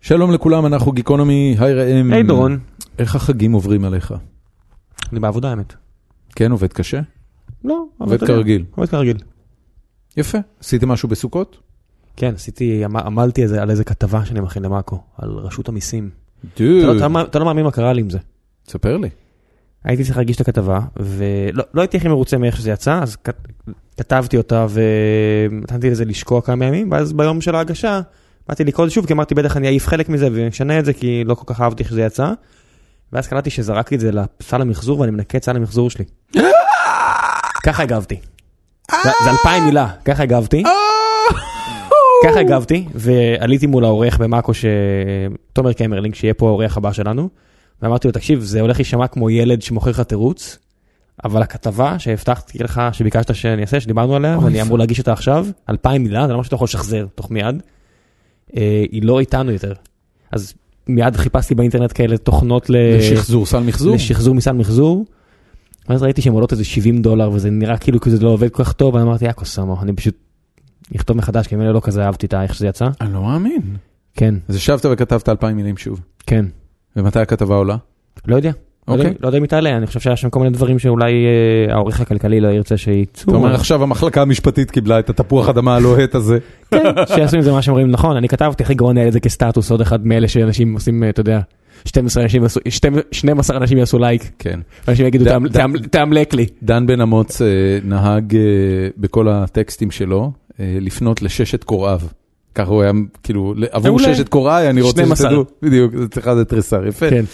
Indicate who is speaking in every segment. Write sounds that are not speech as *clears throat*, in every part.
Speaker 1: שלום לכולם, אנחנו גיקונומי, היי ראם.
Speaker 2: היי דורון.
Speaker 1: איך החגים עוברים עליך?
Speaker 2: אני בעבודה האמת.
Speaker 1: כן, עובד קשה?
Speaker 2: לא, אבל
Speaker 1: עובד
Speaker 2: אתה יודע,
Speaker 1: כרגיל.
Speaker 2: עובד כרגיל.
Speaker 1: יפה. עשיתם משהו בסוכות?
Speaker 2: כן, עשיתי, עמ- עמלתי איזה- על איזה כתבה שאני מכין למאקו, על רשות המיסים. אתה לא-
Speaker 1: דוד,
Speaker 2: אתה לא- אתה לא מאמין מה קרה לי עם זה.
Speaker 1: ספר לי.
Speaker 2: הייתי צריך להגיש את הכתבה, ולא לא הייתי הכי מרוצה מאיך שזה יצא, אז כת- כתבתי אותה ונתתי לזה לשקוע כמה ימים, ואז ביום של ההגשה באתי לקרוא את זה שוב, כי אמרתי בטח אני אעיף חלק מזה ונשנה את זה, כי לא כל כך אהבתי איך שזה יצא. ואז קלטתי שזרקתי את זה לסל המחזור ואני מנקה את סל המחזור שלי. ככה הגבתי. זה זה אלפיים מילה, ככה הגבתי. ככה הגבתי, ועליתי מול העורך במאקו, ש- תומר קמרלינג, שיהיה פה העורך הבא שלנו, ואמרתי לו, תקשיב, זה הולך להישמע כמו ילד שמוכר לך תירוץ, אבל הכתבה שהבטחתי לך, שביקשת שאני אעשה, שדיברנו עליה,
Speaker 1: אוי,
Speaker 2: ואני
Speaker 1: פ-
Speaker 2: אמור להגיש אותה עכשיו, אלפיים מילה, זה לא משהו שאתה יכול לשחזר תוך מיד, אה, היא לא איתנו יותר. אז מיד חיפשתי באינטרנט כאלה תוכנות ל...
Speaker 1: לשחזור, סל מחזור?
Speaker 2: אה, לשחזור מסל מחזור. ואז ראיתי שהן עולות איזה 70 דולר וזה נראה כאילו כי זה לא עובד כל כך טוב, אני אמרתי, יא קוסאמו, אני פשוט אכתוב מחדש, כי ממילא לא כזה אהבתי את ה- איך שזה יצא.
Speaker 1: אני לא מאמין.
Speaker 2: כן,
Speaker 1: אז ישבת וכתבת אלפיים מילים שוב.
Speaker 2: כן.
Speaker 1: ומתי הכתבה עולה?
Speaker 2: לא יודע, לא יודע-
Speaker 1: אוקיי.
Speaker 2: לא יודע אם היא תעלה, אני חושב שהיה שם כל מיני דברים שאולי אה, העורך הכלכלי לא ירצה
Speaker 1: אתה
Speaker 2: שייצאו.
Speaker 1: אומר עכשיו המחלקה המשפטית קיבלה את התפוח אדמה הלוהט
Speaker 2: *laughs*
Speaker 1: הזה.
Speaker 2: כן, שיעשו עם זה מה שהם רואים נכון, אני כתבתי הכי גרוע נהיה את זה כסטטוס, עוד אחד מאלה שאנשים עושים, אה, אתה יודע, 12 אנשים יעשו, 12 אנשים יעשו לייק,
Speaker 1: כן.
Speaker 2: אנשים יגידו,
Speaker 1: ד-
Speaker 2: "תאמ-
Speaker 1: ד-
Speaker 2: תאמ- תאמלק לי.
Speaker 1: דן בן אמוץ אה, נהג אה, בכל הטקסטים שלו אה, לפנות לששת קוראיו. ככה הוא היה כאילו, עבור
Speaker 2: מעולה.
Speaker 1: ששת קוראי אני רוצה
Speaker 2: 12.
Speaker 1: שתדעו, בדיוק, אצלך זה תריסר, יפה.
Speaker 2: כן.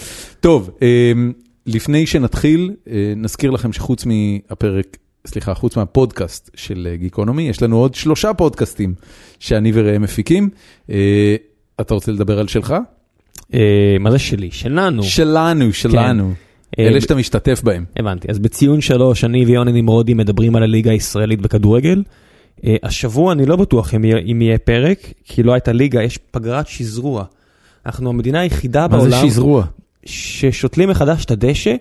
Speaker 1: טוב, אמ, לפני שנתחיל, אה, נזכיר לכם שחוץ מהפרק, סליחה, חוץ מהפודקאסט של אה, גיקונומי, יש לנו עוד שלושה פודקאסטים שאני וראם מפיקים. אה, אתה רוצה לדבר על שלך?
Speaker 2: אה, מה זה שלי? שלנו.
Speaker 1: שלנו, שלנו.
Speaker 2: כן. אה,
Speaker 1: אלה שאתה משתתף בהם.
Speaker 2: הבנתי, אז בציון שלוש, אני ויוני נמרודי מדברים על הליגה הישראלית בכדורגל. אה, השבוע אני לא בטוח אם יהיה, אם יהיה פרק, כי לא הייתה ליגה, יש פגרת שזרוע. אנחנו המדינה היחידה
Speaker 1: מה זה
Speaker 2: בעולם
Speaker 1: שזרוע?
Speaker 2: ששותלים מחדש את הדשא,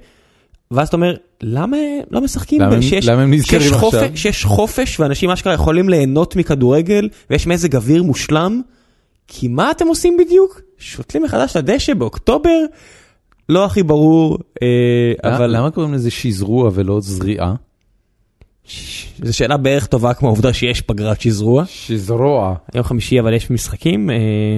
Speaker 2: ואז אתה אומר, למה הם לא משחקים?
Speaker 1: למה הם-
Speaker 2: שיש,
Speaker 1: למה הם נזכרים
Speaker 2: שיש
Speaker 1: עכשיו?"
Speaker 2: חופש, שיש חופש ואנשים אשכרה יכולים ליהנות מכדורגל, ויש מזג אוויר מושלם, כי מה אתם עושים בדיוק? שותלים מחדש את הדשא באוקטובר? לא הכי ברור, אה,
Speaker 1: אבל
Speaker 2: אבל...
Speaker 1: למה קוראים לזה שזרוע ולא זריעה?
Speaker 2: זו שאלה בערך טובה כמו העובדה שיש פגרת שזרוע.
Speaker 1: שזרוע.
Speaker 2: יום חמישי אבל יש משחקים, אה,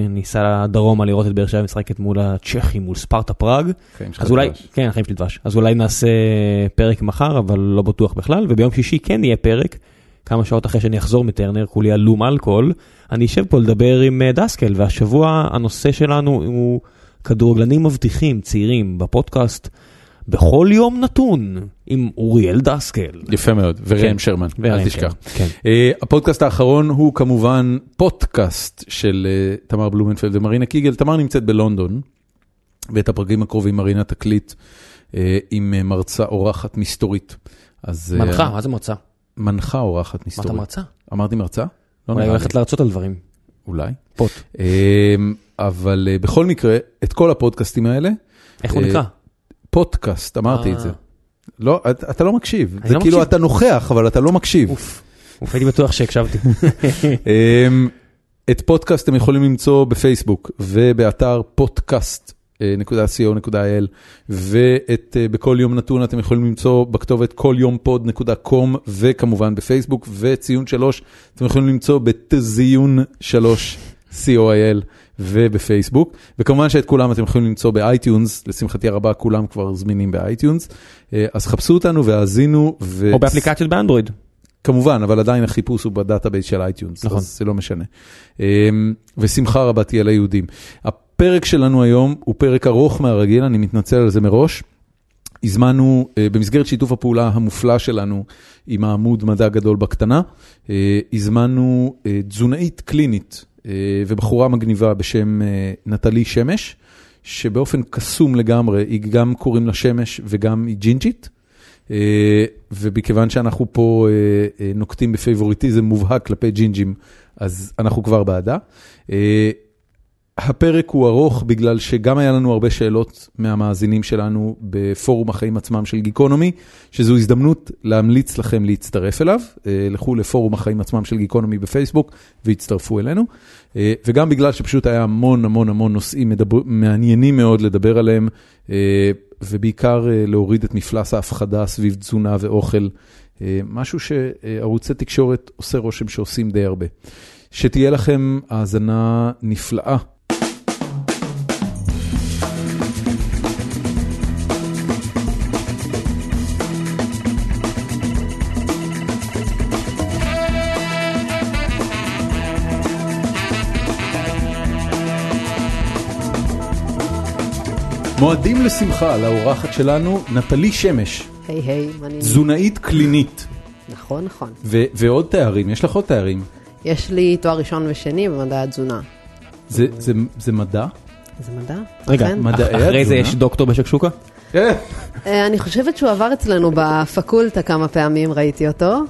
Speaker 2: ניסע לדרומה לראות את באר שבע משחקת מול הצ'כים, מול ספרטה פראג.
Speaker 1: חיים שלך
Speaker 2: אז אולי,
Speaker 1: דבש.
Speaker 2: כן, חיים של דבש. אז אולי נעשה אה, פרק מחר, אבל לא בטוח בכלל, וביום שישי כן יהיה פרק. כמה שעות אחרי שאני אחזור מטרנר, כולי עלום אלכוהול, אני אשב פה לדבר עם אה, דסקל, והשבוע הנושא שלנו הוא כדורגלנים מבטיחים, צעירים, בפודקאסט, בכל יום נתון, עם אוריאל דסקל.
Speaker 1: יפה מאוד, וראם
Speaker 2: כן.
Speaker 1: שרמן,
Speaker 2: וראם,
Speaker 1: אל תשכח.
Speaker 2: כן, כן.
Speaker 1: אה, הפודקאסט האחרון הוא כמובן פודקאסט של אה, תמר בלומנפלד ומרינה קיגל. תמר נמצאת בלונדון, ואת הפרקים הקרובים מרינה תקליט אה, עם אה, מרצה אורחת מסתורית. אז, אה,
Speaker 2: מנחה, מה זה מוצא?
Speaker 1: מנחה אורחת
Speaker 2: מה אתה
Speaker 1: מסתורית.
Speaker 2: מרצה?
Speaker 1: אמרתי מרצה? לא
Speaker 2: אולי
Speaker 1: נראה
Speaker 2: היא
Speaker 1: לי.
Speaker 2: הולכת להרצות על דברים.
Speaker 1: אולי.
Speaker 2: פוט.
Speaker 1: אה, אבל אה, בכל מקרה, את כל הפודקאסטים האלה,
Speaker 2: איך הוא
Speaker 1: אה,
Speaker 2: נקרא?
Speaker 1: פודקאסט, אמרתי את זה.
Speaker 2: אה.
Speaker 1: לא, אתה- אתה לא מקשיב.
Speaker 2: אני
Speaker 1: זה
Speaker 2: לא
Speaker 1: כאילו
Speaker 2: מקשיב.
Speaker 1: אתה נוכח, אבל אתה לא מקשיב.
Speaker 2: אוף. אוף, הייתי
Speaker 1: *laughs*
Speaker 2: בטוח שהקשבתי.
Speaker 1: אמ, את פודקאסט אתם יכולים למצוא בפייסבוק ובאתר podcast.co.il ואת אה, בכל יום נתון אתם יכולים למצוא בכתובת כל יום פוד.com וכמובן בפייסבוק וציון שלוש אתם יכולים למצוא בתזיון שלוש co.il ובפייסבוק וכמובן שאת כולם אתם יכולים למצוא באייטיונס לשמחתי הרבה כולם כבר זמינים באייטיונס אה, אז חפשו אותנו והאזינו ו...
Speaker 2: או באפליקציות באנדרואיד.
Speaker 1: כמובן, אבל עדיין החיפוש הוא בדאטאבייס של אייטיונס,
Speaker 2: נכון.
Speaker 1: נכון. אז זה לא משנה. אמ, ושמחה רבה תהיה ליהודים. הפרק שלנו היום הוא פרק ארוך מהרגיל, אני מתנצל על זה מראש. הזמנו, אה, במסגרת שיתוף הפעולה המופלא שלנו עם העמוד מדע גדול בקטנה, אה, הזמנו אה, תזונאית קלינית אה, ובחורה מגניבה בשם אה, נטלי שמש, שבאופן קסום לגמרי, היא גם קוראים לה שמש וגם היא ג'ינג'ית. אה, ומכיוון שאנחנו פה אה, אה, נוקטים בפייבוריטיזם מובהק כלפי ג'ינג'ים, אז אנחנו כבר בעדה. אה, הפרק הוא ארוך בגלל שגם היה לנו הרבה שאלות מהמאזינים שלנו בפורום החיים עצמם של גיקונומי, שזו הזדמנות להמליץ לכם להצטרף אליו. אה, לכו לפורום החיים עצמם של גיקונומי בפייסבוק והצטרפו אלינו. אה, וגם בגלל שפשוט היה המון המון המון נושאים מדבר, מעניינים מאוד לדבר עליהם, אה, ובעיקר אה, להוריד את מפלס ההפחדה סביב תזונה ואוכל, אה, משהו שערוצי תקשורת עושה רושם שעושים די הרבה. שתהיה לכם האזנה נפלאה. מועדים לשמחה לאורחת שלנו, נטלי שמש,
Speaker 3: היי היי, מה אני...
Speaker 1: תזונאית קלינית,
Speaker 3: נכון, נכון.
Speaker 1: ו- ועוד תארים, יש לך עוד תארים.
Speaker 3: יש לי תואר ראשון ושני במדעי התזונה.
Speaker 1: זה, זה, זה מדע?
Speaker 3: זה מדע?
Speaker 2: רגע,
Speaker 3: אכן?
Speaker 1: מה- מדעי
Speaker 2: אחרי זה
Speaker 1: התזונה.
Speaker 2: יש דוקטור בשקשוקה?
Speaker 3: אה, אני חושבת שהוא עבר אצלנו בפקולטה כמה פעמים, ראיתי אותו.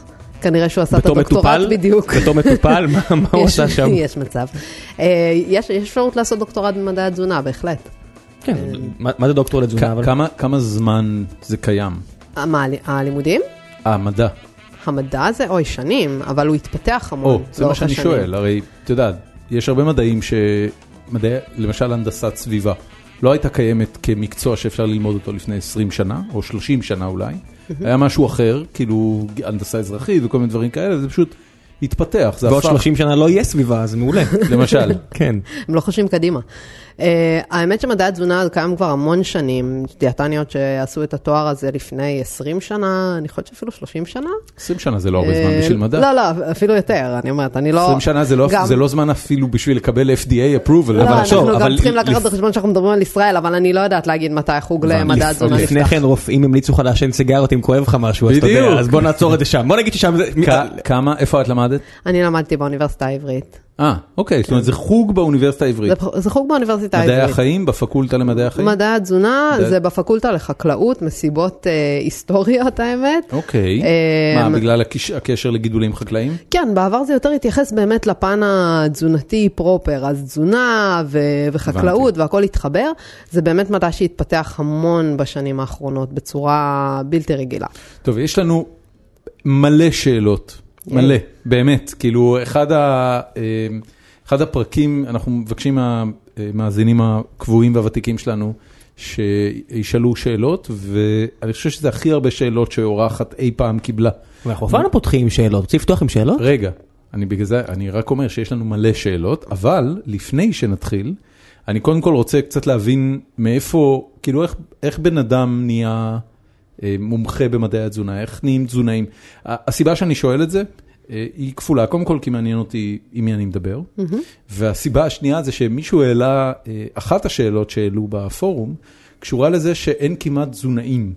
Speaker 3: כנראה שהוא עשה את
Speaker 2: בתור
Speaker 3: הדוקטורט
Speaker 2: מטופל?
Speaker 3: בדיוק.
Speaker 2: בתור מטופל? מה- מה *laughs* הוא
Speaker 3: יש-
Speaker 2: עשה שם?
Speaker 3: יש מצב. אה, יש יש אפשרות לעשות דוקטורט במדעי התזונה, בהחלט.
Speaker 2: כן,
Speaker 3: אה,
Speaker 2: מה מה זה דוקטור לתזונה? אבל-
Speaker 1: כ- כמה, כמה זמן זה קיים? אה,
Speaker 3: אה, מה, הלי- הלימודים?
Speaker 1: המדע.
Speaker 3: המדע זה, אוי, שנים, אבל הוא התפתח
Speaker 1: או,
Speaker 3: המון.
Speaker 2: לא,
Speaker 1: זה מה
Speaker 3: לאורך
Speaker 1: שאני
Speaker 3: השנים.
Speaker 1: שואל, הרי, את יודעת, יש הרבה מדעים ש... מדעי, למשל הנדסת סביבה, לא הייתה קיימת כמקצוע שאפשר ללמוד אותו לפני 20 שנה, או 30 שנה אולי. היה משהו אחר, כאילו הנדסה אזרחית וכל מיני דברים כאלה, זה פשוט התפתח, זה
Speaker 2: ועוד
Speaker 1: הפך,
Speaker 2: 30 שנה לא יהיה סביבה, אז מעולה.
Speaker 1: *laughs* למשל.
Speaker 2: כן.
Speaker 3: הם לא חושבים קדימה. Uh, האמת שמדעי התזונה קיים כבר המון שנים, דיאטניות שעשו את התואר הזה לפני 20 שנה, אני חושבת שאפילו 30 שנה.
Speaker 1: 20 שנה זה לא הרבה זמן
Speaker 3: אה,
Speaker 1: בשביל מדע.
Speaker 3: לא, לא, אפילו יותר, אני אומרת, אני לא...
Speaker 1: 20 שנה זה לא,
Speaker 3: גם-
Speaker 1: זה לא זמן אפילו בשביל לקבל FDA approval.
Speaker 2: אבל
Speaker 3: לא, אנחנו
Speaker 2: עכשיו,
Speaker 3: גם
Speaker 2: אבל
Speaker 3: צריכים
Speaker 2: לפ-
Speaker 3: לקחת בחשבון שאנחנו מדברים על ישראל, אבל אני לא יודעת להגיד מתי החוג
Speaker 1: הבנתי. לפ-
Speaker 3: למדע התזונה
Speaker 2: לפני
Speaker 3: נפתח.
Speaker 2: כן רופאים המליצו לך לעשן סיגריות אם כואב לך משהו, אז אתה
Speaker 1: בדיוק.
Speaker 2: יודע, אז בוא נעצור את זה שם. בוא נגיד ששם זה...
Speaker 1: כ- כמה, איפה את למדת?
Speaker 3: אני למדתי באוניברסיטה העברית.
Speaker 1: אה, אוקיי, זאת אומרת זה חוג באוניברסיטה העברית.
Speaker 3: זה פח- זה חוג באוניברסיטה
Speaker 1: מדעי
Speaker 3: העברית.
Speaker 1: החיים, בפקולטה למדעי החיים?
Speaker 3: מדעי התזונה
Speaker 1: מדע-
Speaker 3: זה בפקולטה לחקלאות, מסיבות אה, היסטוריות האמת.
Speaker 1: אוקיי.
Speaker 3: אה,
Speaker 1: מה, בגלל הקיש- הקשר לגידולים חקלאיים?
Speaker 3: כן, בעבר זה יותר התייחס באמת לפן התזונתי פרופר, אז תזונה ו- וחקלאות והכל התחבר, זה באמת מדע שהתפתח המון בשנים האחרונות בצורה בלתי רגילה.
Speaker 1: טוב, יש לנו מלא שאלות, מלא, באמת. כאילו, אחד, ה, אה, אחד הפרקים, אנחנו מבקשים מהמאזינים הקבועים והוותיקים שלנו, שישאלו שאלות, ואני חושב שזה הכי הרבה שאלות שאורחת אי פעם קיבלה.
Speaker 2: אנחנו אף פעם לא פותחים שאלות, רוצים לפתוח עם שאלות?
Speaker 1: רגע, אני בגלל זה, אני רק אומר שיש לנו מלא שאלות, אבל לפני שנתחיל, אני קודם כל רוצה קצת להבין מאיפה, כאילו איך, איך בן אדם נהיה אה, מומחה במדעי התזונה, איך נהיים תזונאים. ה- הסיבה שאני שואל את זה אה, היא כפולה, קודם כל כי מעניין אותי עם מי אני מדבר, והסיבה השנייה זה שמישהו העלה, אה, אחת השאלות שהעלו בפורום, קשורה לזה שאין כמעט תזונאים.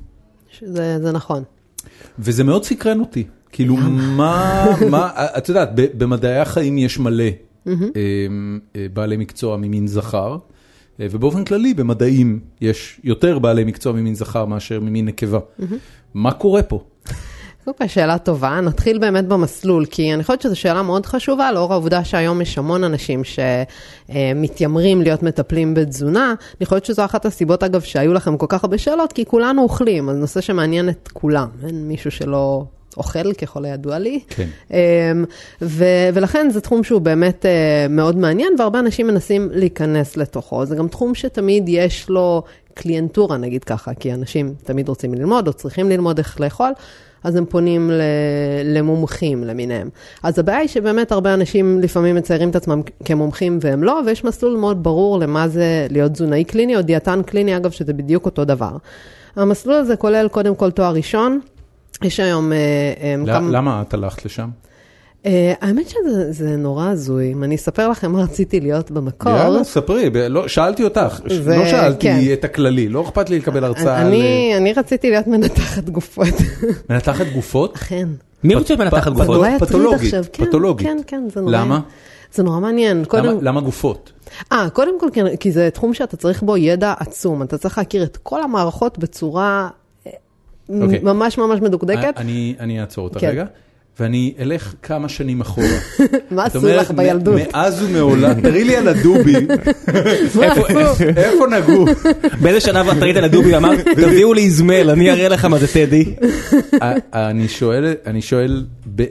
Speaker 3: שזה, זה נכון.
Speaker 1: וזה מאוד סקרן אותי. כאילו, מה,
Speaker 3: *laughs*
Speaker 1: מה, את יודעת, ב- במדעי החיים יש מלא אה, אה, בעלי מקצוע ממין זכר, אה, ובאופן כללי במדעים יש יותר בעלי מקצוע ממין זכר מאשר ממין נקבה. מה קורה פה?
Speaker 3: קודם כל שאלה טובה, נתחיל באמת במסלול, כי אני חושבת שזו שאלה מאוד חשובה, לאור העובדה שהיום יש המון אנשים שמתיימרים להיות מטפלים בתזונה. אני חושבת שזו אחת הסיבות, אגב, שהיו לכם כל כך הרבה שאלות, כי כולנו אוכלים, אז נושא שמעניין את כולם, אין מישהו שלא אוכל, ככל הידוע לי.
Speaker 1: כן.
Speaker 3: אמ, ו- ולכן זה תחום שהוא באמת אה, מאוד מעניין, והרבה אנשים מנסים להיכנס לתוכו. זה גם תחום שתמיד יש לו קליינטורה, נגיד ככה, כי אנשים תמיד רוצים ללמוד או צריכים ללמוד איך לאכול, אז הם פונים ל- למומחים למיניהם. אז הבעיה היא שבאמת הרבה אנשים לפעמים מציירים את עצמם כ- כמומחים והם לא, ויש מסלול מאוד ברור למה זה להיות תזונאי קליני או דיאטן קליני, אגב, שזה בדיוק אותו דבר. המסלול הזה כולל קודם כל תואר ראשון. יש היום... אה, אה,
Speaker 1: ל- למה את הלכת לשם?
Speaker 3: אה, האמת שזה זה נורא הזוי, אם אני אספר לכם מה רציתי להיות במקור.
Speaker 1: יאללה, ספרי, ב- לא, שאלתי אותך, ש-
Speaker 3: זה-
Speaker 1: לא
Speaker 3: כן. אה,
Speaker 1: שאלתי את הכללי, לא אכפת לי לקבל הרצאה על
Speaker 3: אני, אני רציתי להיות מנתחת גופות.
Speaker 1: אה, מנתחת גופות?
Speaker 3: אכן.
Speaker 2: מי רוצה להיות מנתחת
Speaker 1: פ-
Speaker 3: זה
Speaker 2: גופות?
Speaker 3: נורא יטריד
Speaker 1: כן. פתולוגית,
Speaker 3: לא עכשיו. כן,
Speaker 1: פתולוגית.
Speaker 3: כן, כן, זה נורא.
Speaker 1: למה?
Speaker 3: זה נורא מעניין.
Speaker 1: למה לא-
Speaker 3: קודם,
Speaker 1: למה גופות?
Speaker 3: אה, קודם כל, כן, כי זה תחום שאתה צריך בו ידע עצום. אתה צריך להכיר את כל המערכות בצורה אה,
Speaker 1: אוקיי.
Speaker 3: ממש ממש מדוקדקת.
Speaker 1: אה, אני, אני אעצור אותה
Speaker 3: כן.
Speaker 1: רגע. ואני אלך כמה שנים אחורה.
Speaker 3: מה
Speaker 1: זאת
Speaker 3: עשו
Speaker 1: אומרת,
Speaker 3: לך בילדות?
Speaker 1: מ- מאז ומעולם, תראי לי על הדובי,
Speaker 3: *laughs* מה עשו?
Speaker 1: איפה נגעו?
Speaker 2: באיזה שנה ואת ראית על הדובי ואמרת, תביאו לי איזמל, אני אראה לך מה זה טדי.
Speaker 1: א- אני שואל, אני שואל, ב-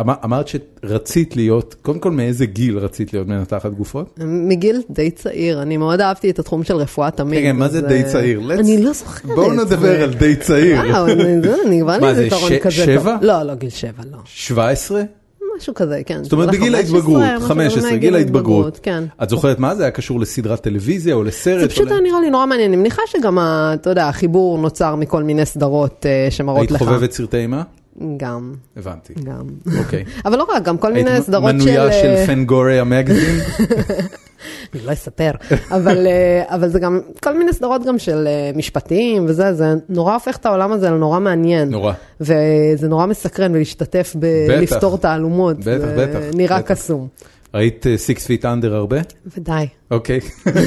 Speaker 1: אמר- אמרת שרצית להיות, קודם כל מאיזה גיל רצית להיות מנתחת גופות?
Speaker 3: מגיל די צעיר, אני מאוד אהבתי את התחום של רפואה תמיד.
Speaker 1: רגע, כן, מה
Speaker 3: אז,
Speaker 1: זה די
Speaker 3: אה,
Speaker 1: צעיר? Let's-
Speaker 3: אני לא זוכרת.
Speaker 1: בואו נדבר על די צעיר.
Speaker 3: וואו, אני- אה, זה- נגמר לי
Speaker 1: כאילו. מה,
Speaker 3: איזה
Speaker 1: זה
Speaker 3: יתרון
Speaker 1: ש-
Speaker 3: כזה. טוב.
Speaker 1: שבע?
Speaker 3: לא, לא גיל שבע, לא.
Speaker 1: 17?
Speaker 3: משהו כזה, כן.
Speaker 1: זאת אומרת
Speaker 3: שבע,
Speaker 1: בגיל
Speaker 3: 15,
Speaker 1: ההתבגרות,
Speaker 3: משהו כזה,
Speaker 1: 15, גיל ההתבגרות.
Speaker 3: כן.
Speaker 1: את זוכרת מה זה? היה קשור לסדרת טלוויזיה או לסרט?
Speaker 3: זה
Speaker 1: או
Speaker 3: פשוט
Speaker 1: ל-
Speaker 3: היה נראה לי נורא מעניין, אני מניחה שגם, ה- אתה יודע, החיבור נוצר מכל מיני סדרות אה, שמראות
Speaker 1: היית
Speaker 3: לך.
Speaker 1: חובבת סרטי אימה?
Speaker 3: גם,
Speaker 1: הבנתי,
Speaker 3: גם.
Speaker 1: אוקיי.
Speaker 3: *laughs* אבל לא רק, גם כל
Speaker 1: היית
Speaker 3: מיני סדרות של...
Speaker 1: מנויה
Speaker 3: אה,
Speaker 1: של פנגורי המגזין?
Speaker 3: אני לא אספר, אבל, אה, אבל זה גם כל מיני סדרות גם של אה, משפטים וזה, זה נורא הופך את העולם הזה לנורא מעניין.
Speaker 1: נורא.
Speaker 3: וזה נורא מסקרן ולהשתתף
Speaker 1: בטח.
Speaker 3: בלפתור תעלומות.
Speaker 1: בטח,
Speaker 3: זה
Speaker 1: בטח,
Speaker 3: נראה
Speaker 1: בטח.
Speaker 3: קסום.
Speaker 1: ראית אה, סיקס פיט אנדר הרבה?
Speaker 3: ודי.
Speaker 1: אוקיי.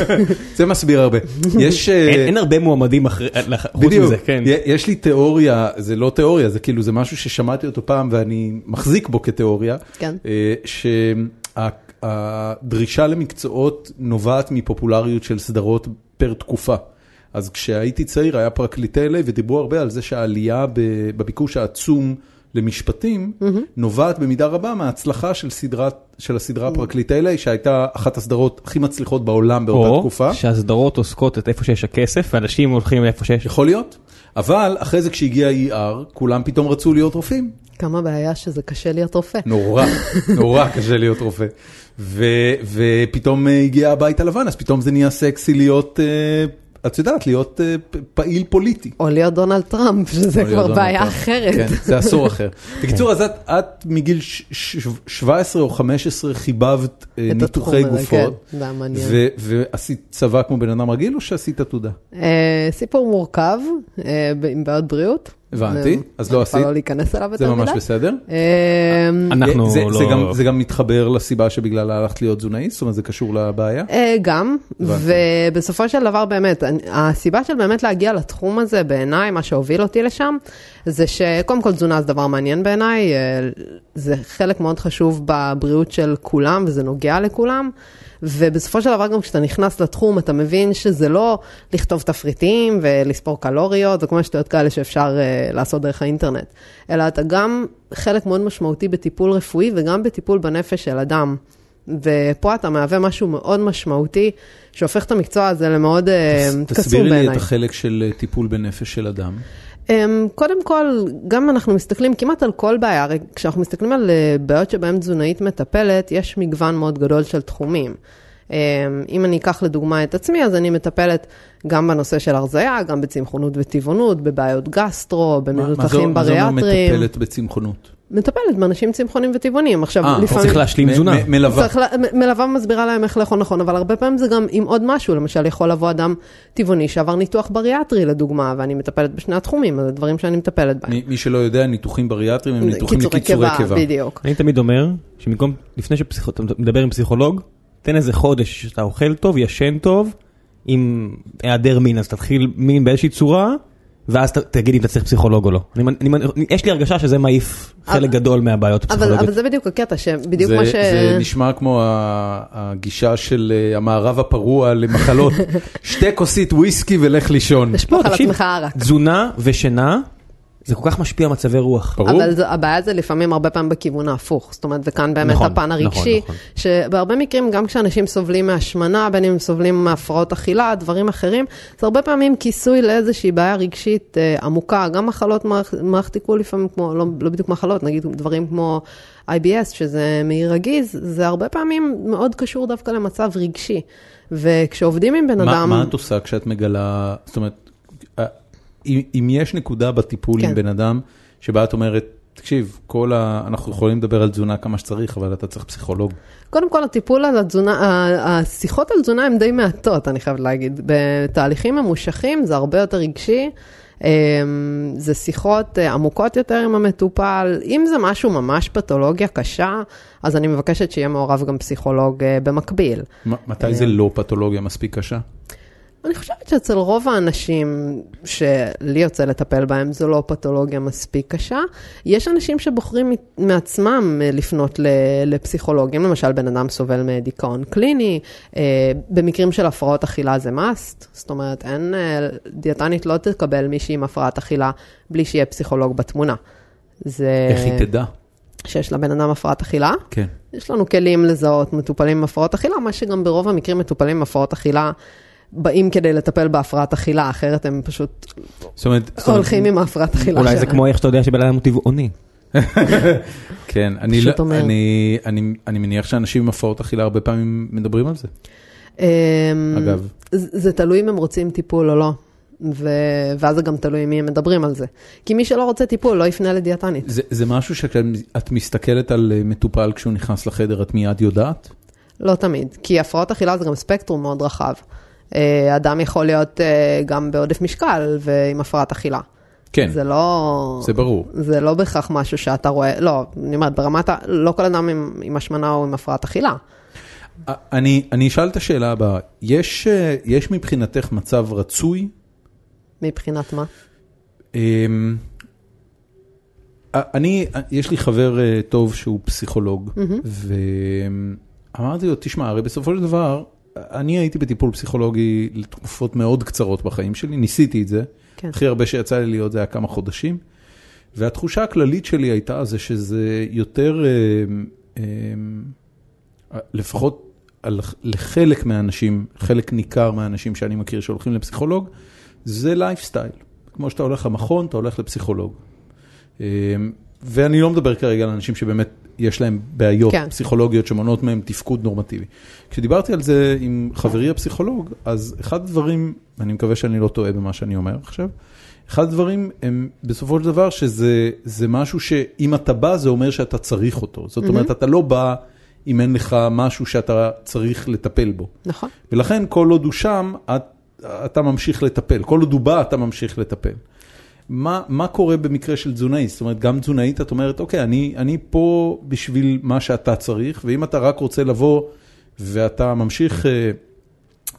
Speaker 1: *laughs* זה מסביר הרבה. יש... אה,
Speaker 2: אין אין הרבה מועמדים אחרי- אה, לח- חוץ
Speaker 1: בדיוק,
Speaker 2: מזה, כן.
Speaker 1: י- יש לי תיאוריה, זה לא תיאוריה, זה כאילו, זה משהו ששמעתי אותו פעם ואני מחזיק בו כתיאוריה, אה,
Speaker 3: כן.
Speaker 1: שהדרישה למקצועות נובעת מפופולריות של סדרות פר תקופה. אז כשהייתי צעיר היה פרקליטי LA ודיברו הרבה על זה שהעלייה ב- בביקוש העצום למשפטים נובעת במידה רבה מההצלחה של, סדרת, של הסדרה פרקליטי LA שהייתה אחת הסדרות הכי מצליחות בעולם באותה
Speaker 2: או
Speaker 1: תקופה.
Speaker 2: שהסדרות עוסקות את איפה שיש הכסף, ואנשים הולכים לאיפה שיש...
Speaker 1: יכול להיות, אבל אחרי זה כשהגיע ER, כולם פתאום רצו להיות רופאים.
Speaker 3: כמה בעיה שזה קשה להיות רופא.
Speaker 1: נורא, נורא קשה להיות רופא. ו- ופתאום אה, הגיע הבית הלבן, אז פתאום זה נהיה סקסי להיות, אה, את יודעת, להיות אה, פ- פעיל פוליטי.
Speaker 3: או להיות דונלד טראמפ, שזה
Speaker 1: או להיות
Speaker 3: כבר
Speaker 1: דונלד
Speaker 3: בעיה
Speaker 1: טראמפ.
Speaker 3: אחרת.
Speaker 1: כן, זה עשור אחר. כן. בקיצור, אז את, את מגיל ש- ש- 17 או 15 חיבבת אה,
Speaker 3: *laughs* את התחום
Speaker 1: ניתוחי
Speaker 3: הזה,
Speaker 1: גופות,
Speaker 3: כן, זה היה מעניין.
Speaker 1: ו- ועשית צבא כמו בן אדם רגיל או שעשית עתודה?
Speaker 3: אה, סיפור מורכב, אה, ב- עם בעיות בריאות.
Speaker 1: הבנתי,
Speaker 3: אה,
Speaker 1: אז לא
Speaker 3: כבר
Speaker 1: עשית.
Speaker 3: לא להיכנס אליו
Speaker 1: זה
Speaker 3: יותר מדי.
Speaker 1: ממש בסדר?
Speaker 3: אה,
Speaker 2: אנחנו
Speaker 1: זה, זה, גם,
Speaker 2: לא...
Speaker 1: זה גם מתחבר לסיבה שבגללה הלכת להיות תזונאית, זאת אומרת זה קשור לבעיה.
Speaker 3: אה, גם,
Speaker 1: הבנתי.
Speaker 3: ובסופו של דבר באמת, אני- הסיבה של באמת להגיע לתחום הזה בעיניי, מה שהוביל אותי לשם, זה שקודם כל תזונה זה דבר מעניין בעיניי, אה, זה חלק מאוד חשוב בבריאות של כולם וזה נוגע לכולם. ובסופו של דבר גם כשאתה נכנס לתחום אתה מבין שזה לא לכתוב תפריטים ולספור קלוריות וכל מיני שטויות כאלה שאפשר uh, לעשות דרך האינטרנט, אלא אתה גם חלק מאוד משמעותי בטיפול רפואי וגם בטיפול בנפש של אדם. ופה אתה מהווה משהו מאוד משמעותי, שהופך את המקצוע הזה למאוד אה, קסום
Speaker 1: תסבירי לי
Speaker 3: בעיניי.
Speaker 1: את החלק של אה, טיפול בנפש של אדם.
Speaker 3: אמ, קודם כל, גם אנחנו מסתכלים כמעט על כל בעיה, הרי כשאנחנו מסתכלים על אה, בעיות שבהן תזונאית מטפלת, יש מגוון מאוד גדול של תחומים. אמ, אם אני אקח לדוגמה את עצמי, אז אני מטפלת גם בנושא של הרזייה, גם בצמחונות וטבעונות, בבעיות גסטרו,
Speaker 1: מה- מה זה-
Speaker 3: במנותחים
Speaker 1: מה זה אומר
Speaker 3: בריאטריים.
Speaker 1: מטפלת בצמחונות?
Speaker 3: מטפלת באנשים צמחונים וטבעונים. עכשיו,
Speaker 1: אה,
Speaker 3: אה, לפעמים...
Speaker 2: צריך להשלים
Speaker 1: מ-
Speaker 2: תזונה.
Speaker 1: מ- מלווה.
Speaker 3: צריך, ל- מ- מלווה מסבירה להם איך לאכול נכון, אבל הרבה פעמים זה גם עם עוד משהו, למשל יכול לבוא אדם טבעוני שעבר ניתוח בריאטרי לדוגמה, ואני מטפלת בשני התחומים, אז הדברים שאני מטפלת בהם.
Speaker 1: מ- מי שלא יודע, ניתוחים בריאטריים הם ניתוחים לקיצורי קיבה.
Speaker 3: בדיוק.
Speaker 2: אני תמיד אומר, שבמקום, לפני שאתה מדבר עם פסיכולוג, תן איזה חודש שאתה אוכל טוב, ישן טוב, עם היעדר מין, אז תתחיל מין באיזושהי צורה, ואז ת, תגיד אם אתה צריך פסיכולוג או לא. אני, מנ- אני, מנ- יש לי הרגשה שזה מעיף חלק גדול מהבעיות
Speaker 3: אבל,
Speaker 2: הפסיכולוגיות.
Speaker 3: אבל זה בדיוק הקטע, שבדיוק
Speaker 1: זה,
Speaker 3: מה ש...
Speaker 1: זה נשמע כמו ה- הגישה של אה, המערב הפרוע
Speaker 3: *laughs*
Speaker 1: למחלות. שתה כוסית וויסקי ולך לישון.
Speaker 3: תשפוך
Speaker 2: לא,
Speaker 3: על
Speaker 2: תקשיב,
Speaker 3: עצמך ערק.
Speaker 2: תזונה ושינה, זה כל כך משפיע על מצבי רוח.
Speaker 1: ברור?
Speaker 3: אבל זה, הבעיה זה לפעמים הרבה פעמים בכיוון ההפוך, זאת אומרת, וכאן באמת
Speaker 2: נכון,
Speaker 3: הפן
Speaker 2: נכון,
Speaker 3: הרגשי,
Speaker 2: נכון.
Speaker 3: שבהרבה מקרים, גם כשאנשים סובלים מהשמנה, בין אם הם סובלים מהפרעות אכילה, דברים אחרים, זה הרבה פעמים כיסוי לאיזושהי בעיה רגשית אה, עמוקה, גם מחלות מערכ- מערכת עיכול לפעמים, כמו, לא, לא בדיוק מחלות, נגיד דברים כמו IBS, שזה מעי רגיז, זה הרבה פעמים מאוד קשור דווקא למצב רגשי. וכשעובדים עם בן
Speaker 1: מה,
Speaker 3: אדם...
Speaker 1: מה את עושה כשאת מגלה, זאת אומרת, אה, אם, אם יש נקודה בטיפול
Speaker 3: כן.
Speaker 1: עם בן אדם, שבה את אומרת, תקשיב, כל ה... אנחנו יכולים לדבר על תזונה כמה שצריך, אבל אתה צריך פסיכולוג.
Speaker 3: קודם כל, הטיפול על התזונה, ה- השיחות על תזונה הן די מעטות, אני חייבת להגיד. בתהליכים ממושכים זה הרבה יותר רגשי, אמ, זה שיחות אה, עמוקות יותר עם המטופל. אם זה משהו ממש פתולוגיה קשה, אז אני מבקשת שיהיה מעורב גם פסיכולוג אה, במקביל.
Speaker 1: מ- מתי זה לא פתולוגיה מספיק קשה?
Speaker 3: אני חושבת שאצל רוב האנשים שלי יוצא לטפל בהם, זו לא פתולוגיה מספיק קשה. יש אנשים שבוחרים מ- מעצמם אה, לפנות ל- לפסיכולוגים, למשל בן אדם סובל מדיכאון קליני, אה, במקרים של הפרעות אכילה זה must, זאת אומרת, אין, אה, דיאטנית לא תקבל מישהי עם הפרעת אכילה בלי שיהיה פסיכולוג בתמונה. זה...
Speaker 1: איך היא תדע?
Speaker 3: שיש לבן אדם הפרעת אכילה.
Speaker 1: כן.
Speaker 3: יש לנו כלים לזהות מטופלים עם הפרעות אכילה, מה שגם ברוב המקרים מטופלים עם הפרעות אכילה באים כדי לטפל בהפרעת אכילה, אחרת הם פשוט
Speaker 1: זאת אומרת, זאת אומרת,
Speaker 3: הולכים עם ההפרעת אכילה
Speaker 2: אולי זה
Speaker 3: שלהם.
Speaker 2: כמו איך שאתה יודע שבן אדם הוא טבעוני.
Speaker 1: כן, אני,
Speaker 3: פשוט
Speaker 1: לא,
Speaker 3: אומר.
Speaker 1: אני, אני, אני מניח שאנשים עם הפרעות אכילה הרבה פעמים מדברים על זה,
Speaker 3: אמ,
Speaker 1: אגב.
Speaker 3: זה זה תלוי אם הם רוצים טיפול או לא, ו... ואז זה גם תלוי עם מי הם מדברים על זה. כי מי שלא רוצה טיפול לא יפנה לדיאטנית.
Speaker 1: זה, זה משהו שאת מסתכלת על אה, מטופל כשהוא נכנס לחדר, את מיד יודעת?
Speaker 3: לא תמיד, כי הפרעות אכילה זה גם ספקטרום מאוד רחב. אה, אדם יכול להיות אה, גם בעודף משקל ועם הפרעת אכילה.
Speaker 1: כן,
Speaker 3: זה לא...
Speaker 1: זה ברור.
Speaker 3: זה לא בהכרח משהו שאתה רואה, לא, אני אומרת, ברמת ה... לא כל אדם עם, עם השמנה או עם הפרעת אכילה.
Speaker 1: אני, אני אשאל את השאלה הבאה, יש, אה, יש מבחינתך מצב רצוי?
Speaker 3: מבחינת מה?
Speaker 1: אמ, אה, אני, אה, יש לי חבר אה, טוב שהוא פסיכולוג, ואמרתי לו, תשמע, הרי בסופו של דבר, אה, אני הייתי בטיפול פסיכולוגי לתקופות מאוד קצרות בחיים שלי, ניסיתי את זה,
Speaker 3: כן.
Speaker 1: הכי הרבה שיצא לי להיות זה היה כמה חודשים, והתחושה הכללית שלי הייתה זה שזה יותר, אמ, אמ, לפחות על, לחלק מהאנשים, חלק ניכר מהאנשים שאני מכיר שהולכים לפסיכולוג, זה לייפסטייל. כמו שאתה הולך למכון, אתה הולך לפסיכולוג. אמ, ואני לא מדבר כרגע על אנשים שבאמת יש להם בעיות
Speaker 3: כן.
Speaker 1: פסיכולוגיות שמונעות מהם תפקוד נורמטיבי. כשדיברתי על זה עם חברי הפסיכולוג, אז אחד הדברים, אני מקווה שאני לא טועה במה שאני אומר עכשיו, אחד הדברים הם בסופו של דבר שזה זה משהו שאם אתה בא זה אומר שאתה צריך אותו. זאת אומרת, אתה לא בא אם אין לך משהו שאתה צריך לטפל בו.
Speaker 3: נכון.
Speaker 1: ולכן כל עוד הוא שם, את, אתה ממשיך לטפל. כל עוד הוא בא, אתה ממשיך לטפל. מה, מה קורה במקרה של תזונאי? זאת אומרת, גם תזונאית, את אומרת, אוקיי, אני, אני פה בשביל מה שאתה צריך, ואם אתה רק רוצה לבוא ואתה ממשיך, אה,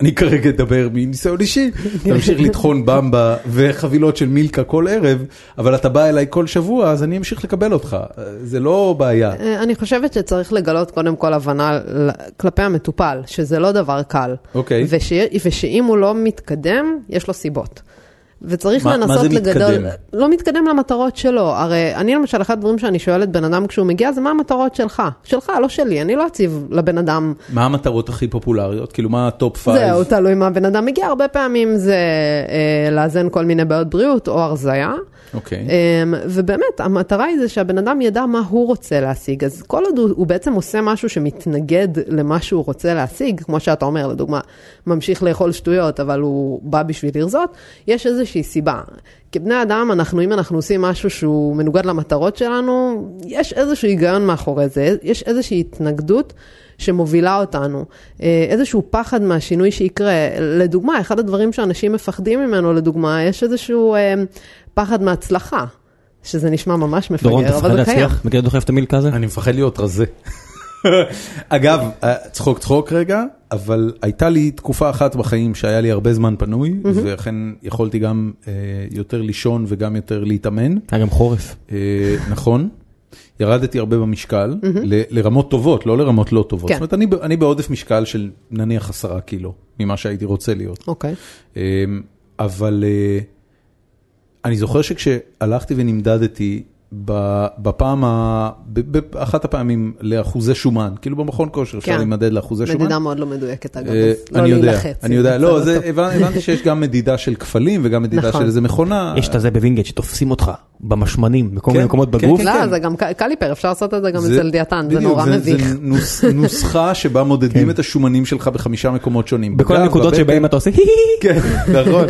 Speaker 1: אני כרגע אדבר מניסיון אישי, תמשיך לטחון במבה וחבילות של מילקה כל ערב, אבל אתה בא אליי כל שבוע, אז אני אמשיך לקבל אותך. אה, זה לא בעיה.
Speaker 3: אה, אני חושבת שצריך לגלות קודם כל הבנה ל- כלפי המטופל, שזה לא דבר קל.
Speaker 1: אוקיי.
Speaker 3: וש... ושאם הוא לא מתקדם, יש לו סיבות. וצריך
Speaker 1: מה- מה
Speaker 3: לנסות
Speaker 1: זה מתקדם?
Speaker 3: לגדול... לא מתקדם למטרות שלו. הרי אני למשל, אחד הדברים שאני שואלת בן אדם כשהוא מגיע, זה מה המטרות שלך? שלך, לא שלי. אני לא אציב לבן אדם
Speaker 1: מה המטרות הכי פופולריות? כאילו, מה הטופ פייב?
Speaker 3: זהו, תלוי מה בן אדם מגיע, הרבה פעמים זה אה, לאזן כל מיני בעיות בריאות או הרזייה.
Speaker 1: אוקיי.
Speaker 3: אה, ובאמת, המטרה היא זה שהבן אדם ידע מה הוא רוצה להשיג, אז כל עוד הוא, הוא בעצם עושה משהו שמתנגד למה שהוא רוצה להשיג, כמו שאתה אומר, לדוגמה, ממשיך לאכול שטויות, אבל הוא בא בשביל לרזות, יש איזושהי סיבה. כבני אדם, אנחנו, אם אנחנו עושים משהו שהוא מנוגד למטרות שלנו, יש איזשהו היגיון מאחורי זה, יש איזושהי התנגדות. שמובילה אותנו, אה, איזשהו פחד מהשינוי שיקרה. לדוגמה, אחד הדברים שאנשים מפחדים ממנו, לדוגמה, יש איזשהו אה, פחד מהצלחה, שזה נשמע ממש מפגר,
Speaker 2: דורון, אתה מפחד
Speaker 3: אבל זה קיים.
Speaker 2: להצליח? מכיר דוחף את המילקה הזה?
Speaker 1: אני מפחד להיות רזה. אגב, אה, צחוק צחוק רגע, אבל הייתה לי תקופה אחת בחיים שהיה לי הרבה זמן פנוי, ולכן יכולתי גם אה, יותר לישון וגם יותר להתאמן,
Speaker 2: היה גם חורף.
Speaker 1: אה, נכון? ירדתי הרבה במשקל, ל- לרמות טובות, לא לרמות לא טובות.
Speaker 3: כן.
Speaker 1: זאת אומרת, אני ב- אני בעודף משקל של נניח עשרה קילו, ממה שהייתי רוצה להיות.
Speaker 3: אוקיי.
Speaker 1: אמ, אבל אה, אני זוכר שכשהלכתי ונמדדתי ב- בפעם, ה- ב- ב- באחת הפעמים לאחוזי שומן, כאילו במכון כושר אפשר
Speaker 3: כן.
Speaker 1: להימדד לאחוזי שומן.
Speaker 3: מדידה מאוד לא מדויקת, אגב,
Speaker 1: אה,
Speaker 3: אז לא
Speaker 1: אני יודע,
Speaker 3: להילחץ.
Speaker 1: אני יודע, לא,
Speaker 3: בסדר,
Speaker 1: זה-
Speaker 3: טוב.
Speaker 1: הבנ- הבנתי שיש גם מדידה של כפלים וגם מדידה
Speaker 3: נכון.
Speaker 1: של איזה מכונה.
Speaker 2: יש את הזה בווינגייט שתופסים אותך במשמנים בכל מיני
Speaker 1: אה. כן,
Speaker 2: מקומות
Speaker 1: כן,
Speaker 2: בגוף.
Speaker 1: כן.
Speaker 3: לא, זה גם ק- קליפר, אפשר לעשות את זה גם אצל דיאטן, זה
Speaker 1: בדיוק,
Speaker 3: נורא מביך.
Speaker 1: זה נוס- נוסחה שבה מודדים את השומנים שלך בחמישה מקומות שונים.
Speaker 2: כן. בכל
Speaker 1: בגב,
Speaker 2: הנקודות
Speaker 1: בבטן,
Speaker 2: שבהן אתה עושה "היי".
Speaker 1: כן, נכון.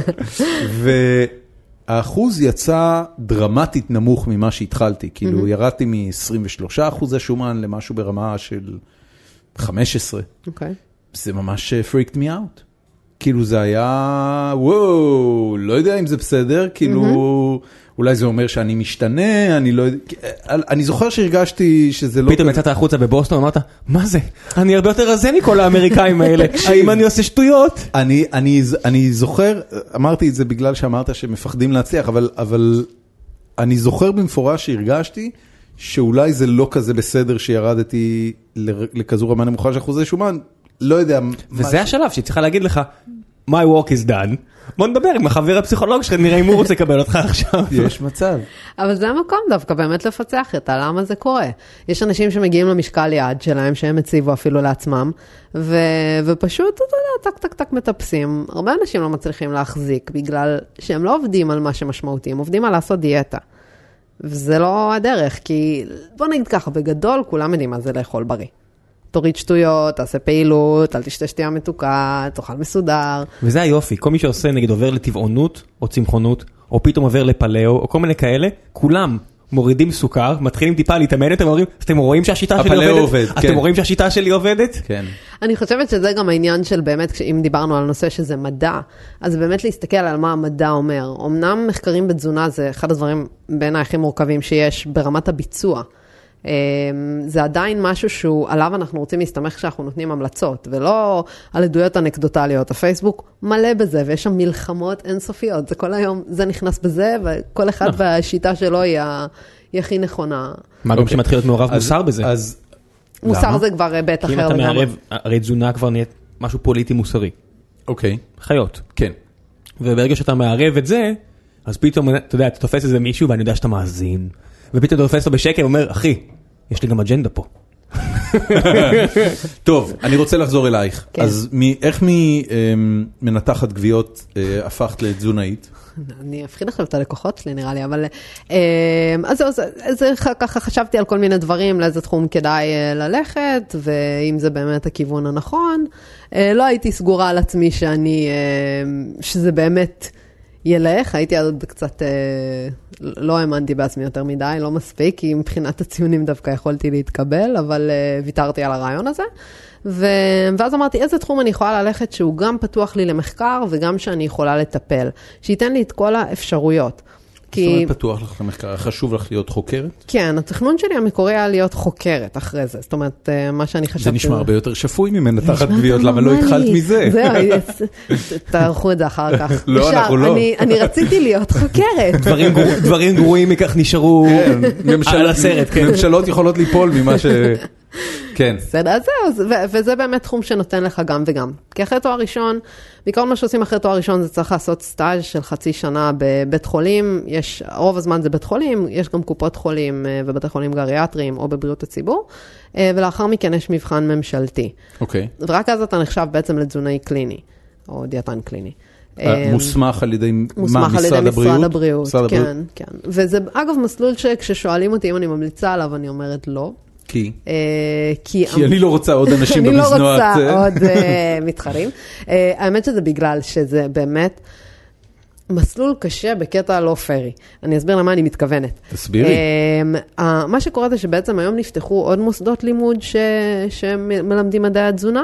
Speaker 1: והאחוז יצא דרמטית נמוך ממה שהתחלתי, כאילו ירדתי מ-23 אחוזי שומן למשהו ברמה של 15.
Speaker 3: אוקיי.
Speaker 1: זה ממש אה, freaked me out. כאילו זה היה, וואו, לא יודע אם זה בסדר, כאילו, אולי זה אומר שאני משתנה, אני לא יודע, אני זוכר שהרגשתי שזה לא...
Speaker 2: פתאום יצאת החוצה בבוסטון, אמרת, מה זה? אני הרבה יותר רזה מכל האמריקאים
Speaker 1: *laughs*
Speaker 2: האלה, האם אני עושה שטויות?
Speaker 1: אני, אני, אני זוכר, אמרתי את זה בגלל שאמרת שמפחדים להצליח, אבל, אבל אני זוכר במפורש שהרגשתי שאולי זה לא כזה בסדר שירדתי ל- לכזו רמה נמוכה של אחוזי שומן, לא יודע. מה-
Speaker 2: וזה השלב שהיא צריכה להגיד לך, my work is done, בוא נדבר עם החבר הפסיכולוג שלך, נראה אם הוא רוצה לקבל אותך עכשיו.
Speaker 1: יש מצב.
Speaker 3: אבל זה המקום דווקא באמת לפצח את הלמה זה קורה. יש אנשים שמגיעים למשקל יעד שלהם, שהם הציבו אפילו לעצמם, ו... ופשוט, אתה יודע, טק טק טק מטפסים. הרבה אנשים לא מצליחים להחזיק, בגלל שהם לא עובדים על מה שמשמעותי, הם עובדים על לעשות דיאטה. וזה לא הדרך, כי בוא נגיד ככה, בגדול כולם יודעים מה זה לאכול בריא. תוריד שטויות, תעשה פעילות, אל תשתה שתייה מתוקה, תאכל מסודר.
Speaker 2: וזה היופי, כל מי שעושה נגיד עובר לטבעונות או צמחונות, או פתאום עובר לפלאו, או כל מיני כאלה, כולם. מורידים סוכר, מתחילים טיפה להתאמן יותר, אומרים, אתם רואים שהשיטה שלי
Speaker 1: הפלאו
Speaker 2: עובדת?
Speaker 1: עובד, כן.
Speaker 2: אתם רואים שהשיטה שלי עובדת?
Speaker 1: כן.
Speaker 3: אני חושבת שזה גם העניין של באמת, כש- אם דיברנו על נושא שזה מדע, אז באמת להסתכל על מה המדע אומר. אמנם מחקרים בתזונה זה אחד הדברים בעיניי הכי מורכבים שיש ברמת הביצוע. אמ, זה עדיין משהו שהוא, עליו אנחנו רוצים להסתמך כשאנחנו נותנים המלצות, ולא על עדויות אנקדוטליות. הפייסבוק מלא בזה, ויש שם מלחמות אינסופיות. זה כל היום, זה נכנס בזה, וכל אחד
Speaker 2: נכון.
Speaker 3: והשיטה שלו היא ה- היא הכי נכונה.
Speaker 2: מה גם
Speaker 1: אוקיי.
Speaker 2: שמתחיל להיות מעורב
Speaker 1: אז-
Speaker 2: מוסר בזה.
Speaker 1: אז
Speaker 3: מוסר
Speaker 2: למה?
Speaker 3: זה כבר היבט
Speaker 2: כי אם
Speaker 3: אחר
Speaker 2: אתה
Speaker 3: לגמרי.
Speaker 2: מערב, הרי תזונה כבר נהיית משהו פוליטי מוסרי,
Speaker 1: אוקיי,
Speaker 2: חיות. *laughs*
Speaker 1: כן.
Speaker 2: וברגע שאתה מערב את זה, אז פתאום, אתה יודע, אתה תופס איזה מישהו ואני יודע שאתה מאזין, ופתאום אתה תופס אותו בשקל ואומר, אחי, יש לי גם אג'נדה פה.
Speaker 1: כן. טוב, אני רוצה לחזור אלייך.
Speaker 3: כן.
Speaker 1: אז מ- איך ממנתחת גוויות אה, הפכת לתזונאית?
Speaker 3: אני אפחיד עכשיו את הלקוחות שלי נראה לי, אבל אה, אז זהו, זה- זה ח- ככה חשבתי על כל מיני דברים, לאיזה תחום כדאי אה, ללכת, ואם זה באמת הכיוון הנכון. אה, לא הייתי סגורה על עצמי שאני, אה, שזה באמת ילך, הייתי עוד קצת, אה, לא האמנתי בעצמי יותר מדי, לא מספיק, כי מבחינת הציונים דווקא יכולתי להתקבל, אבל אה, ויתרתי על הרעיון הזה. ו... ואז אמרתי, איזה תחום אני יכולה ללכת שהוא גם פתוח לי למחקר וגם שאני יכולה לטפל, שייתן לי את כל האפשרויות.
Speaker 1: זאת
Speaker 3: כי...
Speaker 1: אומרת, פתוח לך למחקר, חשוב לך להיות חוקרת?
Speaker 3: כן, התכנון שלי המקורי היה להיות חוקרת אחרי זה, זאת אומרת, אה, מה שאני חשבתי...
Speaker 1: זה נשמע הרבה יותר שפוי ממנתחת
Speaker 3: נשמע
Speaker 1: גוויות, למה לא
Speaker 3: נורמלי.
Speaker 1: התחלת
Speaker 3: *laughs*
Speaker 1: מזה? *laughs*
Speaker 3: זהו, אז- אה, תערכו את זה אחר כך.
Speaker 1: לא,
Speaker 3: עכשיו,
Speaker 1: אנחנו לא.
Speaker 3: אני- אני רציתי להיות חוקרת.
Speaker 2: דברים גרו- דברים גרועים מכך נשארו
Speaker 1: כן,
Speaker 2: על
Speaker 1: ממשלות-
Speaker 2: הסרט, כן.
Speaker 1: ממשלות יכולות ליפול ממה ש...
Speaker 2: *laughs*
Speaker 1: כן.
Speaker 3: בסדר, אז זהו, זה- ו- וזה באמת תחום שנותן לך גם וגם. כי אחרי תואר ראשון, בעיקרון מה שעושים אחרי תואר ראשון זה צריך לעשות סטאז' של חצי שנה בבית חולים, יש, רוב הזמן זה בית חולים, יש גם קופות חולים אה, ובתי חולים גריאטריים או בבריאות הציבור, אה, ולאחר מכן יש מבחן ממשלתי.
Speaker 1: אוקיי.
Speaker 3: ורק אז אתה נחשב בעצם לתזונאי קליני, או דיאטן קליני.
Speaker 1: אה,
Speaker 3: אה,
Speaker 1: מוסמך על ידי מה,
Speaker 3: מוסמך על ידי משרד הבריאות,
Speaker 1: משרד הבריאות?
Speaker 3: כן, כן. וזה אגב מסלול שכששואלים אותי אם אני ממליצה עליו, אני אומרת לא.
Speaker 1: כי?
Speaker 3: אה, כי
Speaker 1: כי אני לא רוצה עוד אנשים
Speaker 3: אני
Speaker 1: במזנוע.
Speaker 3: לא רוצה
Speaker 1: אה,
Speaker 3: עוד אה, מתחרים. אה, האמת שזה בגלל שזה באמת מסלול קשה בקטע לא פרי. אני אסביר למה אני מתכוונת.
Speaker 1: תסבירי.
Speaker 3: אמ, ה- מה שקורה זה שבעצם היום נפתחו עוד מוסדות לימוד ש... שמלמדים מדעי התזונה,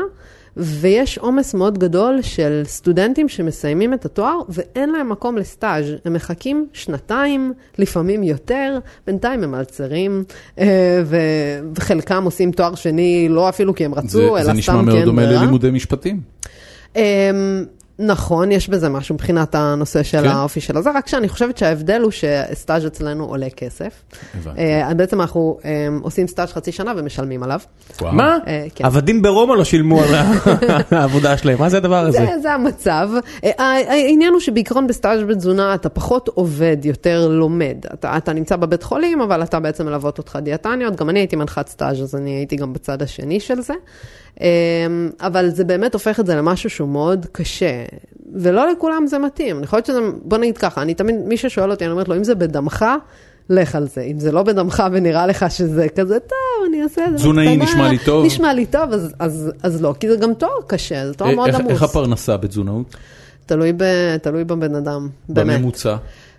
Speaker 3: ויש עומס מאוד גדול של סטודנטים שמסיימים את התואר ואין להם מקום לסטאז'. הם מחכים שנתיים, לפעמים יותר, בינתיים הם מלצרים, אה, ו... וחלקם עושים תואר שני לא אפילו כי הם רצו,
Speaker 1: זה
Speaker 3: אלא סתם כי אין ברירה.
Speaker 1: זה נשמע מאוד דומה ללימודי משפטים.
Speaker 3: אמ, נכון, יש בזה משהו מבחינת הנושא של
Speaker 1: כן.
Speaker 3: האופי של הזה, רק שאני חושבת שההבדל הוא שסטאז' אצלנו עולה כסף.
Speaker 1: הבנתי.
Speaker 3: אה, אז בעצם אנחנו אה, עושים סטאז' חצי שנה ומשלמים עליו.
Speaker 1: וואו.
Speaker 2: מה?
Speaker 3: אה, כן.
Speaker 2: עבדים ברומא לא שילמו על ה-
Speaker 3: *laughs*
Speaker 2: העבודה שלהם, מה זה הדבר הזה?
Speaker 3: זה, זה המצב. אה, ה- העניין הוא שבעיקרון בסטאז' בתזונה אתה פחות עובד, יותר לומד. אתה, אתה נמצא בבית חולים, אבל אתה בעצם מלוות אותך דיאטניות. גם אני הייתי מנחת סטאז', אז אני הייתי גם בצד השני של זה. אה, אבל זה באמת הופך את זה למשהו שהוא מאוד קשה, ולא לכולם זה מתאים. אני חושבת שזה, בוא נגיד ככה, אני תמיד, מי ששואל אותי, אני אומרת לו, אם זה בדמך, לך על זה. אם זה לא בדמך ונראה לך שזה כזה, טוב, אני אעשה את זה.
Speaker 1: תזונאי
Speaker 3: בקטנה,
Speaker 1: נשמע לי טוב."
Speaker 3: נשמע לי טוב, אז, אז, אז לא, כי זה גם תואר קשה, זה תואר
Speaker 1: אה,
Speaker 3: מאוד
Speaker 1: איך-
Speaker 3: עמוס.
Speaker 1: איך הפרנסה בתזונאות?
Speaker 3: תלוי, ב, תלוי בבן אדם, באמת.
Speaker 1: בממוצע.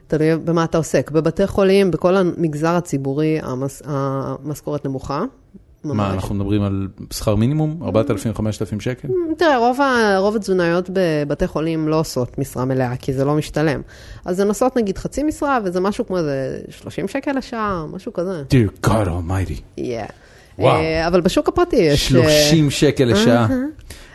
Speaker 3: תלוי במה אתה עוסק. בבתי חולים, בכל המגזר הציבורי, המס, המשכורת נמוכה. ממש. Mm.
Speaker 1: מה, אנחנו מדברים על שכר מינימום? 4,000-5,000 שקל?
Speaker 3: תראה, רוב, ה, רוב התזונאיות בבתי חולים לא עושות משרה מלאה, כי זה לא משתלם. אז הן עושות נגיד חצי משרה, וזה משהו כמו איזה 30 שקל לשעה, משהו כזה.
Speaker 1: Dear God Almighty.
Speaker 3: Yeah.
Speaker 1: וואו.
Speaker 3: אה, אבל בשוק הפרטי יש... אה,
Speaker 1: 30 שקל לשעה.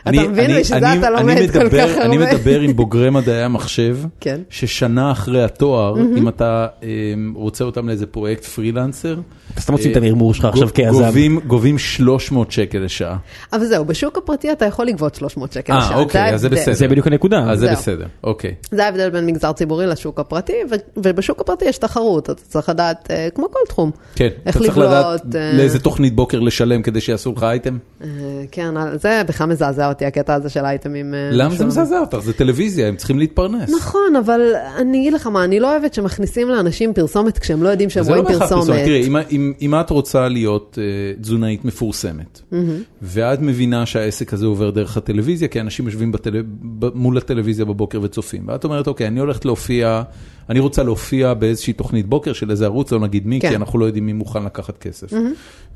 Speaker 1: אני-
Speaker 3: אתה מבין?
Speaker 1: אני-
Speaker 3: בשביל
Speaker 1: אני-
Speaker 3: זה אתה
Speaker 1: אני
Speaker 3: לומד כל
Speaker 1: מדבר-
Speaker 3: כך
Speaker 1: אני
Speaker 3: הרבה.
Speaker 1: מדבר עם בוגרי מדעי המחשב,
Speaker 3: *laughs* כן.
Speaker 1: ששנה אחרי התואר, אם אתה אה, רוצה אותם לאיזה פרויקט פרילנסר,
Speaker 2: אתה סתם מוציא את המרמור שלך אה, עכשיו
Speaker 1: גוב-
Speaker 2: כיזם.
Speaker 1: גובים- גובים 300 שקל לשעה.
Speaker 3: אבל זהו, בשוק הפרטי אתה יכול לגבות 300 שקל
Speaker 1: אה,
Speaker 3: לשעה.
Speaker 1: אוקיי, אז זה
Speaker 3: ההבדל.
Speaker 1: בסדר.
Speaker 2: זה בדיוק הנקודה.
Speaker 1: אז זה
Speaker 3: אה, זהו.
Speaker 1: בסדר, אוקיי.
Speaker 3: זה ההבדל בין מגזר ציבורי לשוק הפרטי, ו- ובשוק הפרטי יש תחרות, אתה צריך לדעת, אה, כמו כל תחום.
Speaker 1: כן,
Speaker 3: איך
Speaker 1: אתה צריך
Speaker 3: לבלוע
Speaker 1: לדעת
Speaker 3: עוד, אה,
Speaker 1: לאיזה תוכנית בוקר לשלם כדי שיעשו לך אייטם?
Speaker 3: אה, כן, אה, זה בכלל מזעזע אותי, הקטע הזה של האייטמים. אה,
Speaker 1: למה זה
Speaker 3: משולמים.
Speaker 1: מזעזע אותך? זה טלוויזיה, הם צריכים להתפרנס.
Speaker 3: נכון, אבל אני אגיד לך מה, אני לא אוהבת שמכניסים לאנשים פרסומת כשהם לא יודעים שהם
Speaker 1: זה לא
Speaker 3: רואים
Speaker 1: בהכרח
Speaker 3: פרסומת.
Speaker 1: פרסומת. תראי, אם- אם- אם את רוצה להיות אה, תזונאית מפורסמת, ואת מבינה שהעסק הזה עובר דרך הטלוויזיה, כי אנשים יושבים בטל- ב- מול הטלוויזיה בבוקר וצופים, ואת אומרת, אוקיי, אני הולכת להופיע, אני רוצה להופיע באיזושהי תוכנית בוקר של איזה ערוץ, לא נגיד מי,
Speaker 3: כן.
Speaker 1: כי אנחנו לא יודעים מי מוכן לקחת כסף.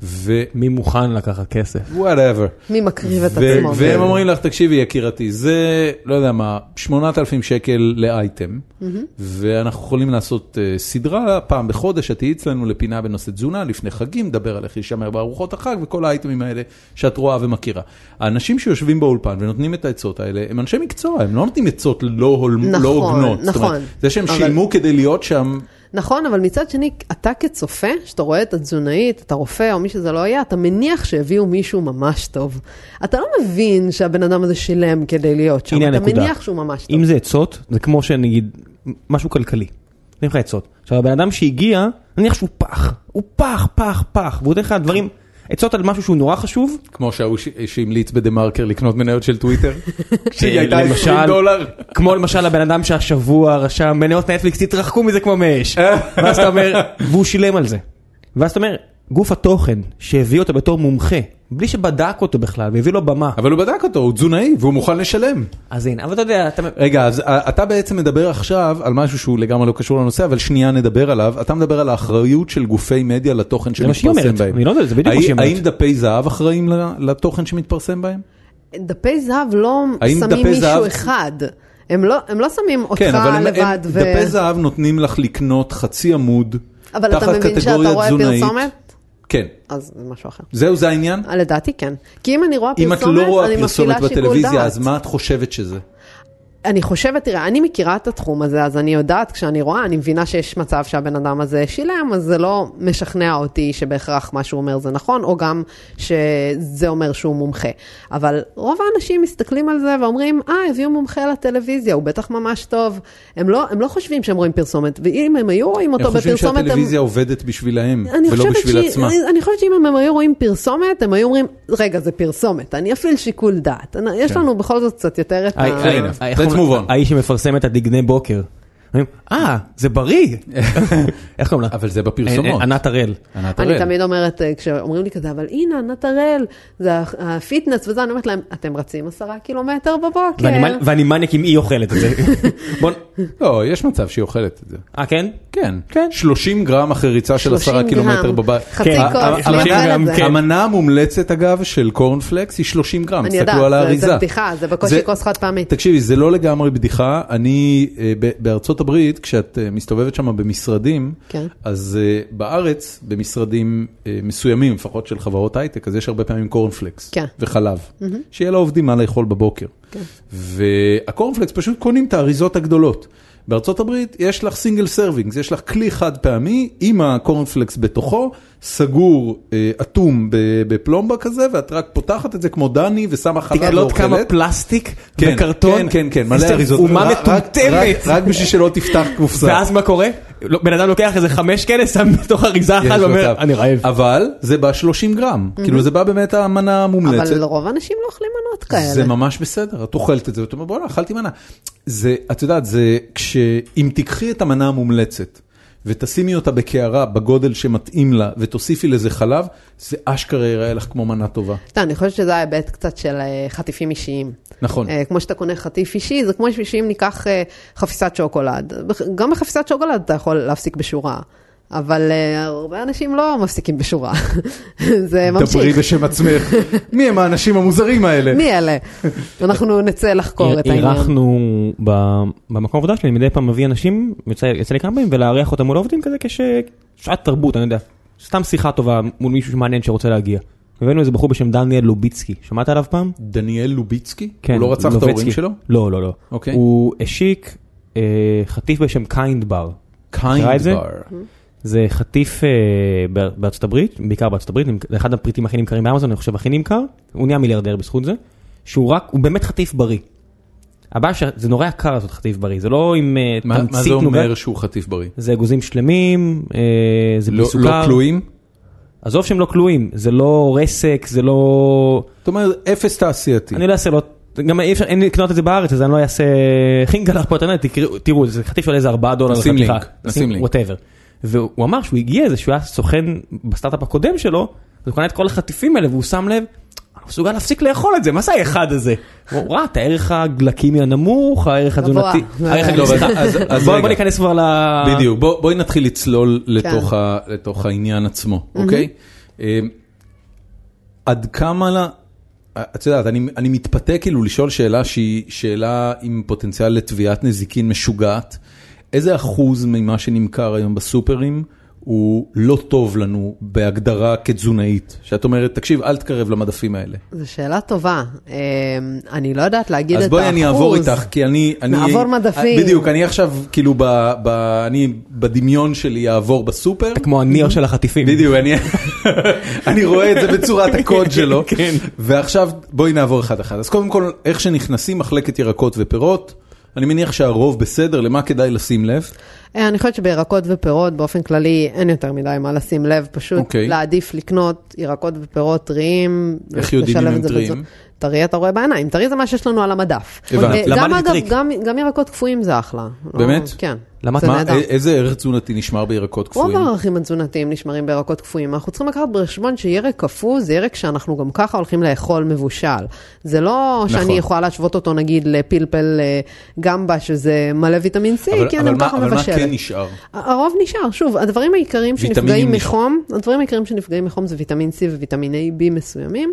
Speaker 1: ו...
Speaker 2: מי מוכן לקחת כסף?
Speaker 1: וואטאבר.
Speaker 3: מי מקריב את
Speaker 1: ו-
Speaker 3: עצמו.
Speaker 1: והם אומרים לך, תקשיבי יקירתי, זה, לא יודע מה, 8,000 שקל לאייטם, ואנחנו יכולים לעשות אה, סדרה פעם בחודש, את תהיי אצלנו לפינה בנושא תזונה, לפני חגים, דבר על איך להישמר בארוחות החג, וכל האייטמים האלה שאת רואה ומכירה. האנשים שיושבים באולפן ונותנים את העצות האלה, הם אנשי מקצוע, הם לא נותנים עצות לא הול-
Speaker 3: נכון,
Speaker 1: לא הוגנות. זאת
Speaker 3: נכון.
Speaker 1: אומרת, זה שהם
Speaker 3: אבל-
Speaker 1: שילמו כדי להיות שם,
Speaker 3: נכון, אבל מצד שני, אתה כצופה, שאתה רואה את התזונאית, את הרופא או מי שזה לא היה, אתה מניח שהביאו מישהו ממש טוב. אתה לא מבין שהבן אדם הזה שילם כדי להיות שם.
Speaker 2: הנה
Speaker 3: אתה
Speaker 2: הנקודה.
Speaker 3: מניח שהוא ממש טוב.
Speaker 2: אם זה עצות, זה כמו שנגיד, משהו כלכלי. נותנים לך עצות. עכשיו הבן אדם שהגיע, נניח שהוא פח, הוא פח, פח, פח, והוא נותן לך דברים, עצות על משהו שהוא נורא חשוב,
Speaker 1: כמו שההוא ש- שהמליץ בדה מרקר לקנות מניות של
Speaker 3: *laughs*
Speaker 1: טוויטר, כשהיא הייתה 20
Speaker 2: למשל,
Speaker 1: דולר.
Speaker 2: כמו למשל הבן אדם שהשבוע רשם מניות נטפליקס, תתרחקו מזה
Speaker 1: *laughs*
Speaker 2: כמו מאש. ואז אתה אומר, והוא שילם על זה. ואז אתה אומר, גוף התוכן שהביא אותו בתור מומחה, בלי שבדק אותו בכלל, והביא לו במה.
Speaker 1: אבל הוא בדק אותו, הוא תזונאי והוא מוכן לשלם.
Speaker 2: אז הנה, אבל אתה יודע, אתה...
Speaker 1: רגע, אז אה, אתה בעצם מדבר עכשיו על משהו שהוא לגמרי לא קשור לנושא, אבל שנייה נדבר עליו. אתה מדבר על האחריות של גופי מדיה לתוכן
Speaker 2: זה מה שהיא
Speaker 1: שמתפרסם בהם.
Speaker 2: אומרת. אני לא יודע, זה בדיוק מה
Speaker 1: האם-
Speaker 2: שהיא אומרת.
Speaker 1: האם דפי זהב אחראים ל- לתוכן שמתפרסם בהם?
Speaker 3: דפי זהב לא
Speaker 1: האם
Speaker 3: שמים
Speaker 1: דפי
Speaker 3: מישהו
Speaker 1: זהב-
Speaker 3: אחד. הם לא, הם לא שמים אותך
Speaker 1: כן, אבל הם-
Speaker 3: לבד.
Speaker 1: הם- דפי זהב נותנים לך לקנות חצי עמוד
Speaker 3: אבל אתה
Speaker 1: תחת
Speaker 3: מבין שאתה
Speaker 1: קטגוריה
Speaker 3: רואה
Speaker 1: תזונאית.
Speaker 3: פרסומת?
Speaker 1: כן,
Speaker 3: אז זה משהו אחר.
Speaker 1: זהו זה העניין?
Speaker 3: לדעתי כן. כי אם אני רואה
Speaker 1: אם
Speaker 3: פרסומת,
Speaker 1: את לא רואה
Speaker 3: אני מפעילה
Speaker 1: פרסומת
Speaker 3: שיקול דעת.
Speaker 1: בטלוויזיה, אז מה את חושבת שזה?
Speaker 3: אני חושבת, תראה, אני מכירה את התחום הזה, אז אני יודעת, כשאני רואה, אני מבינה שיש מצב שהבן אדם הזה שילם, אז זה לא משכנע אותי שבהכרח מה שהוא אומר זה נכון, או גם שזה אומר שהוא מומחה. אבל רוב האנשים מסתכלים על זה ואומרים, אה, הביאו מומחה לטלוויזיה, הוא בטח ממש טוב. הם לא, הם לא חושבים שהם רואים פרסומת, ואם הם היו רואים אותו
Speaker 1: הם חושבים
Speaker 3: בפרסומת,
Speaker 1: שהטלוויזיה עובדת בשבילהם,
Speaker 3: אני
Speaker 1: ולא
Speaker 3: חושבת
Speaker 1: בשביל
Speaker 3: שהיא-
Speaker 1: עצמה.
Speaker 3: אני- אני חושבת שאם הם- הם היו רואים פרסומת, הם היו אומרים, רגע, זה פרסומת, אני אפעיל שיקול דעת. אני- יש
Speaker 1: כן.
Speaker 3: לנו בכל זאת קצת יותר את
Speaker 2: הא-
Speaker 3: ה...
Speaker 2: הא-
Speaker 1: enough.
Speaker 2: הא-
Speaker 1: אה, Let's
Speaker 2: איך אומרים?
Speaker 1: move on.
Speaker 2: אה, האיש שמפרסם את הדגני בוקר. אומרים, אה, זה
Speaker 1: *laughs*
Speaker 2: בריא. איך קוראים לה?
Speaker 1: אבל זה
Speaker 2: אה,
Speaker 1: בפרסומות.
Speaker 2: אה, ענת הראל.
Speaker 1: ענת
Speaker 3: אני
Speaker 1: הראל.
Speaker 3: תמיד אומרת, אה, כשאומרים לי כזה, אבל הנה, ענת הראל, זה ה- הפיטנס וזה, אני אומרת להם, אתם רצים עשרה קילומטר בבוקר.
Speaker 2: ואני מנ- ואני מניאק אם היא אוכלת את זה.
Speaker 1: *laughs*
Speaker 2: בוא נ-
Speaker 1: לא, יש מצב שהיא אוכלת את זה.
Speaker 2: אה, כן?
Speaker 1: כן,
Speaker 2: כן.
Speaker 1: 30 גרם אחרי ריצה של
Speaker 3: 30
Speaker 1: עשרה קילומטר
Speaker 3: גרם.
Speaker 1: בבית.
Speaker 3: חצי
Speaker 2: כן.
Speaker 3: כוס,
Speaker 2: אה,
Speaker 3: לא
Speaker 2: אה,
Speaker 3: אוכל
Speaker 2: גם-
Speaker 3: את זה.
Speaker 2: כן.
Speaker 1: המנה המומלצת אגב של קורנפלקס היא 30 גרם,
Speaker 3: אני
Speaker 1: תסתכלו על
Speaker 3: יודעת, זה-
Speaker 1: האריזה.
Speaker 3: זה בדיחה, זה בקושי כוס חד פעמית.
Speaker 1: תקשיבי, זה לא לגמרי בדיחה, אני אה, ב- בארצות הברית, כשאת אה, מסתובבת שם במשרדים,
Speaker 3: כן.
Speaker 1: אז אה, בארץ, במשרדים אה, מסוימים, לפחות של חברות הייטק, אז יש הרבה פעמים קורנפלקס
Speaker 3: כן.
Speaker 1: וחלב, שיהיה לעובדים מה לאכול בבוקר. והקורנפלקס פשוט קונים את האריזות הגדולות. בארצות הברית יש לך סינגל סרווינגס, יש לך כלי חד פעמי עם הקורנפלקס בתוכו, סגור, אה, אטום ב- בפלומבה כזה, ואת רק פותחת את זה כמו דני ושמה חלב
Speaker 2: תקלות
Speaker 1: ואוכלת.
Speaker 2: לא, כמה פלסטיק
Speaker 1: כן,
Speaker 2: וקרטון.
Speaker 1: כן, כן, כן, מלא
Speaker 2: איזה
Speaker 1: אריזות.
Speaker 2: אומה
Speaker 1: רק- רק-
Speaker 2: מטומטמת.
Speaker 1: רק- רק בשביל שלא תפתח קופסה.
Speaker 2: ואז מה קורה? לא, בן אדם לוקח איזה חמש כאלה, שם בתוך אריזה
Speaker 1: יש
Speaker 2: אחת ואומר,
Speaker 1: מצב.
Speaker 2: לא אני רעב.
Speaker 1: אבל זה בא 30 גרם, כאילו זה בא באמת המנה המומלצת.
Speaker 3: Mhm. אבל רוב האנשים לא אוכלים מנות
Speaker 1: זה
Speaker 3: כאלה.
Speaker 1: ממש בסדר, את אוכלת את זה, ואת אומרת, בואנה, אכלתי מנה. זה, את יודעת, זה כש... אם תיקחי את המנה המומלצת ותשימי אותה בקערה בגודל שמתאים לה ותוסיפי לזה חלב, זה אשכרה ייראה לך כמו מנה טובה.
Speaker 3: אתה, אני חושבת שזה ההיבט קצת של אה, חטיפים אישיים.
Speaker 1: נכון.
Speaker 3: אה, כמו שאתה קונה חטיף אישי, זה כמו שאם ניקח אה, חפיסת שוקולד. בח- גם בחפיסת שוקולד אתה יכול להפסיק בשורה. אבל אה, הרבה אנשים לא מפסיקים בשורה. *laughs* זה ממשיך.
Speaker 1: דברי בשם
Speaker 3: *laughs*
Speaker 1: עצמך. מי הם האנשים המוזרים האלה? *laughs*
Speaker 3: מי אלה? אנחנו נצא לחקור את העניין.
Speaker 2: אירחנו ב- במקום העבודה שלי, מדי פעם מביא אנשים, יוצא יוצא לי כמה פעמים, ולארח אותם מול עובדים כזה כשעת תרבות, אני יודע. סתם שיחה טובה מול מישהו שמעניין שרוצה להגיע. הבאנו איזה בחור בשם דניאל לוביצקי, שמעת עליו פעם?
Speaker 1: דניאל לוביצקי?
Speaker 2: כן,
Speaker 1: הוא לא רצח את ההורים
Speaker 2: לובצקי.
Speaker 1: שלו?
Speaker 2: לא, לא, לא.
Speaker 1: אוקיי.
Speaker 2: הוא השיק אה, חטיף בשם קיינד בר. מכירה את
Speaker 1: קיינד
Speaker 2: זה?
Speaker 1: בר.
Speaker 2: זה חטיף אה, באר- בארצות הברית, בעיקר בארצות הברית, נמכ- זה אחד הפריטים הכי נמכרים באמזון, אני חושב הכי נמכר, הוא נהיה מיליארדר בזכות זה, שהוא רק, הוא באמת חטיף בריא. הבעיה שזה נורא יקר לעשות חטיף בריא, זה לא עם אה,
Speaker 1: מה
Speaker 2: תמצית
Speaker 1: מה זה אומר
Speaker 2: נוגה,
Speaker 1: שהוא חטיף בריא?
Speaker 2: זה אגוזים שלמים, אה, זה בלי
Speaker 1: לא
Speaker 2: סוכר.
Speaker 1: לא כלואים?
Speaker 2: עזוב שהם לא כלואים, זה לא רסק, זה לא...
Speaker 1: זאת אומרת, אפס תעשייתי.
Speaker 2: אני לא אעשה לו, גם אי אפשר, אין לי לקנות את זה בארץ, אז אני לא אעשה חינגל לך פה את האמת, תקראו- תראו, זה חטיף של איזה 4 דולר
Speaker 1: נשים
Speaker 2: לחתיכה.
Speaker 1: לינק, נשים לינק.
Speaker 2: וואטאבר. והוא אמר שהוא הגיע לזה שהוא היה סוכן בסטארט-אפ הקודם שלו, אז הוא קנה את כל החטיפים האלה והוא שם לב, אני לא מסוגל להפסיק לאכול את זה, מה זה האחד הזה? הוא ראה את הערך הגלקימי הנמוך, הערך
Speaker 3: גבוה.
Speaker 2: התזונתי, הערך
Speaker 1: לא,
Speaker 2: הגלקימי,
Speaker 1: אבל- אז- אז
Speaker 2: בוא
Speaker 1: רגע.
Speaker 2: בוא ניכנס כבר ל...
Speaker 1: בדיוק, בוא- בואי נתחיל לצלול
Speaker 3: כן.
Speaker 1: לתוך ה- לתוך העניין עצמו, אוקיי? אמ, עד כמה לה... את יודעת, אני, אני מתפתה כאילו לשאול שאלה שהיא שאלה עם פוטנציאל לתביעת נזיקין משוגעת. איזה אחוז ממה שנמכר היום בסופרים הוא לא טוב לנו בהגדרה כתזונאית? שאת אומרת, תקשיב, אל תקרב למדפים האלה.
Speaker 3: זו שאלה טובה. אמ, אני לא יודעת להגיד את
Speaker 1: אז
Speaker 3: האחוז.
Speaker 1: בואי אני אעבור איתך, כי אני... אני-
Speaker 3: נעבור מדפים.
Speaker 1: בדיוק, אני עכשיו כאילו, ב, ב, אני בדמיון שלי אעבור בסופר.
Speaker 2: כמו הניר של החטיפים.
Speaker 1: בדיוק, אני, אני רואה את זה
Speaker 2: *laughs*
Speaker 1: בצורת הקוד שלו.
Speaker 2: כן.
Speaker 1: ועכשיו בואי נעבור אחד אחד. אז קודם כל, איך שנכנסים מחלקת ירקות ופירות, אני מניח שהרוב בסדר, למה כדאי לשים לב?
Speaker 3: אה, אני חושבת שבירקות ופירות באופן כללי אין יותר מדי מה לשים לב, פשוט
Speaker 1: אוקיי.
Speaker 3: להעדיף לקנות ירקות ופירות טריים.
Speaker 1: איך יודעים
Speaker 3: לשלב
Speaker 1: אם
Speaker 3: את
Speaker 1: הם
Speaker 3: זה
Speaker 1: טריים?
Speaker 3: בצורה- טרי אתה רואה בעיניים, טרי זה מה שיש לנו על המדף.
Speaker 1: הבנתי.
Speaker 3: אה, גם
Speaker 2: למדתי
Speaker 3: אגב,
Speaker 2: טריק.
Speaker 3: גם- גם ירקות קפואים זה אחלה. לא-
Speaker 1: באמת?
Speaker 3: כן.
Speaker 2: למדת
Speaker 3: זה
Speaker 2: מה?
Speaker 1: מה, אה,
Speaker 3: נהדר.
Speaker 1: א- איזה ערך תזונתי נשמר בירקות
Speaker 3: רוב
Speaker 1: קפואים?
Speaker 3: הערכים התזונתיים נשמרים בירקות קפואים. אנחנו צריכים לקחת בחשבון שירק קפוא זה ירק שאנחנו גם ככה הולכים לאכול מבושל. זה לא
Speaker 1: נכון.
Speaker 3: שאני יכולה להשוות אותו נגיד לפלפל אה, גמבה, שזה מלא ויטמין C,
Speaker 1: אבל,
Speaker 3: כי
Speaker 1: אבל,
Speaker 3: אני
Speaker 1: מה,
Speaker 3: ככה
Speaker 1: אבל מה
Speaker 3: מבשלת.
Speaker 1: כן נשאר?
Speaker 3: הרוב נשאר, שוב, הדברים העיקריים
Speaker 1: ויטמינים
Speaker 3: שנפגעים
Speaker 1: נשאר.
Speaker 3: מחום, הדברים העיקריים שנפגעים מחום זה ויטמין C וויטמיני B מסוימים,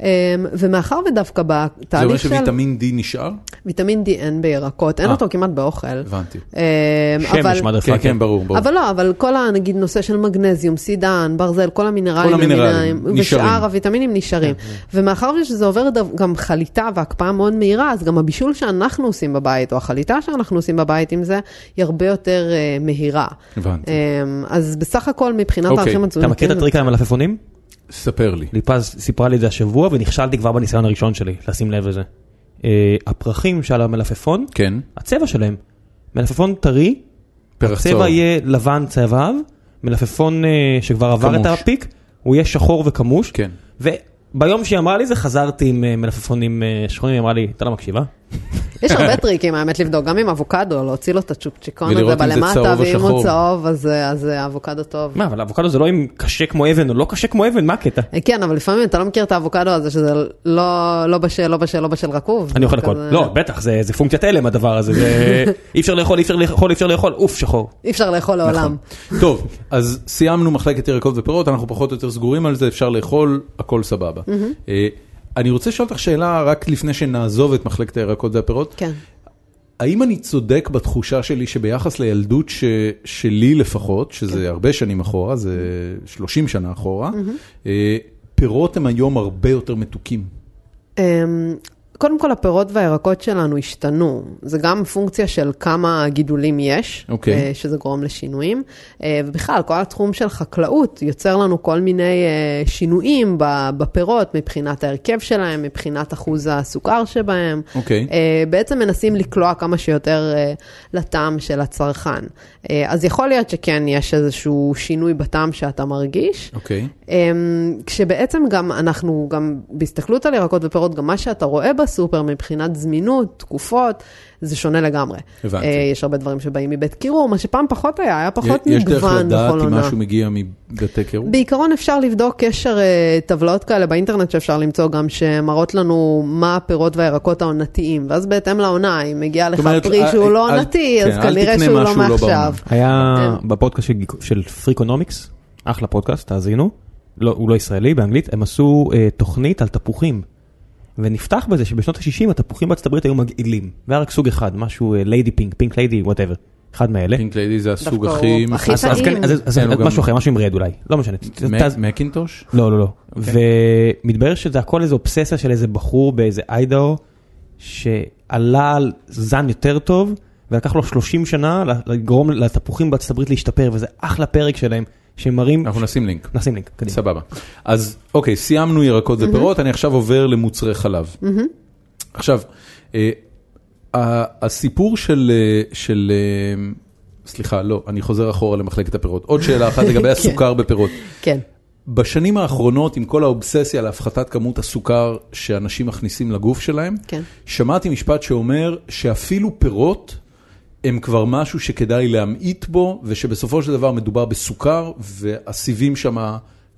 Speaker 3: אמ, ומאחר ודווקא
Speaker 1: זה אומר
Speaker 3: בתהליך של
Speaker 1: שוויטמין D נשאר?
Speaker 3: ויטמין D אין בירקות, אין
Speaker 1: אה.
Speaker 3: אותו כמעט באוכל.
Speaker 1: הבנתי.
Speaker 2: כן,
Speaker 3: אמ, אבל-
Speaker 2: שמש
Speaker 1: כן,
Speaker 2: מדרפאקר.
Speaker 1: כן, ברור, ברור.
Speaker 3: אבל לא, אבל כל ה- נגיד נושא של מגנזיום, סידן, ברזל, כל המינרלים,
Speaker 1: כל המינרלים
Speaker 3: המינרלים,
Speaker 1: נשארים. כן,
Speaker 3: ושאר הוויטמינים נשארים. ומאחר שזה עובר דו- גם חליטה והקפאה מאוד מהירה, אז גם הבישול שאנחנו עושים בבית, או החליטה שאנחנו עושים בבית עם זה, היא הרבה יותר אה, מהירה.
Speaker 1: הבנתי.
Speaker 3: אמ, אז בסך הכל מבחינת
Speaker 1: אוקיי,
Speaker 3: הערכים
Speaker 2: אתה
Speaker 3: התזונתיים.
Speaker 2: מכיר את הטריק על המלפפונים?
Speaker 1: ספר לי.
Speaker 2: ליפז סיפרה לי את זה השבוע ונכשלתי כבר בניסיון הראשון שלי, לשים לב לזה. אה, הפרחים שעל המלפפון,
Speaker 1: כן,
Speaker 2: הצבע שלהם. מלפפון טרי,
Speaker 1: פרח צהוב.
Speaker 2: הצבע יהיה לבן צהבהב, מלפפון אה, שכבר עבר את
Speaker 1: כמוש.
Speaker 2: הפיק, הוא יהיה שחור וכמוש.
Speaker 1: כן.
Speaker 2: וביום שהיא אמרה לי זה חזרתי עם אה, מלפפונים אה, שחורים, היא אמרה לי, אתה לא מקשיבה?
Speaker 3: יש הרבה טריקים, האמת, לבדוק, גם עם אבוקדו, להוציא לו את הצ'ופצ'יקון הזה
Speaker 1: ולראות אם זה
Speaker 3: בלמטה,
Speaker 1: צהוב או
Speaker 3: ואם הוא
Speaker 1: שחור.
Speaker 3: צהוב, אז אה, אז אבוקדו טוב.
Speaker 2: מה, אבל אבוקדו זה לא אם קשה כמו אבן או לא קשה כמו אבן, מה הקטע?
Speaker 3: אה, כן, אבל לפעמים אתה לא מכיר את האבוקדו הזה, שזה לא לא בשל, לא בשל, לא בשל רקוב.
Speaker 2: אני
Speaker 3: זה
Speaker 2: אוכל הכל.
Speaker 3: כזה-
Speaker 2: לא, בטח, זה זה פונקציית הלם הדבר הזה, זה- אי אפשר לאכול, אי אפשר לאכול, אי אפשר לאכול, אוף, שחור.
Speaker 3: אי אפשר לאכול
Speaker 2: נכון.
Speaker 3: לעולם.
Speaker 1: נכון. טוב, אז סיימנו מחלקת ירקות ופירות, אנחנו פחות או יותר סגורים על זה, אפשר לאכול, הכל סבבה. אה, אני רוצה לשאול אותך שאלה רק לפני שנעזוב את מחלקת הירקות והפירות.
Speaker 3: כן.
Speaker 1: האם אני צודק בתחושה שלי שביחס לילדות ש... שלי לפחות,
Speaker 3: כן.
Speaker 1: שזה הרבה שנים אחורה, זה 30 שנה אחורה, אה, פירות הם היום הרבה יותר מתוקים.
Speaker 3: אמ, קודם כל, הפירות והירקות שלנו השתנו. זה גם פונקציה של כמה גידולים יש,
Speaker 1: אוקיי.
Speaker 3: אה, שזה גורם לשינויים. אה, ובכלל, כל התחום של חקלאות יוצר לנו כל מיני אה, שינויים ב- בפירות, מבחינת ההרכב שלהם, מבחינת אחוז הסוכר שבהם.
Speaker 1: אוקיי.
Speaker 3: אה, בעצם מנסים לקלוע כמה שיותר אה, לטעם של הצרכן. אה, אז יכול להיות שכן יש איזשהו שינוי בטעם שאתה מרגיש.
Speaker 1: אוקיי.
Speaker 3: אמ, כשבעצם גם אנחנו, גם בהסתכלות על ירקות ופירות, גם מה שאתה רואה בס- בסופר מבחינת זמינות, תקופות, זה שונה לגמרי.
Speaker 1: הבנתי.
Speaker 3: אה, יש הרבה דברים שבאים מבית קירור, מה שפעם פחות היה, היה פחות
Speaker 1: יש דרך
Speaker 3: מגוון
Speaker 1: לדעת
Speaker 3: בכל
Speaker 1: אם
Speaker 3: עונה.
Speaker 1: משהו מגיע מבתי קירור?
Speaker 3: בעיקרון אפשר לבדוק, יש הרי טבלאות כאלה באינטרנט שאפשר למצוא גם, שמראות לנו מה הפירות והירקות העונתיים, ואז בהתאם לעונה, אם מגיע לך
Speaker 1: זאת אומרת,
Speaker 3: פרי
Speaker 1: אל-
Speaker 3: שהוא לא
Speaker 1: אל-
Speaker 3: עונתי,
Speaker 1: כן,
Speaker 3: אז
Speaker 1: אל
Speaker 3: כנראה
Speaker 1: תקנה
Speaker 3: שהוא לא
Speaker 1: משהו לא בעונה.
Speaker 3: מעכשיו.
Speaker 2: היה
Speaker 3: כן.
Speaker 2: בפודקאסט של, גיקו- של פריקונומיקס, אחלה פודקאסט, תאזינו. לא, הוא לא ישראלי, באנגלית, הם עשו אה, תוכנית על תפוחים. ונפתח בזה שבשנות ה-60 התפוחים בארצות הברית היו מגעילים. והיה רק סוג אחד, משהו אה, ליידי פינק, פינק ליידי, וואטאבר. אחד מאלה.
Speaker 1: פינק ליידי זה הסוג
Speaker 3: דווקא
Speaker 1: הכי...
Speaker 3: הוא הכי
Speaker 1: מפחיד.
Speaker 2: אז- אז
Speaker 3: טעים.
Speaker 2: כן, אז- אז
Speaker 1: כן, הוא גם-
Speaker 2: משהו אחר, משהו עם רד אולי, לא משנה.
Speaker 1: מק-
Speaker 2: תאז-
Speaker 1: מקינטוש?
Speaker 2: לא, לא, לא. ומתברר שזה הכל איזו אובססיה של איזה בחור באיזה איידאו, שעלה על זן יותר טוב, ולקח לו 30 שנה לגרום לתפוחים בארצות הברית להשתפר, וזה אחלה פרק שלהם, שמראים...
Speaker 1: אנחנו נשים לינק.
Speaker 2: נשים לינק, קדימה.
Speaker 1: סבבה. אז אוקיי, סיימנו ירקות
Speaker 3: Mm-hmm.
Speaker 1: ופירות, אני עכשיו עובר למוצרי חלב. עכשיו, אה, ה- הסיפור של... אה, של אה, סליחה, לא, אני חוזר אחורה למחלקת הפירות. עוד שאלה
Speaker 3: *laughs*
Speaker 1: אחת לגבי הסוכר בפירות.
Speaker 3: כן.
Speaker 1: בשנים האחרונות, עם כל האובססיה להפחתת כמות הסוכר שאנשים מכניסים לגוף שלהם,
Speaker 3: כן.
Speaker 1: שמעתי משפט שאומר שאפילו פירות הם כבר משהו שכדאי להמעיט בו, ושבסופו של דבר מדובר בסוכר, והסיבים שם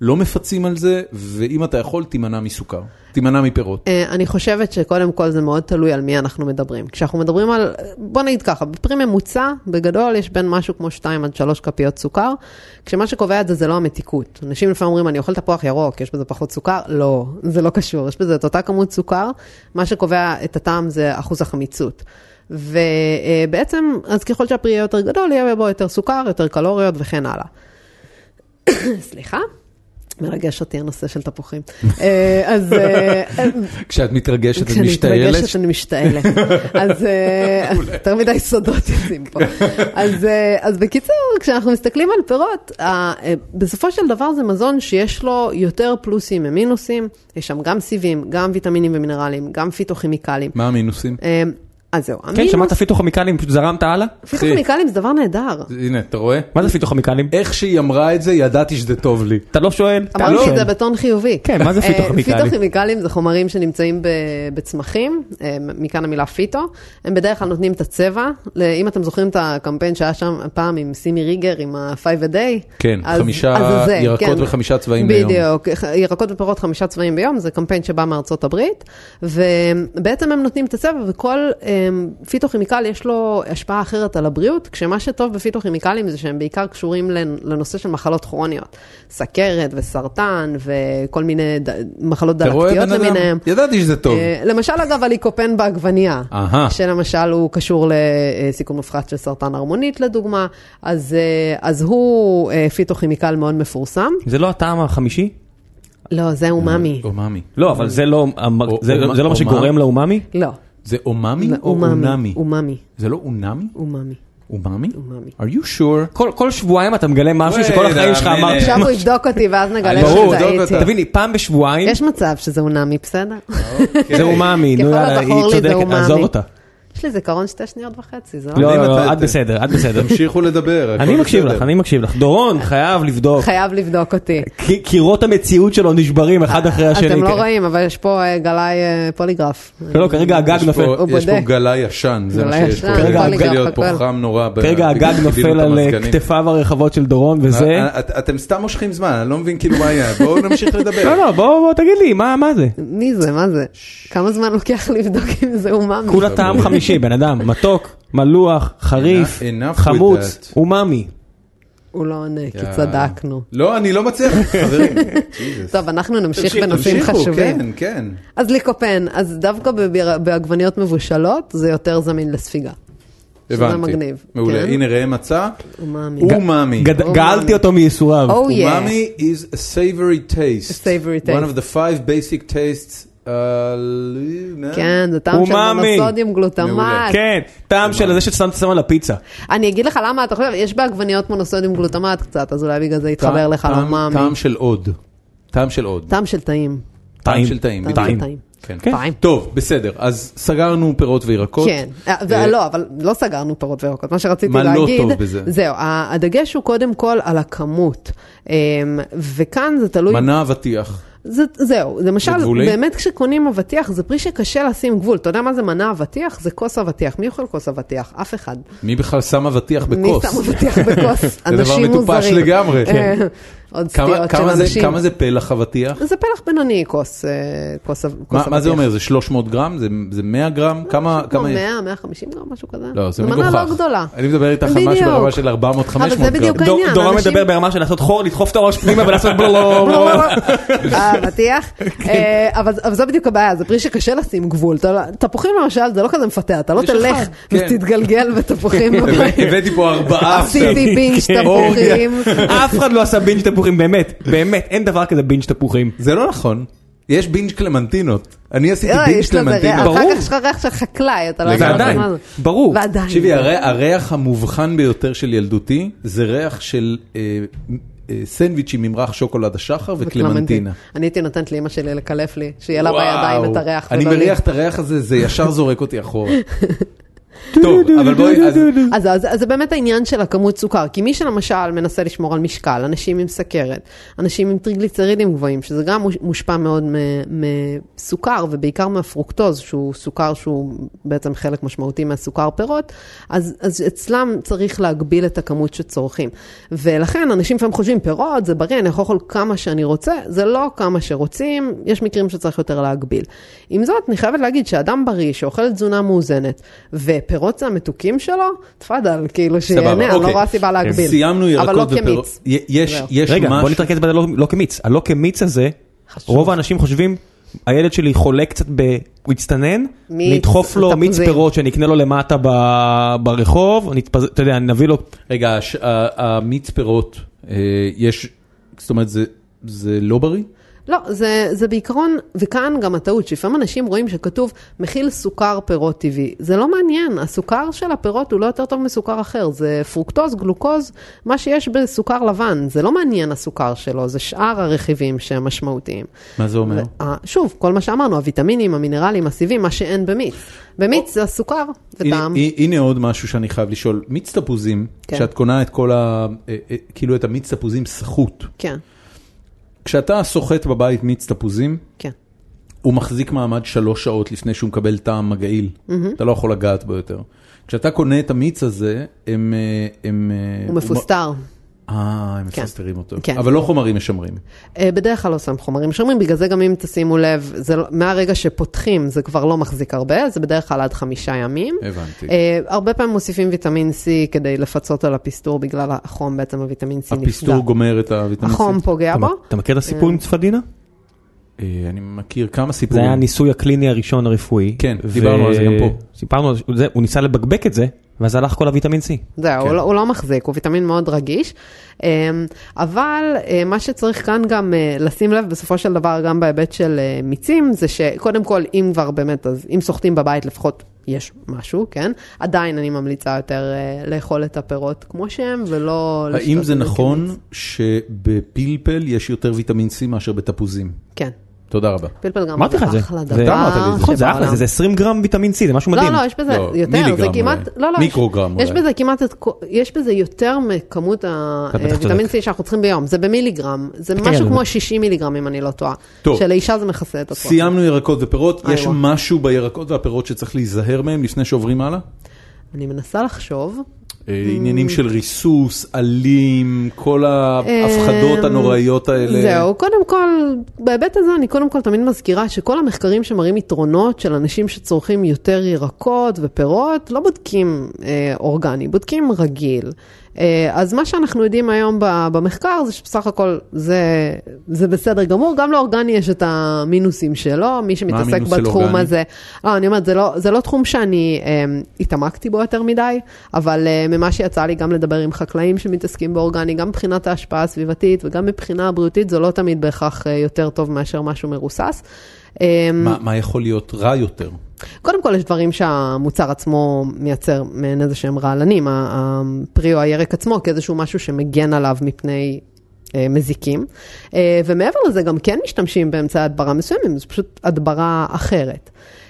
Speaker 1: לא מפצים על זה, ואם אתה יכול, תימנע מסוכר, תימנע מפירות.
Speaker 3: אה, אני חושבת שקודם כל זה מאוד תלוי על מי אנחנו מדברים. כשאנחנו מדברים על, בוא נגיד ככה, בפרי ממוצע, בגדול יש בין משהו כמו 2 עד 3 כפיות סוכר, כשמה שקובע את זה זה לא המתיקות. אנשים לפעמים אומרים, אני אוכל תפוח ירוק, יש בזה פחות סוכר? לא, זה לא קשור, יש בזה את אותה כמות סוכר, מה שקובע את הטעם זה אחוז החמיצות. ובעצם, אז ככל שהפרי יהיה יותר גדול, יהיה בו יותר סוכר, יותר קלוריות וכן הלאה. *coughs* סליחה? מרגש אותי הנושא של תפוחים. אה, אז אה,
Speaker 1: כשאת מתרגשת
Speaker 3: כשאני
Speaker 1: ומשתעלת,
Speaker 3: מתרגשת אני משתעלת. אז אה, יותר מדי סודות יוצאים פה. אז, אה, אז בקיצור, כשאנחנו מסתכלים על פירות, אה, אה, בסופו של דבר זה מזון שיש לו יותר פלוסים ממינוסים, יש שם גם סיבים, גם ויטמינים ומינרלים, גם פיתוכימיקלים.
Speaker 1: מה המינוסים?
Speaker 3: אה, אז זהו,
Speaker 2: כן,
Speaker 3: המינוס,
Speaker 2: שמעת פיתוכמיקלים, פשוט זרמת הלאה?
Speaker 3: פיתוכימיקלים זה דבר נהדר.
Speaker 1: הנה, אתה רואה?
Speaker 2: מה זה פיתוכמיקלים?
Speaker 1: איך שהיא אמרה את זה, ידעתי שזה טוב לי.
Speaker 2: אתה לא שואל?
Speaker 1: כן.
Speaker 2: אתה לא
Speaker 3: אמרתי את
Speaker 2: שואל.
Speaker 3: זה בטון חיובי.
Speaker 2: כן, מה זה
Speaker 3: אה,
Speaker 2: פיתוכימיקלים?
Speaker 3: פיתוכימיקלים זה חומרים שנמצאים ב- בצמחים, אה, מכאן המילה פיתו. הם בדרך כלל נותנים את הצבע. ל- אם אתם זוכרים את הקמפיין שהיה שם פעם עם סימי ריגר, עם ה-5 a day.
Speaker 1: כן,
Speaker 3: אז-
Speaker 1: חמישה
Speaker 3: אז זה זה,
Speaker 1: ירקות
Speaker 3: כן.
Speaker 1: וחמישה צבעים ביום.
Speaker 3: בדיוק, אוקיי, ח- ירקות ופירות חמישה צבעים ביום, זה קמפיין שבא מארצות הברית, ובעצם הם נותנים את הצבע, וכל אמ, פיתוכימיקל יש לו השפעה אחרת על הבריאות, כשמה שטוב בפיתוכימיקלים זה שהם בעיקר קשורים לנ- לנושא של מחלות כרוניות, סכרת וסרטן וכל מיני ד- מחלות
Speaker 1: אתה רואה
Speaker 3: דלקתיות
Speaker 1: בן אדם?
Speaker 3: למיניהם.
Speaker 1: ידעתי שזה טוב.
Speaker 3: אה, למשל אגב הליקופן בעגבנייה,
Speaker 1: אהה.
Speaker 3: שלמשל הוא קשור לסיכון מופחת של סרטן הרמונית לדוגמה, אז, אה, אז הוא אה, פיתוכימיקל מאוד מפורסם.
Speaker 2: זה לא הטעם החמישי?
Speaker 3: לא, זה אומאמי.
Speaker 1: אומאמי.
Speaker 2: לא, אבל זה לא המ-
Speaker 1: או-
Speaker 2: זה
Speaker 1: או-
Speaker 2: זה לא מה
Speaker 1: או-
Speaker 2: שגורם
Speaker 1: מה?
Speaker 2: לאומאמי?
Speaker 3: לא.
Speaker 1: זה אומאמי אה.
Speaker 3: לא,
Speaker 1: או אונאמי?
Speaker 3: אומאמי,
Speaker 1: זה לא אונאמי?
Speaker 3: אומאמי.
Speaker 1: אומאמי?
Speaker 3: אומאמי.
Speaker 1: are you sure?
Speaker 2: כל כל שבועיים אתה מגלה משהו שכל
Speaker 1: Wait
Speaker 2: החיים
Speaker 1: a
Speaker 2: שלך
Speaker 1: minute.
Speaker 2: אמרת.
Speaker 3: עכשיו הוא יבדוק אותי ואז נגלה
Speaker 1: ברור,
Speaker 3: שזה
Speaker 1: יבדוק
Speaker 3: הייתי.
Speaker 1: אותה.
Speaker 2: תבין לי, פעם בשבועיים
Speaker 3: יש מצב שזה אונאמי, בסדר?
Speaker 2: זה אומאמי, נו
Speaker 3: כן. ככל
Speaker 2: יאללה, היא
Speaker 3: הזכור לי זה
Speaker 2: צודקת,
Speaker 3: אומאמי.
Speaker 2: עזוב אותה.
Speaker 3: יש לי זיכרון שתי שניות וחצי, זה לא...
Speaker 2: לא, לא,
Speaker 1: מצאתי.
Speaker 2: לא, את בסדר, את בסדר.
Speaker 1: תמשיכו לדבר.
Speaker 2: אני
Speaker 1: הכל
Speaker 2: מקשיב
Speaker 1: בסדר.
Speaker 2: לך, אני מקשיב לך. דורון חייב לבדוק.
Speaker 3: חייב לבדוק אותי.
Speaker 2: כי- קירות המציאות שלו נשברים אחד אחרי השני.
Speaker 3: אתם לא
Speaker 2: כן.
Speaker 3: רואים, אבל יש פה אה, גלאי אה, פוליגרף. אה,
Speaker 2: לא, לא, כרגע הגג
Speaker 1: יש
Speaker 2: נופל.
Speaker 1: פה- אה,
Speaker 3: הוא
Speaker 1: יש פה
Speaker 3: בודק.
Speaker 1: גלה ישן, זה מה
Speaker 3: גלה
Speaker 1: שיש פה.
Speaker 3: ישן,
Speaker 2: הכל
Speaker 1: מתחיל
Speaker 3: נגרף,
Speaker 1: להיות פה
Speaker 3: הכל.
Speaker 1: חם נורא. ב-
Speaker 2: כרגע
Speaker 1: בגלל
Speaker 2: הגג
Speaker 1: שכיבינו
Speaker 2: נופל
Speaker 1: את
Speaker 2: על אה,
Speaker 1: המזגנים.
Speaker 2: כתפיו הרחבות של דורון וזה.
Speaker 1: אה, את- אתם סתם מושכים זמן, אני לא מבין כאילו מה היה. בואו נמשיך
Speaker 2: לא,
Speaker 1: לדבר.
Speaker 2: לא, בוא בוא, תגיד לי, מה מה זה?
Speaker 3: מי זה? מה זה? כמה זמן לוקח לבדוק אם זה אומאמי?
Speaker 2: כולה טעם חמישי, בן אדם, מתוק, מלוח, חריף,
Speaker 1: Enough with
Speaker 2: חמוץ,
Speaker 1: that.
Speaker 2: אומאמי.
Speaker 3: הוא לא עונה, כי
Speaker 1: יאללה.
Speaker 3: צדקנו.
Speaker 1: לא, אני לא מצליח,
Speaker 3: *laughs*
Speaker 1: חברים. Jesus.
Speaker 3: טוב, אנחנו נמשיך
Speaker 1: תמשיכו,
Speaker 3: בנושאים
Speaker 1: תמשיכו,
Speaker 3: חשובים.
Speaker 1: כן, כן.
Speaker 3: אז ליקופן, אז דווקא בביר- בעגבניות מבושלות, זה יותר זמין לספיגה. שזה
Speaker 1: הבנתי.
Speaker 3: מגניב.
Speaker 1: מעולה,
Speaker 3: כן.
Speaker 1: הנה ראם מצא.
Speaker 3: אומאמי.
Speaker 1: אומאמי.
Speaker 2: גד-
Speaker 3: אומאמי.
Speaker 2: גאלתי אותו מייסוריו.
Speaker 3: Oh yeah.
Speaker 1: Umami is a savory taste.
Speaker 3: A savory
Speaker 1: One of
Speaker 3: taste.
Speaker 1: the five basic tastes. Uh,
Speaker 3: כן, זה טעם של
Speaker 2: אומאמי.
Speaker 3: מונוסודיום,
Speaker 1: מעולה.
Speaker 3: גלוטמט.
Speaker 2: כן, טעם של זה ששמת שם על הפיצה.
Speaker 3: אני אגיד לך למה אתה חושב, יש בעגבניות מונוסודיום גלוטמט קצת, אז אולי בגלל זה יתחבר לך לאומאמי.
Speaker 1: טעם של עוד. טעם של עוד.
Speaker 3: טעם של טעים.
Speaker 1: טעם של טעים.
Speaker 3: טעם
Speaker 1: טעים.
Speaker 3: של טעים.
Speaker 1: כן.
Speaker 2: כן.
Speaker 3: טעים.
Speaker 1: טוב, בסדר. אז סגרנו פירות וירקות.
Speaker 3: כן, אה, ו-
Speaker 1: אה,
Speaker 3: לא, אבל לא סגרנו פירות וירקות, מה שרציתי
Speaker 1: מה לא
Speaker 3: להגיד.
Speaker 1: טוב בזה?
Speaker 3: זהו, ה- הדגש הוא קודם כל על הכמות, אמ, וכאן זה תלוי...
Speaker 1: מנה אבטיח.
Speaker 3: זה, זהו, למשל,
Speaker 1: וגבולי?
Speaker 3: באמת כשקונים אבטיח, זה פרי שקשה לשים גבול. אתה יודע מה זה מנה אבטיח? זה כוס אבטיח. מי אוכל כוס אבטיח? אף אחד.
Speaker 1: מי בכלל שם אבטיח
Speaker 3: מי
Speaker 1: בכוס?
Speaker 3: שם אבטיח
Speaker 1: *laughs*
Speaker 3: בכוס?
Speaker 1: דבר
Speaker 3: אנשים
Speaker 1: מטופש
Speaker 3: מוזרים.
Speaker 1: לגמרי. כן.
Speaker 3: אה, עוד
Speaker 1: כמה,
Speaker 3: סטיות של
Speaker 1: כמה, זה,
Speaker 3: אנשים.
Speaker 1: כמה זה פלח אבטיח?
Speaker 3: זה פלח בינוני, כוס אה, כוס אב- כוס
Speaker 1: מה,
Speaker 3: אבטיח.
Speaker 1: מה זה אומר? זה 300 גרם? זה, זה 100 גרם? כמה,
Speaker 3: משהו כמו
Speaker 1: כמה יש?
Speaker 3: 100, 150 גרם, משהו כזה.
Speaker 1: לא, זה
Speaker 3: זו
Speaker 1: מגוחך.
Speaker 3: מנה לא גדולה.
Speaker 1: אני מדבר איתך על משהו
Speaker 3: בדיוק.
Speaker 1: ברמה של 400-500 גרם.
Speaker 3: אבל זה בדיוק
Speaker 2: דור-
Speaker 3: העניין,
Speaker 2: דורון
Speaker 3: אנשים- לא,
Speaker 2: מדבר ברמה של לעשות חור, לדחוף את הראש פנימה ולעשות
Speaker 3: *laughs*
Speaker 1: לא,
Speaker 2: בלו.
Speaker 1: *laughs*
Speaker 3: אבטיח.
Speaker 1: כן.
Speaker 3: אה, אבל אבל זו בדיוק הבעיה, זה פרי שקשה לשים גבול. אתה לא- תפוחים למשל, זה לא כזה מפתה, אתה לא
Speaker 1: יש
Speaker 3: תלך
Speaker 1: אחד, כן.
Speaker 3: *laughs* ותתגלגל בתפוחים.
Speaker 1: הבא- *laughs* הבאתי פה
Speaker 3: *laughs*
Speaker 1: ארבעה עכשיו.
Speaker 3: עשיתי בינג'
Speaker 1: אוקיי.
Speaker 3: תפוחים.
Speaker 2: אף אחד לא עשה בינג' תפוחים, באמת, באמת, אין דבר כזה בינג' תפוחים.
Speaker 1: זה לא נכון. יש בינג' קלמנטינות. אני עשיתי
Speaker 3: לא,
Speaker 1: בינג'
Speaker 3: יש לזה ריח.
Speaker 1: קלמנטינות.
Speaker 2: ברור.
Speaker 3: אחר כך יש לך ריח של חקלאי, אתה לא
Speaker 1: זה
Speaker 2: זה
Speaker 3: יודע מה
Speaker 2: עדיין,
Speaker 3: זה.
Speaker 2: ברור.
Speaker 3: ועדיין.
Speaker 1: תקשיבי, הרי- הריח המובחן ביותר של ילדותי זה ריח של אה, אה, סנדוויצ'ים ממרח שוקולד השחר וקלמנטינה.
Speaker 3: אני הייתי נותנת לאמא שלי לקלף לי, שיהיה לה
Speaker 1: וואו.
Speaker 3: בידיים את הריח.
Speaker 1: אני
Speaker 3: ולא לי.
Speaker 1: מריח את הריח הזה, זה ישר זורק אותי
Speaker 3: *laughs*
Speaker 1: אחורה. טוב, אבל בואי, אז
Speaker 3: אז, אז, אז זה באמת העניין של הכמות סוכר, כי מי שלמשל מנסה לשמור על משקל, אנשים עם סכרת, אנשים עם טריגליצרידים גבוהים, שזה גם מוש- מושפע מאוד מ- מסוכר, ובעיקר מהפרוקטוז, שהוא סוכר שהוא בעצם חלק משמעותי מהסוכר פירות, אז, אז אצלם צריך להגביל את הכמות שצורכים. ולכן אנשים לפעמים חושבים, פירות זה בריא, אני יכול לאכול כמה שאני רוצה, זה לא כמה שרוצים, יש מקרים שצריך יותר להגביל. עם זאת, אני חייבת להגיד שאדם בריא שאוכל תזונה מאוזנת, ופירות זה המתוקים שלו, תפאדל, כאילו
Speaker 1: סבבה,
Speaker 3: שיהנה, אני לא
Speaker 1: אוקיי.
Speaker 3: רואה סיבה להגביל.
Speaker 1: סיימנו
Speaker 3: אבל לא
Speaker 1: ירקות ופירות.
Speaker 3: כמיץ.
Speaker 1: י- יש,
Speaker 3: זהו.
Speaker 1: יש
Speaker 2: רגע, בוא
Speaker 1: משהו,
Speaker 2: נתרכז בזה לא- לא כמיץ. הלא כמיץ הזה,
Speaker 3: חשוב.
Speaker 2: רוב האנשים חושבים, הילד שלי חולה קצת ב... הוא הצטנן,
Speaker 3: מיץ,
Speaker 2: נדחוף לו מיץ
Speaker 3: תפוזים.
Speaker 2: פירות שנקנה לו למטה ב- ברחוב, נתפז- אתה יודע, נביא לו
Speaker 1: רגע, הש- ה- המיץ פירות, אה, יש, זאת אומרת, זה- זה לא בריא?
Speaker 3: לא, זה, זה בעיקרון, וכאן גם הטעות, שלפעמים אנשים רואים שכתוב מכיל סוכר פירות טבעי. זה לא מעניין, הסוכר של הפירות הוא לא יותר טוב מסוכר אחר, זה פרוקטוז, גלוקוז, מה שיש בסוכר לבן, זה לא מעניין הסוכר שלו, זה שאר הרכיבים שהם משמעותיים.
Speaker 1: מה זה אומר?
Speaker 3: וה- שוב, כל מה שאמרנו, הוויטמינים, המינרלים, הסיבים, מה שאין במיץ. במיץ זה הסוכר
Speaker 1: הנה,
Speaker 3: וטעם.
Speaker 1: הנה עוד משהו שאני חייב לשאול, מיץ תפוזים,
Speaker 3: כן.
Speaker 1: כשאת קונה את כל ה... אה, אה, כאילו את המיץ תפוזים סחוט,
Speaker 3: כן,
Speaker 1: כשאתה סוחט בבית מיץ תפוזים,
Speaker 3: כן.
Speaker 1: הוא מחזיק מעמד שלוש שעות לפני שהוא מקבל טעם מגעיל. אתה לא יכול לגעת בו יותר. כשאתה קונה את המיץ הזה, הם... אה, הם אה,
Speaker 3: הוא מפוסטר.
Speaker 1: אה, הם
Speaker 3: כן.
Speaker 1: מפסטרים אותו.
Speaker 3: כן.
Speaker 1: אבל לא חומרים משמרים.
Speaker 3: אה, בדרך כלל לא שם חומרים משמרים, בגלל זה גם אם תשימו לב, זה, לא- מהרגע שפותחים זה כבר לא מחזיק הרבה, זה בדרך כלל עד חמישה ימים.
Speaker 1: הבנתי.
Speaker 3: אה, הרבה פעמים מוסיפים ויטמין C כדי לפצות על הפסטור, בגלל החום בעצם הוויטמין C נפגע.
Speaker 1: הפסטור גומר את הוויטמין C.
Speaker 3: החום פוגע
Speaker 2: אתה
Speaker 3: בו.
Speaker 2: מ- אתה מכיר את הסיפור עם צפדינה?
Speaker 1: אה, אני מכיר כמה
Speaker 2: זה
Speaker 1: סיפורים.
Speaker 2: היה הניסוי הקליני הראשון הרפואי.
Speaker 1: אה. כן,
Speaker 2: ו-
Speaker 1: דיברנו על זה גם פה.
Speaker 2: סיפרנו על זה, הוא ניסה לבקבק את זה, ואז הלך כל הוויטמין C.
Speaker 3: זהו,
Speaker 1: כן.
Speaker 3: הוא, לא, הוא לא מחזיק, הוא ויטמין מאוד רגיש. אמ, אבל אה, מה שצריך כאן גם אה, לשים לב, בסופו של דבר, גם בהיבט של אה, מיצים, זה שקודם כל, אם כבר באמת, אז אם סוחטים בבית לפחות יש משהו, כן? עדיין אני ממליצה יותר אה, לאכול את הפירות כמו שהם, ולא...
Speaker 1: האם
Speaker 3: לשתות
Speaker 1: זה
Speaker 3: לא את
Speaker 1: נכון
Speaker 3: כמיץ.
Speaker 1: שבפלפל יש יותר ויטמין C מאשר בתפוזים?
Speaker 3: כן.
Speaker 1: תודה רבה.
Speaker 3: פלפל גם
Speaker 2: אמרתי לך את זה.
Speaker 3: אחלה
Speaker 2: זה-
Speaker 3: דבר.
Speaker 1: אתה אמרת לי את זה.
Speaker 2: נכון, זה אחלה,
Speaker 3: שבעולם.
Speaker 2: זה- זה 20 גרם ויטמין C, זה משהו מדהים.
Speaker 3: לא, לא, יש בזה
Speaker 1: לא,
Speaker 3: יותר, זה
Speaker 1: מיליגרם
Speaker 3: כמעט,
Speaker 1: אולי.
Speaker 3: לא, לא, יש-
Speaker 1: מיקרוגרם
Speaker 3: יש
Speaker 1: אולי.
Speaker 3: בזה כמעט, את כל- יש בזה יותר מכמות
Speaker 2: אתה בטח
Speaker 3: הוויטמין C שאנחנו צריכים ביום, זה במיליגרם, זה
Speaker 2: כן,
Speaker 3: משהו
Speaker 2: זה-
Speaker 3: כמו 60 מיליגרם אם אני לא טועה,
Speaker 1: טוב.
Speaker 3: שלאישה זה מכסה את הכל.
Speaker 1: סיימנו ירקות ופירות,
Speaker 3: אה,
Speaker 1: יש
Speaker 3: וואו.
Speaker 1: משהו בירקות והפירות שצריך להיזהר מהם לפני שעוברים הלאה?
Speaker 3: אני מנסה לחשוב,
Speaker 1: אה,
Speaker 3: אמ.
Speaker 1: עניינים של ריסוס, עלים, כל ההפחדות
Speaker 3: אמ,
Speaker 1: הנוראיות האלה.
Speaker 3: זהו, קודם כל, בהיבט הזה אני קודם כל תמיד מזכירה שכל המחקרים שמראים יתרונות של אנשים שצורכים יותר ירקות ופירות, לא בודקים אה, אורגני, בודקים רגיל. אה, אז מה שאנחנו יודעים היום ב- במחקר זה שבסך הכל זה, זה בסדר גמור, גם לאורגני יש את המינוסים שלו, מי שמתעסק
Speaker 1: המינוס של
Speaker 3: בתחום
Speaker 1: אורגני?
Speaker 3: הזה. לא, אני אומרת, זה לא, זה לא תחום שאני אה, התעמקתי בו יותר מדי, אבל אה, ממה שיצא לי גם לדבר עם חקלאים שמתעסקים באורגני, גם מבחינת ההשפעה הסביבתית וגם מבחינה הבריאותית, זה לא תמיד בהכרח אה, יותר טוב מאשר משהו מרוסס. אה,
Speaker 1: מה מה יכול להיות רע יותר?
Speaker 3: קודם כל, יש דברים שהמוצר עצמו מייצר מעין איזה שהם רעלנים, ה- הפרי או הירק עצמו כאיזשהו משהו שמגן עליו מפני... אה, מזיקים, אה, ומעבר לזה גם כן משתמשים באמצעי הדברה מסוימים, זו פשוט הדברה אחרת.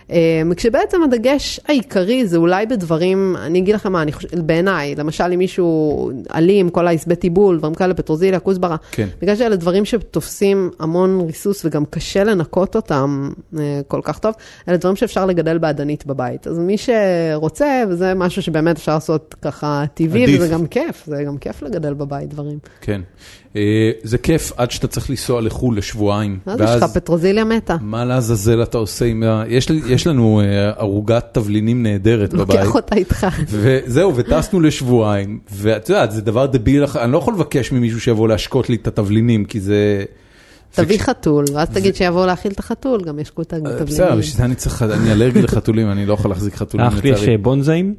Speaker 3: אמ, כשבעצם הדגש העיקרי זה אולי בדברים, אני אגיד לכם מה, אני חוש... בעיניי, למשל אם מישהו אלים, כל העשבי טיבול, דברים כאלה, פטרוזיליה, כוסברה,
Speaker 1: כן.
Speaker 3: בגלל שאלה דברים שתופסים המון ריסוס וגם קשה לנקות אותם אה, כל כך טוב, אלה דברים שאפשר לגדל באדנית בבית. אז מי שרוצה, וזה משהו שבאמת אפשר לעשות ככה טבעי,
Speaker 1: עדיף.
Speaker 3: וזה גם כיף, זה גם כיף לגדל בבית דברים.
Speaker 1: כן. אה, זה כיף עד שאתה צריך לנסוע לחו"ל לשבועיים.
Speaker 3: אז יש לך פטרוזיליה מתה.
Speaker 1: מה לעזאזל אתה עושה עם ה... יש, לי- יש לנו אה, ערוגת תבלינים נהדרת בבית.
Speaker 3: לוקח אותה איתך.
Speaker 1: וזהו, וטסנו לשבועיים, ואת יודעת, זה דבר דביל, אח- אני לא יכול לבקש ממישהו שיבוא להשקות לי את התבלינים, כי זה...
Speaker 3: תביא חתול, ואז תגיד שיבואו להאכיל את החתול, גם ישקו את
Speaker 1: אה,
Speaker 3: הגבלים.
Speaker 1: בסדר, בשביל זה אני צריך, אני אלרגי לחתולים, אני לא יכול להחזיק חתולים
Speaker 2: לאח שלי יש אה, בונזאים,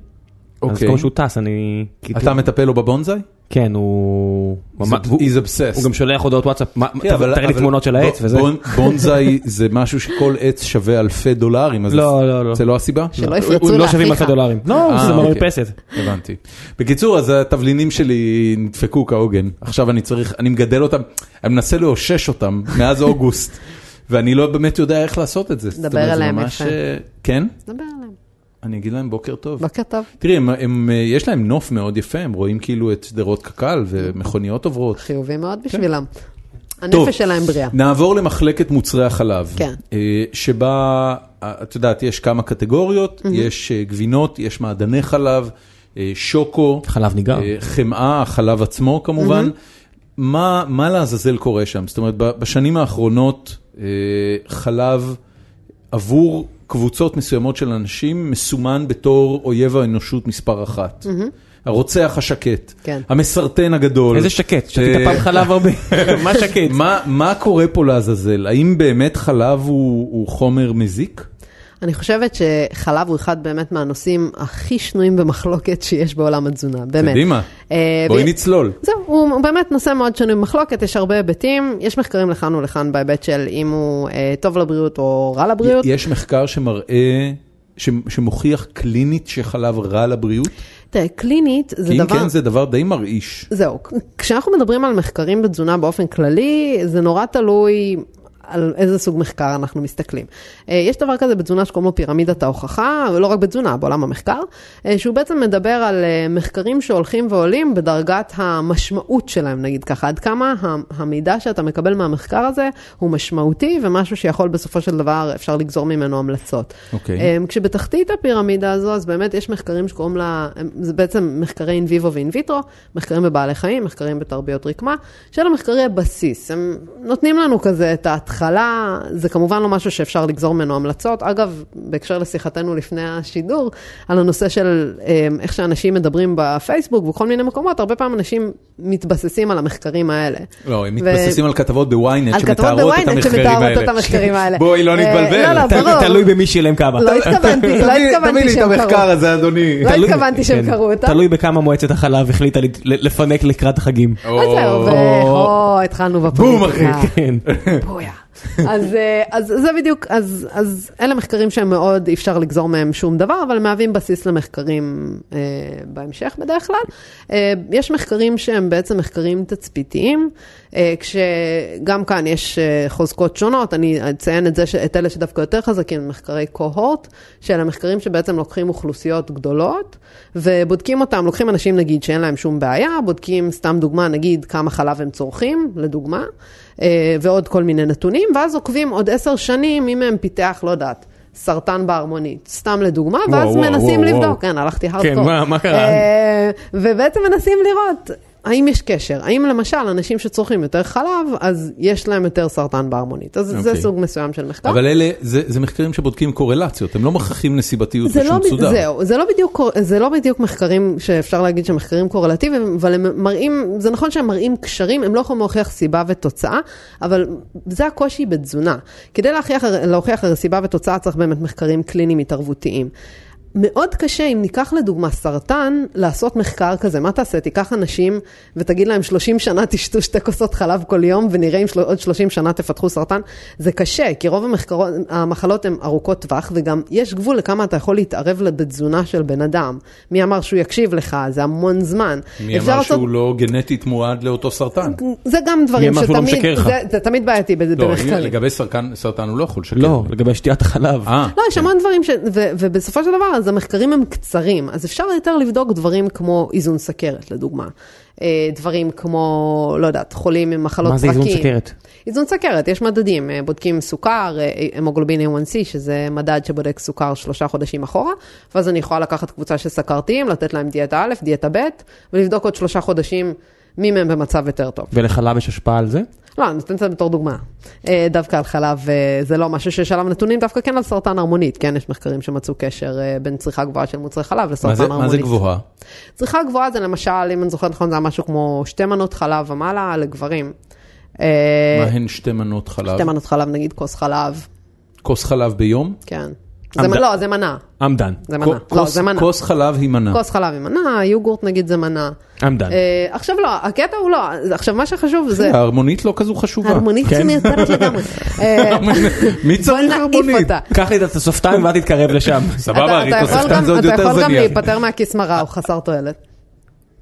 Speaker 2: אז
Speaker 1: אוקיי.
Speaker 2: כמו שהוא טס, אני... כאילו-
Speaker 1: אתה מטפל לו בבונזאי?
Speaker 2: כן, הוא... ממש- הוא-
Speaker 1: He's obsessed.
Speaker 2: הוא גם שולח הודעות וואטסאפ, מה-
Speaker 1: כן, אבל-
Speaker 2: תראה לי
Speaker 1: אבל
Speaker 2: תמונות של העץ
Speaker 1: בון-
Speaker 2: וזה.
Speaker 1: בון- בונזאי זה משהו שכל עץ שווה אלפי דולרים, אז
Speaker 2: לא, לא, לא.
Speaker 1: זה לא הסיבה?
Speaker 3: שלא
Speaker 1: לא.
Speaker 3: יפרצו לאחיך.
Speaker 2: הוא לא שווים אלפי דולרים. לא,
Speaker 1: אה,
Speaker 2: זה
Speaker 1: אוקיי.
Speaker 2: מרפסת.
Speaker 1: הבנתי. בקיצור, אז התבלינים שלי נדפקו כהוגן. עכשיו אני צריך, אני מגדל אותם, אני מנסה לאושש אותם
Speaker 3: *laughs*
Speaker 1: מאז אוגוסט, ואני לא באמת יודע איך לעשות את זה. זאת
Speaker 3: דבר
Speaker 1: אומרת, זה
Speaker 3: אליהם
Speaker 1: ממש,
Speaker 3: יפה.
Speaker 1: אה, כן?
Speaker 3: דבר עליהם. אני...
Speaker 1: אני אגיד להם בוקר טוב.
Speaker 3: בוקר טוב.
Speaker 1: תראי, הם- הם, אה, יש להם נוף מאוד יפה, הם רואים כאילו את שדרות קק"ל ומכוניות עוברות.
Speaker 3: חיובי מאוד בשבילם.
Speaker 1: טוב.
Speaker 3: הנפש שלהם בריאה.
Speaker 1: נעבור למחלקת מוצרי החלב.
Speaker 3: כן.
Speaker 1: אה, שבה, אה, את יודעת, יש כמה קטגוריות, יש אה, גבינות, יש מעדני חלב, אה, שוקו.
Speaker 2: חלב ניגר.
Speaker 1: אה, חמאה, החלב עצמו כמובן.
Speaker 3: Mm-hmm.
Speaker 1: מה מה לעזאזל קורה שם? זאת אומרת, ב- בשנים האחרונות אה, חלב עבור קבוצות מסוימות של אנשים מסומן בתור אויב האנושות מספר אחת. הרוצח השקט,
Speaker 3: Mm-hmm. כן.
Speaker 1: המסרטן הגדול.
Speaker 2: איזה שקט, שתית
Speaker 1: אה,
Speaker 2: פעם
Speaker 1: *laughs*
Speaker 2: חלב הרבה. מה שקט?
Speaker 1: מה, מה קורה פה לעזאזל? האם באמת חלב הוא, הוא חומר מזיק?
Speaker 3: אני חושבת שחלב הוא אחד באמת מהנושאים הכי שנויים במחלוקת שיש בעולם התזונה, באמת.
Speaker 1: יודעים מה?
Speaker 3: אה,
Speaker 1: בואי
Speaker 3: ו-
Speaker 1: נצלול.
Speaker 3: זהו, הוא הוא באמת נושא מאוד שנוי במחלוקת, יש הרבה היבטים, יש מחקרים לכאן ולכאן בהיבט של אם הוא אה, טוב לבריאות או רע לבריאות.
Speaker 1: יש מחקר שמראה, ש, שמוכיח קלינית שחלב רע לבריאות?
Speaker 3: תראה, קלינית זה
Speaker 1: כי אם
Speaker 3: דבר...
Speaker 1: כן זה דבר די מרעיש.
Speaker 3: זהו, כשאנחנו מדברים על מחקרים בתזונה באופן כללי, זה נורא תלוי על איזה סוג מחקר אנחנו מסתכלים. אה, יש דבר כזה בתזונה שקוראים לו פירמידת ההוכחה, ולא רק בתזונה, בעולם המחקר, אה, שהוא בעצם מדבר על אה, מחקרים שהולכים ועולים בדרגת המשמעות שלהם, נגיד ככה, עד כמה ה- המידע שאתה מקבל מהמחקר הזה הוא משמעותי ומשהו שיכול בסופו של דבר, אפשר לגזור ממנו המלצות.
Speaker 1: אוקיי.
Speaker 3: אה, אמ, כשבתחתית הפירמידה הזו, אז באמת יש מחקרים שקוראים לה, אמ, זה בעצם מחקרי אין ויבו ואין ויטרו, מחקרים בבעלי חיים, מחקרים בתרביות רקמה, שאלה מחקרי בסיס. הם נותנים לנו כזה את ההתחלה, זה כמובן לא משהו שאפשר לגזור ממנו המלצות. אגב, בהקשר לשיחתנו לפני השידור, על הנושא של אמ, איך שאנשים מדברים בפייסבוק ובכל מיני מקומות, הרבה פעמים אנשים מתבססים על המחקרים האלה.
Speaker 1: לא, הם
Speaker 3: ו-
Speaker 1: מתבססים על כתבות בוויינט
Speaker 3: על כתבות
Speaker 1: שמתארות את
Speaker 3: ב-ynet
Speaker 1: המחקרים
Speaker 3: שמתארות
Speaker 1: האלה.
Speaker 3: את המחקרים
Speaker 1: *laughs*
Speaker 3: האלה.
Speaker 1: בואי, *laughs* לא
Speaker 3: אה,
Speaker 1: נתבלבל.
Speaker 3: לא, לא,
Speaker 2: ת-
Speaker 3: ברור.
Speaker 2: תלוי במי שילם כמה.
Speaker 3: לא התכוונתי, לא התכוונתי שהם קראו.
Speaker 1: הזה, אדוני.
Speaker 2: *laughs*
Speaker 3: לא
Speaker 2: תלוי-
Speaker 3: התכוונתי שהם
Speaker 2: כן.
Speaker 3: קראו אותה.
Speaker 2: תלוי בכמה מועצת החלב החליטה לת- ל- לפנק לקראת החגים.
Speaker 1: לא.
Speaker 3: אז אה, זהו, ו- או, התחלנו
Speaker 1: בום,
Speaker 3: בפוליטיקה.
Speaker 1: אחי.
Speaker 2: כן.
Speaker 3: בויה. אז, אה, אז זה בדיוק, אז, אז אלה מחקרים שהם מאוד, אי אפשר לגזור מהם שום דבר, אבל מהווים בסיס למחקרים אה, בהמשך בדרך כלל. אה, יש מחקרים שהם בעצם מחקרים תצפיתיים, אה, כשגם כאן יש אה, חוזקות שונות, אני אציין את, זה, ש- את אלה שדווקא יותר חזקים, מחקרי קוהורט, שאלה מחקרים שבעצם לוקחים אוכלוסיות גדולות, ובודקים אותם, לוקחים אנשים נגיד שאין להם שום בעיה, בודקים סתם דוגמה, נגיד כמה חלב הם צורכים, לדוגמה. אה, ועוד כל מיני נתונים, ואז עוקבים עוד עשר שנים אם הם פיתח, לא יודעת, סרטן בהרמונית, סתם לדוגמה,
Speaker 2: וואו,
Speaker 3: ואז
Speaker 2: וואו,
Speaker 3: מנסים
Speaker 2: וואו,
Speaker 3: לבדוק,
Speaker 2: וואו.
Speaker 3: כן, הלכתי
Speaker 2: כן,
Speaker 3: הארדקור.
Speaker 2: מה- מה קרה?
Speaker 3: אה, ובעצם מנסים לראות. האם יש קשר? האם למשל אנשים שצורכים יותר חלב, אז יש להם יותר סרטן בהרמונית? אז זה
Speaker 1: אוקיי.
Speaker 3: סוג מסוים של מחקר.
Speaker 1: אבל אלה, זה זה מחקרים שבודקים קורלציות, הם לא מוכיחים נסיבתיות
Speaker 3: זה לא,
Speaker 1: בשום
Speaker 3: ב-
Speaker 1: צורה.
Speaker 3: זהו, זה לא, בדיוק, קור- זה לא בדיוק מחקרים שאפשר להגיד שהם מחקרים קורלטיביים, אבל הם מראים, זה נכון שהם מראים קשרים, הם לא יכולים להוכיח סיבה ותוצאה, אבל זה הקושי בתזונה. כדי להוכיח, להוכיח הרי סיבה ותוצאה צריך באמת מחקרים קליניים התערבותיים. מאוד קשה, אם ניקח לדוגמה סרטן, לעשות מחקר כזה. מה תעשה? תיקח אנשים ותגיד להם 30 שנה תשתו שתי כוסות חלב כל יום ונראה אם של... עוד 30 שנה תפתחו סרטן. זה קשה, כי רוב המחקרות, המחלות הן ארוכות טווח, וגם יש גבול לכמה אתה יכול להתערב לתזונה של בן אדם. מי אמר שהוא יקשיב לך? זה המון זמן.
Speaker 1: מי
Speaker 3: אפשר
Speaker 1: אמר
Speaker 3: לעשות-
Speaker 1: שהוא לא גנטית מועד לאותו סרטן?
Speaker 3: זה גם דברים
Speaker 2: לא- אמר שהוא לא
Speaker 3: שתמיד,
Speaker 2: משקר לך?
Speaker 3: זה, זה תמיד בעייתי ב-
Speaker 1: לא,
Speaker 3: במחקרים.
Speaker 1: לגבי סרטן, סרטן הוא לא יכול לשקר.
Speaker 2: לא, לגבי שתיית החלב.
Speaker 1: אה,
Speaker 2: כן.
Speaker 3: לא, יש המון דברים, ש... ו... ובסופו של דבר, אז המחקרים הם קצרים, אז אפשר יותר לבדוק דברים כמו איזון סכרת, לדוגמה. אה, דברים כמו, לא יודעת, חולים עם מחלות
Speaker 2: מה זה
Speaker 3: פרקים.
Speaker 2: איזון סכרת?
Speaker 3: איזון סכרת, יש מדדים, אה, בודקים סוכר, אה, המוגלובין A1C, שזה מדד שבודק סוכר שלושה חודשים אחורה, ואז אני יכולה לקחת קבוצה של סכרתיים, לתת להם דיאטה א', דיאטה ב', ולבדוק עוד שלושה חודשים מי מהם במצב יותר טוב.
Speaker 2: ולחלב יש השפעה על זה?
Speaker 3: לא, אני נותנת את זה בתור דוגמה. אה, דווקא על חלב אה, זה לא משהו שיש עליו נתונים, דווקא כן על סרטן הרמונית. כן, יש מחקרים שמצאו קשר אה, בין צריכה גבוהה של מוצרי חלב לסרטן
Speaker 1: מה זה-
Speaker 3: הרמונית.
Speaker 1: מה זה גבוהה?
Speaker 3: צריכה גבוהה זה למשל, אם אני זוכרת נכון, זה היה משהו כמו שתי מנות חלב ומעלה לגברים. אה,
Speaker 1: מה הן שתי מנות חלב?
Speaker 3: שתי מנות חלב, נגיד כוס חלב,
Speaker 1: כוס חלב ביום?
Speaker 3: כן. זה, מ-
Speaker 2: עמדה-
Speaker 3: לא, זה מנה.
Speaker 2: עמדן.
Speaker 3: זה מנה.
Speaker 1: כוס-
Speaker 3: לא, זה מנה.
Speaker 1: כוס חלב היא מנה.
Speaker 3: כוס חלב היא מנה, יוגורט נגיד זה מנה.
Speaker 2: עמדן.
Speaker 3: אה, עכשיו לא, הקטע הוא לא, עכשיו מה שחשוב זה...
Speaker 1: ההרמונית לא כזו חשובה.
Speaker 3: הרמונית
Speaker 2: כן.
Speaker 3: מיותרת
Speaker 1: *laughs*
Speaker 3: לגמרי. אה,
Speaker 1: מי צריך
Speaker 3: בוא נעיף
Speaker 1: הרמונית?
Speaker 3: אותה.
Speaker 2: קח לי את השפתיים ואל תתקרב לשם.
Speaker 1: *laughs* סבבה,
Speaker 3: אתה- אתה
Speaker 1: ריטוספטן
Speaker 3: יכול גם-
Speaker 1: זה עוד
Speaker 3: אתה
Speaker 1: יותר
Speaker 3: יכול גם
Speaker 1: זניח.
Speaker 3: להיפטר מהכיס מרה, הוא חסר תועלת.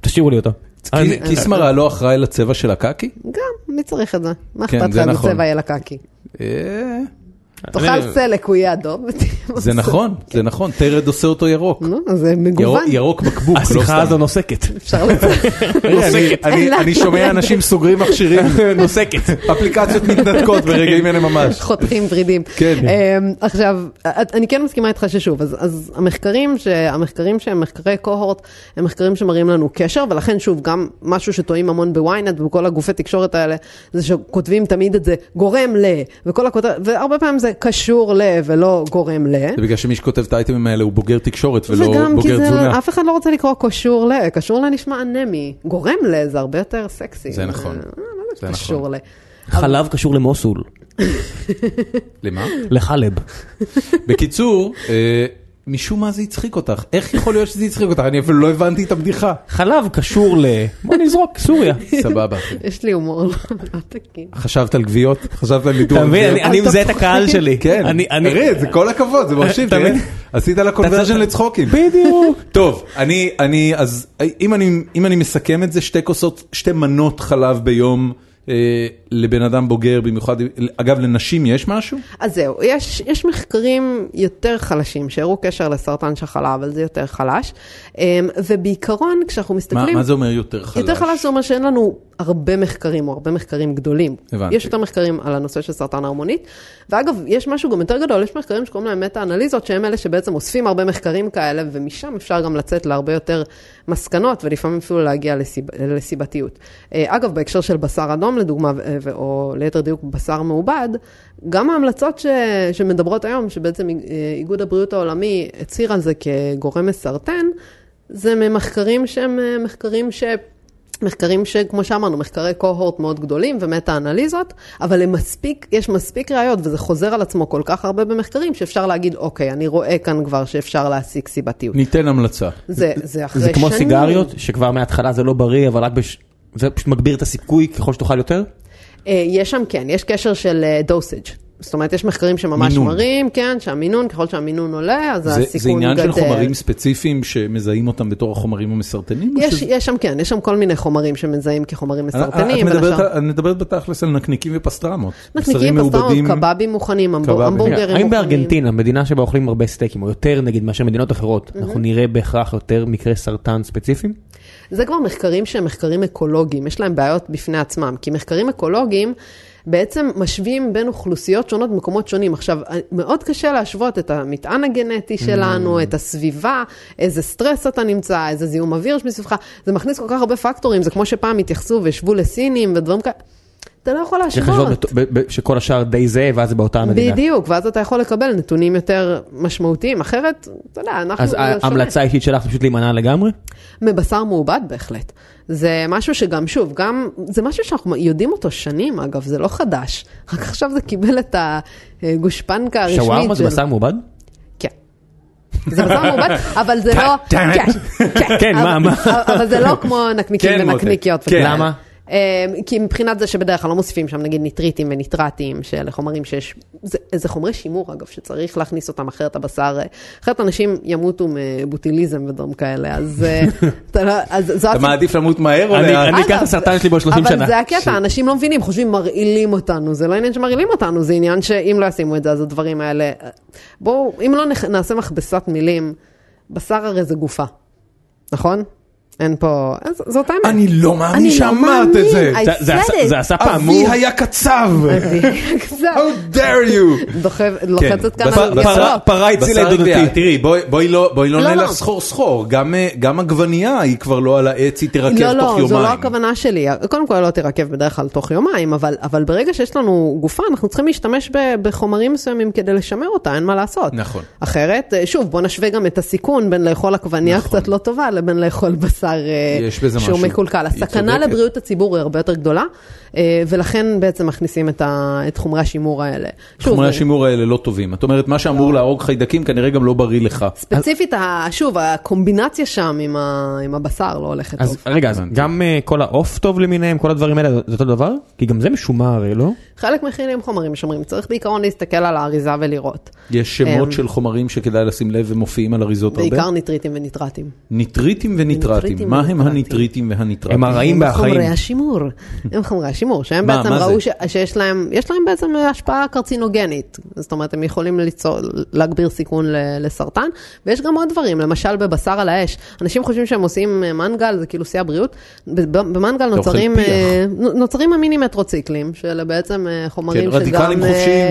Speaker 2: תשאירו לי אותו. אני-
Speaker 1: כי- כיסמרה לא אחראי לצבע של הקקי?
Speaker 3: גם, מי צריך את זה? מה
Speaker 1: כן,
Speaker 3: אכפת לך
Speaker 1: זה
Speaker 3: אם
Speaker 1: נכון.
Speaker 3: צבע יהיה לקקי?
Speaker 1: אה,
Speaker 3: תאכל סלק, הוא יהיה אדום. ותהיה
Speaker 1: זה
Speaker 3: מבסוט.
Speaker 1: נכון, זה נכון, טרד עושה אותו ירוק.
Speaker 3: נו, אז זה
Speaker 1: ירוק-
Speaker 3: מגוון.
Speaker 1: ירוק בקבוק, לא
Speaker 2: השיחה הזו
Speaker 1: סתם.
Speaker 2: נוסקת. *laughs*
Speaker 3: אפשר לצאת.
Speaker 1: *laughs* אני- אוקיי. אני-
Speaker 3: אין
Speaker 1: אני
Speaker 3: לה-
Speaker 1: שומע אנשים סוגרים מכשירים,
Speaker 2: נוסקת.
Speaker 1: *laughs* אפליקציות מתנתקות ברגעים אלה ממש.
Speaker 3: חותכים ורידים.
Speaker 1: כן.
Speaker 3: אמ, עכשיו, את- אני כן מסכימה איתך ששוב, אז- אז המחקרים ש- המחקרים שהם מחקרי קוהורט, הם מחקרים שמראים לנו קשר, ולכן שוב, גם משהו שטועים המון בוויינט ובכל הגופי תקשורת האלה, זה שכותבים תמיד את זה גורם ל, וכל הכותרת, והרבה פעמים זה קשור ל ולא גורם ל.
Speaker 1: זה בגלל שמי שכותב את האייטמים האלה הוא בוגר תקשורת ולא
Speaker 3: וגם כי
Speaker 1: בוגר
Speaker 3: זה,
Speaker 1: תזונה.
Speaker 3: אף אחד לא רוצה לקרוא קשור ל, קשור ל נשמע אנמי, גורם ל זה הרבה יותר סקסי.
Speaker 1: זה נכון.
Speaker 3: אה, מה זה
Speaker 1: זה
Speaker 3: קשור
Speaker 1: נכון.
Speaker 3: ל?
Speaker 2: חלב קשור למוסול.
Speaker 1: למה?
Speaker 2: לחלב.
Speaker 1: בקיצור, אה, משום מה זה הצחיק אותך. איך יכול להיות שזה הצחיק אותך? אני אפילו לא הבנתי את הבדיחה.
Speaker 2: חלב קשור ל... בוא
Speaker 1: *laughs*
Speaker 2: נזרוק, סוריה.
Speaker 1: סבבה, אחי.
Speaker 3: יש לי הומור לא תקין.
Speaker 1: חשבת על גוויות? חשבת על לידור?
Speaker 2: אתה מבין?
Speaker 1: גוויות?
Speaker 2: אני- אני
Speaker 3: אל
Speaker 2: מזהה את הקהל שלי.
Speaker 1: כן,
Speaker 2: אני- אני-
Speaker 1: תראה, זה כל הכבוד, זה מרשים,
Speaker 2: אתה
Speaker 1: תראה,
Speaker 2: מבין?
Speaker 1: עשית לה קונברז'ן לצחוקים.
Speaker 2: בדיוק.
Speaker 1: טוב, אני, אני, אז אם אני, אם אני מסכם את זה, שתי כוסות, שתי מנות חלב ביום אה, לבן אדם בוגר, במיוחד, אגב, לנשים יש משהו?
Speaker 3: אז זהו, יש, יש מחקרים יותר חלשים שהראו קשר לסרטן של חלב, אבל זה יותר חלש. אמ, ובעיקרון, כשאנחנו
Speaker 1: מה,
Speaker 3: מסתכלים...
Speaker 1: מה זה אומר יותר חלש?
Speaker 3: יותר חלש זה אומר שאין לנו הרבה מחקרים, או הרבה מחקרים גדולים.
Speaker 1: הבנתי.
Speaker 3: יש יותר מחקרים על הנושא של סרטן הרמונית. ואגב, יש משהו גם יותר גדול, יש מחקרים שקוראים להם מטה-אנליזות, שהם אלה שבעצם אוספים הרבה מחקרים כאלה, ומשם אפשר גם לצאת להרבה יותר מסקנות, ולפעמים אפילו להגיע לסיב... לסיבתיות. אה, אגב, בהקשר של בשר אדום, לדוגמה, ו- ו- או ליתר דיוק בשר מעובד, גם ההמלצות ש... שמדברות היום, שבעצם איג- אה, איגוד הבריאות העולמי הצהיר על זה כגורם מסרטן, זה ממחקרים שהם אה, מחקרים ש... מחקרים שכמו שאמרנו, מחקרי קוהורט מאוד גדולים ומטה-אנליזות, אבל הם מספיק, יש מספיק ראיות וזה חוזר על עצמו כל כך הרבה במחקרים, שאפשר להגיד, אוקיי, אני רואה כאן כבר שאפשר להשיג סיבתיות.
Speaker 1: ניתן המלצה.
Speaker 3: זה, זה אחרי
Speaker 2: זה
Speaker 3: שנים.
Speaker 2: כמו סיגריות, שכבר מההתחלה זה לא בריא, אבל רק בש... זה פשוט מגביר את הסיכוי ככל שתאכל יותר?
Speaker 3: אה, יש שם, כן, יש קשר של דוסג'. זאת אומרת, יש מחקרים שממש
Speaker 1: מינון.
Speaker 3: מראים, כן, שהמינון, ככל שהמינון עולה, אז
Speaker 1: זה,
Speaker 3: הסיכון
Speaker 1: זה עניין
Speaker 3: גדל.
Speaker 1: של חומרים ספציפיים שמזהים אותם בתור החומרים המסרטנים? או
Speaker 3: יש,
Speaker 1: שזה-
Speaker 3: יש שם, כן, יש שם כל מיני חומרים שמזהים כחומרים
Speaker 1: אה, את
Speaker 3: מסרטנים. בין
Speaker 1: מדברת-
Speaker 3: השאר-
Speaker 1: את מדברת בתכלס על נקניקים ופסטרמות.
Speaker 3: נקניקים,
Speaker 1: בשרים
Speaker 3: פסטרמות,
Speaker 1: מעובדים.
Speaker 3: קבבים מוכנים, המבור-
Speaker 1: קבבים. כן.
Speaker 3: המבורגרים
Speaker 2: רגע,
Speaker 3: מוכנים.
Speaker 2: האם בארגנטינה, מדינה שבה אוכלים הרבה סטייקים, או יותר נגיד מאשר מדינות אחרות, אנחנו נראה בהכרח יותר מקרי סרטן ספציפיים?
Speaker 3: זה כבר מחקרים שהם מחקרים אקולוגיים, יש להם בעיות בפני עצמם, כי מחקרים אקולוגיים בעצם משווים בין אוכלוסיות שונות במקומות שונים. עכשיו, מאוד קשה להשוות את המטען הגנטי
Speaker 2: Mm.
Speaker 3: שלנו, את הסביבה, איזה סטרס אתה נמצא, איזה זיהום אוויר יש מסביבך, זה מכניס כל כך הרבה פקטורים, זה כמו שפעם התייחסו והשוו לסינים ודברים כאלה, אתה לא יכול
Speaker 2: צריך לחשוב
Speaker 3: להשוות.
Speaker 2: בת- ב- ב- שכל השאר די זהה, ואז זה באותה המדינה.
Speaker 3: בדיוק, ואז אתה יכול לקבל נתונים יותר משמעותיים, אחרת, אתה יודע, אנחנו...
Speaker 2: אז
Speaker 3: זה שונה.
Speaker 2: ההמלצה האישית שלך פשוט להימנע לגמרי?
Speaker 3: מבשר מעובד בהחלט. זה משהו שגם, שוב, גם, זה משהו שאנחנו יודעים אותו שנים, אגב, זה לא חדש. רק עכשיו זה קיבל את הגושפנקה הרשמית.
Speaker 2: שווארמה זה
Speaker 3: של-
Speaker 2: בשר מעובד?
Speaker 3: כן. זה בשר מעובד, אבל זה
Speaker 2: *laughs*
Speaker 3: לא...
Speaker 2: טאק. כן, מה,
Speaker 3: אבל-
Speaker 2: מה?
Speaker 3: אבל זה לא כמו נקניקים
Speaker 1: כן, מותק.
Speaker 3: ונקניקיות.
Speaker 1: כן.
Speaker 3: וכאלה.
Speaker 2: למה?
Speaker 3: אה, כי מבחינת זה שבדרך כלל לא מוסיפים שם נגיד ניטריטים וניטרטים, שאלה חומרים שיש, זה, זה חומרי שימור אגב, שצריך להכניס אותם אחרת הבשר, אה, אחרת אנשים ימותו מבוטיליזם ודברים כאלה, אז, אה, אתה לא, אז זו
Speaker 1: אתה
Speaker 3: הסיבה.
Speaker 1: מעדיף למות מהר או
Speaker 2: אני-
Speaker 1: לאט?
Speaker 2: אני אקח את הסרטן שלי בעוד 30 שנה.
Speaker 3: אבל זה הקטע, אנשים לא מבינים, חושבים מרעילים אותנו, זה לא עניין שמרעילים אותנו, זה עניין שאם לא ישימו את זה, אז הדברים האלה... בואו, אם לא נכ- נעשה מכבסת מילים, בשר הרי זה גופה, נכון? אין פה... אז זאת האמת.
Speaker 1: אני לא מאמין
Speaker 3: אני לא
Speaker 1: שאמרת את זה.
Speaker 3: מאמין, I
Speaker 2: זה- זה
Speaker 3: said
Speaker 2: עשה-
Speaker 3: it.
Speaker 2: זה עשה
Speaker 1: אבי אוקיי.
Speaker 2: פעמור.
Speaker 1: היה קצב!
Speaker 3: אבי, *laughs* קצת.
Speaker 1: How dare you!
Speaker 3: דוחב-
Speaker 2: כן,
Speaker 3: לוחצת כאן
Speaker 1: בשר-
Speaker 3: על
Speaker 1: בשר-
Speaker 3: יסודות.
Speaker 2: פרה הצילה את
Speaker 1: בשר
Speaker 2: דודתי.
Speaker 1: גבייה. תראי, בואי- בואי לא- בואי לא
Speaker 3: לא,
Speaker 1: נלך
Speaker 3: לא.
Speaker 1: סחור סחור, גם, אה, גם עגבנייה היא כבר לא על העץ, היא תירקב תוך
Speaker 3: לא,
Speaker 1: יומיים.
Speaker 3: לא, זו לא הכוונה שלי. קודם כל לא תירקב בדרך כלל תוך יומיים, אבל, אבל ברגע שיש לנו גופה, אנחנו צריכים להשתמש ב, בחומרים מסוימים כדי לשמר אותה, אין מה לעשות.
Speaker 1: נכון.
Speaker 3: אחרת, אה, שוב, בוא נשווה גם את הסיכון בין לאכול עגבנייה
Speaker 1: נכון.
Speaker 3: נכון. קצת לא טובה לבין לאכול בשר אה,
Speaker 1: יש בזה
Speaker 3: שהוא
Speaker 1: משהו.
Speaker 3: מקולקל.
Speaker 1: היא
Speaker 3: הסכנה
Speaker 1: צודקת.
Speaker 3: לבריאות הציבור היא הרבה יותר גדולה, אה, ולכן בעצם מכניסים את, ה, את חומרי השימור האלה. שוב,
Speaker 1: חומרי
Speaker 3: זה-
Speaker 1: השימור האלה לא טובים. את אומרת, מה שאמור להרוג חיידקים כנראה גם לא בריא לך.
Speaker 3: ספציפית, ה- שוב, הקומבינציה שם עם, ה, עם הבשר לא הולכת טוב.
Speaker 2: אז רגע, אז גם אה, כל העוף טוב למיניהם, כל הדברים האלה, זה אותו דבר? כי גם זה משומר הרי, לא?
Speaker 3: חלק מכילים חומרים משמרים, צריך בעיקרון להסתכל על האריזה ולראות.
Speaker 1: יש
Speaker 3: אמ,
Speaker 1: שמות של חומרים שכדאי לשים לב ומופיעים על אריזות הרבה?
Speaker 3: בעיקר ניטריטים וניטרטים.
Speaker 1: ניטריטים וניטרטים.
Speaker 3: ניטריטים
Speaker 1: מה הם
Speaker 3: וניטרטים.
Speaker 1: הניטריטים והניטרטים?
Speaker 2: הם הרעים והחיים.
Speaker 3: חומרי השימור, הם חומרי השימור, שהם
Speaker 1: מה-
Speaker 3: בעצם
Speaker 1: מה זה?
Speaker 3: ראו ש- שיש להם, יש להם בעצם השפעה קרצינוגנית, זאת אומרת הם יכולים ליצור, להגביר סיכון ל- לסרטן, ויש גם עוד דברים, למשל בבשר על האש, אנשים חושבים שהם עושים אה, מנגל, זה כאילו שיא הבריאות, ב- ב- במנגל
Speaker 1: אוכל
Speaker 3: נוצרים,
Speaker 1: פיח.
Speaker 3: אה, נו- נוצרים המיני מטרוציקלים, שאלה בעצם אה, חומרים שגם,
Speaker 1: כן, רדיקלים
Speaker 3: אה,
Speaker 1: חופשיים.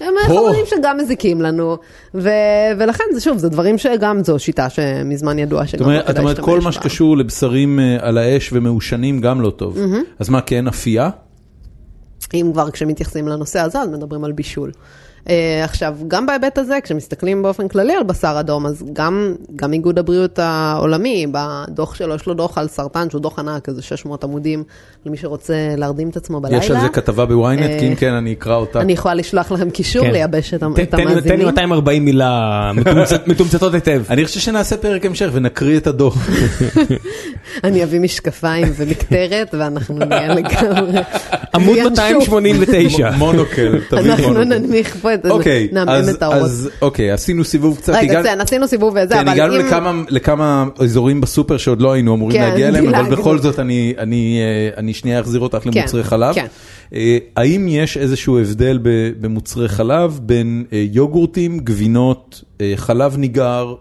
Speaker 3: הם
Speaker 1: הו.
Speaker 3: אה, חומרים שגם מזיקים לנו, ו- ולכן זה שוב, זה דברים שגם זו שיטה שמזמן ידועה
Speaker 1: זאת
Speaker 3: שגם לא כדאי
Speaker 1: אומרת, את אומרת, כל
Speaker 3: להשתמש
Speaker 1: מה
Speaker 3: בה.
Speaker 1: שקשור לבשרים אה, על האש ומעושנים גם לא טוב. אז מה, כן, אפייה?
Speaker 3: אם כבר כשמתייחסים לנושא הזה, אז מדברים על בישול. אה, עכשיו, גם בהיבט הזה, כשמסתכלים באופן כללי על בשר אדום, אז גם, גם איגוד הבריאות העולמי, בדוח שלו, יש לו דוח על סרטן, שהוא דוח ענק, איזה 600 עמודים, למי שרוצה להרדים את עצמו בלילה.
Speaker 1: יש על זה כתבה בוויינט,
Speaker 3: אה,
Speaker 1: כי אם כן, אני אקרא אותה.
Speaker 3: אני יכולה לשלוח לכם קישור
Speaker 2: כן.
Speaker 3: לייבש את, ה-
Speaker 2: תן-
Speaker 3: את
Speaker 2: תן לי-
Speaker 3: המאזינים.
Speaker 2: תן לי 240 מילה מתומצת-
Speaker 3: *laughs*
Speaker 2: מתומצתות היטב.
Speaker 1: אני חושב שנעשה פרק המשך ונקריא את הדוח.
Speaker 3: אני אביא משקפיים ומקטרת, *laughs*
Speaker 1: *laughs*
Speaker 3: ואנחנו נהיה לגמרי...
Speaker 2: עמוד
Speaker 3: ינשוף. *laughs*
Speaker 2: 289.
Speaker 1: מונוקל, תביא
Speaker 3: אנחנו
Speaker 1: מונוקל.
Speaker 3: ננמיך פה את זה,
Speaker 1: אוקיי,
Speaker 3: נעמם
Speaker 1: אז-
Speaker 3: את האורות.
Speaker 1: אז אוקיי, עשינו סיבוב קצת.
Speaker 3: רגע,
Speaker 1: הגענו-
Speaker 3: כן, עשינו סיבוב וזה,
Speaker 1: כן,
Speaker 3: אבל אם...
Speaker 1: הגענו לכמה- לכמה אזורים בסופר שעוד לא היינו אמורים
Speaker 3: כן,
Speaker 1: להגיע
Speaker 3: *laughs*
Speaker 1: אליהם, אבל
Speaker 3: דילגנו.
Speaker 1: בכל זאת אני- אני אה, אני שנייה אחזיר אותך
Speaker 3: כן,
Speaker 1: למוצרי חלב.
Speaker 3: כן.
Speaker 1: אה, האם יש איזשהו הבדל ב- במוצרי חלב בין אה, יוגורטים, גבינות, אה, חלב ניגר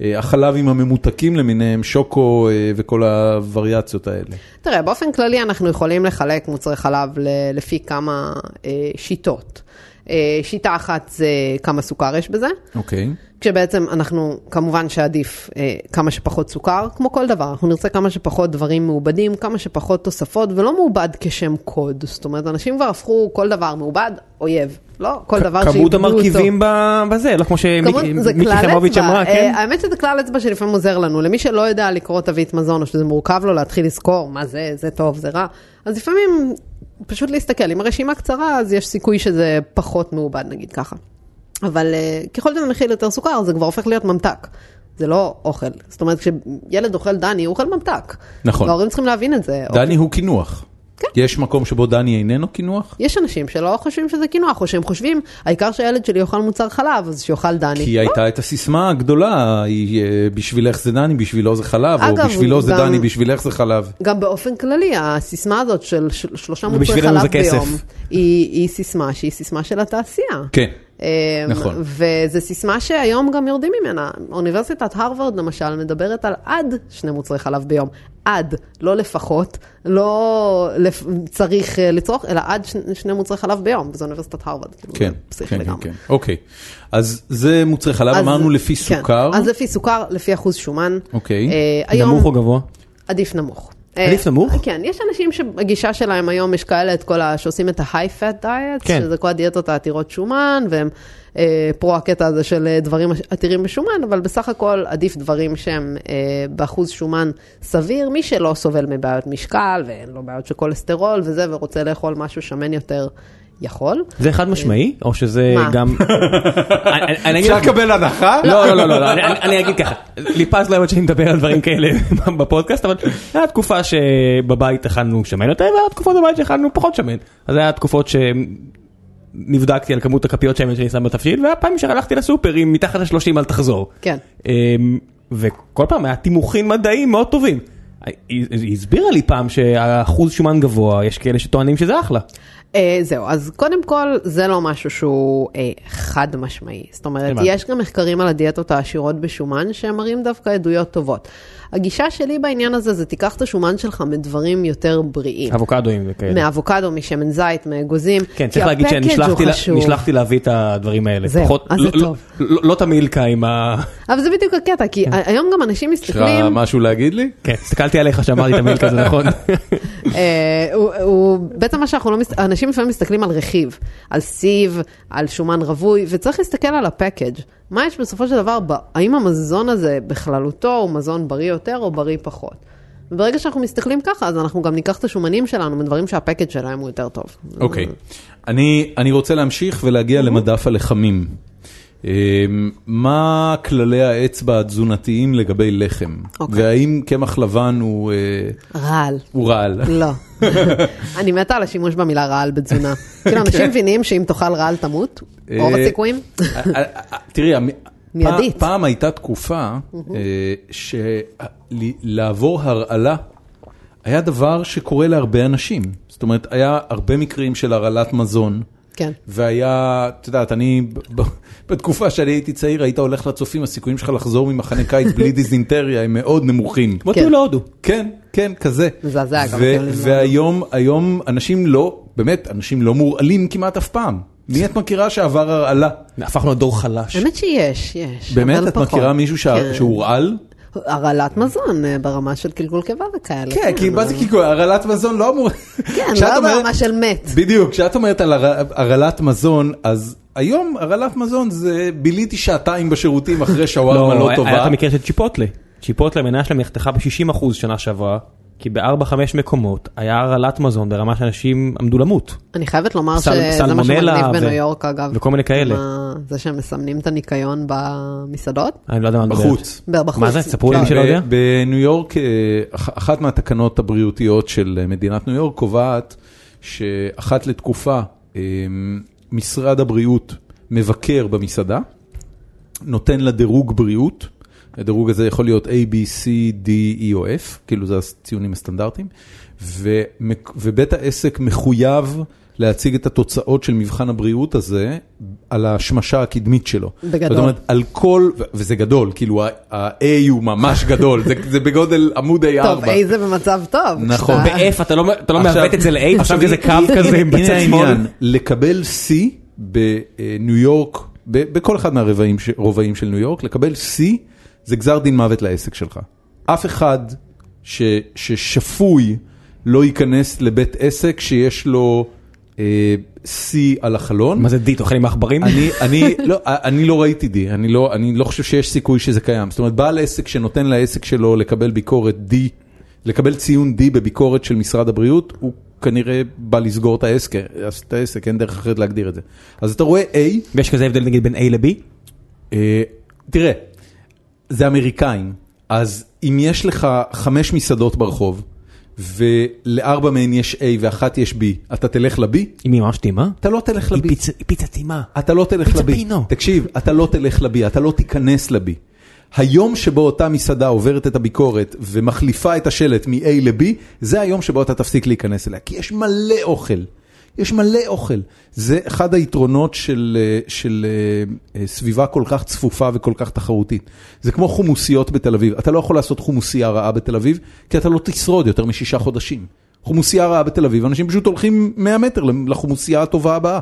Speaker 1: והחלב עם הממותקים למיניהם, שוקו אה, וכל הווריאציות האלה?
Speaker 3: תראה, באופן כללי אנחנו יכולים לחלק מוצרי חלב ל- לפי כמה אה, שיטות. אה, שיטה אחת זה כמה סוכר יש בזה,
Speaker 1: אוקיי.
Speaker 3: כשבעצם אנחנו, כמובן שעדיף אה, כמה שפחות סוכר, כמו כל דבר, אנחנו נרצה כמה שפחות דברים מעובדים, כמה שפחות תוספות, ולא מעובד כשם קוד. זאת אומרת, אנשים כבר הפכו כל דבר מעובד, אויב. לא, כל דבר שאיבדו אותו.
Speaker 2: כמות המרכיבים ב- בזה, לא כמו
Speaker 3: כמובן, זה
Speaker 2: שמיקי
Speaker 3: כלל
Speaker 2: חיימוביץ'
Speaker 3: אצבע,
Speaker 2: אמרה, כן?
Speaker 3: אה, האמת שזה כלל אצבע שלפעמים עוזר לנו, למי שלא יודע לקרוא תווית מזון או שזה מורכב לו להתחיל לזכור מה זה, זה טוב, זה רע, אז לפעמים פשוט להסתכל, אם הרשימה קצרה אז יש סיכוי שזה פחות מעובד נגיד ככה, אבל אה, ככל שזה מכיל יותר סוכר זה כבר הופך להיות ממתק. זה לא אוכל, זאת אומרת כשילד אוכל דני הוא אוכל ממתק.
Speaker 1: נכון.
Speaker 3: וההורים צריכים להבין את זה.
Speaker 1: דני הוא קינוח.
Speaker 3: כן.
Speaker 1: יש מקום שבו דני איננו קינוח?
Speaker 3: יש אנשים שלא חושבים שזה קינוח, או שהם חושבים, העיקר שהילד שלי יאכל מוצר חלב, אז שיאכל דני.
Speaker 1: כי הייתה את הסיסמה הגדולה, היא, אה, בשבילך זה דני, בשבילו זה חלב, או
Speaker 3: אגב,
Speaker 1: בשבילו זה
Speaker 3: גם-
Speaker 1: דני, בשבילך זה חלב.
Speaker 3: גם באופן כללי, הסיסמה הזאת של של- שלושה מוצרי
Speaker 2: ובשבילנו זה
Speaker 3: חלב
Speaker 2: כסף.
Speaker 3: ביום, היא, היא סיסמה שהיא סיסמה של התעשייה.
Speaker 1: כן,
Speaker 3: אמ,
Speaker 1: נכון.
Speaker 3: וזו סיסמה שהיום גם יורדים ממנה. אוניברסיטת הרווארד למשל מדברת על עד שני מוצרי חלב ביום. עד, לא לפחות, לא לפ... צריך אה, לצרוך, אלא עד ש... שני מוצרי חלב ביום, וזו אוניברסיטת הרווארד. כאילו,
Speaker 1: כן,
Speaker 3: זה פסיכי
Speaker 1: כן, כן,
Speaker 3: לגמרי.
Speaker 1: כן. אוקיי. אז זה מוצרי חלב,
Speaker 3: אז-
Speaker 1: אמרנו לפי
Speaker 3: כן.
Speaker 1: סוכר.
Speaker 3: אז לפי סוכר, לפי אחוז שומן.
Speaker 1: אוקיי.
Speaker 3: אה, היום-
Speaker 2: נמוך או גבוה?
Speaker 3: עדיף נמוך.
Speaker 2: עדיף
Speaker 3: אה,
Speaker 2: נמוך?
Speaker 3: כן, יש אנשים שהגישה שלהם היום, יש כאלה את כל ה... שעושים את ה-high-fat diet,
Speaker 2: כן.
Speaker 3: שזה כל הדיאטות העתירות שומן, והם אה, פרו הקטע הזה של אה, דברים עתירים בשומן, אבל בסך הכל עדיף דברים שהם אה, באחוז שומן סביר. מי שלא סובל מבעיות משקל ואין לו בעיות של כולסטרול וזה, ורוצה לאכול משהו שמן יותר, יכול.
Speaker 2: זה חד משמעי, או שזה
Speaker 3: אה. מה? *laughs*
Speaker 2: גם... אני- אני- אני אגיד
Speaker 1: אפשר
Speaker 2: לך-
Speaker 1: לקבל הנחה?
Speaker 2: לא, לא, לא, לא, לא, אני- אני- אני אגיד ככה, ליפז לא אוהבת שאני מדבר על דברים כאלה *laughs* בפודקאסט, אבל הייתה תקופה שבבית אכלנו שמן יותר, והיו תקופות בבית שאכלנו פחות שמן. אז היה תקופות שנבדקתי על כמות הכפיות שמן שאני שם בתבשיל, והיה פעמים שהלכתי לסופר עם מתחת ל-30 אל תחזור.
Speaker 3: כן.
Speaker 2: אמ, וכל פעם היה תימוכין מדעיים מאוד טובים. היא היא הסבירה לי פעם שהאחוז שומן גבוה, יש כאלה שטוענים שזה אחלה.
Speaker 3: אה, זהו, אז קודם כל, זה לא משהו שהוא אה, חד משמעי. זאת אומרת,
Speaker 2: הבנתי.
Speaker 3: יש גם מחקרים על הדיאטות העשירות בשומן, שמראים דווקא עדויות טובות. הגישה שלי בעניין הזה, זה תיקח את השומן שלך מדברים יותר בריאים.
Speaker 2: אבוקדואים וכאלה.
Speaker 3: מאבוקדו, משמן זית, מאגוזים.
Speaker 2: כן,
Speaker 3: כי
Speaker 2: צריך להגיד
Speaker 3: הפקאג' הוא
Speaker 2: שנשלחתי לה-
Speaker 3: חשוב.
Speaker 2: נשלחתי להביא את הדברים האלה.
Speaker 3: זהו,
Speaker 2: פחות-
Speaker 3: אז זה
Speaker 2: לא- לא-
Speaker 3: טוב.
Speaker 2: לא לא את המילקה עם ה...
Speaker 3: אבל זה בדיוק הקטע, כי היום גם אנשים
Speaker 1: יש לך
Speaker 3: מסתכלים...
Speaker 1: משהו להגיד לי?
Speaker 2: כן, הסתכלתי עליך שאמרתי את המילקה זה נכון.
Speaker 3: אה, הוא- הוא בעצם מה שאנחנו לא, מס- אנשים לפעמים מסתכלים על רכיב, על סיב, על שומן רווי, וצריך להסתכל על הפקאג'. מה יש בסופו של דבר, ב- האם המזון הזה בכללותו הוא מזון בריא יותר או בריא פחות? וברגע שאנחנו מסתכלים ככה, אז אנחנו גם ניקח את השומנים שלנו מדברים שהפקאג' שלהם הוא יותר טוב.
Speaker 1: אוקיי. אני, אני רוצה להמשיך
Speaker 3: Mhm.
Speaker 1: ולהגיע למדף הלחמים. אמ, מה כללי האצבע התזונתיים לגבי לחם?
Speaker 3: אוקיי.
Speaker 1: והאם קמח לבן הוא, אה,
Speaker 3: רעל.
Speaker 1: הוא רעל?
Speaker 3: *laughs*
Speaker 1: *laughs*
Speaker 3: לא. אני מתה על השימוש במילה רעל בתזונה. כאילו, אנשים מבינים שאם תאכל רעל תמות, רוב
Speaker 1: כן. אה,
Speaker 3: הסיכויים.
Speaker 1: אה, אה, תראי, המ-
Speaker 3: מיידית.
Speaker 1: פעם- פעם הייתה תקופה אה, שלעבור הרעלה היה דבר שקורה להרבה אנשים. זאת אומרת, היה הרבה מקרים של הרעלת מזון.
Speaker 3: כן.
Speaker 1: והיה, את יודעת, אני, ב- ב- בתקופה שאני הייתי צעיר, היית הולך לצופים, הסיכויים שלך לחזור ממחנה קיץ
Speaker 3: *laughs*
Speaker 1: בלי דיזינטריה הם מאוד נמוכים.
Speaker 2: בוא תהיו להודו.
Speaker 1: כן, כן, כזה.
Speaker 3: מזעזע, גם
Speaker 1: ו-
Speaker 3: אותי ללמוד.
Speaker 1: והיום, היום אנשים לא, באמת, אנשים לא מורעלים כמעט אף פעם. מי את מכירה שעבר הרעלה?
Speaker 2: *laughs* הפכנו לדור חלש.
Speaker 3: האמת שיש, יש.
Speaker 1: באמת,
Speaker 3: אבל
Speaker 1: את
Speaker 3: פחות.
Speaker 1: מכירה מישהו שה-
Speaker 3: כן.
Speaker 1: שהורעל?
Speaker 3: הרעלת מזון אה, ברמה של קלקול קיבה וכאלה.
Speaker 1: כן, כי מה זה קיקוי? הרעלת מזון לא אמור...
Speaker 3: כן,
Speaker 1: כשאת
Speaker 3: לא
Speaker 1: אומרת-
Speaker 3: ברמה של מת.
Speaker 1: בדיוק, כשאת אומרת על הר- הרעלת מזון, אז היום הרעלת מזון זה ביליתי שעתיים בשירותים
Speaker 2: *laughs*
Speaker 1: אחרי שווארמה לא
Speaker 2: היה- היה
Speaker 1: טובה.
Speaker 2: אה, את המקרה של צ'יפוטלה. צ'יפוטלה מנה שלהם נחתכה ב-60% שנה שעברה, כי ב-4-5 מקומות היה הרעלת מזון ברמה שאנשים עמדו למות.
Speaker 3: אני חייבת לומר
Speaker 2: סל-
Speaker 3: שזה מה
Speaker 2: סלמונלה
Speaker 3: שמגניב
Speaker 2: ו-
Speaker 3: בניו יורק אגב.
Speaker 2: וכל מיני כאלה.
Speaker 3: עם ה- זה שהם מסמנים את הניקיון במסעדות.
Speaker 2: אני לא יודע מה את מדברת.
Speaker 1: בחוץ.
Speaker 3: בחוץ.
Speaker 2: מה זה? תספרו לי
Speaker 3: כן.
Speaker 2: מי שלא יודע.
Speaker 1: בניו יורק, אה, אח- אחת מהתקנות הבריאותיות של אה, מדינת ניו יורק קובעת שאחת לתקופה אה, משרד הבריאות מבקר במסעדה, נותן לה דירוג בריאות, הדירוג הזה יכול להיות A, B, C, D, E או F, כאילו זה הציונים הסטנדרטיים, ומק- ובית העסק מחויב להציג את התוצאות של מבחן הבריאות הזה על ההשמשה הקדמית שלו.
Speaker 3: בגדול.
Speaker 1: זאת אומרת, על כל, ו- וזה גדול, כאילו ה- ה-A הוא ממש גדול, זה, זה בגודל עמוד A4.
Speaker 3: טוב, איי זה במצב טוב.
Speaker 1: נכון.
Speaker 3: כשאתה-
Speaker 2: ב-F אתה לא- אתה לא
Speaker 1: עכשיו-
Speaker 2: מעוות את זה ל-A, עכשיו זה קו
Speaker 1: הנה-
Speaker 2: כזה עם
Speaker 1: הנה
Speaker 2: בצד שמאל.
Speaker 1: העניין, לקבל C בניו יורק, ב- בכל אחד מהרבעים ש- רובעים של ניו יורק, לקבל C זה גזר דין מוות לעסק שלך. אף אחד ש- ששפוי לא ייכנס לבית עסק שיש לו אה, C על החלון.
Speaker 2: מה זה די, אתה אוכל עם עכברים?
Speaker 1: אני, אני, לא, אני לא ראיתי D, אני לא, אני לא חושב שיש סיכוי שזה קיים. זאת אומרת, בעל עסק שנותן לעסק שלו לקבל ביקורת D, לקבל ציון D בביקורת של משרד הבריאות, הוא כנראה בא לסגור את העסק, את העסק, אין דרך אחרת להגדיר את זה. אז אתה רואה A,
Speaker 2: ויש כזה הבדל נגיד בין A ל-B?
Speaker 1: אה, תראה, זה אמריקאים, אז אם יש לך חמש מסעדות ברחוב, ולארבע מהן יש A ואחת יש B, אתה תלך ל-B?
Speaker 2: אם היא ממש טעימה?
Speaker 1: אתה לא תלך
Speaker 2: היא
Speaker 1: ל-B.
Speaker 2: פיצה- היא פיצה טעימה.
Speaker 1: אתה לא תלך
Speaker 2: פיצה
Speaker 1: לבי.
Speaker 2: פינו.
Speaker 1: תקשיב, אתה לא תלך לבי, אתה לא תיכנס לבי. היום שבו אותה מסעדה עוברת את הביקורת ומחליפה את השלט מ-A ל-B, זה היום שבו אתה תפסיק להיכנס אליה, כי יש מלא אוכל. יש מלא אוכל. זה אחד היתרונות של, אה, של אה, אה, סביבה כל כך צפופה וכל כך תחרותית. זה כמו חומוסיות בתל אביב. אתה לא יכול לעשות חומוסייה רעה בתל אביב, כי אתה לא תשרוד יותר משישה חודשים. חומוסייה רעה בתל אביב, אנשים פשוט הולכים 100 מטר לחומוסייה הטובה הבאה.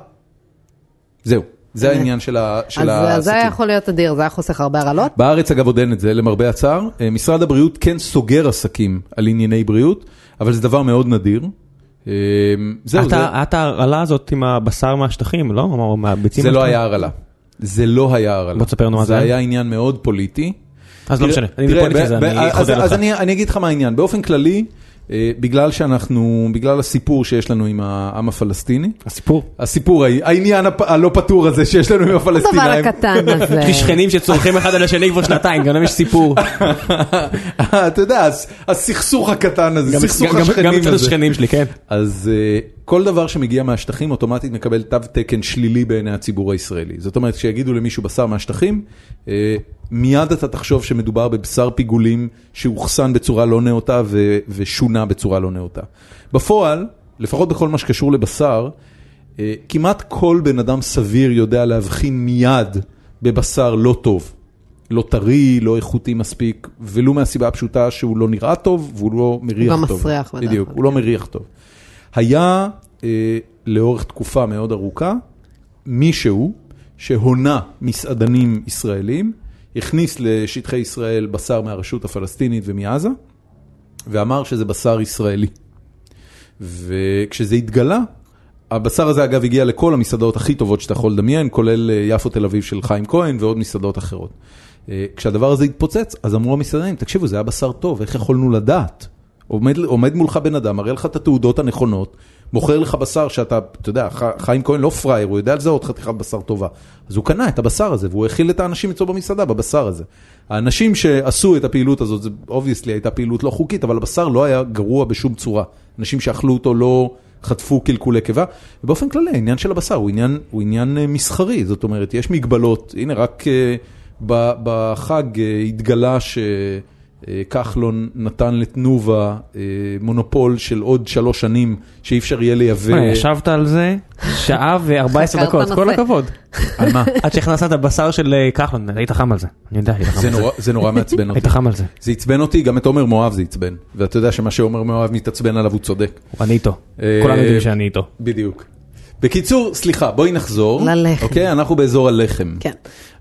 Speaker 1: זהו, זה העניין של ה- של
Speaker 3: אז זה היה
Speaker 1: העסקים.
Speaker 3: יכול להיות אדיר, זה היה חוסך
Speaker 1: *laughs*
Speaker 3: הרבה הרעלות.
Speaker 1: בארץ אגב עוד אין את זה, למרבה הצער. אה, משרד הבריאות כן סוגר עסקים על ענייני בריאות, אבל זה דבר מאוד נדיר. אה, זהו, זה-
Speaker 2: אתה- את ההרעלה הזאת עם הבשר מהשטחים, לא? או מהביצים?
Speaker 1: זה לא
Speaker 2: מהשטחים?
Speaker 1: היה הרעלה. זה לא היה הרעלה.
Speaker 2: בוא תספר לנו מה זה
Speaker 1: זה
Speaker 2: היה.
Speaker 1: היה עניין מאוד פוליטי.
Speaker 2: אז לא
Speaker 1: תראה-
Speaker 2: משנה, אני
Speaker 1: תראה,
Speaker 2: מפונק
Speaker 1: ב-
Speaker 2: לזה,
Speaker 1: ב-
Speaker 2: אני
Speaker 1: אז-
Speaker 2: חודר
Speaker 1: אז
Speaker 2: לך.
Speaker 1: אני אני אגיד לך מה העניין, באופן כללי, אה, בגלל שאנחנו, בגלל הסיפור שיש לנו עם העם הפלסטיני,
Speaker 2: הסיפור.
Speaker 1: הסיפור, ה- העניין הפ- הלא פתור הזה שיש לנו עם
Speaker 3: הדבר
Speaker 1: הפלסטינאים,
Speaker 3: הקטן
Speaker 2: *laughs*
Speaker 3: הזה.
Speaker 2: יש לי שכנים שצורכים אחד על השני כבר שנתיים, גם להם יש
Speaker 1: *laughs*
Speaker 2: סיפור.
Speaker 1: אה, אתה יודע, הס- הסכסוך הקטן הזה,
Speaker 2: גם-
Speaker 1: סכסוך
Speaker 2: גם- גם- גם
Speaker 1: השכנים
Speaker 2: אצל
Speaker 1: הזה.
Speaker 2: השכנים שלי, כן.
Speaker 1: אז uh, כל דבר שמגיע מהשטחים אוטומטית מקבל תו תקן שלילי בעיני הציבור הישראלי. זאת אומרת, כשיגידו למישהו בשר מהשטחים, uh, מיד אתה תחשוב שמדובר בבשר פיגולים שאוחסן בצורה לא נאותה ו- ושונה בצורה לא נאותה. בפועל, לפחות בכל מה שקשור לבשר, uh, כמעט כל בן אדם סביר יודע להבחין מיד בבשר לא טוב. לא טרי, לא איכותי מספיק, ולו מהסיבה הפשוטה שהוא לא נראה טוב והוא לא מריח
Speaker 3: גם
Speaker 1: טוב.
Speaker 3: מסריח בדרך
Speaker 1: בדיוק,
Speaker 3: כלל,
Speaker 1: הוא לא מריח טוב. היה אה, לאורך תקופה מאוד ארוכה מישהו שהונה מסעדנים ישראלים, הכניס לשטחי ישראל בשר מהרשות הפלסטינית ומעזה, ואמר שזה בשר ישראלי. וכשזה התגלה, הבשר הזה אגב הגיע לכל המסעדות הכי טובות שאתה יכול לדמיין, כולל אה, יפו תל אביב של חיים כהן ועוד מסעדות אחרות. אה, כשהדבר הזה התפוצץ, אז אמרו המסעדנים, תקשיבו, זה היה בשר טוב, איך יכולנו לדעת? עומד, עומד מולך בן אדם, מראה לך את התעודות הנכונות, מוכר לך בשר שאתה, אתה יודע, ח- חיים כהן לא פראייר, הוא יודע לזהות חתיכת בשר טובה. אז הוא קנה את הבשר הזה, והוא האכיל את האנשים אצלו במסעדה בבשר הזה. האנשים שעשו את הפעילות הזאת, זה אובייסלי הייתה פעילות לא חוקית, אבל הבשר לא היה גרוע בשום צורה. אנשים שאכלו אותו לא חטפו קלקולי קיבה. ובאופן כללי, העניין של הבשר הוא עניין, הוא עניין אה, מסחרי, זאת אומרת, יש מגבלות, הנה רק אה, ב- בחג אה, התגלה ש... אה, כחלון נתן לתנובה אה, מונופול של עוד שלוש שנים שאי אפשר יהיה לייבא.
Speaker 2: אה, ישבת על זה שעה ו-14
Speaker 3: חקרת
Speaker 2: דקות, כל
Speaker 3: נושא.
Speaker 2: הכבוד.
Speaker 1: על מה?
Speaker 2: עד שהכנסת את הבשר של אה, כחלון, היית חם על זה. אני יודע, היית
Speaker 1: *laughs*
Speaker 2: חם
Speaker 1: זה
Speaker 2: על זה.
Speaker 1: נורא- זה נורא מעצבן *laughs* אותי.
Speaker 2: היית חם על זה.
Speaker 1: זה עצבן אותי, גם את עומר מואב זה עצבן. ואתה יודע שמה שעומר מואב מתעצבן עליו הוא צודק.
Speaker 2: אני איתו.
Speaker 1: אה,
Speaker 2: כולנו יודעים שאני איתו.
Speaker 1: בדיוק. בקיצור, סליחה, בואי נחזור.
Speaker 3: ללחם.
Speaker 1: אוקיי, אנחנו באזור הלחם.
Speaker 3: כן.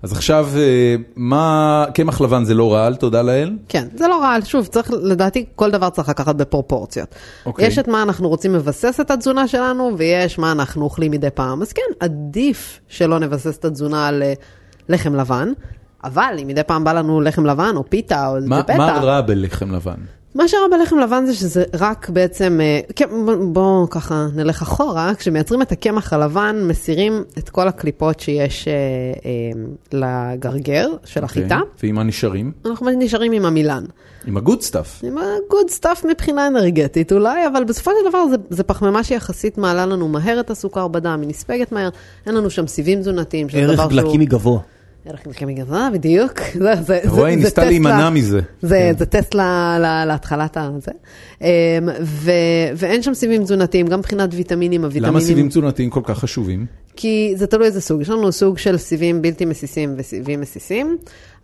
Speaker 1: אז עכשיו, אה, מה, קמח לבן זה לא רעל, תודה לאל.
Speaker 3: כן, זה לא רע, שוב, צריך, לדעתי כל דבר צריך לקחת בפרופורציות.
Speaker 1: אוקיי.
Speaker 3: יש את מה אנחנו רוצים לבסס את התזונה שלנו, ויש מה אנחנו אוכלים מדי פעם. אז כן, עדיף שלא נבסס את התזונה על אה, לחם לבן, אבל אם מדי פעם בא לנו לחם לבן, או פיתה, או
Speaker 1: מה
Speaker 3: ג'פטה...
Speaker 1: מה רע בלחם לבן?
Speaker 3: מה שרע בלחם לבן זה שזה רק בעצם, אה, כן, בואו בוא, ככה נלך אחורה, כשמייצרים את הקמח הלבן, מסירים את כל הקליפות שיש אה, אה, לגרגר של החיטה,
Speaker 1: אוקיי. ועם מה נשארים?
Speaker 3: אנחנו נשארים עם המילן.
Speaker 1: עם הגוד סטאפ.
Speaker 3: עם ה-good stuff מבחינה אנרגטית אולי, אבל בסופו של דבר זה, זה פחמימה שיחסית מעלה לנו מהר את הסוכר בדם, היא נספגת מהר, אין לנו שם סיבים תזונתיים, שזה דבר שהוא...
Speaker 2: גבוה.
Speaker 3: ערך גליקמי גבוה, בדיוק. *laughs* זה- זה-
Speaker 1: אתה רואה, היא
Speaker 3: זה
Speaker 1: ניסתה
Speaker 3: טסט
Speaker 1: להימנע
Speaker 3: ל-
Speaker 1: מזה. כן.
Speaker 3: זה, זה טסט ל, ל, להתחלת הזה. אמ, ו, ואין שם סיבים תזונתיים, גם מבחינת ויטמינים, הוויטמינים...
Speaker 1: למה סיבים תזונתיים כל כך חשובים?
Speaker 3: כי זה תלוי איזה סוג. יש לנו סוג של סיבים בלתי מסיסים וסיבים מסיסים.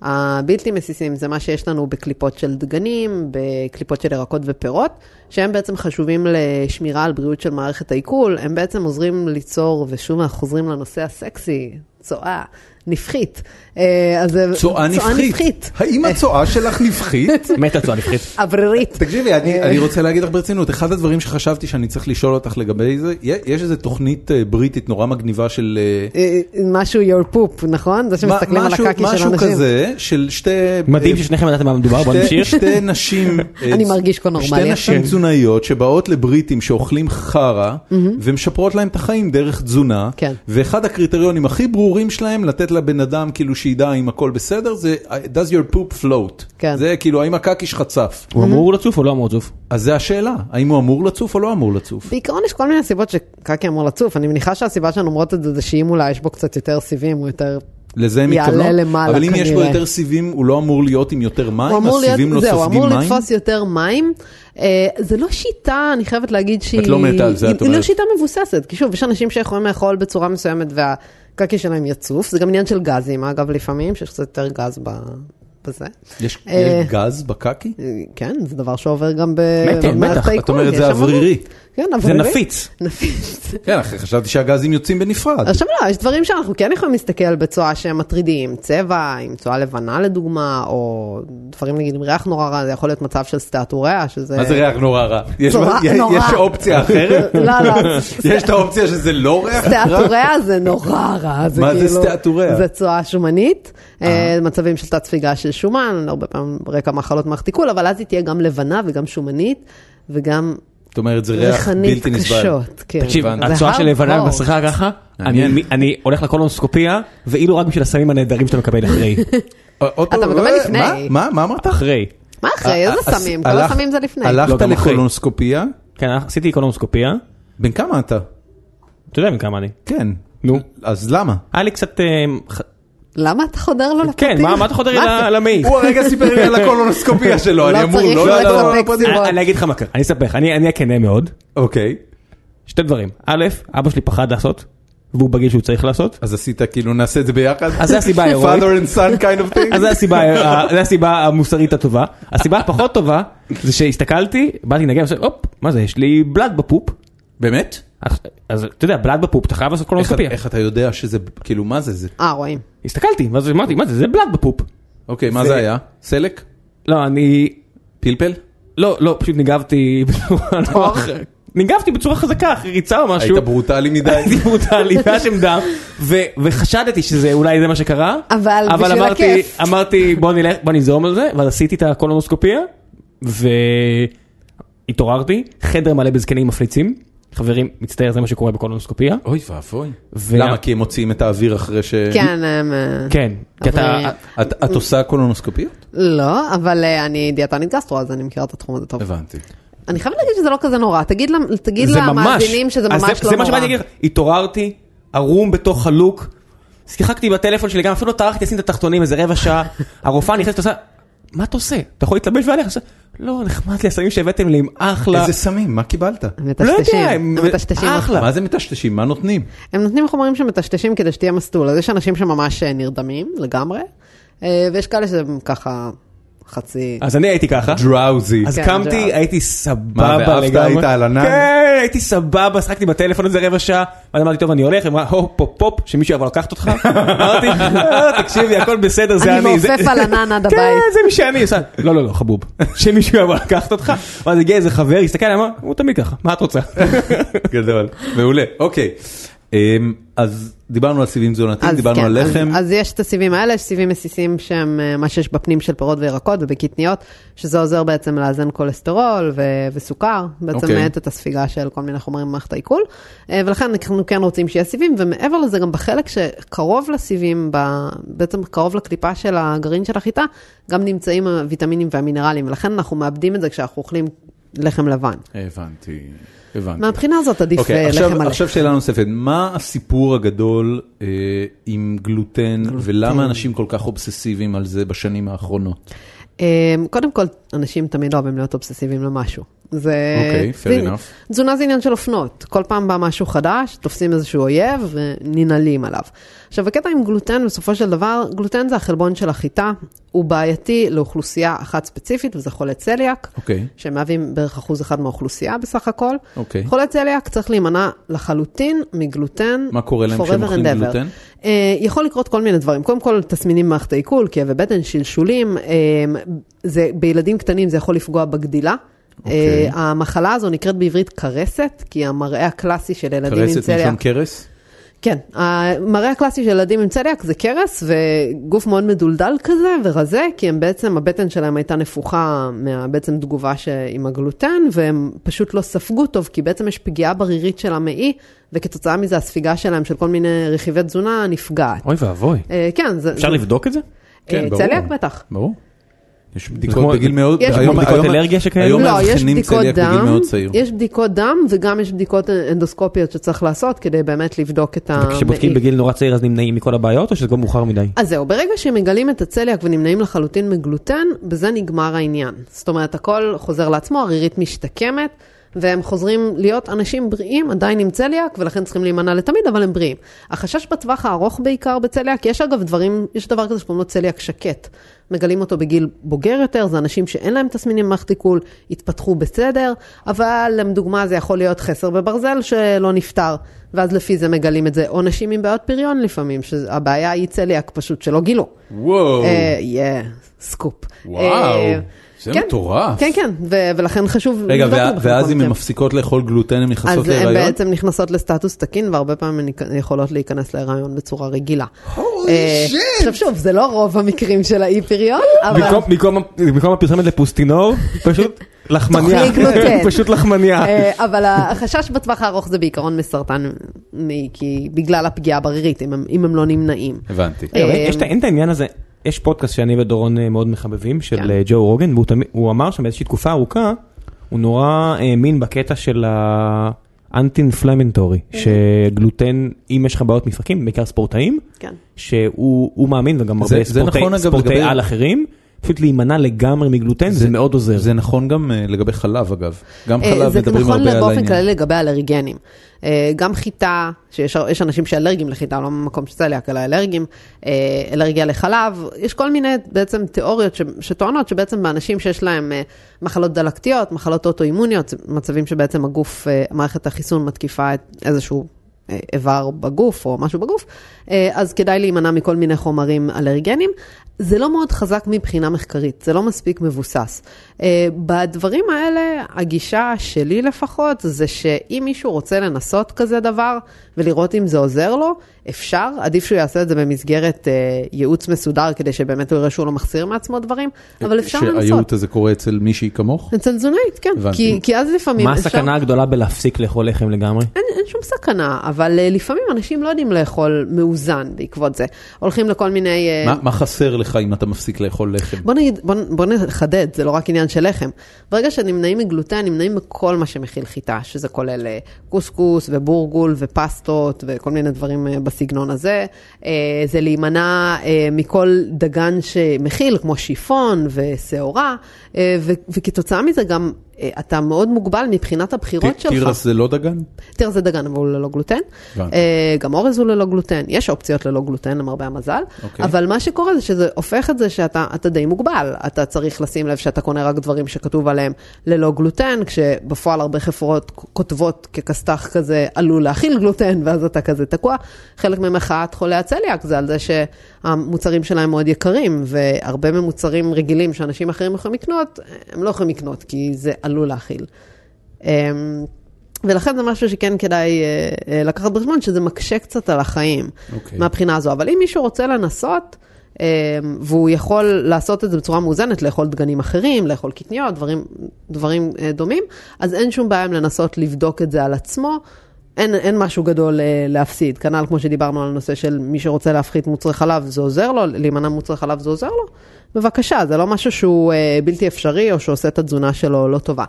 Speaker 3: הבלתי מסיסים זה מה שיש לנו בקליפות של דגנים, בקליפות של ירקות ופירות, שהם בעצם חשובים לשמירה על בריאות של מערכת העיכול, הם בעצם עוזרים ליצור, ושוב אנחנו חוזרים לנושא הסקסי, צואה, נפחית. אה, אז זה-
Speaker 1: צואה נפחית. האם הצואה שלך
Speaker 3: *laughs*
Speaker 1: נפחית?
Speaker 2: מתה צועה נפחית.
Speaker 3: אוורירית.
Speaker 1: תקשיבי, אני,
Speaker 3: אה.
Speaker 1: אני רוצה להגיד לך ברצינות, אחד הדברים שחשבתי שאני צריך לשאול אותך לגבי זה, יה- יש איזו תוכנית אה, בריטית נורא מגניבה של... אה,
Speaker 3: אה, משהו your poop, נכון? זה שמסתכלים על
Speaker 1: משהו-
Speaker 3: הקקי של אנשים.
Speaker 1: משהו כזה, של שתי...
Speaker 2: מדהים
Speaker 1: אה,
Speaker 2: ששניכם ידעתם מה מדובר, בוא
Speaker 1: שתי-
Speaker 2: נמשיך.
Speaker 1: שתי נשים, אה,
Speaker 3: *laughs* אני מרגיש כה נורמלי כן.
Speaker 1: שתי
Speaker 3: עכשיו.
Speaker 1: נשים תזונאיות שבאות לבריטים שאוכלים חרא ומשפרות להם את החיים דרך תזונה,
Speaker 3: כן.
Speaker 1: ואחד הקריטריונים הכי ברורים שלהם לתת לבן אדם כאילו שידע אם הכל בסדר זה אה, does your poop float,
Speaker 3: כן.
Speaker 1: זה כאילו האם הקקי שלך צף,
Speaker 2: הוא אמור לצוף או לא אמור לצוף?
Speaker 1: אז זה השאלה, האם הוא אמור לצוף או לא אמור לצוף.
Speaker 3: בעיקרון יש כל מיני סיבות שקקי אמור לצוף, אני מניחה שהסיבה שהן אומרות את זה זה שאם אולי יש בו קצת יותר סיבים, הוא יותר...
Speaker 1: לזה הם
Speaker 3: יעלה
Speaker 1: מתכוונות,
Speaker 3: למעלה
Speaker 1: אבל אם יש לו
Speaker 3: כנראה.
Speaker 1: יותר סיבים הוא לא אמור להיות עם יותר
Speaker 3: הוא
Speaker 1: מים,
Speaker 3: אמור להיות,
Speaker 1: הסיבים לא
Speaker 3: זהו,
Speaker 1: סופגים
Speaker 3: אמור
Speaker 1: מים.
Speaker 3: לתפוס יותר מים. אה, זה לא שיטה, אני חייבת להגיד שהיא...
Speaker 1: לא מתה על זה, את
Speaker 3: היא- היא לא
Speaker 1: אומרת.
Speaker 3: שיטה מבוססת, כי שוב, יש אנשים שיכולים לאכול בצורה מסוימת והקקי שלהם יצוף, זה גם עניין של גזים, אגב, לפעמים, שיש קצת יותר גז ב... בזה.
Speaker 1: יש
Speaker 3: אה,
Speaker 1: יש גז בקקי?
Speaker 3: אה, כן, זה דבר שעובר גם ב...
Speaker 2: מתח,
Speaker 3: במערכת
Speaker 1: את
Speaker 2: מתח, את
Speaker 3: העיכול,
Speaker 1: אומרת
Speaker 3: יש
Speaker 1: זה
Speaker 3: שם-
Speaker 1: אוורירי.
Speaker 3: כן,
Speaker 2: זה
Speaker 3: אוורירי.
Speaker 2: נפיץ.
Speaker 3: נפיץ.
Speaker 1: כן, אחי, חשבתי שהגזים יוצאים בנפרד.
Speaker 3: עכשיו לא, יש דברים שאנחנו כן יכולים להסתכל בצואה שהם מטרידים, צבע, עם צואה לבנה לדוגמה, או דברים נגיד עם ריח נורא רע, זה יכול להיות מצב של סטטוריה, שזה...
Speaker 1: מה זה ריח נורא רע? יש-
Speaker 3: אה, נורא,
Speaker 1: יש-
Speaker 3: נורא.
Speaker 1: יש אופציה
Speaker 3: *laughs*
Speaker 1: אחרת?
Speaker 3: לא, לא,
Speaker 1: יש את האופציה שזה לא ריח רע?
Speaker 3: סטטוריה זה נורא רע, זה
Speaker 1: מה זה
Speaker 3: כאילו...
Speaker 1: סטטוריה?
Speaker 3: זה צואה שומנית, אה, מצבים של תת ספיגה של שומן, הרבה פעמים רקע מחלות מערכת עיכול, אבל אז היא תהיה גם לבנה וגם שומנית. וגם
Speaker 1: זאת אומרת, זה ריח
Speaker 3: ריחנית
Speaker 1: בלתי נסבל.
Speaker 3: קשות. כן.
Speaker 2: תקשיב,
Speaker 1: הבנתי.
Speaker 2: הצורה של לבנה
Speaker 3: והרפורט.
Speaker 2: במסכה ככה,
Speaker 1: מעניין.
Speaker 2: אני- אני הולך לקולונוסקופיה, ואילו רק בשביל הסמים הנהדרים שאתה מקבל
Speaker 1: *laughs*
Speaker 2: אחרי.
Speaker 1: עוד פעם,
Speaker 3: אתה מקבל
Speaker 1: לא,
Speaker 3: לפני.
Speaker 1: מה? מה? מה אמרת?
Speaker 2: אחרי.
Speaker 3: מה אחרי? איזה סמים? כל
Speaker 1: אה, הלך-
Speaker 3: הסמים זה לפני.
Speaker 1: הלכת
Speaker 2: לא, גם אחרי.
Speaker 1: לקולונוסקופיה?
Speaker 2: כן, עשיתי קולונוסקופיה,
Speaker 1: בן כמה אתה?
Speaker 2: אתה יודע מכמה אני.
Speaker 1: כן.
Speaker 2: נו.
Speaker 1: אז למה?
Speaker 2: היה לי קצת... אה, ח-
Speaker 3: למה אתה חודר לו לפרטים?
Speaker 2: כן, מה מה אתה חודר לי
Speaker 3: מה זה?
Speaker 2: ל- למעי?
Speaker 1: הוא הרגע סיפר לי על הקולונוסקופיה שלו,
Speaker 3: לא
Speaker 1: אני אמור,
Speaker 3: צריך
Speaker 1: לא, לא, לא,
Speaker 3: לספק
Speaker 1: לא, לא,
Speaker 3: סיבות.
Speaker 2: אני- אני אגיד לך מה קרה, אני אספר לך, אני אני הכנה מאוד.
Speaker 1: אוקיי,
Speaker 2: שתי דברים, א', אבא שלי פחד לעשות, והוא בגיל שהוא צריך לעשות.
Speaker 1: אז עשית כאילו נעשה את זה ביחד?
Speaker 2: אז זה הסיבה
Speaker 1: *laughs*
Speaker 2: ההירואית.
Speaker 1: father and son kind of thing?
Speaker 2: אז זו הסיבה, ה- זו הסיבה המוסרית הטובה. הסיבה הפחות טובה זה שהסתכלתי, באתי לנגן, ועושה, הופ, מה זה, יש לי בלאד בפופ.
Speaker 1: באמת?
Speaker 2: אז- אז אתה יודע, בלאד בפופ, אתה חייב לעשות
Speaker 1: איך-
Speaker 2: קולונוסקופיה.
Speaker 1: איך אתה יודע שזה, כאילו מה זה זה?
Speaker 3: אה, רואים.
Speaker 2: הסתכלתי, ואז אמרתי, מה זה, זה בלאד בפופ.
Speaker 1: אוקיי, מה
Speaker 2: זה-
Speaker 1: זה היה? סלק?
Speaker 2: לא, אני...
Speaker 1: פלפל?
Speaker 2: לא, לא, פשוט ניגבתי *laughs* בצורה נוח. ניגבתי בצורה חזקה, אחרי ריצה או משהו.
Speaker 1: היית ברוטלי מדי?
Speaker 2: *laughs* הייתי ברוטלי, והיה שם דם, ו- וחשדתי שזה אולי זה מה שקרה.
Speaker 3: אבל בשביל
Speaker 2: אמרתי,
Speaker 3: הכיף.
Speaker 2: אמרתי, בוא נלך, בוא נזרום על זה, ואז עשיתי את הקולונוסקופיה, והתעוררתי, חדר מלא בזקנים מפליצים. חברים, מצטער, זה מה שקורה בקולונוסקופיה.
Speaker 1: אוי ואבוי.
Speaker 2: ו-
Speaker 1: למה? כי הם מוציאים את האוויר אחרי ש...
Speaker 3: כן, הם... אה,
Speaker 2: כן, כי אתה...
Speaker 3: אבל-
Speaker 1: את את עושה קולונוסקופיות?
Speaker 3: לא, אבל אה, אני דיאטנית גסטרו, אז אני מכירה את התחום הזה טוב.
Speaker 1: הבנתי.
Speaker 3: אני חייבת להגיד שזה לא כזה נורא. תגיד למ- תגיד
Speaker 2: זה ממש-
Speaker 3: למאזינים שזה
Speaker 2: אז
Speaker 3: ממש לא נורא.
Speaker 2: זה מה שבאתי להגיד לך, התעוררתי, ערום בתוך חלוק, שיחקתי בטלפון שלי, גם אפילו לא טרחתי, עשיתי את התחתונים איזה רבע
Speaker 3: *laughs*
Speaker 2: שעה, הרופאה נכנסת, עושה, מה אתה עושה? אתה יכול להתלבש והלך? עושה, לא, נחמד לי, הסמים שהבאתם לי הם אחלה.
Speaker 1: איזה סמים? מה קיבלת?
Speaker 3: הם
Speaker 2: לא
Speaker 3: מטשטשים,
Speaker 2: יודע,
Speaker 3: הם
Speaker 2: הם-
Speaker 3: מטשטשים.
Speaker 2: אחלה.
Speaker 1: מה זה מטשטשים? מה נותנים?
Speaker 3: הם נותנים חומרים שמטשטשים כדי שתהיה מסלול, אז יש אנשים שממש אה, נרדמים לגמרי, אה, ויש כאלה שהם ככה חצי...
Speaker 2: אז אני הייתי ככה.
Speaker 1: דראוזי.
Speaker 2: אז
Speaker 3: כן,
Speaker 2: קמתי,
Speaker 3: ג'ראפ.
Speaker 2: הייתי
Speaker 1: מה,
Speaker 2: סבבה
Speaker 1: ואהבת?
Speaker 2: לגמרי.
Speaker 1: היית על ענן?
Speaker 2: כן, הייתי סבבה, שחקתי בטלפון איזה רבע שעה, ואז אמרתי, טוב, אני הולך, היא אמרה, הופ, הופ, הופ, שמישהו יבוא לקחת אותך. אמרתי, "לא, תקשיבי, הכל בסדר, זה
Speaker 3: אני
Speaker 2: אני. זה-
Speaker 3: מעופף על ענן עד הבית.
Speaker 2: כן, זה מי שאני עושה. לא, לא, לא, חבוב. שמישהו יבוא לקחת אותך, ואז הגיע איזה חבר, הסתכל, אמר, הוא תמיד ככה, מה את רוצה?
Speaker 1: *laughs* גדול. מעולה, אוקיי. אמ, אז דיברנו על סיבים תזונתיים,
Speaker 3: אז
Speaker 1: דיברנו
Speaker 3: כן,
Speaker 1: על לחם.
Speaker 3: אז, אז יש את הסיבים האלה, יש סיבים מסיסים שהם אה, מה שיש בפנים של פירות וירקות ובקטניות, שזה עוזר בעצם לאזן כולסטרול ו- וסוכר, בעצם okay.
Speaker 1: אוקיי.
Speaker 3: מאט את הספיגה של כל מיני חומרים במערכת העיכול, אה, ולכן אנחנו כן רוצים שיהיה סיבים, ומעבר לזה גם בחלק שקרוב לסיבים, ב- בעצם קרוב לקליפה של הגרעין של החיטה, גם נמצאים הוויטמינים והמינרלים, ולכן אנחנו מאבדים את זה כשאנחנו אוכלים לחם לבן.
Speaker 1: הבנתי, הבנתי.
Speaker 3: מהבחינה הזאת עדיף
Speaker 1: אוקיי,
Speaker 3: אה,
Speaker 1: עכשיו-
Speaker 3: לחם מלא.
Speaker 1: עכשיו שאלה נוספת, מה הסיפור הגדול אה, עם גלוטן, ולמה אנשים כל כך אובססיביים על זה בשנים האחרונות?
Speaker 3: אמ, קודם כל, אנשים תמיד אוהבים להיות אובססיביים למשהו. זה...
Speaker 1: אוקיי, fair
Speaker 3: זה-
Speaker 1: enough.
Speaker 3: תזונה זה עניין של אופנות. כל פעם בא משהו חדש, תופסים איזשהו אויב וננעלים עליו. עכשיו, הקטע עם גלוטן, בסופו של דבר, גלוטן זה החלבון של החיטה, הוא בעייתי לאוכלוסייה אחת ספציפית, וזה חולי צליאק.
Speaker 1: אוקיי.
Speaker 3: שמהווים בערך אחוז אחד מהאוכלוסייה בסך הכל.
Speaker 1: אוקיי.
Speaker 3: חולי צליאק צריך להימנע לחלוטין מגלוטן.
Speaker 1: מה קורה להם
Speaker 3: forever
Speaker 1: כשהם אוכלים
Speaker 3: and ever.
Speaker 1: גלוטן?
Speaker 3: אה, יכול לקרות כל מיני דברים. קודם כל, תסמינים במערכת העיכול, כאבי בטן, שלשולים. אה, זה, בילדים קטנים זה יכול לפגוע בגדילה.
Speaker 1: אוקיי.
Speaker 3: אה, המחלה הזו נקראת בעברית קרסת, כי המראה הקלאסי של ילדים עם
Speaker 1: קרסת
Speaker 3: צליאק...
Speaker 1: מלשון קרס?
Speaker 3: כן, המראה הקלאסי של ילדים עם צליאק זה קרס וגוף מאוד מדולדל כזה ורזה, כי הם בעצם, הבטן שלהם הייתה נפוחה מה- בעצם תגובה ש- עם הגלוטן, והם פשוט לא ספגו טוב, כי בעצם יש פגיעה ברירית של המעי, וכתוצאה מזה הספיגה שלהם של כל מיני רכיבי תזונה נפגעת.
Speaker 2: אוי ואבוי.
Speaker 3: אה, כן, זה...
Speaker 2: אפשר
Speaker 3: זה-
Speaker 2: לבדוק את זה?
Speaker 1: כן,
Speaker 3: אה,
Speaker 1: ברור.
Speaker 3: צליאק בטח.
Speaker 1: ברור. יש
Speaker 2: כמו-
Speaker 1: בדיקות בגיל מאוד...
Speaker 3: יש
Speaker 1: היום-
Speaker 2: כמו בדיקות
Speaker 1: היום-
Speaker 2: אלרגיה שכאלה?
Speaker 1: היום
Speaker 3: לא, יש
Speaker 1: מאבחנים
Speaker 3: בדיקות
Speaker 1: צליאק בגיל
Speaker 3: דם,
Speaker 1: מאוד צעיר.
Speaker 3: יש בדיקות דם וגם יש בדיקות אנדוסקופיות שצריך לעשות כדי באמת לבדוק את המעי.
Speaker 2: כשבודקים בגיל נורא צעיר אז נמנעים מכל הבעיות, או שזה כבר מאוחר מדי?
Speaker 3: אז זהו, ברגע שמגלים את הצליאק ונמנעים לחלוטין מגלוטן, בזה נגמר העניין. זאת אומרת, הכל חוזר לעצמו, הרירית משתקמת, והם חוזרים להיות אנשים בריאים, עדיין עם צליאק, ולכן צריכים להימנע לתמיד, אבל הם בריאים. החשש בטווח הארוך בעיקר בצליאק, יש אגב דברים, יש דבר כזה שקוראים לו צליאק שקט. מגלים אותו בגיל בוגר יותר, זה אנשים שאין להם תסמינים במערכת עיכול, התפתחו בסדר, אבל לדוגמה זה יכול להיות חסר בברזל שלא נפתר, ואז לפי זה מגלים את זה, או נשים עם בעיות פריון לפעמים, שהבעיה היא צליאק פשוט שלא גילו.
Speaker 1: וואו,
Speaker 3: אה, יא, אה, סקופ.
Speaker 1: וואו.
Speaker 3: אה,
Speaker 1: זה
Speaker 3: כן.
Speaker 1: מטורף.
Speaker 3: כן, כן, ו- ולכן חשוב
Speaker 1: רגע,
Speaker 3: לבדוק את
Speaker 1: וה-
Speaker 3: זה בכל
Speaker 1: ואז אם
Speaker 3: מקרה.
Speaker 1: הן מפסיקות לאכול גלוטן, הן נכנסות
Speaker 3: אז הן
Speaker 1: להיריון?
Speaker 3: בעצם נכנסות לסטטוס תקין, והרבה פעמים הן ניק- יכולות להיכנס להיריון בצורה רגילה. אה, עכשיו שוב, זה לא רוב המקרים של האי פריון, אבל...
Speaker 2: במקום- במקום- במקום הפרסומת לפוסטינור, פשוט לחמניה.
Speaker 3: תאכלי גלוטן.
Speaker 2: פשוט לחמניה.
Speaker 3: אה, אבל החשש בטווח הארוך זה בעיקרון מסרטן, מ- כי בגלל הפגיעה הברירית, אם הם- אם הם לא נמנעים.
Speaker 1: הבנתי.
Speaker 2: אה, אבל
Speaker 3: אוקיי.
Speaker 2: יש את- אין את העניין הזה, יש פודקאסט שאני ודורון אה, מאוד מחבבים,
Speaker 3: כן.
Speaker 2: של אה, ג'ו רוגן, והוא תמיד- הוא אמר שם באיזושהי תקופה ארוכה, הוא נורא האמין בקטע של האנטי אינפלמנטורי,
Speaker 3: אוקיי.
Speaker 2: שגלוטן, אם יש לך בעיות מפרקים, בעיקר ספורטאים,
Speaker 3: כן.
Speaker 2: שהוא הוא מאמין וגם
Speaker 1: זה-
Speaker 2: הרבה
Speaker 1: זה
Speaker 2: ספורטאי-
Speaker 1: נכון, אגב,
Speaker 2: ספורטאי
Speaker 1: לגבי-
Speaker 2: על אחרים, פשוט להימנע לגמרי מגלוטן, זה מאוד עוזר.
Speaker 1: זה נכון גם אה, לגבי חלב, אגב. גם
Speaker 3: אה,
Speaker 1: חלב מדברים הרבה על
Speaker 3: זה נכון באופן
Speaker 1: העניין.
Speaker 3: כללי לגבי אלרגנים. אה, גם חיטה, שיש יש אנשים שאלרגיים לחיטה, לא ממקום שצליאק, אלא אלרגיים, אה, אלרגיה לחלב, יש כל מיני בעצם תיאוריות ש, שטוענות שבעצם באנשים שיש להם אה, מחלות דלקתיות, מחלות אוטואימוניות, זה מצבים שבעצם הגוף, אה, מערכת החיסון מתקיפה את איזשהו... אה, איבר בגוף או משהו בגוף, אה, אז כדאי להימנע מכל מיני חומרים אלרגנים. זה לא מאוד חזק מבחינה מחקרית, זה לא מספיק מבוסס. אה, בדברים האלה, הגישה שלי לפחות, זה שאם מישהו רוצה לנסות כזה דבר ולראות אם זה עוזר לו, אפשר, עדיף שהוא יעשה את זה במסגרת אה, ייעוץ מסודר, כדי שבאמת הוא יראה שהוא לא מחסיר מעצמו דברים, אבל אפשר לנסות.
Speaker 1: שהייעוץ הזה קורה אצל מישהי כמוך?
Speaker 3: אצל תזונאית, כן,
Speaker 1: הבנתי.
Speaker 3: כי, כי אז לפעמים
Speaker 2: מה
Speaker 3: אפשר-
Speaker 2: הסכנה הגדולה בלהפסיק לאכול לחם לגמרי?
Speaker 3: אין, אין שום סכנה, אבל אה, לפעמים אנשים לא יודעים לאכול מאוזן בעקבות זה. הולכים לכל מיני... אה,
Speaker 1: מה- מה חסר לך אם אתה מפסיק לאכול לחם?
Speaker 3: בוא, נגיד, בוא, נ- בוא נחדד, זה לא רק עניין של לחם. ברגע שנמנעים מגלוטן, נמנעים מכל מה שמכיל חיטה, שזה כולל אה, קוסקוס ובורגול ופסטות וכל מיני דברים אה, בסגנון הזה. אה, זה להימנע אה, מכל דגן שמכיל, כמו שיפון ושעורה, אה, ו- וכתוצאה מזה גם אה, אתה מאוד מוגבל מבחינת הבחירות
Speaker 1: ט-
Speaker 3: שלך. אוקיי.
Speaker 1: תירס זה לא דגן?
Speaker 3: תראה, זה דגן, אבל הוא ללא גלוטן.
Speaker 1: הבנתי.
Speaker 3: אה, גם אורז הוא ללא גלוטן. יש אופציות ללא גלוטן, למרבה המזל.
Speaker 1: אוקיי.
Speaker 3: אבל מה שקורה זה שזה הופך את זה שאתה אתה די מוגבל. אתה צריך לשים לב שאתה קונה רק דברים שכתוב עליהם ללא גלוטן, כשבפועל הרבה חברות כותבות ככסת"ח כזה עלול להכיל גלוטן, ואז אתה כזה תקוע. חלק ממחאת חולי הצליאק זה על זה שהמוצרים שלהם מאוד יקרים, והרבה ממוצרים רגילים שאנשים אחרים יכולים לקנות, הם לא יכולים לקנות, כי זה עלול להכיל. אמ, ולכן זה משהו שכן כדאי אה, אה, לקחת בחשבון, שזה מקשה קצת על החיים
Speaker 1: אוקיי.
Speaker 3: מהבחינה הזו. אבל אם מישהו רוצה לנסות, אמ, והוא יכול לעשות את זה בצורה מאוזנת, לאכול דגנים אחרים, לאכול קטניות, דברים, דברים אה, דומים, אז אין שום בעיה עם לנסות לבדוק את זה על עצמו. אין, אין משהו גדול אה, להפסיד, כנ"ל כמו שדיברנו על הנושא של מי שרוצה להפחית מוצרי חלב, זה עוזר לו, להימנע מוצרי חלב זה עוזר לו. בבקשה, זה לא משהו שהוא אה, בלתי אפשרי או שעושה את התזונה שלו לא טובה.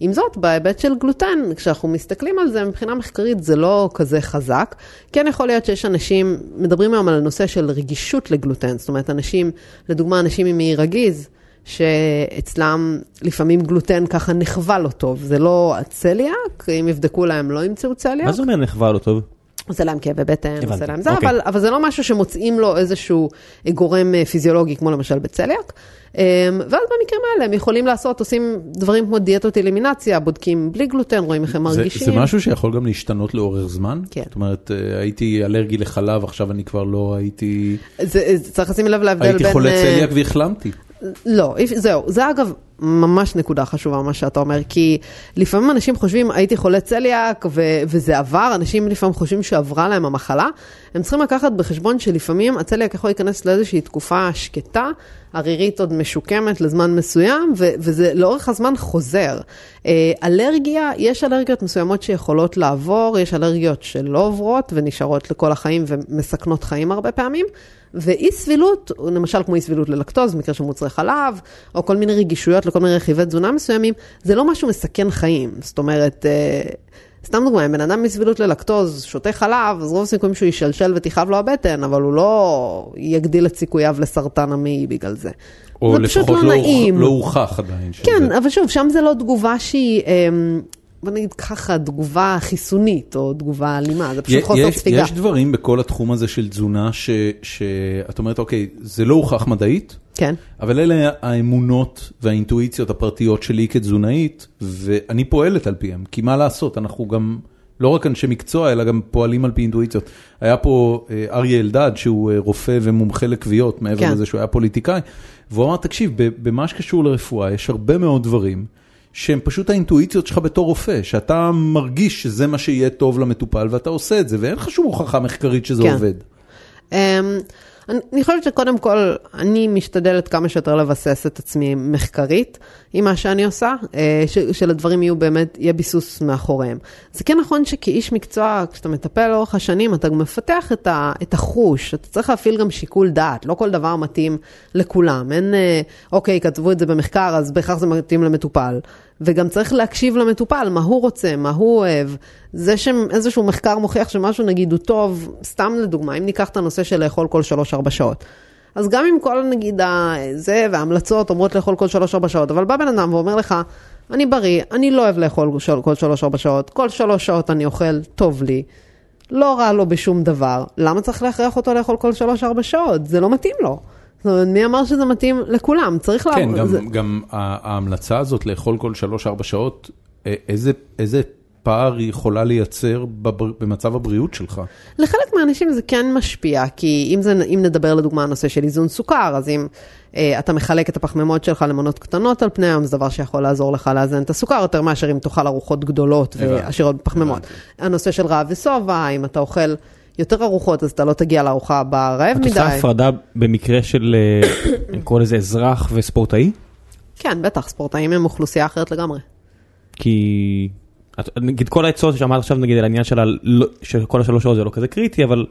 Speaker 3: עם זאת, בהיבט של גלוטן, כשאנחנו מסתכלים על זה מבחינה מחקרית, זה לא כזה חזק. כן יכול להיות שיש אנשים, מדברים היום על הנושא של רגישות לגלוטן, זאת אומרת, אנשים, לדוגמה, אנשים עם מעי רגיז, שאצלם לפעמים גלוטן ככה נחווה לא טוב, זה לא הצליאק, אם יבדקו להם לא ימצאו צליאק.
Speaker 2: מה זה אומר נחווה לא טוב?
Speaker 3: עושה להם כאבי בטן,
Speaker 2: הבנתי,
Speaker 3: עושה להם זה,
Speaker 2: אוקיי.
Speaker 3: אבל, אבל זה לא משהו שמוצאים לו איזשהו אה, גורם אה, פיזיולוגי, כמו למשל בצליאק. אמ, ואז במקרים האלה הם יכולים לעשות, עושים דברים כמו דיאטות אלימינציה, בודקים בלי גלוטן, רואים איך הם
Speaker 1: זה-
Speaker 3: מרגישים.
Speaker 1: זה משהו שיכול גם להשתנות לאורך זמן?
Speaker 3: כן.
Speaker 1: זאת אומרת, אה, הייתי אלרגי לחלב, עכשיו אני כבר לא הייתי...
Speaker 3: זה, זה, צריך לשים לב להבדל בין...
Speaker 1: הייתי חולה
Speaker 3: אה,
Speaker 1: צליאק והחלמתי.
Speaker 3: לא, אי- זהו, זה אגב ממש נקודה חשובה מה שאתה אומר, כי לפעמים אנשים חושבים, הייתי חולה צליאק ו- וזה עבר, אנשים לפעמים חושבים שעברה להם המחלה, הם צריכים לקחת בחשבון שלפעמים הצליאק יכול להיכנס לאיזושהי תקופה שקטה, ערירית עוד משוקמת לזמן מסוים, ו- וזה לאורך הזמן חוזר. אה, אלרגיה, יש אלרגיות מסוימות שיכולות לעבור, יש אלרגיות שלא עוברות ונשארות לכל החיים ומסכנות חיים הרבה פעמים. ואי סבילות, למשל כמו אי סבילות ללקטוז, במקרה של מוצרי חלב, או כל מיני רגישויות לכל מיני רכיבי תזונה מסוימים, זה לא משהו מסכן חיים. זאת אומרת, אה, סתם דוגמא, אם בן אדם עם אי סבילות ללקטוז שותה חלב, אז רוב הסיכויים שהוא ישלשל ותכאב לו הבטן, אבל הוא לא יגדיל את סיכוייו לסרטן המעי בגלל זה.
Speaker 1: או
Speaker 3: זה פשוט
Speaker 1: לפחות
Speaker 3: לא
Speaker 1: לא הוכ-
Speaker 3: נעים.
Speaker 1: לא הוכח עדיין. שזה-
Speaker 3: כן, אבל שוב, שם זה לא תגובה שהיא, אמ, בוא נגיד ככה, תגובה חיסונית, או תגובה אלימה, זה פשוט
Speaker 1: י-
Speaker 3: חוסר
Speaker 1: יש-
Speaker 3: ספיגה.
Speaker 1: יש דברים בכל התחום הזה של תזונה ש- שאת אומרת, אוקיי, זה לא הוכח מדעית,
Speaker 3: כן.
Speaker 1: אבל אלה האמונות והאינטואיציות הפרטיות שלי כתזונאית, ואני פועלת על פיהם, כי מה לעשות, אנחנו גם לא רק אנשי מקצוע, אלא גם פועלים על פי אינטואיציות. היה פה אה, אריה אלדד, שהוא אה, רופא ומומחה לכוויות, מעבר
Speaker 3: כן.
Speaker 1: לזה שהוא היה פוליטיקאי, והוא אמר, תקשיב, ב- במה שקשור לרפואה יש הרבה מאוד דברים שהם פשוט האינטואיציות שלך בתור רופא, שאתה מרגיש שזה מה שיהיה טוב למטופל ואתה עושה את זה, ואין לך שום הוכחה מחקרית שזה
Speaker 3: כן.
Speaker 1: עובד.
Speaker 3: אמ, אני אני חושבת שקודם כל, אני משתדלת כמה שיותר לבסס את עצמי מחקרית עם מה שאני עושה, אה, ש, שלדברים יהיו באמת, יהיה ביסוס מאחוריהם. זה כן נכון שכאיש מקצוע, כשאתה מטפל לאורך השנים, אתה גם מפתח את, ה, את החוש, אתה צריך להפעיל גם שיקול דעת, לא כל דבר מתאים לכולם. אין, אה, אוקיי, כתבו את זה במחקר, אז בהכרח זה מתאים למטופל. וגם צריך להקשיב למטופל, מה הוא רוצה, מה הוא אוהב. זה שאיזשהו מחקר מוכיח שמשהו נגיד הוא טוב, סתם לדוגמה, אם ניקח את הנושא של לאכול כל 3-4 שעות. אז גם אם כל נגיד ה- זה וההמלצות אומרות לאכול כל 3-4 שעות, אבל בא בן אדם ואומר לך, אני בריא, אני לא אוהב לאכול כל- כל 3-4 שעות, כל 3 שעות אני אוכל, טוב לי. לא רע לו בשום דבר, למה צריך להכריח אותו לאכול כל 3-4 שעות? זה לא מתאים לו. זאת אומרת, מי אמר שזה מתאים לכולם? צריך לה...
Speaker 1: כן,
Speaker 3: זה...
Speaker 1: גם, גם ה- ההמלצה הזאת לאכול כל 3-4 שעות, אה, איזה, איזה פער היא יכולה לייצר בבר, במצב הבריאות שלך?
Speaker 3: לחלק מהאנשים זה כן משפיע, כי אם, זה, אם נדבר לדוגמה על נושא של איזון סוכר, אז אם אה, אתה מחלק את הפחמימות שלך למנות קטנות על פני היום, זה דבר שיכול לעזור לך לאזן את הסוכר יותר מאשר אם תאכל ארוחות גדולות
Speaker 1: הבנתי,
Speaker 3: ועשירות בפחמימות. הנושא של רעב ושובע, אם אתה אוכל יותר ארוחות, אז אתה לא תגיע לארוחה הבאה
Speaker 2: את
Speaker 3: רעב מדי.
Speaker 2: עושה הפרדה במקרה של,
Speaker 3: *coughs*
Speaker 2: אה, אני קורא לזה אזרח וספורטאי?
Speaker 3: כן, בטח, ספורטאים הם אוכלוסייה אחרת לגמרי.
Speaker 2: כי את- נגיד כל העצות שאמרת עכשיו נגיד על העניין של, ה- לא- של כל השלוש שעות זה לא כזה קריטי אבל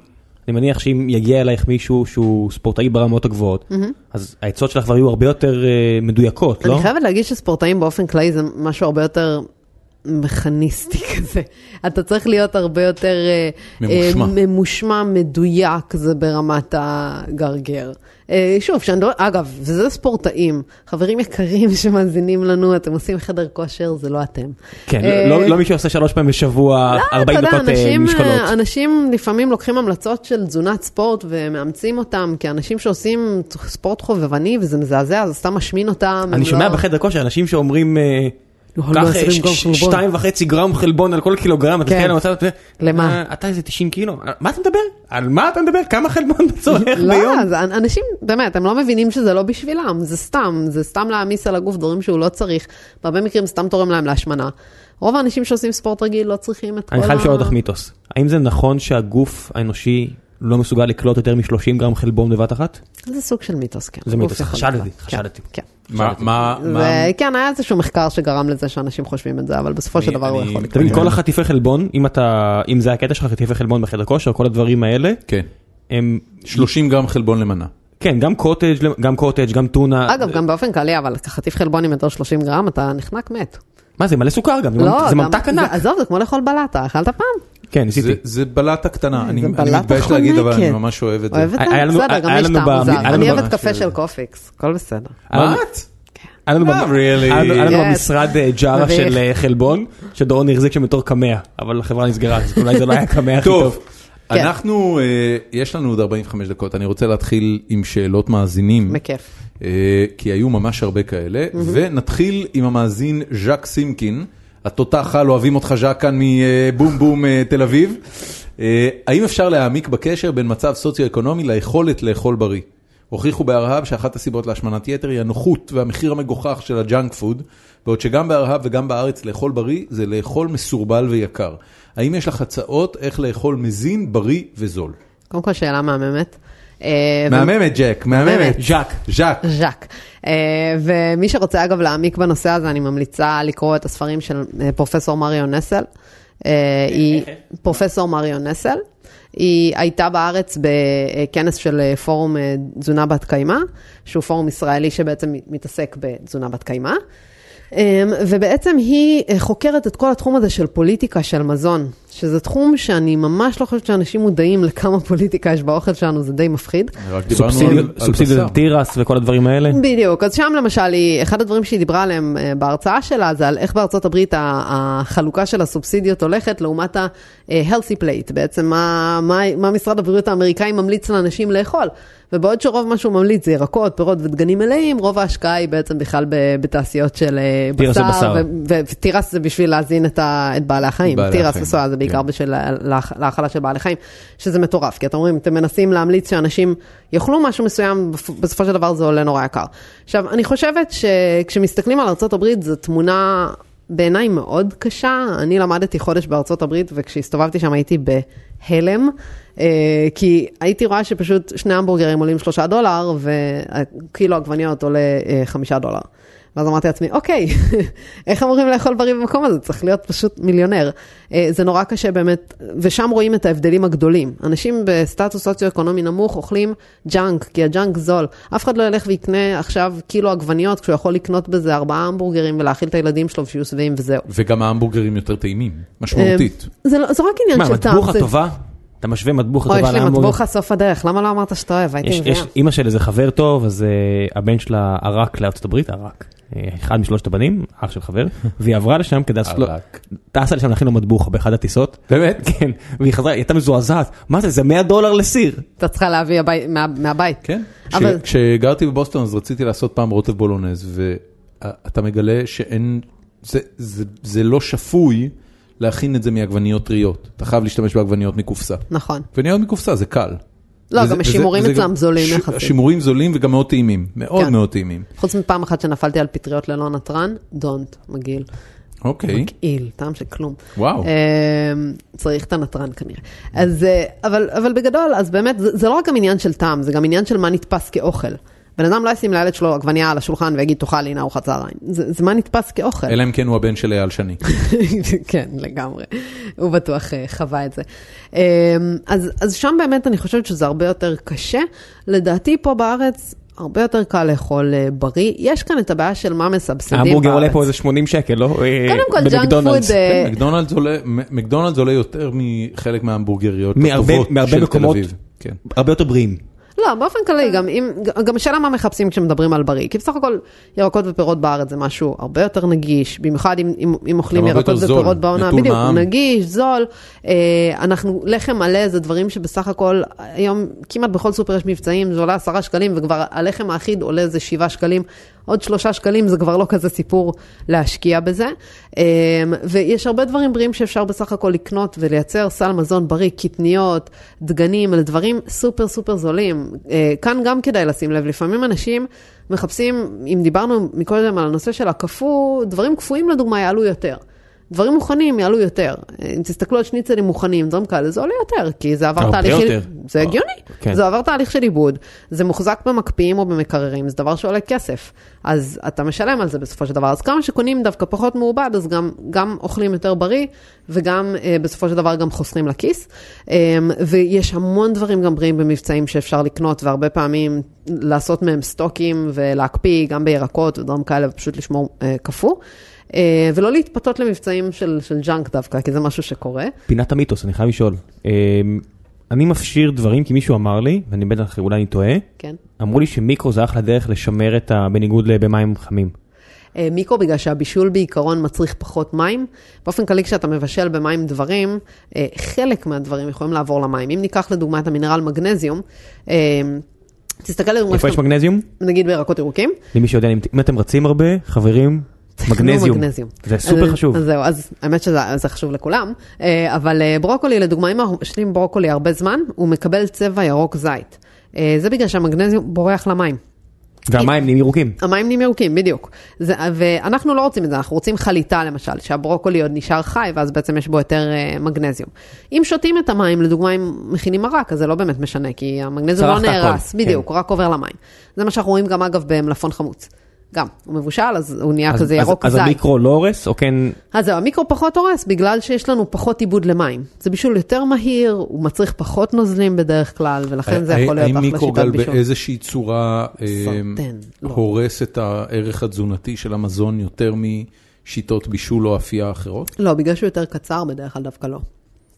Speaker 2: אני מניח שאם יגיע אלייך מישהו שהוא ספורטאי ברמות הגבוהות אז העצות שלך כבר יהיו הרבה יותר אה, מדויקות לא?
Speaker 3: אני חייבת להגיד שספורטאים באופן כללי זה משהו הרבה יותר מכניסטי *laughs* כזה. אתה צריך להיות הרבה יותר אה,
Speaker 1: ממושמע.
Speaker 3: אה, ממושמע, מדויק, זה ברמת הגרגר. אה, שוב, שאני מדבר, אגב, וזה ספורטאים, חברים יקרים *laughs* שמאזינים לנו, אתם עושים חדר כושר, זה לא אתם.
Speaker 2: כן,
Speaker 3: אה,
Speaker 2: לא, לא, לא מי שעושה שלוש פעמים בשבוע
Speaker 3: אה,
Speaker 2: 40
Speaker 3: אתה יודע,
Speaker 2: דקות אה,
Speaker 3: אנשים,
Speaker 2: משקולות.
Speaker 3: אה, אנשים לפעמים לוקחים המלצות של תזונת ספורט ומאמצים אותם, כי אנשים שעושים ספורט חובבני וזה מזעזע, אז סתם משמין אותם. הם
Speaker 2: אני שומע
Speaker 3: לא-
Speaker 2: בחדר כושר אנשים שאומרים אה,
Speaker 3: לא, לא,
Speaker 2: קח
Speaker 3: עשרים
Speaker 2: אה, ש-
Speaker 3: גרם
Speaker 2: ש-
Speaker 3: חלבון."
Speaker 2: שתיים וחצי גרם חלבון על כל קילוגרם, אתה
Speaker 3: כן.
Speaker 2: תסתכל על המצב, אתה-
Speaker 3: למה?
Speaker 2: אה, אתה איזה 90 קילו, על מה אתה מדבר? על מה אתה מדבר? כמה חלבון אתה צורך ביום?
Speaker 3: לא, זה אנ- אנשים, באמת, הם לא מבינים שזה לא בשבילם, זה סתם, זה סתם להעמיס על הגוף דברים שהוא לא צריך. בהרבה מקרים סתם תורם להם להשמנה. רוב האנשים שעושים ספורט רגיל לא צריכים את כל ה...
Speaker 2: אני חייב לשאול אותך מיתוס, האם זה נכון שהגוף האנושי לא מסוגל לקלוט יותר מ-30 גרם חלבון בבת אחת?
Speaker 3: זה סוג של מיתוס, כן.
Speaker 2: זה
Speaker 3: הגוף
Speaker 2: מיתוס,
Speaker 3: יכול
Speaker 2: חשדתי,
Speaker 3: לקבל.
Speaker 2: חשדתי.
Speaker 3: כן.
Speaker 1: מה, מה,
Speaker 3: כן. וכן, היה איזשהו מחקר שגרם לזה שאנשים חושבים את זה, אבל בסופו של דבר הוא
Speaker 1: אני-
Speaker 3: יכול
Speaker 1: אני-
Speaker 2: אתה מבין,
Speaker 1: אני-
Speaker 2: כל החטיפי חלבון, אם אתה, אם זה הקטע שלך, חטיפי חלבון בחדר כושר, כל הדברים האלה,
Speaker 1: כן,
Speaker 2: הם,
Speaker 1: 30 גרם חלבון למנה.
Speaker 2: כן, גם קוטג', גם קוטג', גם טונה,
Speaker 3: אגב, גם באופן כללי, אבל חטיף חלבון עם יותר 30 גרם, אתה נחנק מת.
Speaker 2: מה זה מלא סוכר גם, זה
Speaker 3: לא,
Speaker 2: ממתק- זה
Speaker 3: גם-
Speaker 2: ממתק ענק,
Speaker 3: זה- עזוב, זה כמו לאכול בלטה, אכלת פעם?
Speaker 2: כן
Speaker 1: זה,
Speaker 2: ניסיתי,
Speaker 1: זה בלטה קטנה, אני, אני
Speaker 3: בלטה
Speaker 1: מתבייש להגיד, אבל אני
Speaker 3: חונקת.
Speaker 1: ממש אוהב את זה.
Speaker 3: אוהב את
Speaker 2: היה לנו-
Speaker 3: זה? בסדר, גם
Speaker 2: היה
Speaker 3: יש
Speaker 2: לנו
Speaker 3: טעם
Speaker 2: ב-
Speaker 3: מוזר.
Speaker 2: היה לנו
Speaker 3: אני אוהבת
Speaker 2: ממש
Speaker 3: קפה
Speaker 2: איזה-
Speaker 3: של קופיקס, הכל בסדר.
Speaker 1: את?
Speaker 2: היה לנו
Speaker 1: אה, Not
Speaker 2: במ-
Speaker 1: לא, really.
Speaker 2: היה לנו- היה לנו
Speaker 3: Yes.
Speaker 2: במשרד אה, ג'ארה
Speaker 3: מביך.
Speaker 2: של אה, חלבון, שדורון החזיק שם בתור קמע, אבל החברה נסגרה, אז אולי זה לא היה קמע הכי טוב.
Speaker 1: טוב, אנחנו, אה, יש לנו עוד 45 דקות, אני רוצה להתחיל עם שאלות מאזינים.
Speaker 3: בכיף.
Speaker 1: אה, כי היו ממש הרבה כאלה, ונתחיל עם המאזין ז'אק סימקין, התותח על אוהבים אותך ז'אק כאן מבום בום אה, תל אביב. אה, האם אפשר להעמיק בקשר בין מצב סוציו-אקונומי ליכולת לאכול בריא? הוכיחו בהרהב שאחת הסיבות להשמנת יתר היא הנוחות והמחיר המגוחך של הג'אנק פוד, בעוד שגם בהרהב וגם בארץ לאכול בריא זה לאכול מסורבל ויקר. האם יש לך הצעות איך לאכול מזין, בריא וזול?
Speaker 3: קודם כל שאלה מהממת. אה,
Speaker 1: מהממת, ג'ק, מהממת.
Speaker 2: ז'אק.
Speaker 1: ז'אק.
Speaker 3: ו- ז'אק. אה, ומי שרוצה אגב להעמיק בנושא הזה, אני ממליצה לקרוא את הספרים של אה, פרופסור מריון נסל. אה, היא פרופסור מריון נסל. היא הייתה בארץ בכנס של אה, פורום אה, תזונה בת קיימא, שהוא פורום ישראלי שבעצם מתעסק בתזונה בת קיימא. אמ, ובעצם היא אה, חוקרת את כל התחום הזה של פוליטיקה של מזון, שזה תחום שאני ממש לא חושבת שאנשים מודעים לכמה פוליטיקה יש באוכל שלנו, זה די מפחיד.
Speaker 1: רק דיברנו על- על
Speaker 2: סובסידיות
Speaker 1: בשר.
Speaker 2: על תירס וכל הדברים האלה.
Speaker 3: בדיוק, אז שם למשל, היא, אחד הדברים שהיא דיברה עליהם אה, בהרצאה שלה, זה על איך בארצות הברית ה- החלוקה של הסובסידיות הולכת לעומת ה-healthy plate, בעצם מה, מה, מה משרד הבריאות האמריקאי ממליץ לאנשים לאכול. ובעוד שרוב מה שהוא ממליץ זה ירקות, פירות ודגנים מלאים, רוב ההשקעה היא בעצם בכלל ב- בתעשיות של אה,
Speaker 2: תירס
Speaker 3: בשר,
Speaker 2: ובשר.
Speaker 3: ו- ו- ותירס זה בשביל להזין את, ה, את בעלי החיים,
Speaker 1: בעלי
Speaker 3: תירס
Speaker 1: החיים. כן.
Speaker 3: וסויה זה בעיקר בשביל ה- להאכ- להאכלה של בעלי חיים, שזה מטורף, כי אתם אומרים, אתם מנסים להמליץ שאנשים יאכלו משהו מסוים, בפ- בסופו של דבר זה עולה נורא יקר. עכשיו, אני חושבת שכשמסתכלים על ארה"ב, זו תמונה בעיניי מאוד קשה. אני למדתי חודש בארצות הברית, וכשהסתובבתי שם הייתי בהלם, אה, כי הייתי רואה שפשוט שני המבורגרים עולים שלושה דולר, וקילו עגבניות עולה אה, חמישה דולר. ואז אמרתי לעצמי, אוקיי, *laughs* איך אמורים לאכול בריא במקום הזה? צריך להיות פשוט מיליונר. אה, זה נורא קשה באמת, ושם רואים את ההבדלים הגדולים. אנשים בסטטוס סוציו-אקונומי נמוך אוכלים ג'אנק, כי הג'אנק זול. אף אחד לא ילך ויקנה עכשיו קילו עגבניות, כשהוא יכול לקנות בזה ארבעה המבורגרים ולהאכיל את הילדים שלו ושיהיו שבעים וזהו.
Speaker 1: וגם ההמבורגרים יותר טעימים, משמעותית.
Speaker 3: אה, זה, לא, זה רק עניין
Speaker 4: מה,
Speaker 3: של טעם.
Speaker 4: מטבוחה
Speaker 3: זה-
Speaker 4: טובה? אתה משווה מטבוחה
Speaker 3: אוי,
Speaker 4: טובה
Speaker 3: יש לי
Speaker 4: להמבורגר?
Speaker 3: מטבוחה סוף הדרך, למה לא אמרת שאתה אוהב? הייתי
Speaker 4: יש,
Speaker 3: מביאה.
Speaker 4: יש אימא של איזה חבר טוב, אז uh, הבן שלה ערק לארצות הברית, ערק. אה, אחד משלושת הבנים, אח של חבר, והיא עברה לשם כדי לעשות לו,
Speaker 1: ערק.
Speaker 4: טסה לשם להכין לו מטבוחה באחד הטיסות.
Speaker 1: באמת?
Speaker 4: כן, והיא חזרה, היא הייתה מזועזעת, מה זה, זה 100 דולר לסיר.
Speaker 3: אתה צריכה להביא הבי- מה- מהבית.
Speaker 1: כן.
Speaker 3: אבל-
Speaker 1: אבל... כשגרתי בבוסטון אז רציתי לעשות פעם רוטב בולונז, ואתה מגלה שאין, זה, זה, זה לא שפוי להכין את זה מעגבניות טריות. אתה חייב להשתמש בעגבניות מקופסה.
Speaker 3: נכון.
Speaker 1: עגבניות מקופסה זה קל.
Speaker 3: לא, גם השימורים אצלם זולים יחסית.
Speaker 1: השימורים זולים וגם מאוד טעימים, מאוד
Speaker 3: כן.
Speaker 1: מאוד טעימים.
Speaker 3: חוץ מפעם אחת שנפלתי על פטריות ללא נתרן, דונט, מגעיל.
Speaker 1: אוקיי,
Speaker 3: מגעיל, טעם של כלום.
Speaker 1: וואו.
Speaker 3: אמ, צריך את הנתרן כנראה. אז, אה, אבל, אבל בגדול, אז באמת, זה, זה לא רק גם עניין של טעם, זה גם עניין של מה נתפס כאוכל. בן אדם לא ישים לילד שלו עגבנייה על השולחן ויגיד, תאכל, הנה ארוחת צהריים. זה, זה מה נתפס כאוכל.
Speaker 1: אלא אם כן הוא הבן של אייל שני.
Speaker 3: *laughs* כן, לגמרי. הוא בטוח אה, חווה את זה. אמ, אז, אז שם באמת אני חושבת שזה הרבה יותר קשה. לדעתי פה בארץ הרבה יותר קל לאכול אה, בריא. יש כאן את הבעיה של מה מסבסדים בארץ.
Speaker 4: ההמבורגר עולה פה איזה 80 שקל, לא?
Speaker 3: קודם כל, ג'אנק פוד, אה,
Speaker 1: כן, מקדונלדס עולה- מקדונלדס עולה יותר מחלק מההמבורגריות
Speaker 4: מהרבה-
Speaker 1: הטובות
Speaker 4: מהרבה
Speaker 1: של תל
Speaker 4: מקומות.
Speaker 1: אביב. כן.
Speaker 4: הרבה יותר בריאים.
Speaker 3: לא, באופן כללי, גם, אם, גם שאלה מה מחפשים כשמדברים על בריא, כי בסך הכל ירקות ופירות בארץ זה משהו הרבה יותר נגיש, במיוחד אם, אם, אם אוכלים
Speaker 1: גם הרבה
Speaker 3: ירקות
Speaker 1: יותר זול,
Speaker 3: ופירות בעונה,
Speaker 1: נטול
Speaker 3: בדיוק,
Speaker 1: מע"מ.
Speaker 3: נגיש, זול, אה, אנחנו, לחם מלא זה דברים שבסך הכל, היום כמעט בכל סופר יש מבצעים, זה עולה עשרה שקלים, וכבר הלחם האחיד עולה איזה שבעה שקלים, עוד שלושה שקלים זה כבר לא כזה סיפור להשקיע בזה, אה, ויש הרבה דברים בריאים שאפשר בסך הכל לקנות ולייצר סל מזון בריא, קטניות, דגנים, אלה דברים סופר סופר זולים. אה, כאן גם כדאי לשים לב, לפעמים אנשים מחפשים, אם דיברנו מקודם על הנושא של הקפוא, דברים קפואים לדוגמה יעלו יותר. דברים מוכנים יעלו יותר. אה, אם תסתכלו על שניצלים מוכנים, דברים כאלה, זה עולה יותר, כי זה עבר
Speaker 4: הרבה
Speaker 3: תהליך... של-
Speaker 4: יותר.
Speaker 3: זה הגיוני.
Speaker 4: כן.
Speaker 3: זה עבר תהליך של עיבוד, זה מוחזק במקפיאים או במקררים, זה דבר שעולה כסף. אז אתה משלם על זה בסופו של דבר. אז כמה שקונים דווקא פחות מעובד, אז גם, גם אוכלים יותר בריא, וגם אה, בסופו של דבר גם חוסכים לכיס. אה, ויש המון דברים גם בריאים במבצעים שאפשר לקנות, והרבה פעמים לעשות מהם סטוקים ולהקפיא, גם בירקות ודברים כאלה, ופשוט לשמור אה, קפוא. אה, ולא להתפתות למבצעים של, של ג'אנק דווקא, כי זה משהו שקורה.
Speaker 4: פינת המיתוס, אני חייב לשאול. אמ, אני מפשיר דברים כי מישהו אמר לי, ואני בטח אולי אני טועה,
Speaker 3: כן.
Speaker 4: אמרו לי שמיקרו זה אחלה דרך לשמר את ה... בניגוד לבמים חמים.
Speaker 3: אה, מיקרו, בגלל שהבישול בעיקרון מצריך פחות מים. באופן כללי, כשאתה מבשל במים דברים, אה, חלק מהדברים יכולים לעבור למים. אם ניקח לדוגמה את המינרל מגנזיום, אה, תסתכל לדוגמה,
Speaker 4: איפה יש
Speaker 3: שאתה-
Speaker 4: מגנזיום?
Speaker 3: נגיד בירקות ירוקים,
Speaker 4: למי שיודע, אם- אם אתם רצים הרבה,
Speaker 3: *laughs*
Speaker 4: חברים, מגנזיום.
Speaker 3: לא מגנזיום.
Speaker 4: זה סופר
Speaker 3: אז-
Speaker 4: חשוב.
Speaker 3: אז זהו, אז האמת שזה זה חשוב לכולם, אה, אבל אה, ברוקולי, לדוגמה, אם אנחנו משתים ברוקולי הרבה זמן, הוא מקבל צבע ירוק זית. אה, זה בגלל שהמגנזיום בורח למים.
Speaker 4: והמים נהיים ירוקים.
Speaker 3: המים נהיים ירוקים, בדיוק. זה, ואנחנו לא רוצים את זה, אנחנו רוצים חליטה למשל, שהברוקולי עוד נשאר חי, ואז בעצם יש בו יותר אה, מגנזיום. אם שותים את המים, לדוגמה, אם מכינים מרק, אז זה לא באמת משנה, כי המגנזיום לא
Speaker 4: צרכת הכל, כן.
Speaker 3: נהרס, בדיוק, הוא רק עובר למים. זה מה שאנחנו רואים גם, אגב, במלפון חמוץ. גם, הוא מבושל, אז הוא נהיה
Speaker 4: אז-
Speaker 3: כזה
Speaker 4: אז-
Speaker 3: אה, ירוק
Speaker 4: אז
Speaker 3: זית.
Speaker 4: המיקרו לא הורס, או כן...
Speaker 3: אז זהו, המיקרו פחות הורס בגלל שיש לנו פחות עיבוד למים. זה בישול יותר מהיר, הוא מצריך פחות נוזלים בדרך כלל,
Speaker 4: אה,
Speaker 3: ולכן זה
Speaker 1: האם-
Speaker 3: יכול להיות
Speaker 1: האם
Speaker 3: אחלה שיטת
Speaker 1: מיקרוגל
Speaker 3: בישול.
Speaker 1: באיזושהי צורה אה,
Speaker 3: סרטן, לא.
Speaker 1: הורס את הערך התזונתי של המזון יותר משיטות בישול או אפייה אחרות?
Speaker 3: לא, בגלל שהוא יותר קצר בדרך כלל דווקא לא.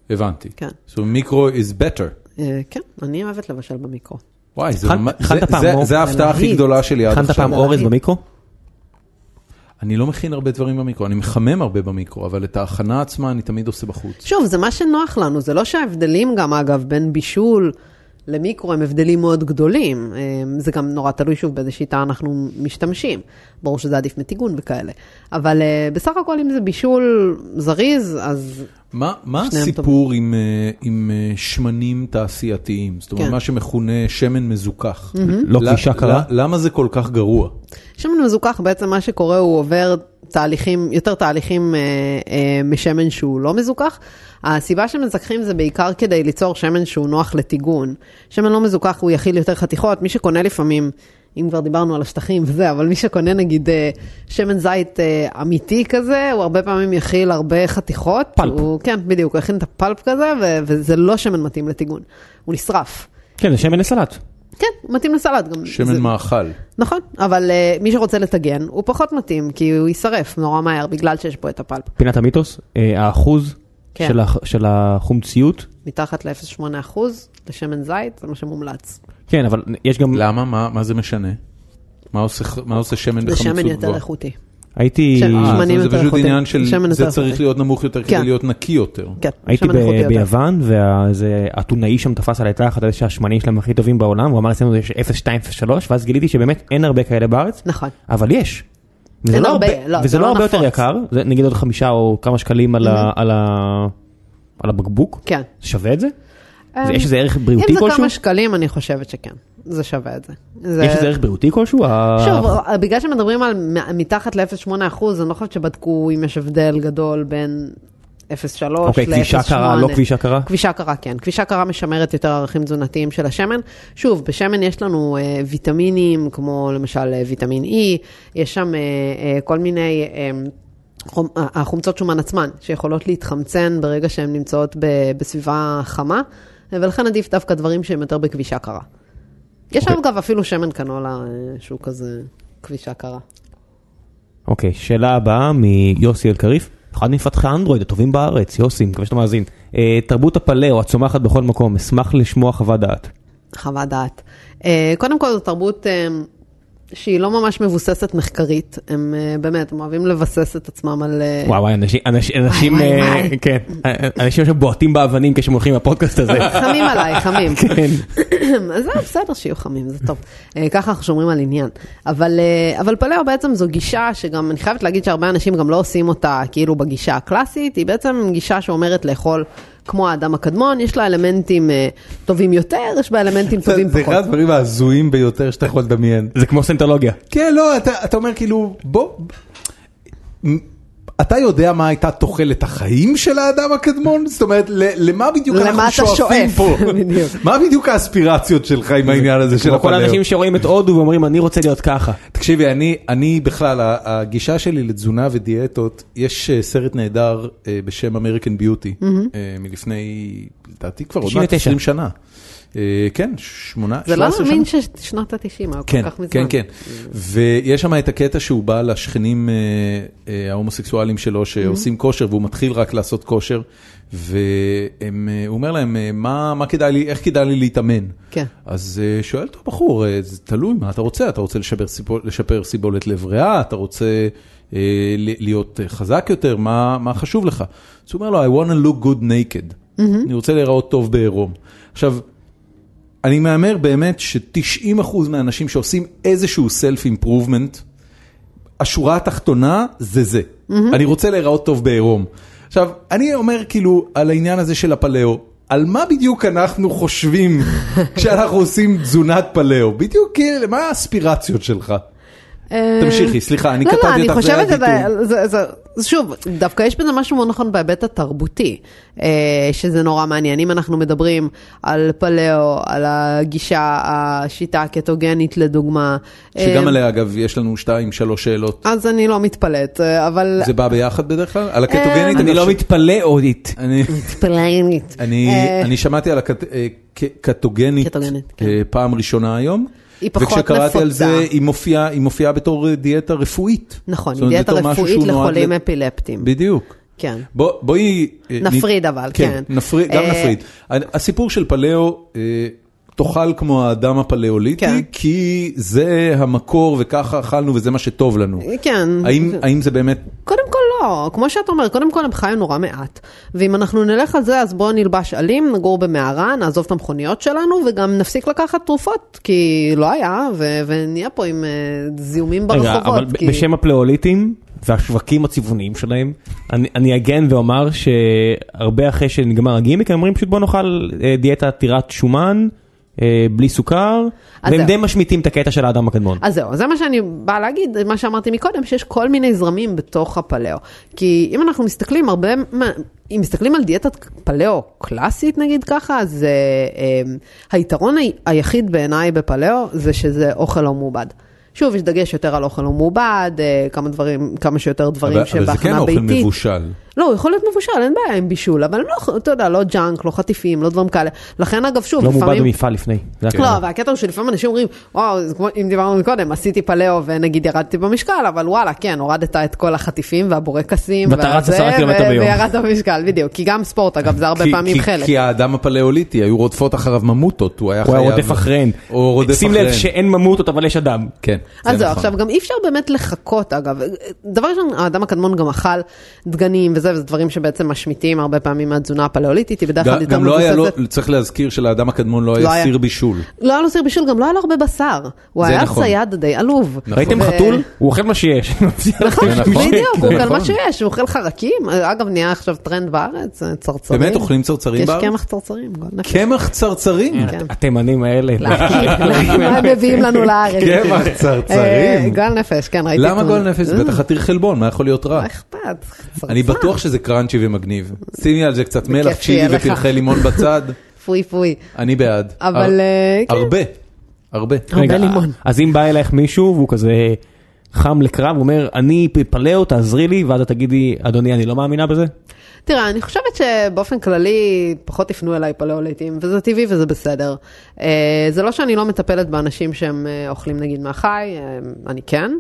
Speaker 1: הבנתי.
Speaker 3: כן.
Speaker 1: So מיקרו is better.
Speaker 3: אה, כן, אני אוהבת לבשל במיקרו.
Speaker 1: וואי, זה
Speaker 4: הכנת-
Speaker 1: ממש-
Speaker 4: הכנת
Speaker 1: זה-
Speaker 4: פעם
Speaker 1: זה-
Speaker 4: אור?
Speaker 1: זה ההפתעה הכי
Speaker 3: להיט.
Speaker 1: גדולה שלי עד
Speaker 4: הכנת פעם
Speaker 1: עכשיו.
Speaker 4: אורז במיקרו?
Speaker 1: אני לא מכין הרבה דברים במיקרו, אני מחמם הרבה במיקרו, אבל את ההכנה עצמה אני תמיד עושה בחוץ.
Speaker 3: שוב, זה מה שנוח לנו, זה לא שההבדלים גם, אגב, בין בישול למיקרו הם הבדלים מאוד גדולים. אה, זה גם נורא תלוי שוב באיזה שיטה אנחנו משתמשים. ברור שזה עדיף מטיגון וכאלה. אבל אה, בסך הכל אם זה בישול זריז, אז
Speaker 1: מה, מה
Speaker 3: שניהם
Speaker 1: הסיפור עם, אה, עם אה, שמנים תעשייתיים? זאת אומרת,
Speaker 3: כן.
Speaker 1: מה שמכונה שמן מזוכח.
Speaker 2: לא
Speaker 1: ל-
Speaker 2: קרישה
Speaker 1: ל-
Speaker 2: קרה?
Speaker 1: למה זה כל כך גרוע?
Speaker 3: שמן מזוכח בעצם מה שקורה הוא עובר תהליכים, יותר תהליכים אה, אה, משמן שהוא לא מזוכח. הסיבה שמזכחים זה בעיקר כדי ליצור שמן שהוא נוח לטיגון. שמן לא מזוכח הוא יכיל יותר חתיכות, מי שקונה לפעמים, אם כבר דיברנו על השטחים וזה, אבל מי שקונה נגיד אה, שמן זית אה, אמיתי כזה, הוא הרבה פעמים יכיל הרבה חתיכות.
Speaker 2: פלפ.
Speaker 3: הוא, כן, בדיוק, הוא יכין את הפלפ כזה, ו- וזה לא שמן מתאים לטיגון, הוא נשרף.
Speaker 2: כן, זה שמן לסלט.
Speaker 3: כן, הוא מתאים לסלט גם.
Speaker 1: שמן
Speaker 3: זה-
Speaker 1: מאכל.
Speaker 3: נכון, אבל uh, מי שרוצה לטגן, הוא פחות מתאים, כי הוא יישרף נורא מהר בגלל שיש פה את הפלפ.
Speaker 2: פינת המיתוס, אה, האחוז
Speaker 3: כן.
Speaker 2: של הח- של החומציות.
Speaker 3: מתחת ל-0.8% לשמן זית, זה מה שמומלץ.
Speaker 2: כן, אבל יש גם,
Speaker 1: למה? מה, מה זה משנה? מה עושה, מה עושה שמן
Speaker 3: זה
Speaker 1: בחמצות גבוהה?
Speaker 3: שמן יותר איכותי.
Speaker 2: הייתי...
Speaker 3: של-
Speaker 1: אה,
Speaker 3: שמנים
Speaker 1: זאת אומרת, זה
Speaker 3: יותר
Speaker 1: פשוט
Speaker 3: איכותיים.
Speaker 1: עניין של,
Speaker 3: שמן
Speaker 1: זה
Speaker 3: יותר
Speaker 1: צריך
Speaker 3: איכותי.
Speaker 1: להיות נמוך יותר כדי
Speaker 3: כן.
Speaker 1: להיות נקי יותר.
Speaker 3: כן,
Speaker 2: הייתי
Speaker 3: שמן איכותי
Speaker 2: ב-
Speaker 3: יותר.
Speaker 2: ביוון, והאתונאי שם תפס עלי תחת על זה שהשמנים שלהם הכי טובים בעולם, הוא אמר אצלנו יש 0.2-0.3, ואז גיליתי שבאמת אין הרבה כאלה בארץ,
Speaker 3: נכון.
Speaker 2: אבל יש. וזה
Speaker 3: אין הרבה, לא,
Speaker 2: וזה
Speaker 3: זה
Speaker 2: לא
Speaker 3: לא
Speaker 2: הרבה יותר
Speaker 3: נפוץ.
Speaker 2: יקר, זה נגיד עוד חמישה או כמה שקלים על ה- על ה- על הבקבוק,
Speaker 3: כן.
Speaker 2: זה שווה את זה? זה-
Speaker 3: אמ,
Speaker 2: יש איזה ערך
Speaker 3: אם
Speaker 2: בריאותי
Speaker 3: זה
Speaker 2: כלשהו?
Speaker 3: כמה שקלים, אני חושבת שכן. זה שווה את זה. זה...
Speaker 2: יש איזה ערך בריאותי כלשהו? ה-
Speaker 3: שוב, בגלל שמדברים על מ- מתחת ל-0.8%, אני לא חושבת שבדקו אם יש הבדל גדול בין 0.3 ל-0.8.
Speaker 2: אוקיי, כבישה קרה, לא כבישה קרה?
Speaker 3: כבישה קרה, כן. כבישה קרה משמרת יותר ערכים תזונתיים של השמן. שוב, בשמן יש לנו אה, ויטמינים, כמו למשל אה, ויטמין E, יש שם אה, אה, כל מיני... אה, חומ- ה- החומצות שומן עצמן, שיכולות להתחמצן ברגע שהן נמצאות ב- בסביבה חמה, ולכן עדיף דווקא דברים שהם יותר בכבישה קרה. יש
Speaker 2: אוקיי.
Speaker 3: אגב אפילו שמן קנולה אה, שהוא כזה כבישה קרה.
Speaker 2: אוקיי, שאלה הבאה מיוסי אלקריף, אחד מפתחי האנדרואיד הטובים בארץ, יוסי, מקווה שאתה מאזין. אה, תרבות הפלאו הצומחת בכל מקום, אשמח לשמוע חוות דעת.
Speaker 3: חוות דעת. אה, קודם כל זו תרבות אה, שהיא לא ממש מבוססת מחקרית, הם אה, באמת, הם אוהבים לבסס את עצמם על... אה,
Speaker 2: וואי וואי, אנשים, אנשים, אנשים,
Speaker 3: וואי,
Speaker 2: אה,
Speaker 3: וואי.
Speaker 2: כן, אנשים עכשיו בועטים באבנים כשהם הולכים לפודקאסט הזה.
Speaker 3: חמים עליי,
Speaker 1: *laughs*
Speaker 3: חמים.
Speaker 2: כן.
Speaker 3: אז זה בסדר שיהיו חמים, זה טוב. אה, ככה אנחנו שומרים על עניין. אבל, אה, אבל פלאו בעצם זו גישה שגם, אני חייבת להגיד שהרבה אנשים גם לא עושים אותה כאילו בגישה הקלאסית, היא בעצם גישה שאומרת לאכול כמו האדם הקדמון, יש לה אלמנטים אה, טובים יותר, יש בה אלמנטים טובים
Speaker 1: זה
Speaker 3: פחות.
Speaker 1: אחד הדברים ההזויים ביותר שאתה יכול לדמיין.
Speaker 2: זה כמו סנטולוגיה.
Speaker 1: כן, לא, אתה, אתה אומר כאילו, בוא... אתה יודע מה הייתה תוחלת החיים של האדם הקדמון? זאת אומרת, ל- למה בדיוק
Speaker 3: למה
Speaker 1: אנחנו
Speaker 3: אתה
Speaker 1: שואפים
Speaker 3: שואף?
Speaker 1: פה?
Speaker 3: *laughs* בדיוק.
Speaker 1: מה בדיוק האספירציות שלך עם העניין הזה של
Speaker 2: כמו כאילו, כל
Speaker 1: הפלאו?
Speaker 2: האנשים שרואים את הודו ואומרים אני רוצה להיות ככה.
Speaker 1: תקשיבי, אני, אני בכלל, ה- הגישה שלי לתזונה ודיאטות, יש אה, סרט נהדר אה, בשם American Beauty, אה, מלפני, לדעתי כבר עוד מעט
Speaker 2: 99.
Speaker 1: 20 שנה. אה, כן, שמונה,
Speaker 3: זה לא
Speaker 1: 17 שנה.
Speaker 3: מאמין ששנות ה-90, היה כל
Speaker 1: כן,
Speaker 3: כך מזמן.
Speaker 1: כן, כן. ויש שם את הקטע שהוא בא לשכנים אה, אה, ההומוסקסואלים שלו
Speaker 3: Mm-hmm.
Speaker 1: שעושים כושר, והוא מתחיל רק לעשות כושר, והוא אומר להם, אה, מה מה כדאי לי, איך כדאי לי להתאמן?
Speaker 3: כן.
Speaker 1: אז אה, שואל אותו הבחור, אה, זה תלוי מה אתה רוצה, אתה רוצה לשפר, סיבול, לשפר סיבולת לב ריאה, אתה רוצה אה, ל- להיות אה, חזק יותר, מה, מה חשוב לך? אז הוא אומר לו, I want to look good naked, mm-hmm. אני רוצה להיראות טוב בעירום. עכשיו, אני מהמר באמת ש-90% מהאנשים שעושים איזשהו סלף אימפרובמנט, השורה התחתונה זה זה. Mm-hmm. אני רוצה להיראות טוב בעירום. עכשיו, אני אומר כאילו על העניין הזה של הפלאו, על מה בדיוק אנחנו
Speaker 3: *laughs*
Speaker 1: חושבים כשאנחנו עושים תזונת פלאו? בדיוק, כאילו, מה האספירציות שלך? תמשיכי, סליחה, אני
Speaker 3: אה, לא,
Speaker 1: קטעתי
Speaker 3: לא, אני
Speaker 1: אותך, זה היה
Speaker 3: חושבת
Speaker 1: דיטוי.
Speaker 3: שזה, זה- זה- זה- שוב, דווקא יש בזה משהו מאוד נכון בהיבט התרבותי, אה, שזה נורא מעניין. אם אנחנו מדברים על פלאו, על הגישה, השיטה הקטוגנית לדוגמה.
Speaker 1: שגם
Speaker 3: אה,
Speaker 1: עליה, אגב, יש לנו שתיים, שלוש שאלות.
Speaker 3: אז אני לא מתפלאת, אה, אבל...
Speaker 1: זה בא ביחד בדרך כלל? על הקטוגנית?
Speaker 3: אה,
Speaker 2: אני
Speaker 1: אגב,
Speaker 2: לא
Speaker 1: ש-
Speaker 2: מתפלא הודית.
Speaker 1: אני-
Speaker 3: מתפלאת.
Speaker 1: אני,
Speaker 3: אה,
Speaker 1: אני שמעתי על הקטוגנית
Speaker 3: קטוגנית, כן.
Speaker 1: אה, פעם ראשונה היום.
Speaker 3: היא פחות
Speaker 1: וכשקראתי על
Speaker 3: נפוצה.
Speaker 1: זה, היא מופיעה, היא מופיעה בתור אה, דיאטה רפואית.
Speaker 3: נכון,
Speaker 1: זאת אומרת,
Speaker 3: דיאטה
Speaker 1: בתור משהו
Speaker 3: רפואית
Speaker 1: שהוא נועד
Speaker 3: לחולים
Speaker 1: ל-
Speaker 3: אפילפטיים.
Speaker 1: בדיוק.
Speaker 3: כן.
Speaker 1: בוא- בואי... אה, נ-
Speaker 3: נפריד אבל, כן.
Speaker 1: נפריד, גם
Speaker 3: אה,
Speaker 1: נפריד. ה- הסיפור של פלאו, אה, תאכל כמו האדם
Speaker 3: כן.
Speaker 1: הפלאוליטי, כי זה המקור וככה אכלנו וזה מה שטוב לנו.
Speaker 3: כן.
Speaker 1: האם- האם זה באמת...
Speaker 3: קודם כל לא, כמו שאתה אומר, קודם כל הם חיו נורא מעט. ואם אנחנו נלך על זה, אז בואו נלבש עלים, נגור במערה, נעזוב את המכוניות שלנו, וגם נפסיק לקחת תרופות, כי לא היה, ו- ונהיה פה עם אה, זיהומים
Speaker 2: רגע,
Speaker 3: ברחובות.
Speaker 2: אבל
Speaker 3: כי...
Speaker 2: בשם הפלאוליטים והשווקים הצבעוניים שלהם, אני- אני אגן ואומר שהרבה אחרי שנגמר הגימיק, הם אומרים פשוט בוא נאכל אה, דיאטה עתירת שומן, אה, בלי סוכר,
Speaker 3: אז
Speaker 2: והם
Speaker 3: זהו.
Speaker 2: די משמיטים את הקטע של האדם הקדמון.
Speaker 3: אז זהו, זה מה שאני באה להגיד, מה שאמרתי מקודם, שיש כל מיני זרמים בתוך הפלאו. כי אם אנחנו מסתכלים הרבה, מה- אם מסתכלים על דיאטת פלאו קלאסית נגיד ככה, אז אה, אה, היתרון ה- היחיד בעיניי בפלאו זה שזה אוכל לא מעובד. שוב, יש דגש יותר על אוכל לא מעובד, אה, כמה דברים, כמה שיותר דברים
Speaker 1: אבל אבל
Speaker 3: שבהכנה
Speaker 1: זה
Speaker 3: ביתית.
Speaker 1: כן אוכל מבושל.
Speaker 3: לא, הוא יכול להיות מבושל, אין בעיה עם בישול, אבל לא, אתה יודע, לא ג'אנק, לא חטיפים, לא דברים כאלה. לכן אגב, שוב,
Speaker 2: לא
Speaker 3: לפעמים...
Speaker 2: מעובד במפעל לפני. זה
Speaker 1: כן.
Speaker 2: הכלל.
Speaker 3: לא, והקטע הוא שלפעמים אנשים אומרים, וואו, זה כמו אם דיברנו קודם, עשיתי פלאו ונגיד ירדתי במשקל, אבל וואלה, כן, הורדת את כל החטיפים והבורקסים.
Speaker 2: ואתה רץ
Speaker 3: והזה,
Speaker 2: עשרה קילומטר
Speaker 3: ו-
Speaker 2: ביום.
Speaker 3: וירדת במשקל, בדיוק. כי גם ספורט, אגב, זה הרבה
Speaker 1: כי-
Speaker 3: פעמים
Speaker 1: כי-
Speaker 3: חלק.
Speaker 1: כי האדם הפלאוליטי, היו רודפות אחריו ממוטות, הוא היה
Speaker 2: הוא
Speaker 1: חייב...
Speaker 2: היה רודף אחריהן.
Speaker 1: הוא רודף
Speaker 2: שים לב
Speaker 1: אחריהן.
Speaker 2: שאין ממוטות אבל יש אדם.
Speaker 1: כן,
Speaker 3: אז
Speaker 1: זה
Speaker 3: זהו,
Speaker 1: נכון.
Speaker 3: עכשיו גם אי אפשר באמת לחכות אגב, דבר ראשון האדם הקדמון גם אכל דגנים וזה, וזה דברים שבעצם משמיטים הרבה פעמים מהתזונה הפלאוליטית, היא בדרך כלל
Speaker 1: גם-
Speaker 3: יותר
Speaker 1: גם לא היה לו,
Speaker 3: מבוססת.
Speaker 1: צריך להזכיר שלאדם הקדמון לא
Speaker 3: לא
Speaker 1: היה
Speaker 3: היה.
Speaker 1: סיר בישול.
Speaker 3: לא היה לו סיר בישול, גם לא היה לו הרבה בשר, הוא
Speaker 1: זה
Speaker 3: היה
Speaker 1: נכון.
Speaker 3: צייד די עלוב.
Speaker 1: נכון.
Speaker 2: ראיתם
Speaker 3: ו-
Speaker 2: חתול? הוא אוכל מה שיש.
Speaker 3: נכון,
Speaker 2: *laughs*
Speaker 1: זה נכון.
Speaker 3: בדיוק,
Speaker 1: זה
Speaker 3: הוא אוכל
Speaker 1: נכון.
Speaker 3: מה שיש, הוא אוכל חרקים, אגב נהיה עכשיו טרנד בארץ, אה, צרצרים.
Speaker 1: באמת אוכלים צרצרים
Speaker 3: יש
Speaker 1: בארץ?
Speaker 3: קמח צרצרים, גועל נפש.
Speaker 1: קמח צרצרים.
Speaker 3: כן.
Speaker 2: התימנים האלה. *laughs*
Speaker 3: *laughs*
Speaker 2: אוקיי.
Speaker 3: מה הם מביאים לנו לארץ?
Speaker 1: קמח
Speaker 3: אה,
Speaker 1: צרצרים.
Speaker 3: גועל נפש, כן, ראיתי.
Speaker 1: למה
Speaker 3: תמונה.
Speaker 1: גול נפש? זה בטח עתיר חלבון, מה יכול להיות רע?
Speaker 3: מה לא אכפת? צרצר.
Speaker 1: אני בטוח שזה קראנצ'י ומגניב. שימי על זה קצת מלח,
Speaker 3: כיף שיהיה
Speaker 1: צ'ילי
Speaker 3: לך.
Speaker 1: ופרחי לימון בצד,
Speaker 3: פוי פוי.
Speaker 1: אני בעד.
Speaker 3: אבל,
Speaker 1: הר-
Speaker 3: אה, כן.
Speaker 1: הרבה, הרבה.
Speaker 2: רגע,
Speaker 3: הרבה לימון.
Speaker 2: אז אם בא אלייך מישהו והוא כזה חם לקרב, הוא אומר, אני פלאו, תעזרי לי, ואז את תגידי, אדוני, אני לא מאמינה בזה?
Speaker 3: תראה, אני חושבת שבאופן כללי פחות יפנו אליי פלאוליטים, וזה טבעי וזה בסדר. אה, זה לא שאני לא מטפלת באנשים שהם אה, אוכלים נגיד מהחי, אה, אני כן,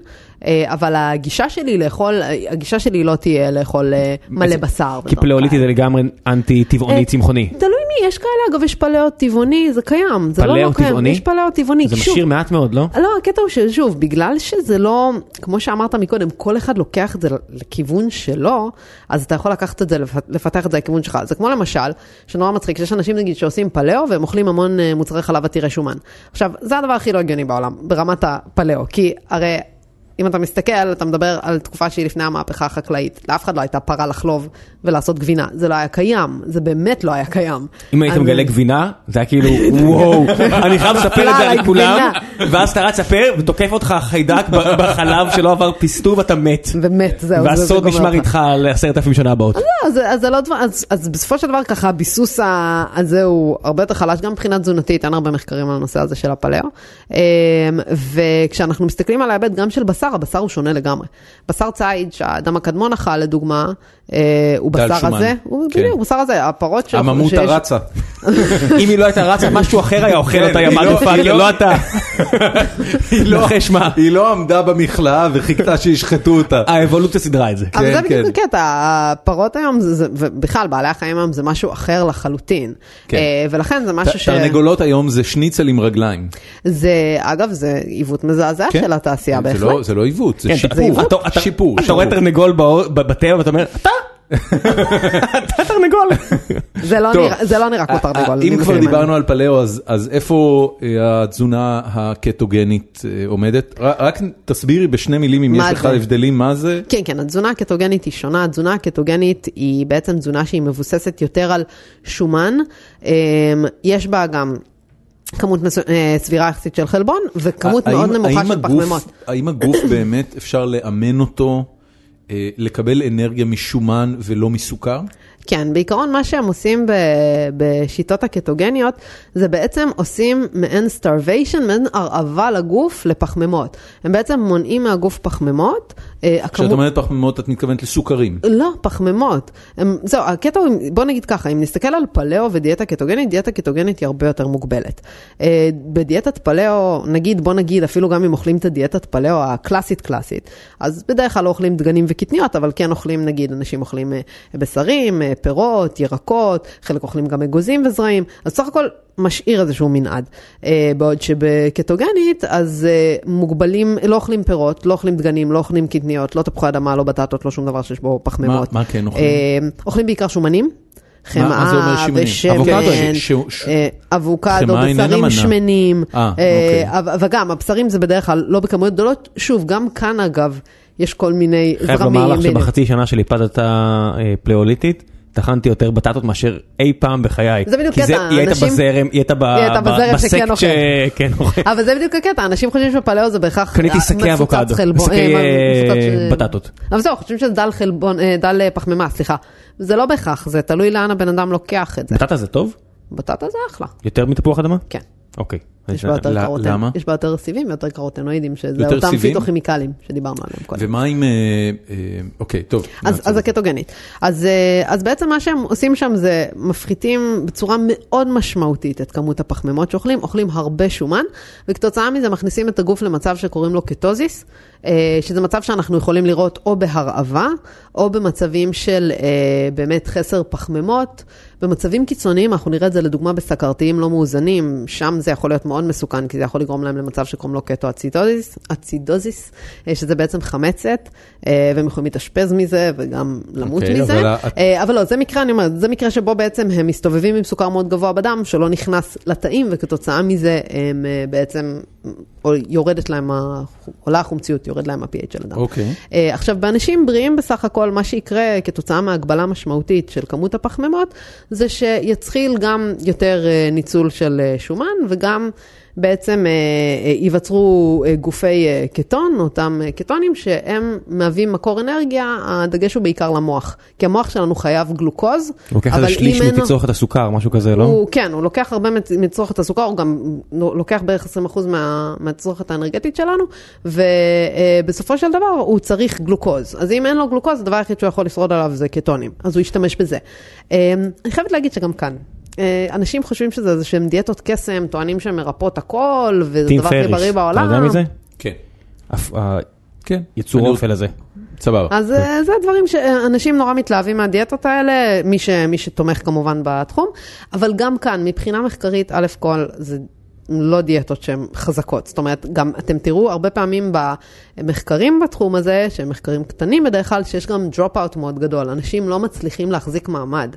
Speaker 3: אה, אבל הגישה שלי לאכול, אה, הגישה שלי לא תהיה לאכול אה, מלא בשר.
Speaker 2: כי
Speaker 3: ודברים
Speaker 2: פלאוליטי
Speaker 3: כאלה.
Speaker 2: זה לגמרי אנטי
Speaker 3: אה,
Speaker 2: טבעוני צמחוני.
Speaker 3: תלוי מי, יש כאלה, אגב, יש פלאו טבעוני, זה קיים, זה לא
Speaker 2: פלאו
Speaker 3: לא קיים,
Speaker 2: טבעוני?
Speaker 3: יש פלאו טבעוני,
Speaker 2: זה
Speaker 3: כי שוב,
Speaker 2: משאיר מעט מאוד, לא?
Speaker 3: לא, הקטע הוא ששוב, בגלל שזה לא, כמו שאמרת מקודם, כל אחד לוקח את זה לכיוון שלו, אז אתה יכול לקחת את זה, לפ- לפתח את זה לכיוון שלך. זה כמו למשל, שנורא מצחיק, שיש אנשים נגיד שעושים פלאו והם אוכלים המון אה, מוצרי חלב עתירי שומן. עכשיו, זה הדבר הכי לא הגיוני בעולם, ברמת הפלאו, כי הרי... אם אתה מסתכל, אתה מדבר על תקופה שהיא לפני המהפכה החקלאית. לאף אחד לא הייתה פרה לחלוב ולעשות גבינה. זה לא היה קיים, זה באמת לא היה קיים.
Speaker 2: אם היית
Speaker 3: אז-
Speaker 2: מגלה גבינה, זה היה כאילו, וואו, אני חייב לספר את זה
Speaker 3: עליי
Speaker 2: על כולם,
Speaker 3: גבינה.
Speaker 2: ואז אתה רץ לפה ותוקף אותך חיידק ב- בחלב שלא עבר פסטור ואתה מת.
Speaker 3: באמת, זהו. זה- זה
Speaker 2: והסוד
Speaker 3: גומר
Speaker 2: נשמר
Speaker 3: אותך.
Speaker 2: איתך על עשרת אלפים שנה הבאות.
Speaker 3: לא, אז, אז, זה לא דבר, אז, אז בסופו של דבר ככה הביסוס ה- הזה הוא הרבה יותר חלש, גם מבחינה תזונתית, אין הרבה מחקרים על הנושא הזה של הפלאו. אמ, וכשאנחנו מסתכלים על ההיבט גם של בשר, הבשר הוא שונה לגמרי. בשר ציד שהאדם הקדמון אכל לדוגמה, אה, הוא
Speaker 1: דל
Speaker 3: בשר
Speaker 1: שומן.
Speaker 3: הזה, הוא
Speaker 1: כן.
Speaker 3: בדיוק, בשר הזה, הפרות שאנחנו-
Speaker 1: הממותה
Speaker 3: שיש-
Speaker 1: רצה.
Speaker 2: אם היא לא הייתה *laughs* רצה, משהו אחר היה אוכל אותה, יא
Speaker 1: היא לא- היא
Speaker 2: מאדרפאקר,
Speaker 1: לא-
Speaker 2: לא *laughs* אתה. נחש מה.
Speaker 1: היא לא עמדה במכלאה וחיכתה שישחטו אותה.
Speaker 2: האבולוציה סידרה את זה.
Speaker 3: אבל
Speaker 1: כן,
Speaker 3: זה בדיוק
Speaker 1: כן.
Speaker 3: הקטע, הפרות היום, זה- זה- ובכלל בעלי החיים היום זה משהו אחר לחלוטין.
Speaker 1: כן.
Speaker 3: אה, ולכן זה משהו
Speaker 1: ת-
Speaker 3: ש...
Speaker 1: תרנגולות היום זה שניצל עם רגליים.
Speaker 3: זה, אגב, זה עיוות מזעזע
Speaker 1: כן.
Speaker 3: של התעשייה
Speaker 1: זה
Speaker 3: בהחלט.
Speaker 1: לא- זה לא עיוות, זה
Speaker 2: כן,
Speaker 1: שיפור.
Speaker 2: אתה- אתה- אתה-
Speaker 1: שיפור.
Speaker 2: אתה רואה
Speaker 1: שיפור.
Speaker 2: תרנגול באו- בטבע ואתה אומר, *laughs* אתה! אתה *laughs* תרנגול.
Speaker 3: זה לא
Speaker 1: טוב. אה,
Speaker 3: נראה- זה לא נראה כמו תרנגול.
Speaker 1: אם כבר
Speaker 3: במקרים האלה.
Speaker 1: דיברנו על פלאו, אז- אז איפה אה, התזונה הקטוגנית אה, עומדת? ר- רק תסבירי בשני מילים אם
Speaker 3: מה
Speaker 1: יש לך
Speaker 3: זה?
Speaker 1: הבדלים מה זה.
Speaker 3: כן, כן, התזונה הקטוגנית היא שונה. התזונה הקטוגנית היא בעצם תזונה שהיא מבוססת יותר על שומן. אמ, יש בה גם כמות מסו- אה, סבירה יחסית של חלבון, וכמות
Speaker 1: האם-
Speaker 3: מאוד נמוכה
Speaker 1: האם
Speaker 3: של
Speaker 1: הגוף-
Speaker 3: פחמימות.
Speaker 1: האם הגוף *coughs* באמת אפשר לאמן אותו אה, לקבל אנרגיה משומן ולא מסוכר?
Speaker 3: כן, בעיקרון מה שהם עושים ב- בשיטות הקטוגניות, זה בעצם עושים מעין starvation, מעין הרעבה לגוף לפחמימות. הם בעצם מונעים מהגוף פחמימות. אה,
Speaker 1: כשאת
Speaker 3: הכמות-
Speaker 1: אומרת פחמימות את מתכוונת לסוכרים.
Speaker 3: לא, אה, לא כן אה, משאיר איזשהו מנעד. אה, בעוד שבקטוגנית, אז אה, מוגבלים, לא אוכלים פירות, לא אוכלים דגנים, לא אוכלים קטניות, לא תפוחי אדמה, לא בטטות, לא שום דבר שיש בו פחמימות.
Speaker 1: מה- מה כן אוכלים?
Speaker 3: אה, אוכלים בעיקר שומנים.
Speaker 1: מה- מה זה אומר
Speaker 3: חמאה
Speaker 1: שמנים?
Speaker 3: ושמן,
Speaker 1: אבוקדו, ש- ש-
Speaker 3: אה, אבוקדו,
Speaker 1: חמאה איננה
Speaker 3: בשרים
Speaker 1: מנה.
Speaker 3: שמנים,
Speaker 1: אה,
Speaker 3: אה,
Speaker 1: אוקיי.
Speaker 3: אבל- וגם הבשרים זה בדרך כלל לא בכמויות גדולות, שוב, גם כאן אגב, יש כל מיני זרמים.
Speaker 2: חייב לומר לך
Speaker 3: בדיוק.
Speaker 2: שבחצי שנה שלי פתת אה, פלאוליטית, טחנתי יותר בטטות מאשר אי פעם בחיי.
Speaker 3: זה בדיוק
Speaker 2: כי
Speaker 3: קטע,
Speaker 2: היא הייתה
Speaker 3: אנשים-
Speaker 2: בזרם, היא הייתה ב-
Speaker 3: היא הייתה
Speaker 2: ב-
Speaker 3: בזרם שכן
Speaker 2: בסקט
Speaker 3: אוכל.
Speaker 2: שכן
Speaker 3: *laughs*
Speaker 2: אוכל.
Speaker 3: אבל זה בדיוק הקטע, אנשים חושבים שפלאו זה בהכרח
Speaker 2: קניתי שקי
Speaker 3: מפוצץ
Speaker 2: אבוקדו,
Speaker 3: חלבון,
Speaker 2: שקי,
Speaker 3: אה, מה- מפוצץ
Speaker 2: אה,
Speaker 3: ש-
Speaker 2: בטטות.
Speaker 3: אבל זהו, חושבים שזה דל חלבון, אה, דל אה, פחמימה, סליחה. זה לא בהכרח, זה תלוי לאן הבן אדם לוקח את זה.
Speaker 2: בטטה זה טוב?
Speaker 3: בטטה זה אחלה,
Speaker 2: יותר מתפוח אדמה?
Speaker 3: כן.
Speaker 2: אוקיי.
Speaker 3: יש בה יותר
Speaker 1: אה, ל-
Speaker 3: קרוטן-
Speaker 1: למה?
Speaker 3: יש בה יותר סיבים ויותר קרוטנואידים, שזה
Speaker 1: יותר
Speaker 3: אותם
Speaker 1: סיבים?
Speaker 3: פיטוכימיקלים שדיברנו עליהם קודם.
Speaker 1: ומה עם... אה, אה, אוקיי, טוב.
Speaker 3: אז,
Speaker 1: נעצור.
Speaker 3: אז הקטוגנית. אז, אה, אז בעצם מה שהם עושים שם זה מפחיתים בצורה מאוד משמעותית את כמות הפחמימות שאוכלים, אוכלים הרבה שומן, וכתוצאה מזה מכניסים את הגוף למצב שקוראים לו קטוזיס, אה, שזה מצב שאנחנו יכולים לראות או בהרעבה, או במצבים של אה, באמת חסר פחמימות. במצבים קיצוניים, אנחנו נראה את זה לדוגמה בסכרתיים לא מאוזנים, שם זה יכול להיות מאוד מסוכן, כי זה יכול לגרום להם למצב שקוראים לו קטואצידוזיס, אצידוזיס, אה, שזה בעצם חמצת, אה, והם יכולים להתאשפז מזה וגם למות
Speaker 1: אוקיי,
Speaker 3: מזה.
Speaker 1: אבל
Speaker 3: אבל,
Speaker 1: ה-
Speaker 3: אבל לא, זה מקרה, אני אומרת, זה מקרה שבו בעצם הם מסתובבים עם סוכר מאוד גבוה בדם, שלא נכנס לתאים, וכתוצאה מזה הם אה, בעצם, או יורדת להם, ה- עולה החומציות, יורד להם ה-PH של הדם.
Speaker 1: אוקיי.
Speaker 3: אה, עכשיו, באנשים בריאים בסך הכל, מה שיקרה כתוצאה מהגבלה משמעותית של כמות הפחמימות, זה שיתחיל גם יותר אה, ניצול של אה, שומן, וגם בעצם אה, אה, ייווצרו אה, גופי אה, קטון, אותם אה, קטונים, שהם מהווים מקור אנרגיה, הדגש הוא בעיקר למוח. כי המוח שלנו חייב גלוקוז,
Speaker 2: הוא לוקח איזה שליש
Speaker 3: אין לו-
Speaker 2: מתצרוכת הסוכר, משהו כזה, לא?
Speaker 3: הוא, כן, הוא לוקח הרבה מצ- מצרוכת הסוכר, הוא גם לוקח בערך 20% מה, מהצרוכת האנרגטית שלנו, ובסופו של דבר הוא צריך גלוקוז. אז אם אין לו גלוקוז, הדבר היחיד שהוא יכול לשרוד עליו זה קטונים, אז הוא ישתמש בזה. אה, אני חייבת להגיד שגם כאן. אה, אנשים חושבים שזה איזה שהם דיאטות קסם, טוענים שהן מרפאות הכל, וזה
Speaker 2: טים
Speaker 3: דבר הכי
Speaker 2: פריש.
Speaker 3: בריא בעולם.
Speaker 2: אתה יודע מי זה?
Speaker 1: כן.
Speaker 2: הפ- ה-
Speaker 1: כן.
Speaker 2: יצור
Speaker 1: אני-
Speaker 2: האופל הזה.
Speaker 1: סבבה.
Speaker 3: אז אה, זה הדברים שאנשים נורא מתלהבים מהדיאטות האלה, מי, ש, מי שתומך כמובן בתחום, אבל גם כאן, מבחינה מחקרית, א' כל, זה לא דיאטות שהן חזקות. זאת אומרת, גם אתם תראו הרבה פעמים במחקרים בתחום הזה, שהם מחקרים קטנים בדרך כלל, שיש גם drop-out מאוד גדול, אנשים לא מצליחים להחזיק מעמד.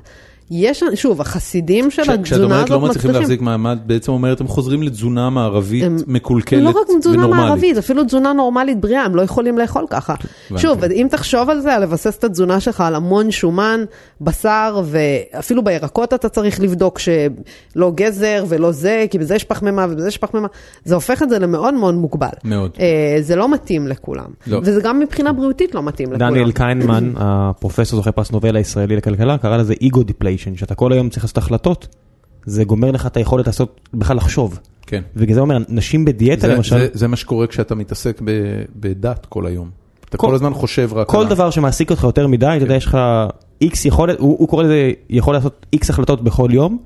Speaker 3: יש, שוב, החסידים של
Speaker 1: כש-
Speaker 3: התזונה הזאת
Speaker 1: כשאת
Speaker 3: מצליחים.
Speaker 1: אומרת לא מצליחים להחזיק מעמד, בעצם אומרת הם חוזרים לתזונה מערבית
Speaker 3: הם-
Speaker 1: מקולקלת
Speaker 3: לא
Speaker 1: ונורמלית.
Speaker 3: רק תזונה מערבית, אפילו תזונה נורמלית בריאה, הם לא יכולים לאכול ככה. שוב, אם תחשוב על זה, על לבסס את התזונה שלך על המון שומן, בשר, ואפילו בירקות אתה צריך לבדוק שלא גזר ולא זה, כי בזה יש פחמימה ובזה יש פחמימה, זה הופך את זה למאוד מאוד מוגבל.
Speaker 1: מאוד.
Speaker 3: אה, זה לא מתאים לכולם,
Speaker 1: לא.
Speaker 3: וזה גם מבחינה בריאותית לא מתאים לכולם.
Speaker 2: דניאל קיינמן, הפרופסור זוכה פרס נובל הישראלי לכלכלה, קרא לזה ego depletion, שאתה כל היום צריך לעשות החלטות, זה גומר לך את היכולת לעשות, בכלל לחשוב.
Speaker 1: כן.
Speaker 2: ובגלל זה אומר, נשים בדיאטה
Speaker 1: זה-
Speaker 2: למשל,
Speaker 1: זה- זה מה שקורה כשאתה מתעסק ב- בדת כל היום. אתה
Speaker 2: כל-
Speaker 1: כל הזמן חושב רק
Speaker 2: כל
Speaker 1: על ה-
Speaker 2: דבר שמעסיק אותך יותר מדי, אתה יודע, יש לך איקס יכולת, הוא הוא קורא לזה יכול לעשות איקס החלטות בכל יום,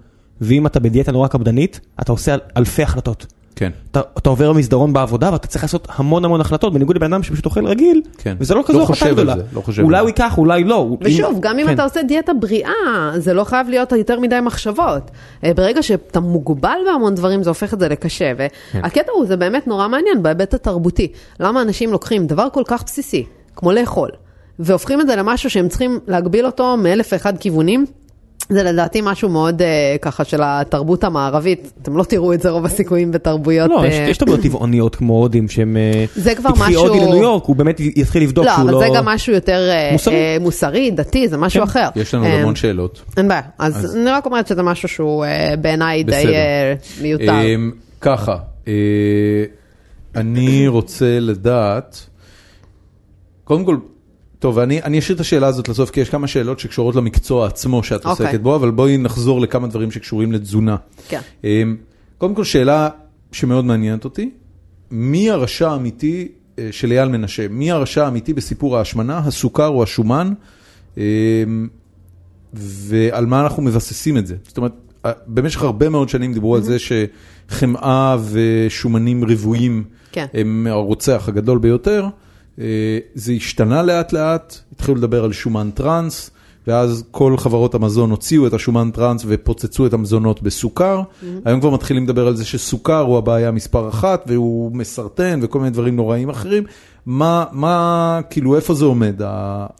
Speaker 2: ואם אתה בדיאטה נורא קפדנית, אתה עושה אל- אלפי החלטות.
Speaker 1: כן.
Speaker 2: אתה, אתה עובר מסדרון בעבודה ואתה צריך לעשות המון המון החלטות בניגוד לבן אדם שפשוט אוכל רגיל
Speaker 1: כן.
Speaker 2: וזה לא
Speaker 1: לא
Speaker 2: כזו
Speaker 1: חושב
Speaker 2: החלטה
Speaker 1: על
Speaker 2: גדולה.
Speaker 1: זה, לא חושב
Speaker 2: אולי
Speaker 1: על
Speaker 2: הוא
Speaker 1: זה.
Speaker 2: ייקח אולי לא.
Speaker 3: ושוב, גם אם
Speaker 2: כן.
Speaker 3: אתה עושה דיאטה בריאה, זה לא חייב להיות יותר מדי מחשבות. אה, ברגע שאתה מוגבל בהמון דברים, זה הופך את זה לקשה.
Speaker 2: כן.
Speaker 3: והקטע הוא, זה באמת נורא מעניין בהיבט התרבותי. למה אנשים לוקחים דבר כל כך בסיסי, כמו לאכול, והופכים את זה למשהו שהם צריכים להגביל אותו מאלף ואחד כיוונים? זה לדעתי משהו מאוד אה, ככה של התרבות המערבית, אתם לא תראו את זה רוב הסיכויים בתרבויות.
Speaker 2: לא, יש-
Speaker 3: אה,
Speaker 2: יש תרבויות טבעוניות כמו הודים שהם... אה,
Speaker 3: זה כבר
Speaker 2: תיקחי
Speaker 3: משהו-
Speaker 2: הודי לניו יורק, הוא באמת י- יתחיל לבדוק
Speaker 3: לא,
Speaker 2: שהוא
Speaker 3: אבל
Speaker 2: לא...
Speaker 3: זה גם משהו יותר אה,
Speaker 2: מוסרי. כן.
Speaker 3: אה, מוסרי, דתי, זה משהו אחר.
Speaker 1: יש לנו עוד
Speaker 3: אה,
Speaker 1: המון שאלות.
Speaker 3: אין בעיה, אז, אז אני רק אומרת שזה משהו שהוא אה, בעיניי
Speaker 1: בסדר.
Speaker 3: די אה, מיותר.
Speaker 1: אמ, ככה, אה, אני רוצה לדעת, קודם כל, טוב, אני, אני אשאיר את השאלה הזאת לסוף, כי יש כמה שאלות שקשורות למקצוע עצמו שאת
Speaker 3: אוקיי.
Speaker 1: עוסקת בו, אבל בואי נחזור לכמה דברים שקשורים לתזונה.
Speaker 3: כן.
Speaker 1: אמ, קודם כל, שאלה שמאוד מעניינת אותי, מי הרשע האמיתי אה, של אייל מנשה? מי הרשע האמיתי בסיפור ההשמנה, הסוכר או השומן? אמ, ועל מה אנחנו מבססים את זה. זאת אומרת, במשך הרבה מאוד שנים דיברו
Speaker 3: Mm-hmm.
Speaker 1: על זה שחמאה ושומנים רבויים
Speaker 3: כן.
Speaker 1: הם הרוצח הגדול ביותר. אה, זה השתנה לאט לאט, התחילו לדבר על שומן טראנס, ואז כל חברות המזון הוציאו את השומן טראנס ופוצצו את המזונות בסוכר.
Speaker 3: Mm-hmm.
Speaker 1: היום כבר מתחילים לדבר על זה שסוכר הוא הבעיה מספר אחת, והוא מסרטן וכל מיני דברים נוראים אחרים. מה, מה, כאילו, איפה זה עומד? ה-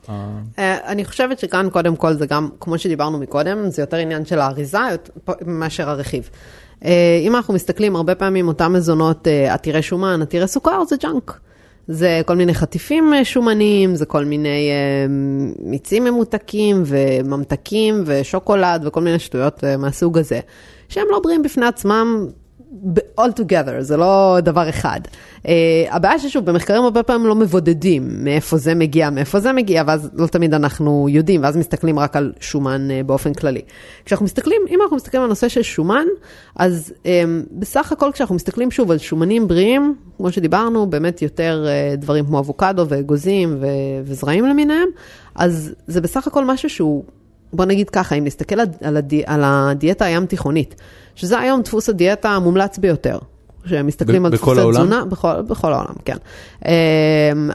Speaker 1: ה-
Speaker 3: אה, אני חושבת שכאן קודם כל זה גם, כמו שדיברנו מקודם, זה יותר עניין של האריזה יות- פ- מאשר הרכיב. אה, אם אנחנו מסתכלים, הרבה פעמים אותם מזונות אה, עתירי שומן, עתירי סוכר, זה ג'אנק. זה כל מיני חטיפים אה, שומניים, זה כל מיני אה, מיצים ממותקים וממתקים ושוקולד וכל מיני שטויות אה, מהסוג הזה, שהם לא בריאים בפני עצמם. ב- all together, זה לא דבר אחד. Uh, הבעיה ששוב, במחקרים הרבה פעמים לא מבודדים מאיפה זה מגיע, מאיפה זה מגיע, ואז לא תמיד אנחנו יודעים, ואז מסתכלים רק על שומן uh, באופן כללי. כשאנחנו מסתכלים, אם אנחנו מסתכלים על נושא של שומן, אז um, בסך הכל כשאנחנו מסתכלים שוב על שומנים בריאים, כמו שדיברנו, באמת יותר uh, דברים כמו אבוקדו ואגוזים ו- וזרעים למיניהם, אז זה בסך הכל משהו שהוא... בוא נגיד ככה, אם נסתכל על- על, הדי, על הדיאטה הים תיכונית, שזה היום דפוס הדיאטה המומלץ ביותר, כשמסתכלים
Speaker 1: ב-
Speaker 3: על
Speaker 1: בכל
Speaker 3: דפוסי
Speaker 1: העולם?
Speaker 3: תזונה, בכל, בכל העולם, כן. אמ,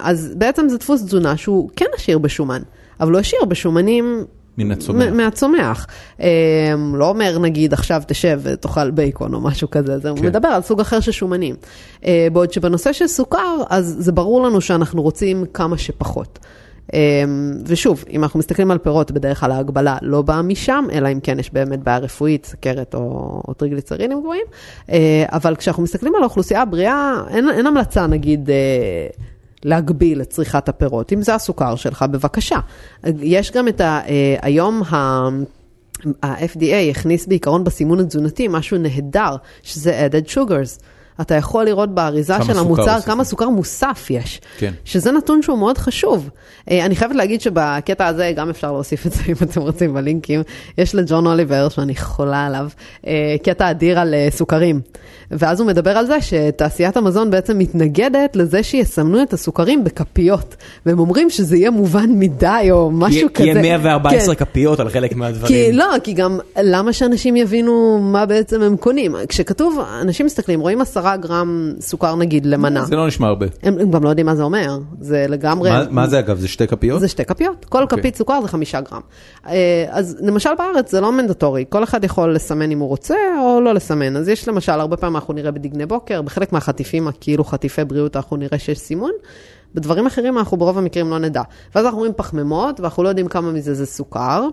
Speaker 3: אז בעצם זה דפוס תזונה שהוא כן עשיר בשומן, אבל הוא עשיר בשומנים
Speaker 1: מן הצומח.
Speaker 3: מ- מהצומח. אמ, לא אומר, נגיד, עכשיו תשב ותאכל בייקון או משהו כזה, זה הוא
Speaker 1: כן.
Speaker 3: מדבר על סוג אחר של שומנים. אה, בעוד שבנושא של סוכר, אז זה ברור לנו שאנחנו רוצים כמה שפחות. אמ, ושוב, אם אנחנו מסתכלים על פירות, בדרך כלל ההגבלה לא באה משם, אלא אם כן יש באמת בעיה רפואית, סכרת או, או טריגליצרינים גבוהים, אה, אבל כשאנחנו מסתכלים על האוכלוסייה הבריאה, אין, אין המלצה נגיד... אה, להגביל את צריכת הפירות. אם זה הסוכר שלך, בבקשה. יש גם את ה... אה, היום ה... ה-FDA הכניס בעיקרון בסימון התזונתי משהו נהדר, שזה added sugars. אתה יכול לראות באריזה
Speaker 1: כמה
Speaker 3: של
Speaker 1: סוכר
Speaker 3: המוצר
Speaker 1: הוסיפו.
Speaker 3: כמה סוכר מוסף יש.
Speaker 1: כן.
Speaker 3: שזה נתון שהוא מאוד חשוב. אה, אני חייבת להגיד שבקטע הזה גם אפשר להוסיף את זה אם אתם רוצים בלינקים. יש לג'ון אוליבר, שאני חולה עליו, אה, קטע אדיר על אה, סוכרים. ואז הוא מדבר על זה שתעשיית המזון בעצם מתנגדת לזה שיסמנו את הסוכרים בכפיות. והם אומרים שזה יהיה מובן מדי או משהו
Speaker 4: כי-
Speaker 3: כזה.
Speaker 4: כי יהיה 114
Speaker 3: כן.
Speaker 4: כפיות על חלק מהדברים.
Speaker 3: כי לא, כי גם למה שאנשים יבינו מה בעצם הם קונים? כשכתוב, אנשים מסתכלים, רואים עשרה גרם סוכר נגיד למנה.
Speaker 1: זה לא נשמע הרבה.
Speaker 3: הם, הם גם לא יודעים מה זה אומר, זה לגמרי...
Speaker 1: מה- מה זה אגב? זה שתי כפיות?
Speaker 3: זה שתי כפיות, כל
Speaker 1: אוקיי.
Speaker 3: כפית סוכר זה חמישה גרם. אה, אז למשל בארץ זה לא מנדטורי, כל אחד יכול לסמן אם הוא רוצה או לא לסמן. אז יש למשל, הרבה פעמים אנחנו נראה בדגני בוקר, בחלק מהחטיפים, הכאילו חטיפי בריאות, אנחנו נראה שיש סימון. בדברים אחרים אנחנו ברוב המקרים לא נדע. ואז אנחנו רואים פחמימות, ואנחנו לא יודעים כמה מזה זה סוכר.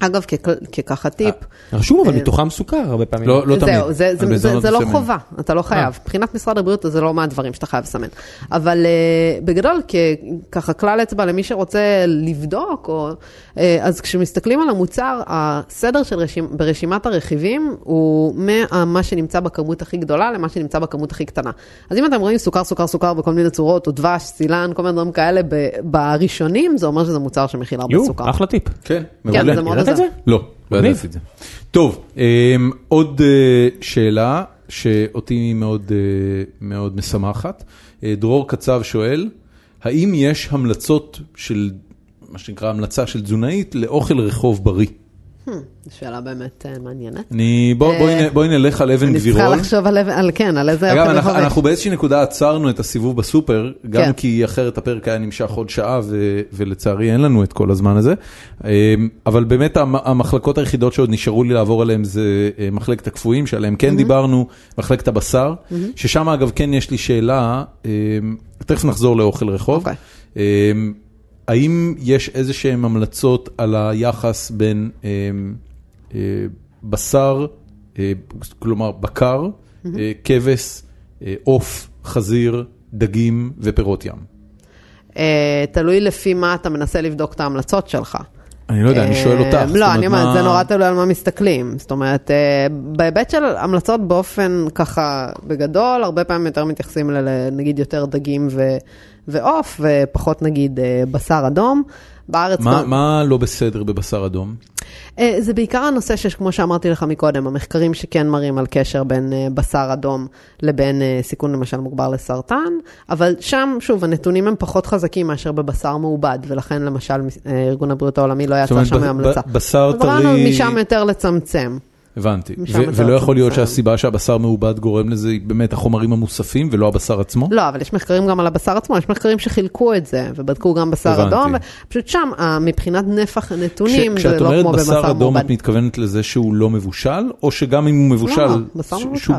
Speaker 3: אגב, ככל- כככה
Speaker 1: אה.
Speaker 3: טיפ,
Speaker 2: אה, רשום
Speaker 3: אה,
Speaker 2: אבל מתוכם סוכר הרבה פעמים.
Speaker 1: לא, לא תמיד.
Speaker 3: זהו, זה,
Speaker 1: על
Speaker 3: זה, זה,
Speaker 1: מזונות
Speaker 3: זה לא
Speaker 1: מסוימים. אה.
Speaker 3: חובה, אתה לא חייב. מבחינת משרד הבריאות זה לא מהדברים שאתה חייב לסמן. אבל uh, בגדול, כ, ככה כלל אצבע למי שרוצה לבדוק, או, uh, אז כשמסתכלים על המוצר, הסדר של רשימ, ברשימת הרכיבים הוא ממה שנמצא בכמות הכי גדולה למה שנמצא בכמות הכי קטנה. אז אם אתם רואים סוכר, סוכר, סוכר בכל מיני צורות, או דבש, סילן, כל מיני דברים כאלה, ב, בראשונים, זה אומר שזה מוצר שמכיל הרבה
Speaker 2: יו,
Speaker 3: סוכר.
Speaker 2: אחלה טיפ.
Speaker 1: כן,
Speaker 3: כן,
Speaker 1: מעולה.
Speaker 3: זה מאוד
Speaker 2: ידעת את
Speaker 3: עוזר.
Speaker 2: זה?
Speaker 1: לא, לא
Speaker 2: מגניב.
Speaker 1: ידעתי את זה. טוב, אמ, עוד אה, שאלה שאותי מאוד, אה, מאוד משמחת. אה, דרור קצב שואל, האם יש המלצות של, מה שנקרא המלצה של תזונאית לאוכל רחוב בריא?
Speaker 3: שאלה באמת אה, מעניינת.
Speaker 1: אני, בוא, בואי,
Speaker 3: אה,
Speaker 1: נ- בואי נלך על אבן
Speaker 3: אני צריכה
Speaker 1: גבירול.
Speaker 3: לחשוב על, על כן, על איזה...
Speaker 1: אגב,
Speaker 3: אוכל
Speaker 1: אנחנו,
Speaker 3: לחובש.
Speaker 1: אנחנו באיזושהי נקודה עצרנו את הסיבוב בסופר, גם
Speaker 3: כן.
Speaker 1: כי אחרת הפרק היה נמשך עוד שעה, ו, ולצערי אין לנו את כל הזמן הזה. אמ, אבל באמת המ- המחלקות היחידות שעוד נשארו לי לעבור עליהן זה אה, מחלקת הקפואים, שעליהן כן דיברנו, מחלקת הבשר, ששם אגב כן יש לי שאלה, אמ, תכף נחזור לאוכל רחוב.
Speaker 3: אוקיי.
Speaker 1: אמ, האם יש איזה שהן המלצות על היחס בין אמ, אה, בשר, אה, כלומר בקר, אה, כבש, אה, עוף, חזיר, דגים ופירות ים?
Speaker 3: אה, תלוי לפי מה אתה מנסה לבדוק את ההמלצות שלך.
Speaker 1: אני לא יודע, אני שואל
Speaker 3: אה,
Speaker 1: אותך. זאת
Speaker 3: לא,
Speaker 1: אומרת,
Speaker 3: אני אומרת,
Speaker 1: מה-
Speaker 3: זה נורא תלוי על מה מסתכלים. זאת אומרת, אה, בהיבט של המלצות באופן ככה בגדול, הרבה פעמים יותר מתייחסים ל- ל- נגיד יותר דגים ו- ועוף, ופחות נגיד אה, בשר אדום. בארץ
Speaker 1: מה-
Speaker 3: גם-
Speaker 1: מה לא בסדר בבשר אדום?
Speaker 3: אה, זה בעיקר הנושא שכמו שאמרתי לך מקודם, המחקרים שכן מראים על קשר בין אה, בשר אדום לבין אה, סיכון למשל מוגבר לסרטן, אבל שם, שוב, הנתונים הם פחות חזקים מאשר בבשר מעובד, ולכן למשל אה, ארגון הבריאות העולמי לא
Speaker 1: זאת
Speaker 3: יצא
Speaker 1: אומרת,
Speaker 3: שם
Speaker 1: ב-
Speaker 3: המלצה.
Speaker 1: ב- בשר
Speaker 3: אז אמרנו
Speaker 1: טרי-
Speaker 3: משם יותר לצמצם.
Speaker 1: הבנתי.
Speaker 3: משם
Speaker 1: ו-
Speaker 3: אתה
Speaker 1: ולא
Speaker 3: לוקח
Speaker 1: יכול להיות
Speaker 3: בשר.
Speaker 1: שהסיבה שהבשר מעובד גורם לזה היא באמת החומרים המוספים ולא הבשר עצמו?
Speaker 3: לא, אבל יש מחקרים גם על הבשר עצמו, יש מחקרים שחילקו את זה, ובדקו גם בשר
Speaker 1: הבנתי.
Speaker 3: אדום, פשוט שם, אה, מבחינת נפח הנתונים,
Speaker 1: כש-
Speaker 3: זה
Speaker 1: כשאת
Speaker 3: לא
Speaker 1: אומרת
Speaker 3: כמו
Speaker 1: בשר
Speaker 3: בבשר
Speaker 1: אדום,
Speaker 3: מעובד.
Speaker 1: את מתכוונת לזה שהוא לא מבושל, או שגם אם הוא מבושל...
Speaker 3: לא, בשר
Speaker 1: ש-
Speaker 3: מבושל.
Speaker 1: שהוא-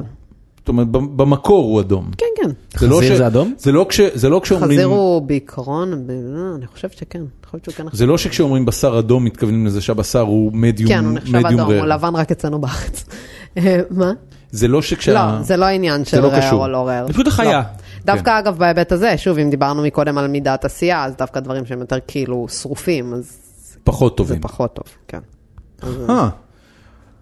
Speaker 1: זאת אומרת, ב- במקור הוא אדום.
Speaker 3: כן, כן.
Speaker 1: לא
Speaker 5: חזיר
Speaker 1: ש-
Speaker 5: זה אדום?
Speaker 1: זה לא, כש... זה לא כשאומרים...
Speaker 3: חזיר הוא בעיקרון, ב- אה, אני חושבת שכן, אני חושבת שהוא כן
Speaker 1: זה לא שכשאומרים בשר אדום מתכוונים לזה שהבשר הוא מדיום
Speaker 3: כן, הוא נחשב
Speaker 1: מדיום
Speaker 3: אדום, הוא
Speaker 1: rare.
Speaker 3: לבן רק אצלנו
Speaker 1: *laughs*
Speaker 3: בארץ. אה, מה?
Speaker 1: זה לא שכשה...
Speaker 3: לא, זה לא עניין של
Speaker 1: לא
Speaker 3: רער
Speaker 1: קשור. כן.
Speaker 3: או לא רער.
Speaker 4: זה פשוט החיה.
Speaker 3: לא. דווקא אגב בהיבט הזה, שוב, אם דיברנו מקודם על מידת עשייה, אז דווקא דברים שהם יותר כאילו שרופים, אז
Speaker 1: פחות
Speaker 3: זה
Speaker 1: טובים.
Speaker 3: פחות טוב,
Speaker 1: *laughs*
Speaker 3: כן.
Speaker 1: אה.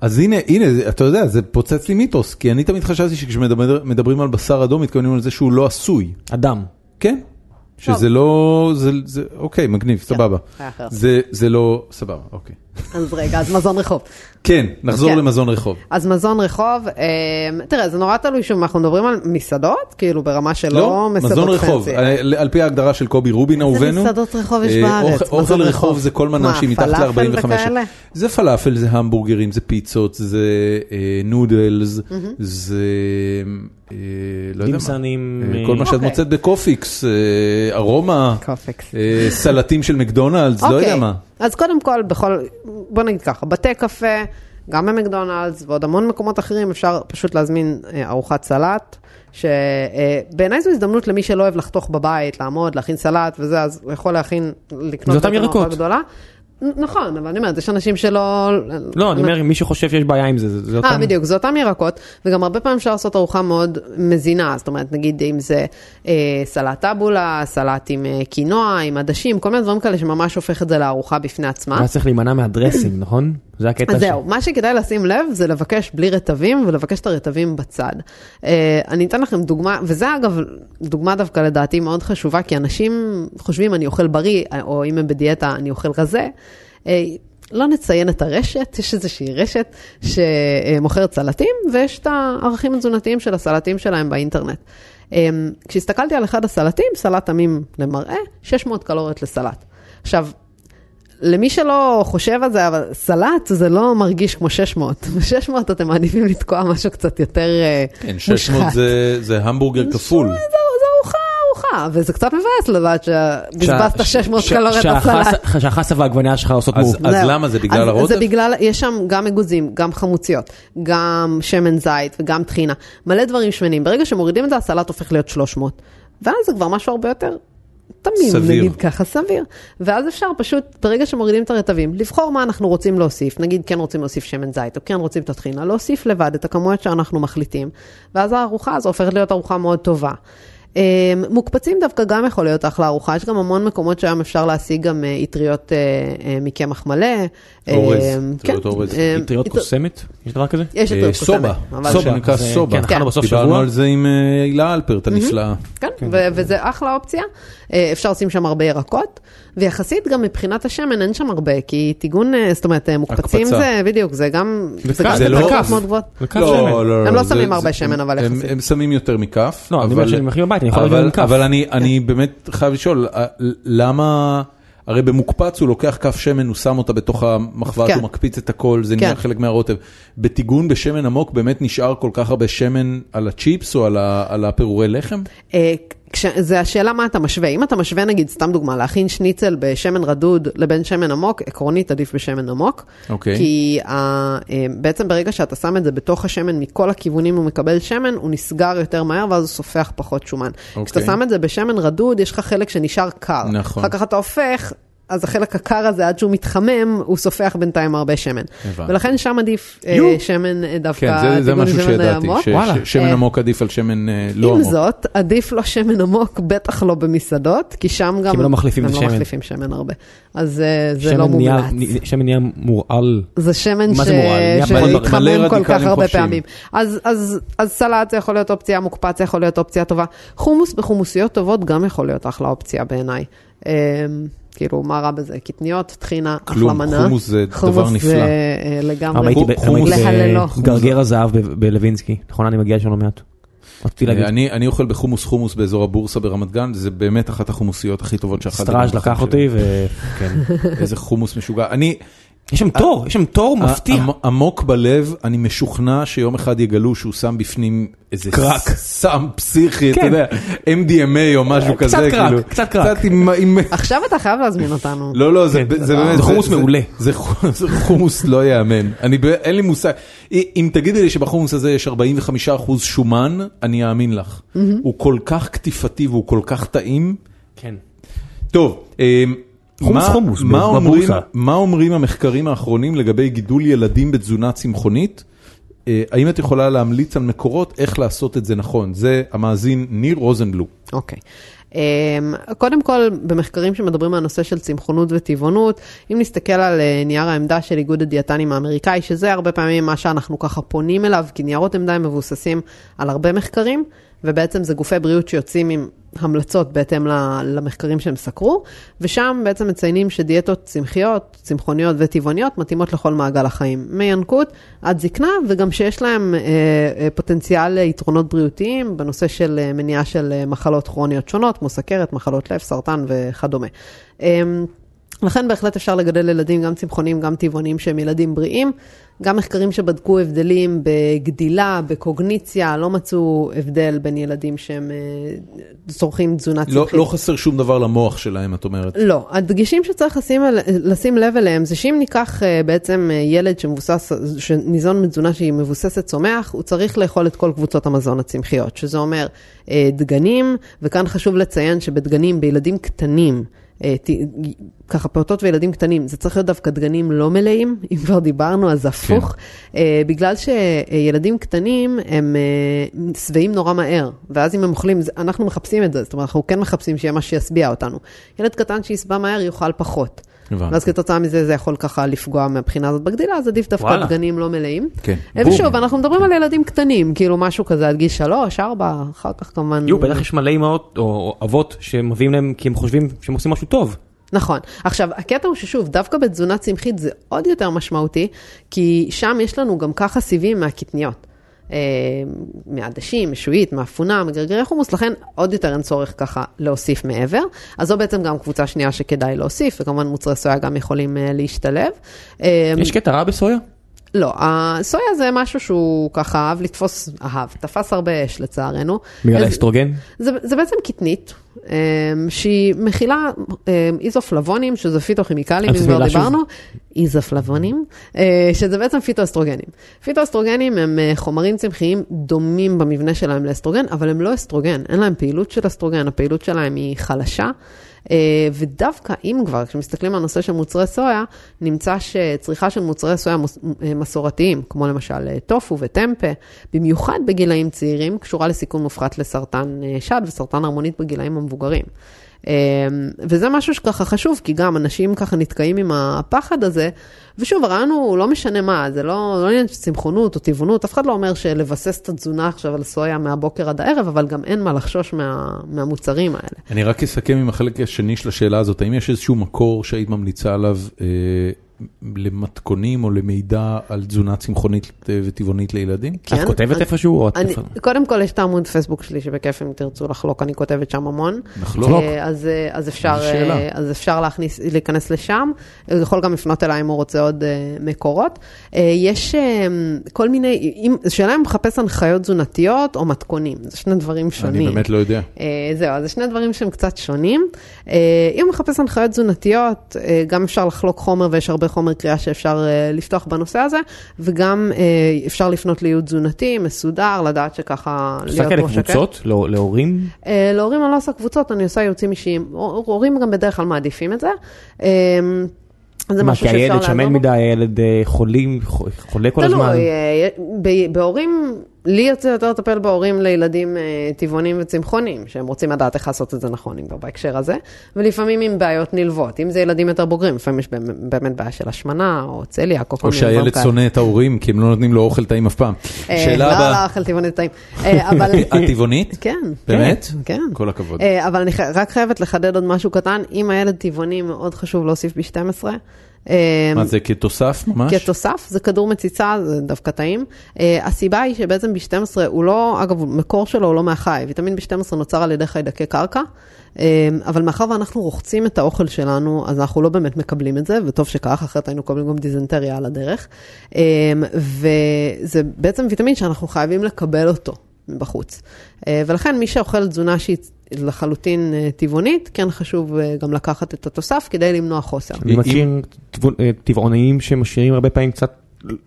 Speaker 1: אז הנה, הנה, זה- אתה יודע, זה פוצץ לי מיתוס, כי אני תמיד חשבתי שכשמדברים על בשר אדום מתכוונים לזה שהוא לא עשוי.
Speaker 2: אדם.
Speaker 1: כן. שזה לא, זה, זה, אוקיי, מגניב, סבבה.
Speaker 3: היה אה, אחר.
Speaker 1: זה, זה לא, סבבה, אוקיי.
Speaker 3: אז רגע, אז מזון רחוב.
Speaker 1: כן, נחזור
Speaker 3: כן.
Speaker 1: למזון רחוב.
Speaker 3: אז מזון רחוב, אמ, תראה, זה נורא תלוי שוב, אנחנו מדברים על מסעדות, כאילו ברמה שלא
Speaker 1: לא,
Speaker 3: מסעדות
Speaker 1: מזון רחוב, אה,
Speaker 3: פנסי.
Speaker 1: על, על פי ההגדרה של קובי רובין אהובנו.
Speaker 3: מסעדות רחוב יש
Speaker 1: אה,
Speaker 3: בארץ?
Speaker 1: אוכל,
Speaker 3: מזון
Speaker 1: אוכל
Speaker 3: רחוב.
Speaker 1: רחוב זה כל מנה
Speaker 3: מה,
Speaker 1: שהיא מתחת
Speaker 3: פלאפל
Speaker 1: ל-45.
Speaker 3: וכאלה?
Speaker 1: זה פלאפל, זה המבורגרים, זה פיצות, זה אה, נודלס, זה... אה, לא יודע מה.
Speaker 2: דימסנים.
Speaker 1: אה,
Speaker 2: אה,
Speaker 1: כל מה שאת
Speaker 3: אוקיי.
Speaker 1: מוצאת בקופיקס, אה, ארומה,
Speaker 3: קופיקס.
Speaker 1: אה, סלטים של מקדונלדס, לא יודע מה.
Speaker 3: אוקיי, אז קודם כל, בכל, בוא נגיד ככה, בתי קפה, גם במקדונלדס ועוד המון מקומות אחרים, אפשר פשוט להזמין אה, ארוחת סלט, שבעיניי זו הזדמנות למי שלא אוהב לחתוך בבית, לעמוד, להכין סלט וזה, אז הוא יכול להכין, לקנות
Speaker 2: אותם
Speaker 3: בעצם ארוחה
Speaker 2: ירקות.
Speaker 3: גדולה. נ- נכון, אבל אני אומרת, יש אנשים שלא...
Speaker 2: לא, אני אומר, מי שחושב שיש בעיה עם זה, זה זה אותם.
Speaker 3: אה, בדיוק, זה אותם ירקות, וגם הרבה פעמים אפשר לעשות ארוחה מאוד מזינה, זאת אומרת, נגיד אם זה אה, סלט טאבולה, סלט עם אה, קינוע, עם עדשים, כל מיני דברים כאלה שממש הופך את זה לארוחה בפני עצמה.
Speaker 2: היה צריך להימנע מהדרסינג, נכון? זה הקטע
Speaker 3: אז
Speaker 2: ש...
Speaker 3: זהו, מה שכדאי לשים לב זה לבקש בלי רטבים ולבקש את הרטבים בצד. אה, אני אתן לכם דוגמה, וזה אגב דוגמה דווקא לדעתי מאוד חשובה, כי אנשים חושבים אני אוכל בריא, או אם הם בדיאטה אני אוכל רזה. אה, לא נציין את הרשת, יש איזושהי רשת שמוכרת סלטים, ויש את הערכים התזונתיים של הסלטים שלהם באינטרנט. אה, כשהסתכלתי על אחד הסלטים, סלט עמים למראה, 600 קלוריות לסלט. עכשיו, למי שלא חושב על זה, אבל סלט זה לא מרגיש כמו *laughs* 600. ב-600 אתם מעדיפים לתקוע משהו קצת יותר אה,
Speaker 1: כן, 600
Speaker 3: מושחת.
Speaker 1: זה- זה המבורגר כפול.
Speaker 3: זו זו ארוחה, ארוחה, וזה קצת מבאס לדעת שבזבזת 600 קלוריות בסלט.
Speaker 2: בסלט. שהחסה והעגבניה שלך עושות
Speaker 1: אז-
Speaker 2: מור.
Speaker 1: אז
Speaker 3: זהו.
Speaker 1: למה זה בגלל
Speaker 3: אז
Speaker 1: הרוטב?
Speaker 3: זה בגלל, יש שם גם אגוזים, גם חמוציות, גם שמן זית וגם טחינה, מלא דברים שמנים. ברגע שמורידים את זה, הסלט הופך להיות 300. ואז זה כבר משהו הרבה יותר תמים,
Speaker 1: סביר.
Speaker 3: נגיד ככה, סביר. ואז אפשר פשוט, ברגע שמורידים את הרטבים, לבחור מה אנחנו רוצים להוסיף. נגיד כן רוצים להוסיף שמן זית, או כן רוצים את הטחינה, להוסיף לבד את הכמויות שאנחנו מחליטים. ואז הארוחה הזו הופכת להיות ארוחה מאוד טובה. אמ, מוקפצים דווקא גם יכול להיות אחלה ארוחה, יש גם המון מקומות שהיום אפשר להשיג גם אה, אטריות אה, אה, מקמח מלא.
Speaker 1: אורז,
Speaker 3: אמ,
Speaker 1: אטריות
Speaker 3: כן,
Speaker 1: אורז.
Speaker 3: אמ,
Speaker 2: אטריות
Speaker 3: אט-
Speaker 2: קוסמת? יש דבר כזה?
Speaker 3: יש
Speaker 1: אה,
Speaker 3: אטריות קוסמת.
Speaker 1: סובה,
Speaker 3: אבל-
Speaker 1: סובה, שנקרא
Speaker 2: זה-
Speaker 1: סובה.
Speaker 2: כן, אכלנו בסוף
Speaker 1: דיברנו
Speaker 2: שבוע.
Speaker 1: על זה עם אה, הילה אלפרט הנפלאה.
Speaker 3: כן, ו- וזה אחלה אופציה. אה, אפשר לשים שם הרבה ירקות, ויחסית גם מבחינת השמן אין שם הרבה, כי טיגון, אה, זאת אומרת, אה, מוקפצים
Speaker 1: הקפצה.
Speaker 3: זה, בדיוק, זה גם...
Speaker 2: זה
Speaker 3: גם
Speaker 2: כף, זה
Speaker 1: לא-
Speaker 3: טמפרטורות מאוד גבוהות.
Speaker 2: כף שמן.
Speaker 3: הם לא
Speaker 1: זה-
Speaker 3: שמים
Speaker 1: זה-
Speaker 3: הרבה שמן, אבל
Speaker 1: הם-
Speaker 3: יחסית.
Speaker 1: הם שמים יותר מכף.
Speaker 2: לא, אני
Speaker 1: אבל-
Speaker 2: אומר שאני מכיר בבית, אני יכול
Speaker 1: אבל-
Speaker 2: להגיד עם כף.
Speaker 1: אבל אני-
Speaker 3: כן.
Speaker 1: אני באמת חייב לשאול, אה, למה... הרי במוקפץ הוא לוקח כף שמן, הוא שם אותה בתוך המחבת,
Speaker 3: כן.
Speaker 1: הוא מקפיץ את הכל, זה נהיה
Speaker 3: כן.
Speaker 1: חלק מהרוטב. בטיגון בשמן עמוק באמת נשאר כל כך הרבה שמן על הצ'יפס או על ה- על הפירורי לחם?
Speaker 3: אה, כש- זה השאלה מה אתה משווה. אם אתה משווה, נגיד, סתם דוגמה, להכין שניצל בשמן רדוד לבין שמן עמוק, עקרונית עדיף בשמן עמוק.
Speaker 1: אוקיי.
Speaker 3: כי ה- אה, בעצם ברגע שאתה שם את זה בתוך השמן, מכל הכיוונים הוא מקבל שמן, הוא נסגר יותר מהר ואז הוא סופח פחות שומן.
Speaker 1: אוקיי.
Speaker 3: כשאתה שם את זה בשמן רדוד, יש לך חלק שנשאר קר.
Speaker 1: נכון.
Speaker 3: אחר כך אתה הופך. אז החלק הקר הזה, עד שהוא מתחמם, הוא סופח בינתיים הרבה שמן.
Speaker 1: הבנתי.
Speaker 3: ולכן שם עדיף אה,
Speaker 1: יו.
Speaker 3: שמן אה, דווקא,
Speaker 1: כן, זה- זה
Speaker 3: טיגון
Speaker 1: משהו
Speaker 3: שמן
Speaker 1: שידעתי,
Speaker 3: עמוק.
Speaker 1: ש-
Speaker 2: וואלה.
Speaker 1: ש- שמן
Speaker 3: אה,
Speaker 1: עמוק עדיף על שמן אה, לא
Speaker 3: עם
Speaker 1: עמוק.
Speaker 3: זאת, עדיף לא שמן עמוק, בטח לא במסעדות, כי שם גם...
Speaker 2: כי הם לא מחליפים
Speaker 3: הם
Speaker 2: שמן.
Speaker 3: לא מחליפים שמן הרבה. אז אה, זה
Speaker 2: שמן
Speaker 3: לא
Speaker 2: נהיה-
Speaker 3: מומלץ.
Speaker 2: נ- שמן נהיה מורעל.
Speaker 3: זה שמן
Speaker 2: מה זה מורעל? נהיה
Speaker 3: ש-
Speaker 2: מלא-
Speaker 1: מלא
Speaker 3: שהתחמם כל
Speaker 1: רדיקלים
Speaker 3: כך הרבה
Speaker 1: חופשיים.
Speaker 3: פעמים. אז- אז אז סלט זה יכול להיות אופציה, מוקפץ זה יכול להיות אופציה טובה. חומוס בחומוסיות טובות גם יכול להיות אחלה אופציה בעיניי. אה, כאילו, מה רע בזה? קטניות, טחינה, אחלה
Speaker 1: כלום,
Speaker 3: מנה.
Speaker 1: חומוס זה דבר
Speaker 3: חומוס
Speaker 1: נפלא.
Speaker 3: זה אה,
Speaker 2: פעם
Speaker 3: לגמרי.
Speaker 2: הייתי ב- פעם
Speaker 1: חומוס.
Speaker 2: הייתי
Speaker 3: להללו.
Speaker 2: בגרגר הזהב ב- בלווינסקי. נכון, אני מגיע לשם לא מעט. רציתי
Speaker 1: אה,
Speaker 2: להגיד,
Speaker 1: אני, אני אוכל בחומוס חומוס באזור הבורסה ברמת גן, זה באמת אחת החומוסיות הכי טובות שאכלתי.
Speaker 2: סטראז'
Speaker 1: בחיים
Speaker 2: לקח
Speaker 1: שלי.
Speaker 4: כן.
Speaker 2: אותי, וכן.
Speaker 1: איזה חומוס משוגע. אני,
Speaker 4: יש
Speaker 3: אה,
Speaker 4: שם תור, יש שם תור *laughs* מפתיע.
Speaker 1: עמ- עמוק בלב, אני משוכנע שיום אחד יגלו שהוא שם בפנים איזה
Speaker 4: קרק.
Speaker 1: סם פסיכי, אתה
Speaker 4: כן.
Speaker 1: יודע, MDMA או משהו
Speaker 4: קצת
Speaker 1: כזה,
Speaker 4: קרק,
Speaker 1: כאילו.
Speaker 4: קצת קרק.
Speaker 1: קצת עם- עם...
Speaker 3: עכשיו אתה חייב להזמין אותנו.
Speaker 1: לא, לא, זה
Speaker 4: כן,
Speaker 1: זה
Speaker 4: זה
Speaker 1: באמת...
Speaker 4: חומוס מעולה.
Speaker 1: זה חו- זה חומוס לא ייאמן. אני, ב- אין לי מושג. אי- אם תגידי לי שבחומוס הזה יש 45% שומן, אני אאמין לך. הוא כל כך קטיפתי והוא כל כך טעים.
Speaker 4: כן.
Speaker 1: טוב, אמ,
Speaker 2: חומוס,
Speaker 1: מה-
Speaker 2: חומוס,
Speaker 1: מה
Speaker 2: בבורסה.
Speaker 1: אומרים- מה אומרים המחקרים האחרונים לגבי גידול ילדים בתזונה צמחונית? אה, האם את יכולה להמליץ על מקורות איך לעשות את זה נכון? זה המאזין ניר רוזנבלום.
Speaker 3: אוקיי. Um, קודם כל, במחקרים שמדברים על הנושא של צמחונות וטבעונות, אם נסתכל על אה, נייר העמדה של איגוד הדיאטנים האמריקאי, שזה הרבה פעמים מה שאנחנו ככה פונים אליו, כי ניירות עמדה הם מבוססים על הרבה מחקרים, ובעצם זה גופי בריאות שיוצאים עם המלצות בהתאם ל- למחקרים שהם סקרו, ושם בעצם מציינים שדיאטות צמחיות, צמחוניות וטבעוניות מתאימות לכל מעגל החיים, מינקות עד זקנה, וגם שיש להם אה, אה, פוטנציאל ליתרונות בריאותיים בנושא של אה, מניעה של אה, מחלות כרוניות שונות, כמו סכרת, מחלות לב, סרטן וכדומה. אה, לכן בהחלט אפשר לגדל ילדים, גם צמחונים, גם טבעונים, שהם ילדים בריאים. גם מחקרים שבדקו הבדלים בגדילה, בקוגניציה, לא מצאו הבדל בין ילדים שהם אה, צורכים תזונה
Speaker 4: אוקיי.
Speaker 1: לא
Speaker 3: צמחית.
Speaker 1: לא חסר שום דבר למוח שלהם, את אומרת.
Speaker 3: לא, הדגשים שצריך לשים, על- לשים לב אליהם זה שאם ניקח אה, בעצם אה, ילד שמבוסס, שניזון מתזונה שהיא מבוססת צומח, הוא צריך לאכול את כל קבוצות המזון הצמחיות, שזה אומר אה, דגנים, וכאן חשוב לציין שבדגנים, בילדים קטנים, אה, ת- ככה פעוטות וילדים קטנים, זה צריך להיות דווקא דגנים לא מלאים, אם כבר דיברנו אז הפוך,
Speaker 4: כן.
Speaker 3: אה, בגלל שילדים קטנים הם אה, שבעים נורא מהר, ואז אם הם אוכלים, זה- אנחנו מחפשים את זה, זאת אומרת, אנחנו כן מחפשים שיהיה מה שישביע אותנו. ילד קטן שישבע מהר יאכל פחות.
Speaker 4: נכון.
Speaker 1: הבנתי.
Speaker 3: ואז כתוצאה מזה זה יכול ככה לפגוע מהבחינה הזאת בגדילה, אז עדיף דווקא
Speaker 4: וואלה.
Speaker 3: דגנים לא מלאים.
Speaker 1: כן.
Speaker 3: ושוב, אנחנו מדברים על ילדים קטנים, כאילו משהו כזה עד גיל שלוש, ארבע, אחר כך כמובן...
Speaker 4: יהיו, בטח יש מלא אמהות או או אבות שמביאים להם כי הם חושבים שהם עושים משהו טוב.
Speaker 3: נכון. עכשיו, הקטע הוא ששוב, דווקא בתזונה צמחית זה עוד יותר משמעותי, כי שם יש לנו גם ככה סיבים מהקטניות. אה, מהעדשים, משועית, מאפונה, מגרגרי חומוס, לכן עוד יותר אין צורך ככה להוסיף מעבר. אז זו בעצם גם קבוצה שנייה שכדאי להוסיף, וכמובן מוצרי סויה גם יכולים אה, להשתלב. אה,
Speaker 4: יש קטע רע בסויה?
Speaker 3: לא, הסויה זה משהו שהוא ככה אהב לתפוס, אהב, תפס הרבה אש לצערנו. אה,
Speaker 4: בגלל
Speaker 3: אז-
Speaker 4: האסטרוגן?
Speaker 3: זה, זה בעצם קטנית, אמ, שהיא מכילה אמ, איזופלבונים, שזה פיתוכימיקלים,
Speaker 4: אל
Speaker 3: אם
Speaker 4: תסביר
Speaker 3: כבר
Speaker 4: לה שוב.
Speaker 3: דיברנו, איזופלבונים, אה, שזה בעצם פיתואסטרוגנים. פיתואסטרוגנים הם אה, חומרים צמחיים דומים במבנה שלהם לאסטרוגן, אבל הם לא אסטרוגן, אין להם פעילות של אסטרוגן, הפעילות שלהם היא חלשה. אה, ודווקא אם כבר, כשמסתכלים על נושא של מוצרי סויה, נמצא שצריכה של מוצרי סויה מוס- אה, מסורתיים, כמו למשל אה, טופו וטמפה, במיוחד בגילאים צעירים, קשורה לסיכון מופחת לסרטן אה, שד וסרטן הרמונית בגילאים המבוגרים. אה, וזה משהו שככה חשוב, כי גם אנשים ככה נתקעים עם הפחד הזה. ושוב, הרעיון הוא לא משנה מה, זה לא, לא עניין של צמחונות או טבעונות, אף אחד לא אומר שלבסס את התזונה עכשיו על סויה מהבוקר עד הערב, אבל גם אין מה לחשוש מה, מהמוצרים האלה.
Speaker 1: אני רק אסכם עם החלק השני של השאלה הזאת, האם יש איזשהו מקור שהיית ממליצה עליו אה, למתכונים או למידע על תזונה צמחונית אה, וטבעונית לילדים?
Speaker 3: כן,
Speaker 4: את כותבת
Speaker 3: אני-
Speaker 4: איפשהו או את...
Speaker 3: אני, קודם כל, יש את העמוד פייסבוק שלי, שבכיף אם תרצו לחלוק, אני כותבת שם המון.
Speaker 1: נחלוק.
Speaker 3: אה, אז, אה, אז, אפשר,
Speaker 1: איזה שאלה.
Speaker 3: אה, אז אפשר להכניס, להיכנס לשם, אה, הוא יכול גם לפנות אליי אם הוא רוצה עוד אה, מקורות. אה, יש אה, כל מיני, אם, שאלה אם הוא מחפש הנחיות תזונתיות או מתכונים, זה שני דברים שונים.
Speaker 1: אני באמת לא יודע.
Speaker 3: אה, זהו, אז זה שני דברים שהם קצת שונים. אה, אם מחפש הנחיות תזונתיות, אה, גם אפשר לחלוק חומר ויש הרבה חומר קריאה שאפשר אה, לפתוח בנושא הזה, וגם אה, אפשר לפנות לייעוד תזונתי מסודר, לדעת שכאלה
Speaker 4: עושה כאלה קבוצות לא- להורים?
Speaker 3: אה, להורים אני לא עושה קבוצות, אני עושה ייעוצים אישיים. הור- הורים גם בדרך כלל מעדיפים את זה. אה, זה
Speaker 4: מה,
Speaker 3: משהו
Speaker 4: כי
Speaker 3: שאפשר
Speaker 4: הילד
Speaker 3: לעזור
Speaker 4: שמן
Speaker 3: בו.
Speaker 4: מדי, הילד אה, חולים, חו- חולה כל
Speaker 3: תלוי,
Speaker 4: הזמן.
Speaker 3: אה, ב- בהורים, לי יוצא יותר לטפל בהורים לילדים אה, טבעונים וצמחונים, שהם רוצים לדעת איך לעשות את זה נכון, אם כבר בהקשר הזה, ולפעמים עם בעיות נלוות, אם זה ילדים יותר בוגרים, לפעמים יש באמת- באמת בעיה של השמנה, או צליאק, או כל
Speaker 1: או
Speaker 3: מיני דברים
Speaker 1: שהילד
Speaker 3: כאלה.
Speaker 1: שונא את ההורים כי הם לא נותנים לו אוכל טעים אף פעם.
Speaker 3: אה,
Speaker 1: שאלה
Speaker 3: לא, לא,
Speaker 1: הבאה,
Speaker 3: אכל טבעוני טעים. אה, אבל...
Speaker 1: *laughs* הטבעונית?
Speaker 3: כן.
Speaker 1: באמת?
Speaker 3: כן.
Speaker 1: כל הכבוד.
Speaker 3: אה, אבל אני ח- רק חייבת לחדד עוד משהו קטן, אם הילד טבעוני מאוד חשוב להוסיף ב-12, אה,
Speaker 1: מה זה, כתוסף ממש?
Speaker 3: כתוסף, זה כדור מציצה, זה דווקא טעים. אה, הסיבה היא שבעצם ב-12 הוא לא, אגב, מקור שלו הוא לא מהחי, ויטמין B12 נוצר על ידי חיידקי קרקע, אה, אבל מאחר ואנחנו רוחצים את האוכל שלנו, אז אנחנו לא באמת מקבלים את זה, וטוב שכך, אחרת היינו מקבלים גם דיזנטריה על הדרך. אה, וזה בעצם ויטמין שאנחנו חייבים לקבל אותו מבחוץ. אה, ולכן מי שאוכל תזונה שהיא... לחלוטין אה, טבעונית, כן חשוב אה, גם לקחת את התוסף כדי למנוע חוסר.
Speaker 2: אני
Speaker 1: אם-
Speaker 2: מכיר טבעו- אה, טבעונאים שמשאירים הרבה פעמים קצת,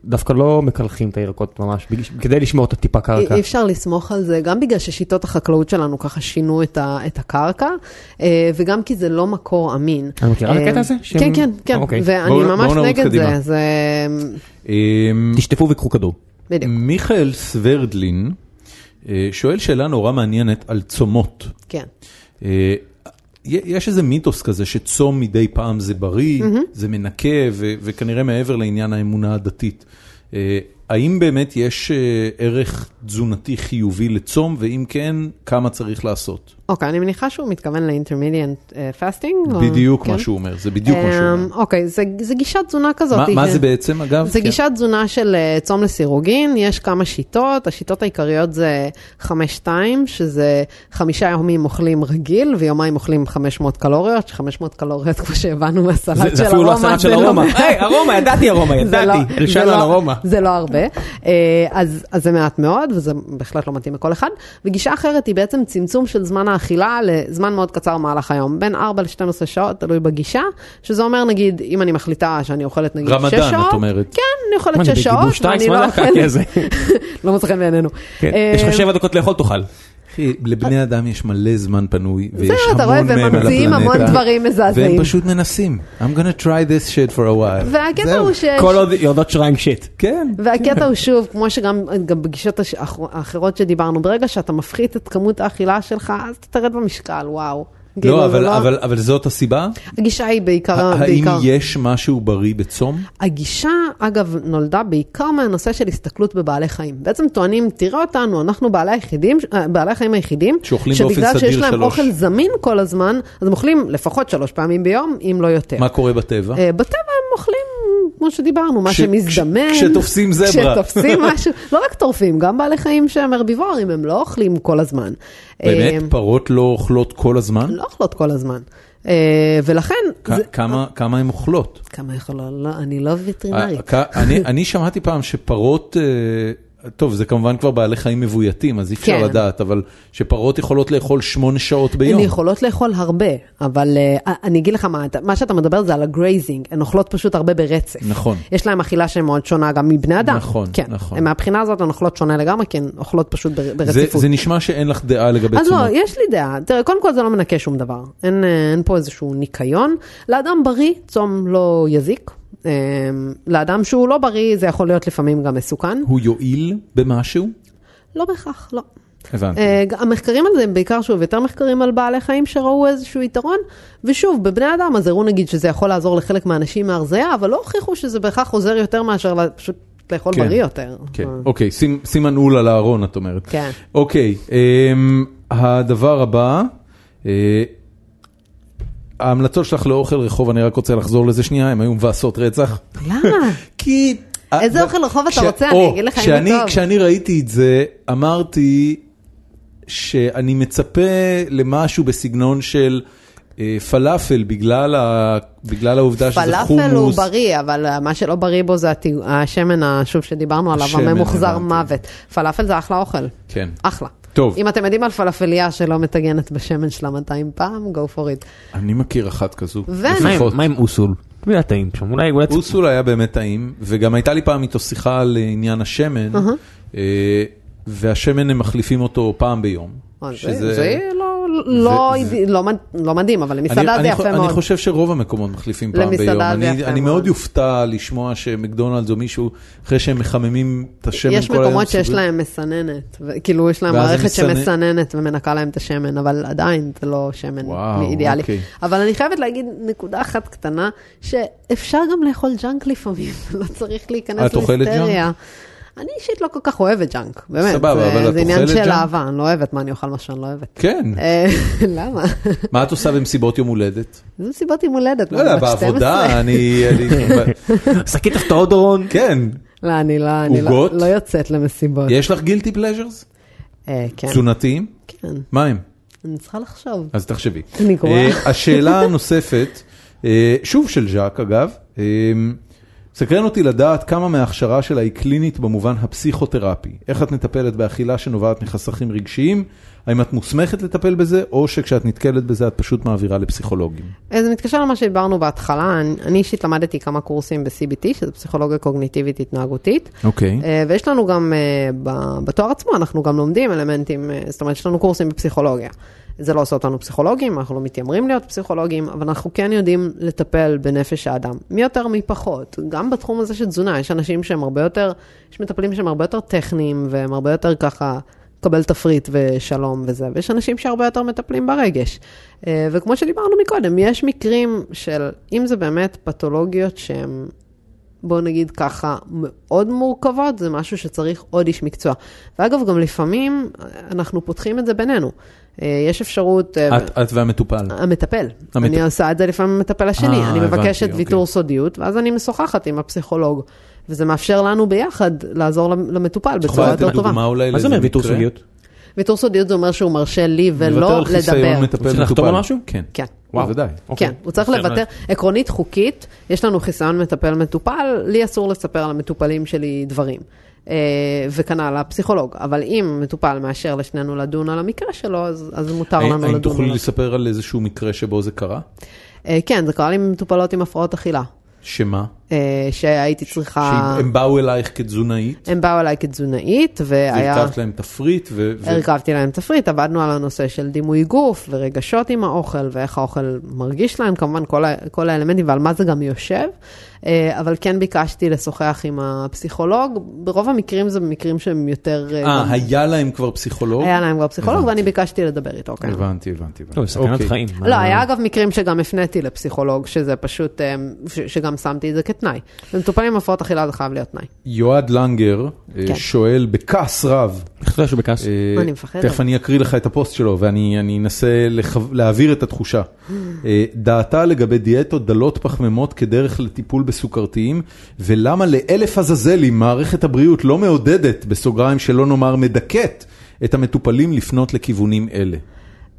Speaker 2: דווקא לא מקלחים את הירקות ממש, בג- כדי לשמור אותה טיפה קרקע.
Speaker 3: אי אי אפשר לסמוך על זה, גם בגלל ששיטות החקלאות שלנו ככה שינו את, ה, את הקרקע, אה, וגם כי זה לא מקור אמין.
Speaker 2: את מכירה את
Speaker 3: אה,
Speaker 2: הקטע הזה?
Speaker 3: כן,
Speaker 2: שהם-
Speaker 3: כן, כן,
Speaker 2: אוקיי.
Speaker 3: ואני
Speaker 1: בואו-
Speaker 3: ממש
Speaker 1: בואו נרוץ
Speaker 3: נגד
Speaker 1: קדימה.
Speaker 3: זה, זה...
Speaker 1: אמ,
Speaker 3: אה,
Speaker 2: תשטפו וקחו כדור.
Speaker 3: בדיוק,
Speaker 1: מיכאל סוורדלין אה, שואל שאלה נורא מעניינת על צומות.
Speaker 3: כן.
Speaker 1: אה, יש איזה מיתוס כזה שצום מדי פעם זה בריא,
Speaker 3: Mm-hmm.
Speaker 1: זה מנקה, ו- וכנראה מעבר לעניין האמונה הדתית. אה, האם באמת יש אה, ערך תזונתי חיובי לצום, ואם כן, כמה צריך לעשות?
Speaker 3: אוקיי, אני מניחה שהוא מתכוון ל-intermediate אה, fasting. או-
Speaker 1: בדיוק
Speaker 3: כן?
Speaker 1: מה שהוא אומר, זה בדיוק מה שהוא אומר.
Speaker 3: אמ, אוקיי, זה, זה גישת תזונה כזאת.
Speaker 1: מה- מה
Speaker 3: כן.
Speaker 1: זה בעצם אגב?
Speaker 3: זה
Speaker 1: כן.
Speaker 3: גישת תזונה של אה, צום לסירוגין, יש כמה שיטות, השיטות העיקריות זה 5-2, שזה חמישה ימים אוכלים רגיל ויומיים אוכלים 500 קלוריות, ש-500 קלוריות כמו שהבנו מהסלט של ארומה,
Speaker 4: זה זה אפילו לא הסלט של
Speaker 3: זה לא-
Speaker 4: ארומא.
Speaker 3: *laughs*
Speaker 4: היי, ארומה, ידעתי ארומה,
Speaker 3: זה לא-
Speaker 4: ידעתי.
Speaker 3: זה
Speaker 4: אלשן
Speaker 3: לא-
Speaker 4: על ארומה.
Speaker 3: זה לא הרבה, אה, אז, אז זה מעט מאוד, וזה בהחלט לא מתאים לכל אחד. וגישה אחרת היא בעצם צמצום של זמן האכילה לזמן מאוד קצר במהלך היום, בין 4 ל-12 שעות, תלוי בגישה, שזה אומר נגיד, אם אני מחליטה שאני אוכלת נגיד 6 שעות,
Speaker 1: רמדאן, את אומרת.
Speaker 3: כן, אני
Speaker 4: מה
Speaker 3: אוכלת
Speaker 4: זה,
Speaker 3: 6
Speaker 4: בגיבוש
Speaker 3: שעות, ואני
Speaker 4: טייס?
Speaker 3: לא
Speaker 4: מה זה
Speaker 3: אוכלת,
Speaker 4: הקעקע הזה?
Speaker 3: *laughs* לא מוצא חן בעינינו. אה,
Speaker 4: כן, יש לך שבע דקות לאכול תאכל.
Speaker 1: אחי, לבני אדם יש מלא זמן פנוי, ויש
Speaker 3: זהו, אתה רואה,
Speaker 1: המון
Speaker 3: והם
Speaker 1: מהם על
Speaker 3: ממציאים המון
Speaker 1: הפלנטה,
Speaker 3: דברים מזעזעים.
Speaker 1: והם פשוט מנסים. I'm gonna try this shit for a while.
Speaker 3: והקטע
Speaker 1: זהו.
Speaker 3: הוא ש...
Speaker 4: כל עוד יורדות שריים שיט.
Speaker 1: כן.
Speaker 3: והקטע הוא שוב, כמו שגם גם בגישות הש- האחר- האחרות שדיברנו, ברגע שאתה מפחית את כמות האכילה שלך, אז אתה תרד במשקל, וואו. כאילו,
Speaker 1: לא,
Speaker 3: זה
Speaker 1: אבל, אבל, אבל זאת הסיבה?
Speaker 3: הגישה היא בעיקר...
Speaker 1: האם
Speaker 3: בעיקר...
Speaker 1: יש משהו בריא בצום?
Speaker 3: הגישה, אגב, נולדה בעיקר מהנושא של הסתכלות בבעלי חיים. בעצם טוענים, תראה אותנו, אנחנו בעלי, היחידים, אה, בעלי החיים היחידים,
Speaker 1: שאוכלים באופן
Speaker 3: שבגלל שיש
Speaker 1: סדיר
Speaker 3: להם
Speaker 1: שלוש.
Speaker 3: אוכל זמין כל הזמן, אז הם אוכלים לפחות שלוש פעמים ביום, אם לא יותר.
Speaker 1: מה קורה בטבע?
Speaker 3: אה, בטבע הם אוכלים, כמו שדיברנו, מה
Speaker 1: כש-
Speaker 3: שמזדמן.
Speaker 1: כש- כשתופסים זברה. *laughs*
Speaker 3: כשתופסים משהו, לא רק טורפים, גם בעלי חיים שהם הרביבורים, הם לא אוכלים כל הזמן.
Speaker 1: באמת?
Speaker 3: אה,
Speaker 1: פרות לא אוכלות כל הזמן?
Speaker 3: לא אוכלות כל הזמן. אה, ולכן,
Speaker 1: כ-
Speaker 3: זה- אה.
Speaker 1: כמה- כמה הן אוכלות?
Speaker 3: כמה יכול, לא, אני לא וטרינרית.
Speaker 1: ה- כ- אני-
Speaker 3: *laughs*
Speaker 1: אני שמעתי פעם שפרות, אה, טוב, זה כמובן כבר בעלי חיים מבויתים, אז אי אפשר
Speaker 3: כן.
Speaker 1: לדעת, אבל שפרות יכולות לאכול שמונה שעות ביום.
Speaker 3: הן יכולות לאכול הרבה, אבל uh, אני אגיד לך מה, אתה- מה שאתה מדבר זה על הגרייזינג, הן אוכלות פשוט הרבה ברצף.
Speaker 1: נכון.
Speaker 3: יש להן אכילה שהיא מאוד שונה גם מבני אדם.
Speaker 1: נכון,
Speaker 3: כן.
Speaker 1: נכון.
Speaker 3: הן מהבחינה הזאת הן אוכלות שונה לגמרי, כי הן אוכל פשוט בר,
Speaker 1: זה-
Speaker 3: ברציפות.
Speaker 1: זה נשמע שאין לך דעה לגבי
Speaker 3: אז לא,
Speaker 1: תשומות.
Speaker 3: יש לי דעה. תראה, קודם כל זה לא מנקה שום דבר. אין, אה, אין פה איזשהו ניקיון. לאדם בריא, צום לא יזיק. אה, לאדם שהוא לא בריא, זה יכול להיות לפעמים גם מסוכן.
Speaker 1: הוא יועיל במשהו?
Speaker 3: לא בהכרח, לא.
Speaker 1: הבנתי.
Speaker 3: אה, ג- המחקרים על זה הם בעיקר שוב יותר מחקרים על בעלי חיים שראו איזשהו יתרון, ושוב, בבני אדם אז הראו נגיד שזה יכול לעזור לחלק מהאנשים מהרזייה, אבל לא הוכיחו שזה בהכרח עוזר יותר מאשר לה- פשוט לאכול
Speaker 1: כן.
Speaker 3: בריא יותר.
Speaker 1: כן,
Speaker 3: אה,
Speaker 1: אוקיי, שים- סימן עול על הארון, את אומרת.
Speaker 3: כן.
Speaker 1: אוקיי, אמ, הדבר הבא, אה, ההמלצות שלך לאוכל רחוב, אני רק רוצה לחזור לזה שנייה, הן היו מבאסות רצח.
Speaker 3: למה?
Speaker 1: כי...
Speaker 3: איזה
Speaker 1: אה,
Speaker 3: אוכל רחוב אתה
Speaker 1: כש-
Speaker 3: רוצה? אני
Speaker 1: או,
Speaker 3: אגיד לך אם זה
Speaker 1: כשאני-
Speaker 3: טוב.
Speaker 1: כשאני ראיתי את זה, אמרתי שאני מצפה למשהו בסגנון של אה, פלאפל, בגלל ה- בגלל העובדה שזה חומוס.
Speaker 3: פלאפל הוא בריא, אבל אה, מה שלא בריא בו זה הטי- השמן, ה- שוב, שדיברנו עליו,
Speaker 1: השמן,
Speaker 3: הממוחזר
Speaker 1: הבנתי.
Speaker 3: מוות. פלאפל זה אחלה אוכל.
Speaker 1: כן.
Speaker 3: אחלה.
Speaker 1: טוב.
Speaker 3: אם אתם יודעים על פלאפליה שלא מטגנת בשמן שלה 200 פעם, go for it.
Speaker 1: אני מכיר אחת כזו.
Speaker 3: ואני-
Speaker 2: מה עם-
Speaker 1: לפחות.
Speaker 2: מה עם אוסול? אתה יודע, טעים שם, אולי אולי...
Speaker 1: אוסול היה באמת טעים, וגם הייתה לי פעם איתו שיחה על אה, עניין השמן, אה, והשמן הם מחליפים אותו פעם ביום.
Speaker 3: אה, זה-
Speaker 1: שזה-
Speaker 3: זה לא- לא
Speaker 1: זה-
Speaker 3: אידי- לא מד- לא מדהים, אבל
Speaker 1: אני-
Speaker 3: למסעדה זה
Speaker 1: אני חו-
Speaker 3: יפה
Speaker 1: אני
Speaker 3: מאוד.
Speaker 1: חושב שרוב המקומות מחליפים פעם
Speaker 3: למסעדה
Speaker 1: ביום.
Speaker 3: זה
Speaker 1: אני
Speaker 3: יפה
Speaker 1: אני
Speaker 3: מאוד.
Speaker 1: מאוד יופתע לשמוע שמקדונלדס או מישהו, אחרי שהם מחממים את השמן כל היום.
Speaker 3: יש מקומות שיש
Speaker 1: סוגרים.
Speaker 3: להם מסננת, ו- כאילו יש להם
Speaker 1: ואז
Speaker 3: מערכת
Speaker 1: מסנן-
Speaker 3: שמסננת ומנקה להם את השמן, אבל עדיין זה לא שמן
Speaker 1: וואו,
Speaker 3: אידיאלי.
Speaker 1: אוקיי.
Speaker 3: אבל אני חייבת להגיד נקודה אחת קטנה, שאפשר גם לאכול ג'אנק לפעמים, *laughs* לא צריך להיכנס
Speaker 1: את אוכלת
Speaker 3: להיסטריה. אני אישית לא כל כך אוהבת ג'אנק, באמת.
Speaker 1: סבבה,
Speaker 3: זה-
Speaker 1: אבל את
Speaker 3: זה עניין
Speaker 1: אוכלת
Speaker 3: של
Speaker 1: ג'אנק?
Speaker 3: אהבה, אני לא אוהבת מה אני אוכל מה שאני לא אוהבת.
Speaker 1: כן.
Speaker 3: אה, *laughs* למה?
Speaker 1: מה את עושה במסיבות יום הולדת?
Speaker 3: זו סיבת יום הולדת.
Speaker 1: לא יודע,
Speaker 3: בת 12.
Speaker 1: בעבודה, אני... אני-
Speaker 4: שקית אסטרודורון.
Speaker 1: כן.
Speaker 3: *laughs* לא, אני לא, אני לא-
Speaker 1: עוגות?
Speaker 3: לא יוצאת למסיבות.
Speaker 1: יש לך גילטי פלז'רס?
Speaker 3: אה, כן,
Speaker 1: תזונתיים?
Speaker 3: כן,
Speaker 1: מה הם?
Speaker 3: אני צריכה לחשוב.
Speaker 1: אז תחשבי.
Speaker 3: אני קוראה.
Speaker 1: אה, השאלה הנוספת, אה, שוב של ז'אק אגב, אה, סקרן אותי לדעת כמה מההכשרה שלה היא קלינית במובן הפסיכותרפי. איך את מטפלת באכילה שנובעת מחסכים רגשיים? האם את מוסמכת לטפל בזה, או שכשאת נתקלת בזה את פשוט מעבירה לפסיכולוגים?
Speaker 3: אה, זה מתקשר למה שדיברנו בהתחלה, אני, אני אישית למדתי כמה קורסים ב-CBT, שזה פסיכולוגיה קוגניטיבית התנהגותית,
Speaker 1: אוקיי.
Speaker 3: אה, ויש לנו גם, אה, ב- בתואר עצמו, אנחנו גם לומדים אלמנטים, אה, זאת אומרת, יש לנו קורסים בפסיכולוגיה. זה לא עושה אותנו פסיכולוגים, אנחנו לא מתיימרים להיות פסיכולוגים, אבל אנחנו כן יודעים לטפל בנפש האדם. מי יותר מי פחות. גם בתחום הזה של תזונה, יש אנשים שהם הרבה יותר, יש מטפלים שהם הרבה יותר טכניים, והם הרבה יותר ככה, קבל תפריט ושלום וזה, ויש אנשים שהרבה יותר מטפלים ברגש. אה, וכמו שדיברנו מקודם, יש מקרים של, אם זה באמת פתולוגיות שהן בואו נגיד ככה, מאוד מורכבות, זה משהו שצריך עוד איש מקצוע. ואגב, גם לפעמים אה, אנחנו פותחים את זה בינינו. אה, יש אפשרות... אה,
Speaker 1: את את והמטופל.
Speaker 3: המטפל.
Speaker 1: המטפל.
Speaker 3: אני עושה את זה לפעמים עם המטפל השני.
Speaker 1: אה,
Speaker 3: אני
Speaker 1: הבנתי,
Speaker 3: מבקשת
Speaker 1: אוקיי.
Speaker 3: ויתור סודיות, ואז אני משוחחת עם הפסיכולוג. וזה מאפשר לנו ביחד לעזור למ- למטופל
Speaker 1: את יכולה
Speaker 3: בצורה יותר
Speaker 1: לתת
Speaker 3: טובה.
Speaker 1: דוגמה אולי
Speaker 4: מה זה
Speaker 1: לאיזה
Speaker 4: אומר ויתור
Speaker 1: מקרה?
Speaker 4: סוגיות?
Speaker 3: ויתור סודיות זה אומר שהוא מרשה לי
Speaker 1: לוותר
Speaker 3: ולא
Speaker 1: על חיסיון
Speaker 3: לדבר.
Speaker 1: מטפל
Speaker 4: צריך לחתום
Speaker 1: מטופל.
Speaker 4: על משהו?
Speaker 1: כן.
Speaker 3: כן.
Speaker 4: וואו.
Speaker 1: בוודאי.
Speaker 4: אוקיי.
Speaker 3: כן, הוא צריך לוותר, עקרונית חוקית, יש לנו חיסיון מטפל-מטופל, לי אסור לספר למטופלים שלי דברים. אה, וכנ"ל הפסיכולוג, אבל אם מטופל מאשר לשנינו לדון על המקרה שלו, אז, אז מותר
Speaker 1: אה, האם-
Speaker 3: לנו
Speaker 1: האם
Speaker 3: לדון
Speaker 1: תוכלי
Speaker 3: עליו.
Speaker 1: לספר על איזשהו מקרה שבו זה קרה?
Speaker 3: אה, כן, זה קרה לי עם מטופלות עם הפרעות אכילה,
Speaker 1: שמה?
Speaker 3: אה, שהייתי צריכה,
Speaker 1: שהם באו אלייך כתזונאית?
Speaker 3: הם באו אליי כתזונאית, והיה...
Speaker 1: והרכבת להם תפריט, ו... ו-
Speaker 3: הרכבתי להם תפריט, עבדנו על הנושא של דימוי גוף ורגשות עם האוכל ואיך האוכל מרגיש להם, כמובן כל, ה- כל האלמנטים ועל מה זה גם יושב, אה, אבל כן ביקשתי לשוחח עם הפסיכולוג, ברוב המקרים זה במקרים שהם יותר... אה,
Speaker 1: אה,
Speaker 3: גם-
Speaker 1: היה להם כבר פסיכולוג?
Speaker 3: היה להם כבר פסיכולוג
Speaker 1: הבנתי.
Speaker 3: ואני ביקשתי לדבר איתו, כן.
Speaker 1: הבנתי, הבנתי. הבנתי.
Speaker 2: לא, סכנת
Speaker 1: אוקיי.
Speaker 2: חיים.
Speaker 3: לא, היה אגב מקרים שגם הפניתי לפסיכולוג, שזה פשוט, אה, ש- שגם שמתי את זה כתנאי. במטופלים עם הפרעות אכילה זה חייב להיות תנאי.
Speaker 1: יועד לנגר אה,
Speaker 3: כן.
Speaker 1: שואל בכעס רב,
Speaker 2: איך אתה יודע שהוא בכעס?
Speaker 1: אה,
Speaker 3: אני מפחדת.
Speaker 1: תכף אני אקריא לך את הפוסט שלו ואני אני אנסה לחו- להעביר את התחושה. אה, דעתה לגבי דיאטות דלות פחמימות כדרך לטיפול בסוכרתיים, ולמה לאלף עזאזלים מערכת הבריאות לא מעודדת, בסוגריים שלא נאמר מדכאת, את המטופלים לפנות לכיוונים אלה.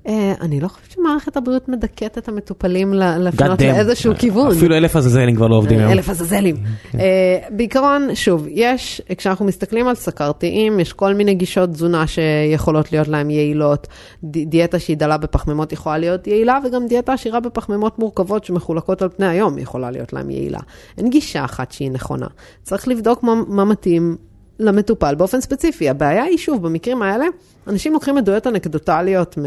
Speaker 3: אה, אני לא חושבת שמערכת הבריאות מדכאת את המטופלים ל- לפנות
Speaker 2: God damn.
Speaker 3: לאיזשהו כיוון.
Speaker 2: אפילו אלף עזאזלים כבר לא עובדים היום.
Speaker 3: אה, אלף עזאזלים. אה, בעיקרון, שוב, יש, כשאנחנו מסתכלים על סכרתיים, יש כל מיני גישות תזונה שיכולות להיות להן יעילות. ד- דיאטה שהיא דלה בפחמימות יכולה להיות יעילה, וגם דיאטה עשירה בפחמימות מורכבות שמחולקות על פני היום יכולה להיות להן יעילה. אין גישה אחת שהיא נכונה. צריך לבדוק מה, מה מתאים למטופל באופן ספציפי. הבעיה היא, שוב, במקרים האלה, אנשים לוקחים עדויות אנקדוטליות מ-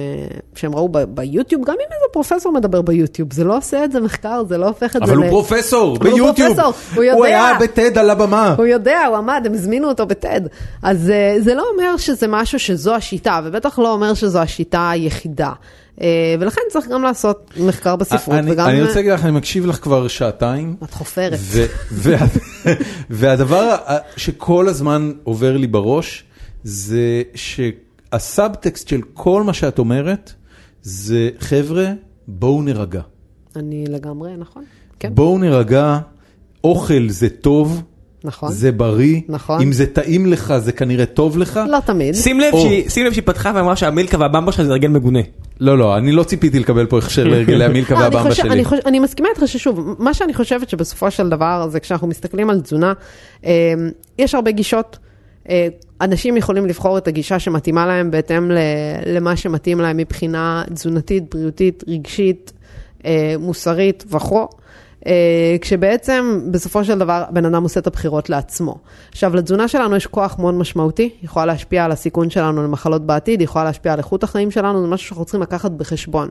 Speaker 3: שהם ראו ב- ביוטיוב, גם אם איזה פרופסור מדבר ביוטיוב, זה לא עושה את זה מחקר, זה לא הופך את זה
Speaker 1: אבל הוא פרופסור
Speaker 3: הוא
Speaker 1: ביוטיוב,
Speaker 3: פרופסור, הוא
Speaker 1: הוא
Speaker 3: יודע.
Speaker 1: היה בטד על הבמה.
Speaker 3: הוא יודע, הוא עמד, הם הזמינו אותו בטד. אז אה, זה לא אומר שזה משהו שזו השיטה, ובטח לא אומר שזו השיטה היחידה. אה, ולכן צריך גם לעשות מחקר בספרות,
Speaker 1: אה, אני-
Speaker 3: וגם...
Speaker 1: אני רוצה להגיד לך, אני מקשיב לך כבר שעתיים,
Speaker 3: את חופרת.
Speaker 1: ו- וה- *laughs* והדבר ה- שכל הזמן עובר לי בראש, זה שהסאבטקסט של כל מה שאת אומרת, זה חבר'ה, בואו נרגע.
Speaker 3: אני לגמרי, נכון? כן,
Speaker 1: בואו נרגע, אוכל זה טוב,
Speaker 3: נכון.
Speaker 1: זה בריא,
Speaker 3: נכון.
Speaker 1: אם זה טעים לך, זה כנראה טוב לך.
Speaker 3: לא תמיד.
Speaker 4: שים לב
Speaker 1: או.
Speaker 4: שהיא- שים לב שהיא פתחה ואמרה שהמילקה והבמבה שלך זה הרגל מגונה.
Speaker 1: לא, לא, אני לא ציפיתי לקבל פה
Speaker 3: *laughs*
Speaker 1: הכשר להרגלי המילקה
Speaker 3: לא, אני
Speaker 1: והבמבה
Speaker 3: חושב-
Speaker 1: שלי. *laughs*
Speaker 3: אני חושב- אני מסכימה איתך ששוב, מה שאני חושבת שבסופו של דבר זה כשאנחנו מסתכלים על תזונה, אה, יש הרבה גישות. אה, אנשים יכולים לבחור את הגישה שמתאימה להם בהתאם ל- למה שמתאים להם מבחינה תזונתית, בריאותית, רגשית, אה, מוסרית וכו'. אה, כשבעצם בסופו של דבר בן אדם עושה את הבחירות לעצמו. עכשיו לתזונה שלנו יש כוח מאוד משמעותי, היא יכולה להשפיע על הסיכון שלנו למחלות בעתיד, היא יכולה להשפיע על איכות החיים שלנו, זה משהו שאנחנו צריכים לקחת בחשבון.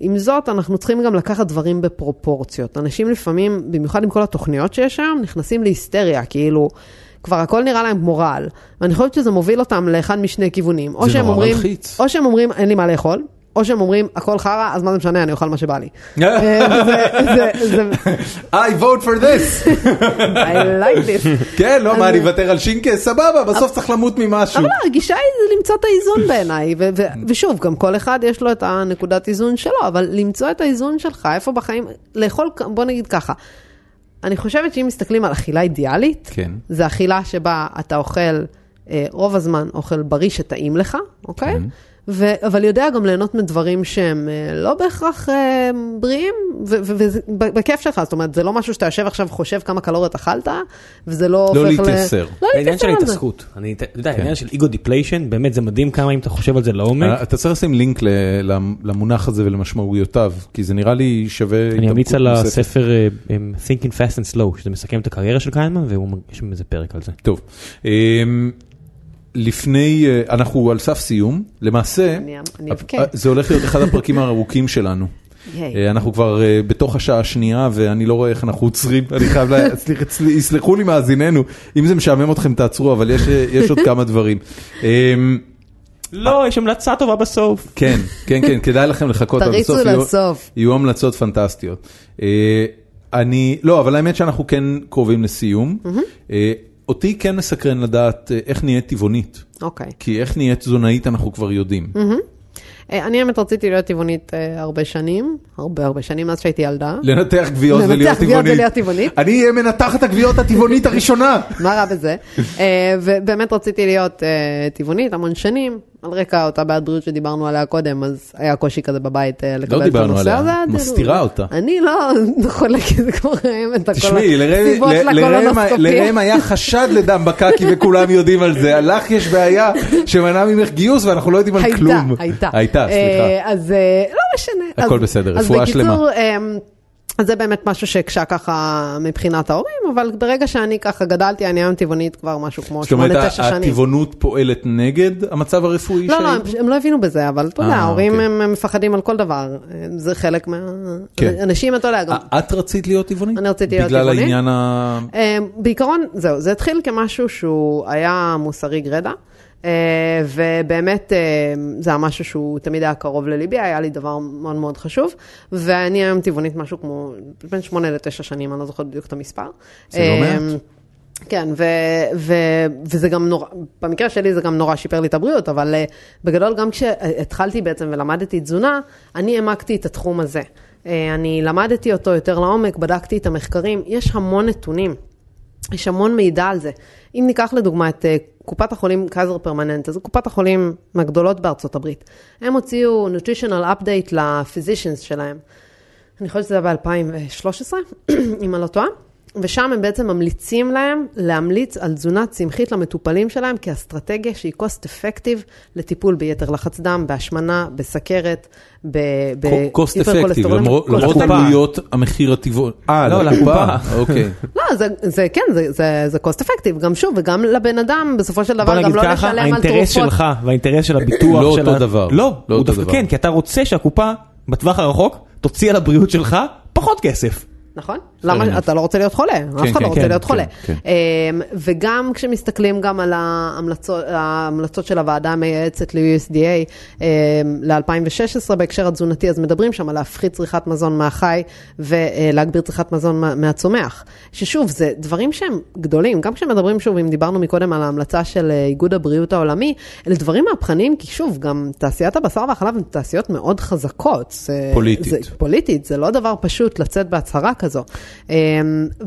Speaker 3: עם זאת, אנחנו צריכים גם לקחת דברים בפרופורציות. אנשים לפעמים, במיוחד עם כל התוכניות שיש היום, נכנסים להיסטריה, כאילו, כבר הכל נראה להם כמו רעל. ואני חושבת שזה מוביל אותם לאחד משני כיוונים. או
Speaker 1: זה
Speaker 3: שהם
Speaker 1: נורא
Speaker 3: אומרים,
Speaker 1: מלחיץ.
Speaker 3: או שהם אומרים, אין לי מה לאכול, או שהם אומרים, הכל חרא, אז מה זה משנה, אני אוכל מה שבא לי.
Speaker 1: *laughs*
Speaker 3: אה, זה- זה- זה-
Speaker 1: I vote for
Speaker 3: *laughs*
Speaker 1: this.
Speaker 3: I like this.
Speaker 1: כן, לא, מה,
Speaker 3: אז-
Speaker 1: אני אוותר על שינקה? סבבה, בסוף צריך למות ממשהו.
Speaker 3: אבל לא, הגישה היא זה למצוא את האיזון בעיניי, ו- ו- ושוב, גם כל אחד יש לו את הנקודת איזון שלו, אבל למצוא את האיזון שלך, איפה בחיים, לאכול, כ- בוא נגיד ככה, אני חושבת שאם מסתכלים על אכילה אידיאלית,
Speaker 1: כן.
Speaker 3: זה אכילה שבה אתה אוכל אה, רוב הזמן אוכל בריא שטעים לך, אוקיי?
Speaker 1: כן.
Speaker 3: ו- אבל יודע גם ליהנות מדברים שהם אה, לא בהכרח אה, בריאים, ובכיף שלך, זאת אומרת, זה לא משהו שאתה יושב עכשיו חושב כמה קלוריות אכלת, וזה לא הופך ל...
Speaker 1: להתייסר.
Speaker 3: לא
Speaker 4: העניין של
Speaker 3: להתייסר על זה.
Speaker 4: ההתעסקות, אני, אתה
Speaker 1: כן.
Speaker 4: יודע, העניין של ego depletion, באמת זה מדהים כמה אם אתה חושב על זה לעומק,
Speaker 1: אה, אתה צריך לשים לינק ל- למונח הזה ולמשמעויותיו, כי זה נראה לי שווה...
Speaker 4: אני אמליץ על
Speaker 1: התעמקות נוספת.
Speaker 4: הספר אה, אמ, Thinking Fast and Slow, שזה מסכם את הקריירה של קיינמן, והוא יש שם איזה פרק על זה.
Speaker 1: טוב, אמ, לפני, אה, אנחנו על סף סיום, למעשה,
Speaker 3: אני- אמ- אני
Speaker 1: הפ-
Speaker 3: אבכה.
Speaker 1: אה, זה הולך להיות אחד הפרקים הארוכים
Speaker 3: *laughs*
Speaker 1: שלנו.
Speaker 3: ייי.
Speaker 1: אה, אנחנו כבר אה, בתוך השעה השנייה ואני לא רואה איך אנחנו עוצרים, אני חייב,
Speaker 3: *laughs*
Speaker 1: לה- סליח- סל- יסלחו לי מאזיננו, אם זה משעמם אתכם תעצרו, אבל יש, אה, יש עוד כמה דברים. אמ,
Speaker 4: לא, יש המלצה טובה בסוף.
Speaker 1: כן, כן, כן, כדאי לכם לחכות עד
Speaker 3: תריצו
Speaker 1: הסוף. יהיו-
Speaker 3: לסוף.
Speaker 1: יהיו המלצות פנטסטיות. אה, אני, לא, אבל האמת שאנחנו כן קרובים לסיום. אה, אותי כן מסקרן לדעת אה, איך נהיית טבעונית,
Speaker 3: אוקיי.
Speaker 1: כי איך נהיית תזונאית אנחנו כבר יודעים.
Speaker 3: אה, אני האמת רציתי להיות טבעונית אה, הרבה שנים, הרבה הרבה שנים, מאז שהייתי ילדה.
Speaker 1: לנתח גוויות
Speaker 3: לנתח
Speaker 1: ולהיות
Speaker 3: גוויות
Speaker 1: טבעונית.
Speaker 3: ולהיות טבעונית.
Speaker 1: אני אהיה מנתחת הגוויות הטבעונית
Speaker 3: *laughs*
Speaker 1: הראשונה.
Speaker 3: מה רע בזה? אה, ובאמת רציתי להיות אה, טבעונית המון שנים, על רקע אותה בעיית בריאות שדיברנו עליה קודם, אז היה קושי כזה בבית אה, לקבל את
Speaker 1: לא דיברנו
Speaker 3: הנושא הזה.
Speaker 1: עליה,
Speaker 3: אז-
Speaker 1: מסתירה אותה.
Speaker 3: אני לא *laughs* חולקת כבר את הכל.
Speaker 1: תשמעי, לראם-
Speaker 3: הסיבות
Speaker 1: ל- לראם-
Speaker 3: לקולונוסקופיה.
Speaker 1: לראם היה חשד לדם בקקי וכולם יודעים על
Speaker 3: *laughs*
Speaker 1: זה. לך יש בעיה שמנעה ממך גיוס ואנחנו לא יודעים על
Speaker 3: הייתה,
Speaker 1: כלום.
Speaker 3: הייתה,
Speaker 1: הייתה, סליחה.
Speaker 3: אה, אז אה, לא משנה.
Speaker 1: הכל
Speaker 3: אז-
Speaker 1: בסדר, רפואה שלמה.
Speaker 3: אז בקיצור, אה, אז זה באמת משהו שהקשה ככה מבחינת ההורים, אבל ברגע שאני ככה גדלתי, אני היום טבעונית כבר משהו כמו
Speaker 1: זאת אומרת,
Speaker 3: 8-9 שנים.
Speaker 1: הטבעונות פועלת נגד המצב הרפואי
Speaker 3: לא, לא,
Speaker 1: שהיית?
Speaker 3: הם- הם לא הבינו בזה, אבל אתה יודע,
Speaker 1: אה,
Speaker 3: ההורים
Speaker 1: אוקיי.
Speaker 3: הם הם מפחדים על כל דבר. אה, זה חלק מה...
Speaker 1: כן.
Speaker 3: אנשים, אתה יודע, גם...
Speaker 1: את רצית להיות טבעונית?
Speaker 3: אני רציתי להיות
Speaker 1: בגלל
Speaker 3: טבעונית.
Speaker 1: העניין ה...
Speaker 3: אה, בעיקרון, זהו, זה התחיל כמשהו שהוא היה מוסרי גרידא, אה, ובאמת אה, זה היה משהו שהוא תמיד היה קרוב לליבי, היה לי דבר מאוד מאוד חשוב, ואני היום טבעונית משהו כמו בין שמונה לתשע שנים, אני לא זוכרת בדיוק את המספר.
Speaker 1: זה לא
Speaker 3: אה,
Speaker 1: מעט.
Speaker 3: כן, ו, ו, וזה גם נורא, במקרה שלי זה גם נורא שיפר לי את הבריאות, אבל uh, בגדול גם כשהתחלתי בעצם ולמדתי תזונה, אני העמקתי את התחום הזה. Uh, אני למדתי אותו יותר לעומק, בדקתי את המחקרים, יש המון נתונים. יש המון מידע על זה. אם ניקח לדוגמה את אה, קופת החולים קייזר פרמננט, אז זו קופת החולים מהגדולות בארצות הברית. הם הוציאו nutritional update ל-physicians שלהם. אני חושבת שזה היה ב-2013, *clears throat* אם אני לא טועה. ושם הם בעצם ממליצים להם להמליץ על תזונה צמחית למטופלים שלהם כאסטרטגיה שהיא cost effective לטיפול ביתר לחץ דם, בהשמנה, בסקרת, ב... ב- לא,
Speaker 1: קוסט אפקטיב,
Speaker 3: היפרקולסטרולם.
Speaker 1: למרות
Speaker 4: לקופה.
Speaker 1: עלויות המחיר הטבעוני. אה,
Speaker 4: לא, לקופה.
Speaker 1: אוקיי.
Speaker 3: לא, זה, זה כן, זה, זה, זה cost effective, גם שוב, וגם לבן אדם, בסופו של
Speaker 4: בוא
Speaker 3: דבר,
Speaker 4: נגיד
Speaker 3: גם לא
Speaker 4: ככה,
Speaker 3: לשלם על
Speaker 4: האינטרס
Speaker 3: תרופות.
Speaker 4: שלך והאינטרס של הביטוח
Speaker 1: לא
Speaker 4: של
Speaker 1: אותו
Speaker 4: ה-
Speaker 1: דבר.
Speaker 4: לא,
Speaker 1: לא
Speaker 4: הוא
Speaker 1: אותו
Speaker 4: דווקא
Speaker 1: דבר.
Speaker 4: כן, כי אתה רוצה שהקופה, בטווח הרחוק, תוציא על הבריאות שלך פחות כסף.
Speaker 3: נכון? למה
Speaker 1: enough.
Speaker 3: אתה לא רוצה להיות חולה, אף אחד
Speaker 1: כן,
Speaker 3: לא רוצה
Speaker 1: כן,
Speaker 3: להיות
Speaker 1: כן,
Speaker 3: חולה.
Speaker 1: כן.
Speaker 3: אמ, וגם כשמסתכלים גם על ההמלצות, ההמלצות של הוועדה המייעצת ל-USDA ל-2016 בהקשר התזונתי, אז מדברים שם על להפחית צריכת מזון מהחי ולהגביר צריכת מזון מה- מהצומח. ששוב, זה דברים שהם גדולים, גם כשמדברים שוב, אם דיברנו מקודם על ההמלצה של אה, איגוד הבריאות העולמי, אלה דברים מהפכניים, כי שוב, גם תעשיית הבשר והחלב הן תעשיות מאוד חזקות. זה-
Speaker 1: פוליטית.
Speaker 3: זה- פוליטית, זה לא דבר פשוט לצאת בהצהרה כזו. אמ,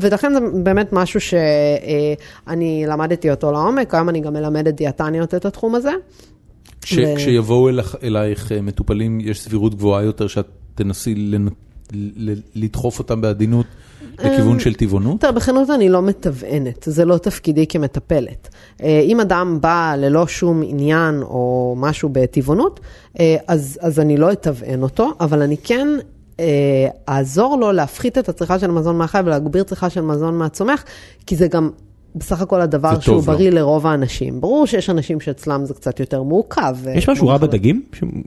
Speaker 3: ולכן זה באמת משהו שאני למדתי אותו לעומק, היום אני גם מלמדת דיאטניות את התחום הזה.
Speaker 1: כש-
Speaker 3: ו-
Speaker 1: כשיבואו אלייך- אלייך אה, מטופלים, יש סבירות גבוהה יותר שאת תנסי לנ- ל- ל- לדחוף אותם בעדינות
Speaker 3: אה,
Speaker 1: לכיוון של טבעונות?
Speaker 3: תראה, בכנות אני לא מתווכנת, זה לא תפקידי כמטפלת. אה, אם אדם בא ללא שום עניין או משהו בטבעונות, אה, אז, אז אני לא אתוון אותו, אבל אני כן... אה, אעזור לו להפחית את הצריכה של מזון מהחי ולהגביר צריכה של מזון מהצומח, כי זה גם בסך הכל הדבר
Speaker 1: זה
Speaker 3: שהוא
Speaker 1: טוב לו.
Speaker 3: בריא לרוב האנשים. ברור שיש אנשים שאצלם זה קצת יותר מורכב.
Speaker 2: יש
Speaker 3: אה,
Speaker 2: משהו רע
Speaker 3: מורכב.
Speaker 2: בדגים?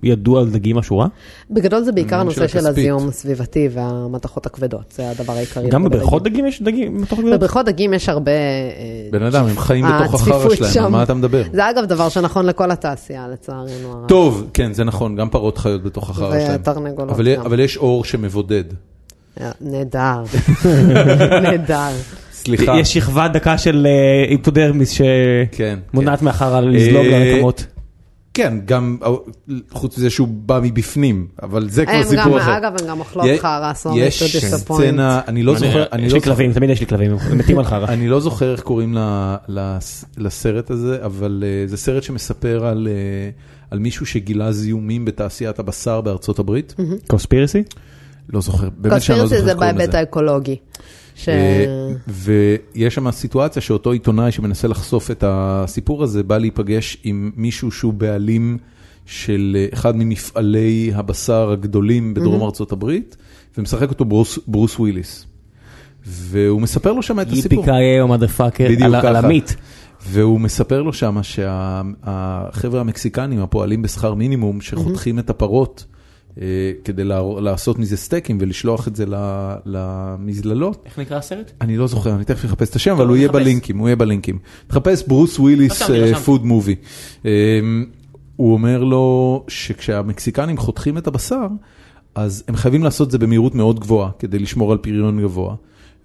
Speaker 2: שידוע על דגים משהו רע?
Speaker 3: בגדול זה
Speaker 2: Mm,
Speaker 3: בעיקר
Speaker 1: של
Speaker 3: הנושא של
Speaker 1: הכספית.
Speaker 3: הזיהום הסביבתי והמתכות הכבדות, זה הדבר העיקרי.
Speaker 2: גם
Speaker 3: לגבי
Speaker 2: בבריכות
Speaker 3: דגים.
Speaker 2: דגים יש דגים? מתוך דגים?
Speaker 3: אה, לא בבריכות דגים יש הרבה... אה,
Speaker 1: בן אדם, הם חיים בתוך החרא
Speaker 3: הצפיפות
Speaker 1: שלהם, על
Speaker 3: שם.
Speaker 1: מה אתה מדבר?
Speaker 3: זה אגב דבר שנכון לכל התעשייה, לצערנו הרב.
Speaker 1: טוב, כן, זה נכון, גם פרות חיות בתוך החרא שלהם.
Speaker 3: ותרנגולות
Speaker 1: אבל-
Speaker 3: גם.
Speaker 1: אבל יש אור שמבודד.
Speaker 3: אה, נהדר, *laughs* נהדר.
Speaker 1: סליחה.
Speaker 2: יש שכבה דקה של אה, היפודרמיס
Speaker 1: כן,
Speaker 2: שמונעת מאחר לזלוג
Speaker 1: אה,
Speaker 2: לרקמות.
Speaker 1: כן, גם חוץ מזה שהוא בא מבפנים, אבל זה כבר
Speaker 3: הם גם,
Speaker 1: סיפור אחר.
Speaker 3: אגב, הם לא גם אוכלות
Speaker 1: יה-
Speaker 3: חרא, sorry
Speaker 1: יש
Speaker 3: to disappoint.
Speaker 1: סצנה, אני לא זוכר, אני
Speaker 2: אה, יש
Speaker 1: לא
Speaker 2: לי
Speaker 1: זוכר-
Speaker 2: כלבים, תמיד יש לי כלבים, הם מתים על חרא.
Speaker 1: אני לא זוכר איך קוראים ל- לס- לסרט הזה, אבל אה, זה סרט שמספר על אה, על מישהו שגילה זיהומים בתעשיית הבשר בארצות הברית.
Speaker 2: קונספירסי?
Speaker 1: לא זוכר, באמת שאני לא זוכר
Speaker 3: קונספירסי זה
Speaker 1: איך קוראים
Speaker 3: בהיבט
Speaker 1: לזה.
Speaker 3: האקולוגי. ש-
Speaker 1: אה, ויש שם סיטואציה שאותו עיתונאי שמנסה לחשוף את הסיפור הזה, בא להיפגש עם מישהו שהוא בעלים של אה, אחד ממפעלי הבשר הגדולים בדרום ארצות הברית, ומשחק אותו ברוס, ברוס וויליס. והוא מספר לו שם את הסיפור.
Speaker 2: קיי או מדה פאקר,
Speaker 1: בדיוק
Speaker 2: oh, על
Speaker 1: ככה.
Speaker 2: עמית.
Speaker 1: והוא מספר לו שם שהחבר'ה המקסיקנים, הפועלים בשכר מינימום, שחותכים את הפרות אה, כדי לער- לעשות מזה סטייקים ולשלוח את זה ל- למזללות,
Speaker 4: איך נקרא הסרט?
Speaker 1: אני לא זוכר, אני תכף אחפש את השם, אבל הוא
Speaker 4: לא,
Speaker 1: יהיה
Speaker 4: תחפש.
Speaker 1: בלינקים, הוא יהיה בלינקים. תחפש ברוס וויליס אה,
Speaker 4: רשמתי, רשמתי.
Speaker 1: פוד מובי. אמ, הוא אומר לו שכשהמקסיקנים חותכים את הבשר, אז הם חייבים לעשות את זה במהירות מאוד גבוהה, כדי לשמור על פריון גבוה.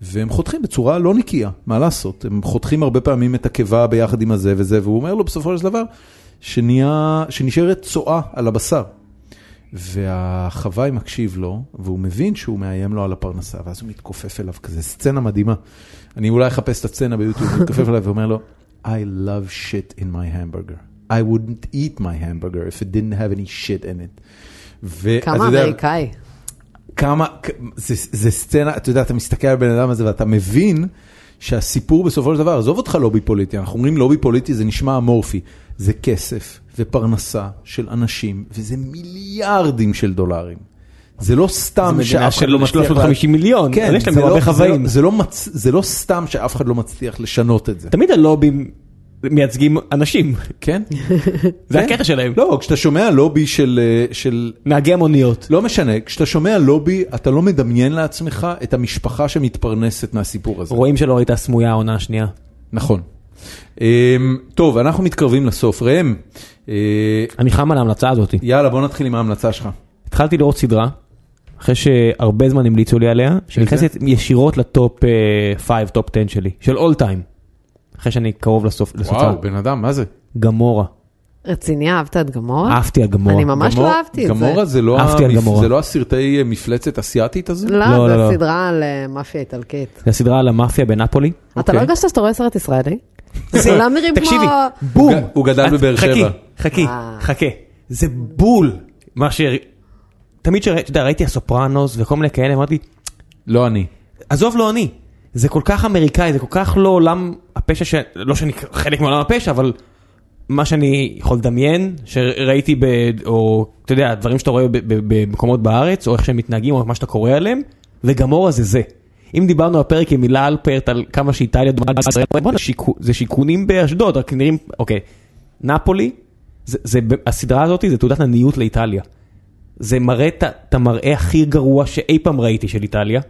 Speaker 1: והם חותכים בצורה לא נקייה, מה לעשות? הם חותכים הרבה פעמים את הקיבה ביחד עם הזה וזה, והוא אומר לו בסופו של דבר, שנהיה, שנשארת צואה על הבשר. והחוואי מקשיב לו, והוא מבין שהוא מאיים לו על הפרנסה, ואז הוא מתכופף אליו כזה, סצנה מדהימה. אני אולי אחפש את הסצנה ביוטיוב, הוא מתכופף אליו ואומר לו, I love shit in my hamburger. I wouldn't eat my hamburger if it didn't have any shit in it. ו- אתה
Speaker 3: כמה
Speaker 1: יודע,
Speaker 3: אמריקאי.
Speaker 1: כמה, כ- זה, זה סצנה, אתה יודע, אתה מסתכל על הבן אדם הזה ואתה מבין שהסיפור בסופו של דבר, עזוב אותך לובי פוליטי, אנחנו אומרים לובי פוליטי זה נשמע אמורפי, זה כסף ופרנסה של אנשים, וזה מיליארדים של דולרים. זה לא סתם
Speaker 2: זה מדינה
Speaker 1: שאף אחד
Speaker 2: של
Speaker 1: לא מצליח...
Speaker 2: 350 מיליון,
Speaker 1: כן,
Speaker 2: אבל יש להם
Speaker 1: זה
Speaker 2: גם הרבה
Speaker 1: לא- זה
Speaker 2: חוואים.
Speaker 1: לא- זה לא מצ- זה לא סתם שאף אחד לא מצליח לשנות את זה,
Speaker 2: תמיד הלובים מייצגים אנשים,
Speaker 1: כן? כן.
Speaker 2: זה הקטע שלהם.
Speaker 1: לא, כשאתה שומע לובי של... אה, של
Speaker 2: נהגי המוניות.
Speaker 1: לא משנה, כשאתה שומע לובי, אתה לא מדמיין לעצמך את המשפחה שמתפרנסת מהסיפור הזה.
Speaker 2: רואים שלא הייתה סמויה העונה השנייה.
Speaker 1: נכון. אמ, טוב, אנחנו מתקרבים לסוף. ראם, אה,
Speaker 2: אני חם על ההמלצה הזאת.
Speaker 1: יאללה, בוא נתחיל עם ההמלצה שלך.
Speaker 2: התחלתי לראות סדרה, אחרי שהרבה זמן המליצו לי עליה, שנכנסת ישירות לטופ אה, 5, טופ 10 שלי, של all time. אחרי שאני קרוב לסוף, לסופה.
Speaker 1: בן אדם, מה זה?
Speaker 2: גמורה.
Speaker 3: רציני, אהבת את גמורה?
Speaker 2: אהבתי על גמורה.
Speaker 3: אני ממש
Speaker 1: גמור-
Speaker 3: לא אהבתי את זה.
Speaker 1: גמורה זה לא
Speaker 2: אהבתי על
Speaker 1: המפ-
Speaker 2: גמורה.
Speaker 1: זה לא הסרטי אה, מפלצת אסיאתית הזה?
Speaker 2: לא,
Speaker 3: לא,
Speaker 2: לא, לא.
Speaker 3: זו סדרה על אה, מאפיה איטלקית.
Speaker 2: זה הסדרה על המאפיה בנפולי.
Speaker 3: אתה
Speaker 1: אוקיי.
Speaker 3: לא הרגשת שאתה רואה סרט ישראלי?
Speaker 2: *laughs*
Speaker 3: כולם נראים כמו...
Speaker 2: תקשיבי,
Speaker 1: הוא
Speaker 2: בום.
Speaker 1: ג- הוא גדל
Speaker 2: את-
Speaker 1: בבאר שבע.
Speaker 2: חכי,
Speaker 3: אה.
Speaker 2: חכה. זה בול. מה ש... תמיד שראיתי הסופרנוס וכל מיני כאלה, אמרתי,
Speaker 1: לא אני.
Speaker 2: עזוב לא אני, זה כל כך אמריקאי, זה כל כך לא עולם הפשע, ש... לא שאני חלק מעולם הפשע, אבל מה שאני יכול לדמיין, שראיתי, ב... או אתה יודע, דברים שאתה רואה ב- ב- במקומות בארץ, או איך שהם מתנהגים, או מה שאתה קורא עליהם, וגמורה זה זה. אם דיברנו הפרק עם הילה אלפרט על כמה שאיטליה דומה לישראל, בוא'נה, שיקו- זה שיכונים באשדוד, רק נראים, אוקיי, נפולי, זה, זה, הסדרה הזאת זה תעודת עניות לאיטליה. זה מראה את ה- את המראה הכי גרוע שאי פעם ראיתי של איטליה.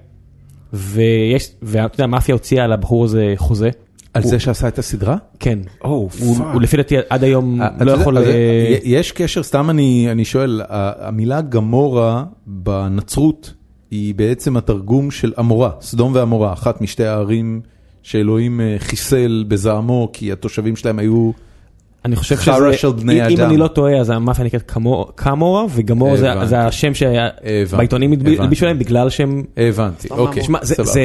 Speaker 2: ויש, ואתה יודע, המאפיה הוציאה על הבחור הזה חוזה.
Speaker 1: על
Speaker 2: הוא-
Speaker 1: זה שעשה את הסדרה?
Speaker 2: כן.
Speaker 1: או,
Speaker 2: הוא הוא לפי דעתי עד היום
Speaker 1: אה,
Speaker 2: לא
Speaker 1: אתה
Speaker 2: יכול...
Speaker 1: יודע,
Speaker 2: אה,
Speaker 1: י- יש קשר, סתם אני אני שואל, ה- המילה גמורה בנצרות היא בעצם התרגום של עמורה, סדום ועמורה, אחת משתי הערים שאלוהים אה, חיסל בזעמו כי התושבים שלהם היו...
Speaker 2: אני חושב שזה...
Speaker 1: חרא של בני
Speaker 2: אם- אם
Speaker 1: אדם.
Speaker 2: אני לא טועה, אז המאפיה נקראת קמו- קמורה, וגמור זה-
Speaker 1: הבנתי.
Speaker 2: זה השם שהיה
Speaker 1: הבנתי,
Speaker 2: בעיתונים
Speaker 1: הבנתי.
Speaker 2: הדבישו להם בגלל שהם...
Speaker 1: הבנתי, אוקיי,
Speaker 2: שמע, זה-
Speaker 1: סבבה.
Speaker 2: זה...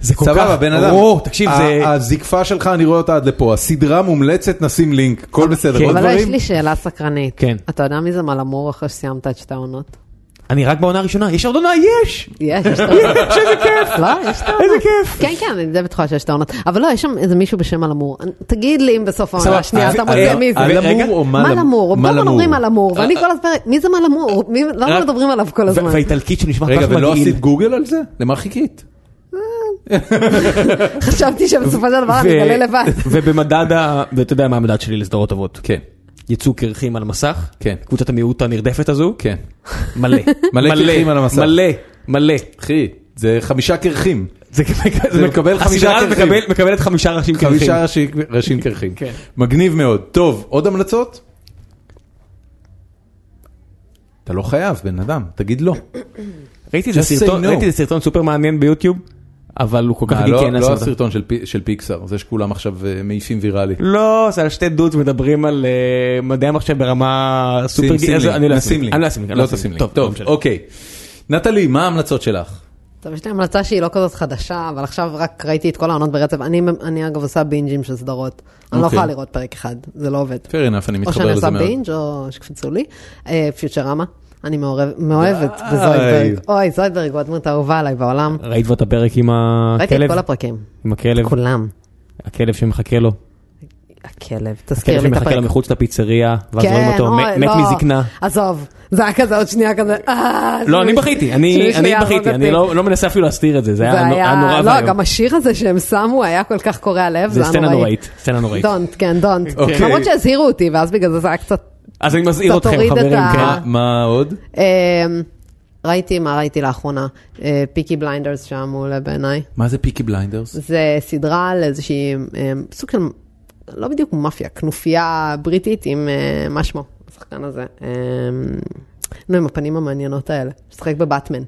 Speaker 2: זה כל כך...
Speaker 1: סבבה, בן אדם. אה,
Speaker 2: או, תקשיב, זה...
Speaker 1: ה- הזקפה שלך, אני רואה אותה עד לפה. הסדרה מומלצת, נשים לינק, הכל בסדר.
Speaker 2: כן.
Speaker 1: עוד
Speaker 3: אבל יש
Speaker 1: דברים?
Speaker 3: לי שאלה סקרנית.
Speaker 2: כן.
Speaker 3: אתה יודע מי זה מלאמור אחרי שסיימת את
Speaker 1: *laughs*
Speaker 3: שתי העונות?
Speaker 2: אני רק בעונה הראשונה, יש עוד עונה, יש!
Speaker 3: יש, יש את העונות. איזה כיף. לא, יש את העונות. איזה כיף. כן, כן, אני די בטוחה שיש את העונות. אבל לא, יש שם איזה מישהו בשם מלאמור. תגיד לי אם בסוף העונה
Speaker 2: סבבה,
Speaker 3: השנייה
Speaker 2: אז-
Speaker 3: אתה
Speaker 2: אז-
Speaker 3: מוצא מי
Speaker 1: על
Speaker 3: זה.
Speaker 1: אמור או מה למ- אה.
Speaker 3: מלאמור,
Speaker 1: מה
Speaker 3: כל הזמן
Speaker 1: למור?
Speaker 3: אומרים מלאמור, ואני כל הזמן, מי זה מלאמור? מי- למה
Speaker 2: רק-
Speaker 3: מדברים עליו כל
Speaker 2: ו-
Speaker 3: הזמן?
Speaker 2: והאיטלקית שנשמע כל
Speaker 1: רגע,
Speaker 2: כך
Speaker 1: ולא
Speaker 2: מגעיל.
Speaker 1: עשית גוגל על זה? למה חיכית?
Speaker 3: חשבתי שבסופו של דבר אני אגלה לבד.
Speaker 4: *laughs* ובמדד, ה- ואתה יודע מה המדד שלי לסדרות טובות.
Speaker 1: כן,
Speaker 4: יצוא קרחים על המסך,
Speaker 1: כן.
Speaker 4: קבוצת המיעוט הנרדפת הזו,
Speaker 1: כן.
Speaker 4: מלא.
Speaker 1: *laughs* מלא קרחים על המסך.
Speaker 4: מלא, מלא.
Speaker 1: אחי, זה חמישה קרחים.
Speaker 4: זה
Speaker 1: זה מקבל חמישה
Speaker 4: הסדרה הזאת
Speaker 1: קרחים.
Speaker 4: מקבל- מקבלת חמישה ראשים קרחים.
Speaker 1: חמישה ראשי- ראשים
Speaker 4: *laughs*
Speaker 1: קרחים.
Speaker 4: כן.
Speaker 1: מגניב מאוד. טוב, עוד המלצות? אתה לא חייב, בן אדם, תגיד לא.
Speaker 4: ראיתי איזה
Speaker 1: Just say
Speaker 4: סרטון-
Speaker 1: no.
Speaker 4: ראיתי איזה סרטון סופר מעניין ביוטיוב, אבל הוא כל כך
Speaker 1: אה,
Speaker 4: גיקי,
Speaker 1: לא
Speaker 3: כן,
Speaker 4: אין
Speaker 1: לא
Speaker 4: לעשות.
Speaker 1: הסרטון של פי- של פיקסאר, זה שכולם עכשיו אה, מעיפים ויראלי.
Speaker 4: לא, זה על שתי דודס מדברים על אה, מדעי המחשב ברמה סופר
Speaker 1: שים
Speaker 4: גיקי. אז
Speaker 1: לי,
Speaker 4: אני לא
Speaker 1: נשים
Speaker 4: אשים
Speaker 1: לי.
Speaker 4: לי. אני לא אשים לי.
Speaker 1: לא תשים לי.
Speaker 4: לא
Speaker 1: טוב,
Speaker 4: משנה.
Speaker 1: אוקיי. נטלי, מה ההמלצות שלך?
Speaker 3: טוב, יש לי המלצה שהיא לא כזאת חדשה, אבל עכשיו רק ראיתי את כל העונות ברצף. אני, אני אגב עושה בינג'ים של סדרות. אני לא
Speaker 1: אוקיי.
Speaker 3: יכולה לראות פרק אחד, זה לא עובד.
Speaker 1: fair enough, אני
Speaker 3: או
Speaker 1: מתחבר
Speaker 3: שאני
Speaker 1: לזה
Speaker 3: עושה
Speaker 1: מאוד.
Speaker 3: בינג' או שקפצו לי. אה, פיוטרמה, אני מעורב- מאוהבת
Speaker 1: די.
Speaker 3: בזוידברג. אוי, זוידברג הוא הדמות האהובה עליי בעולם.
Speaker 1: אה,
Speaker 4: ראית כבר את הפרק עם
Speaker 3: ראיתי את
Speaker 4: הכלב?
Speaker 3: כל הפרקים,
Speaker 4: עם הכלב?
Speaker 3: כולם.
Speaker 4: הכלב שמחכה לו.
Speaker 3: הכלב,
Speaker 4: הכלב
Speaker 3: תזכיר לי את
Speaker 4: שמחכה
Speaker 3: הפרק.
Speaker 4: לו מחוץ לפיצריה, ואז
Speaker 3: כאילו, כן,
Speaker 4: רואים אותו
Speaker 3: אוי,
Speaker 4: מת- מת
Speaker 3: לא.
Speaker 4: מזקנה.
Speaker 3: עזוב, זה היה כזה עוד שנייה כזה, אה...
Speaker 4: לא, אני
Speaker 3: שמישהו-
Speaker 4: בכיתי, אני
Speaker 3: שמישהו
Speaker 4: אני
Speaker 3: יהרוג
Speaker 4: בכיתי,
Speaker 3: אותי.
Speaker 4: אני לא לא מנסה אפילו להסתיר את זה, זה היה נו- היה נורא
Speaker 3: לא, גם
Speaker 4: ואיום.
Speaker 3: השיר הזה שהם שמו היה כל כך קורע לב, זה
Speaker 4: זה
Speaker 3: היה
Speaker 4: סצנה
Speaker 3: נוראי.
Speaker 4: נוראית, סצנה נוראית.
Speaker 3: דונט, כן, דונט.
Speaker 1: אוקיי.
Speaker 3: למרות שהזהירו אותי, ואז בגלל זה זה היה קצת...
Speaker 4: אז אני מזהיר
Speaker 3: אתה
Speaker 4: אתכם
Speaker 3: תוריד את
Speaker 4: חברים,
Speaker 3: ה-
Speaker 4: כן.
Speaker 1: מה- מה עוד?
Speaker 3: אמ, ראיתי מה ראיתי לאחרונה, אה, פיקי בליינדרס שהיה מעולה בעיניי.
Speaker 1: מה זה פיקי בליינדרס?
Speaker 3: זה סדרה על איזושהי אמ, סוג של, לא בדיוק מאפיה, כנופיה בריטית עם, אה, מה שמו, השחקן הזה? אמ, נו, עם הפנים המעניינות האלה, ששיחק בבטמן.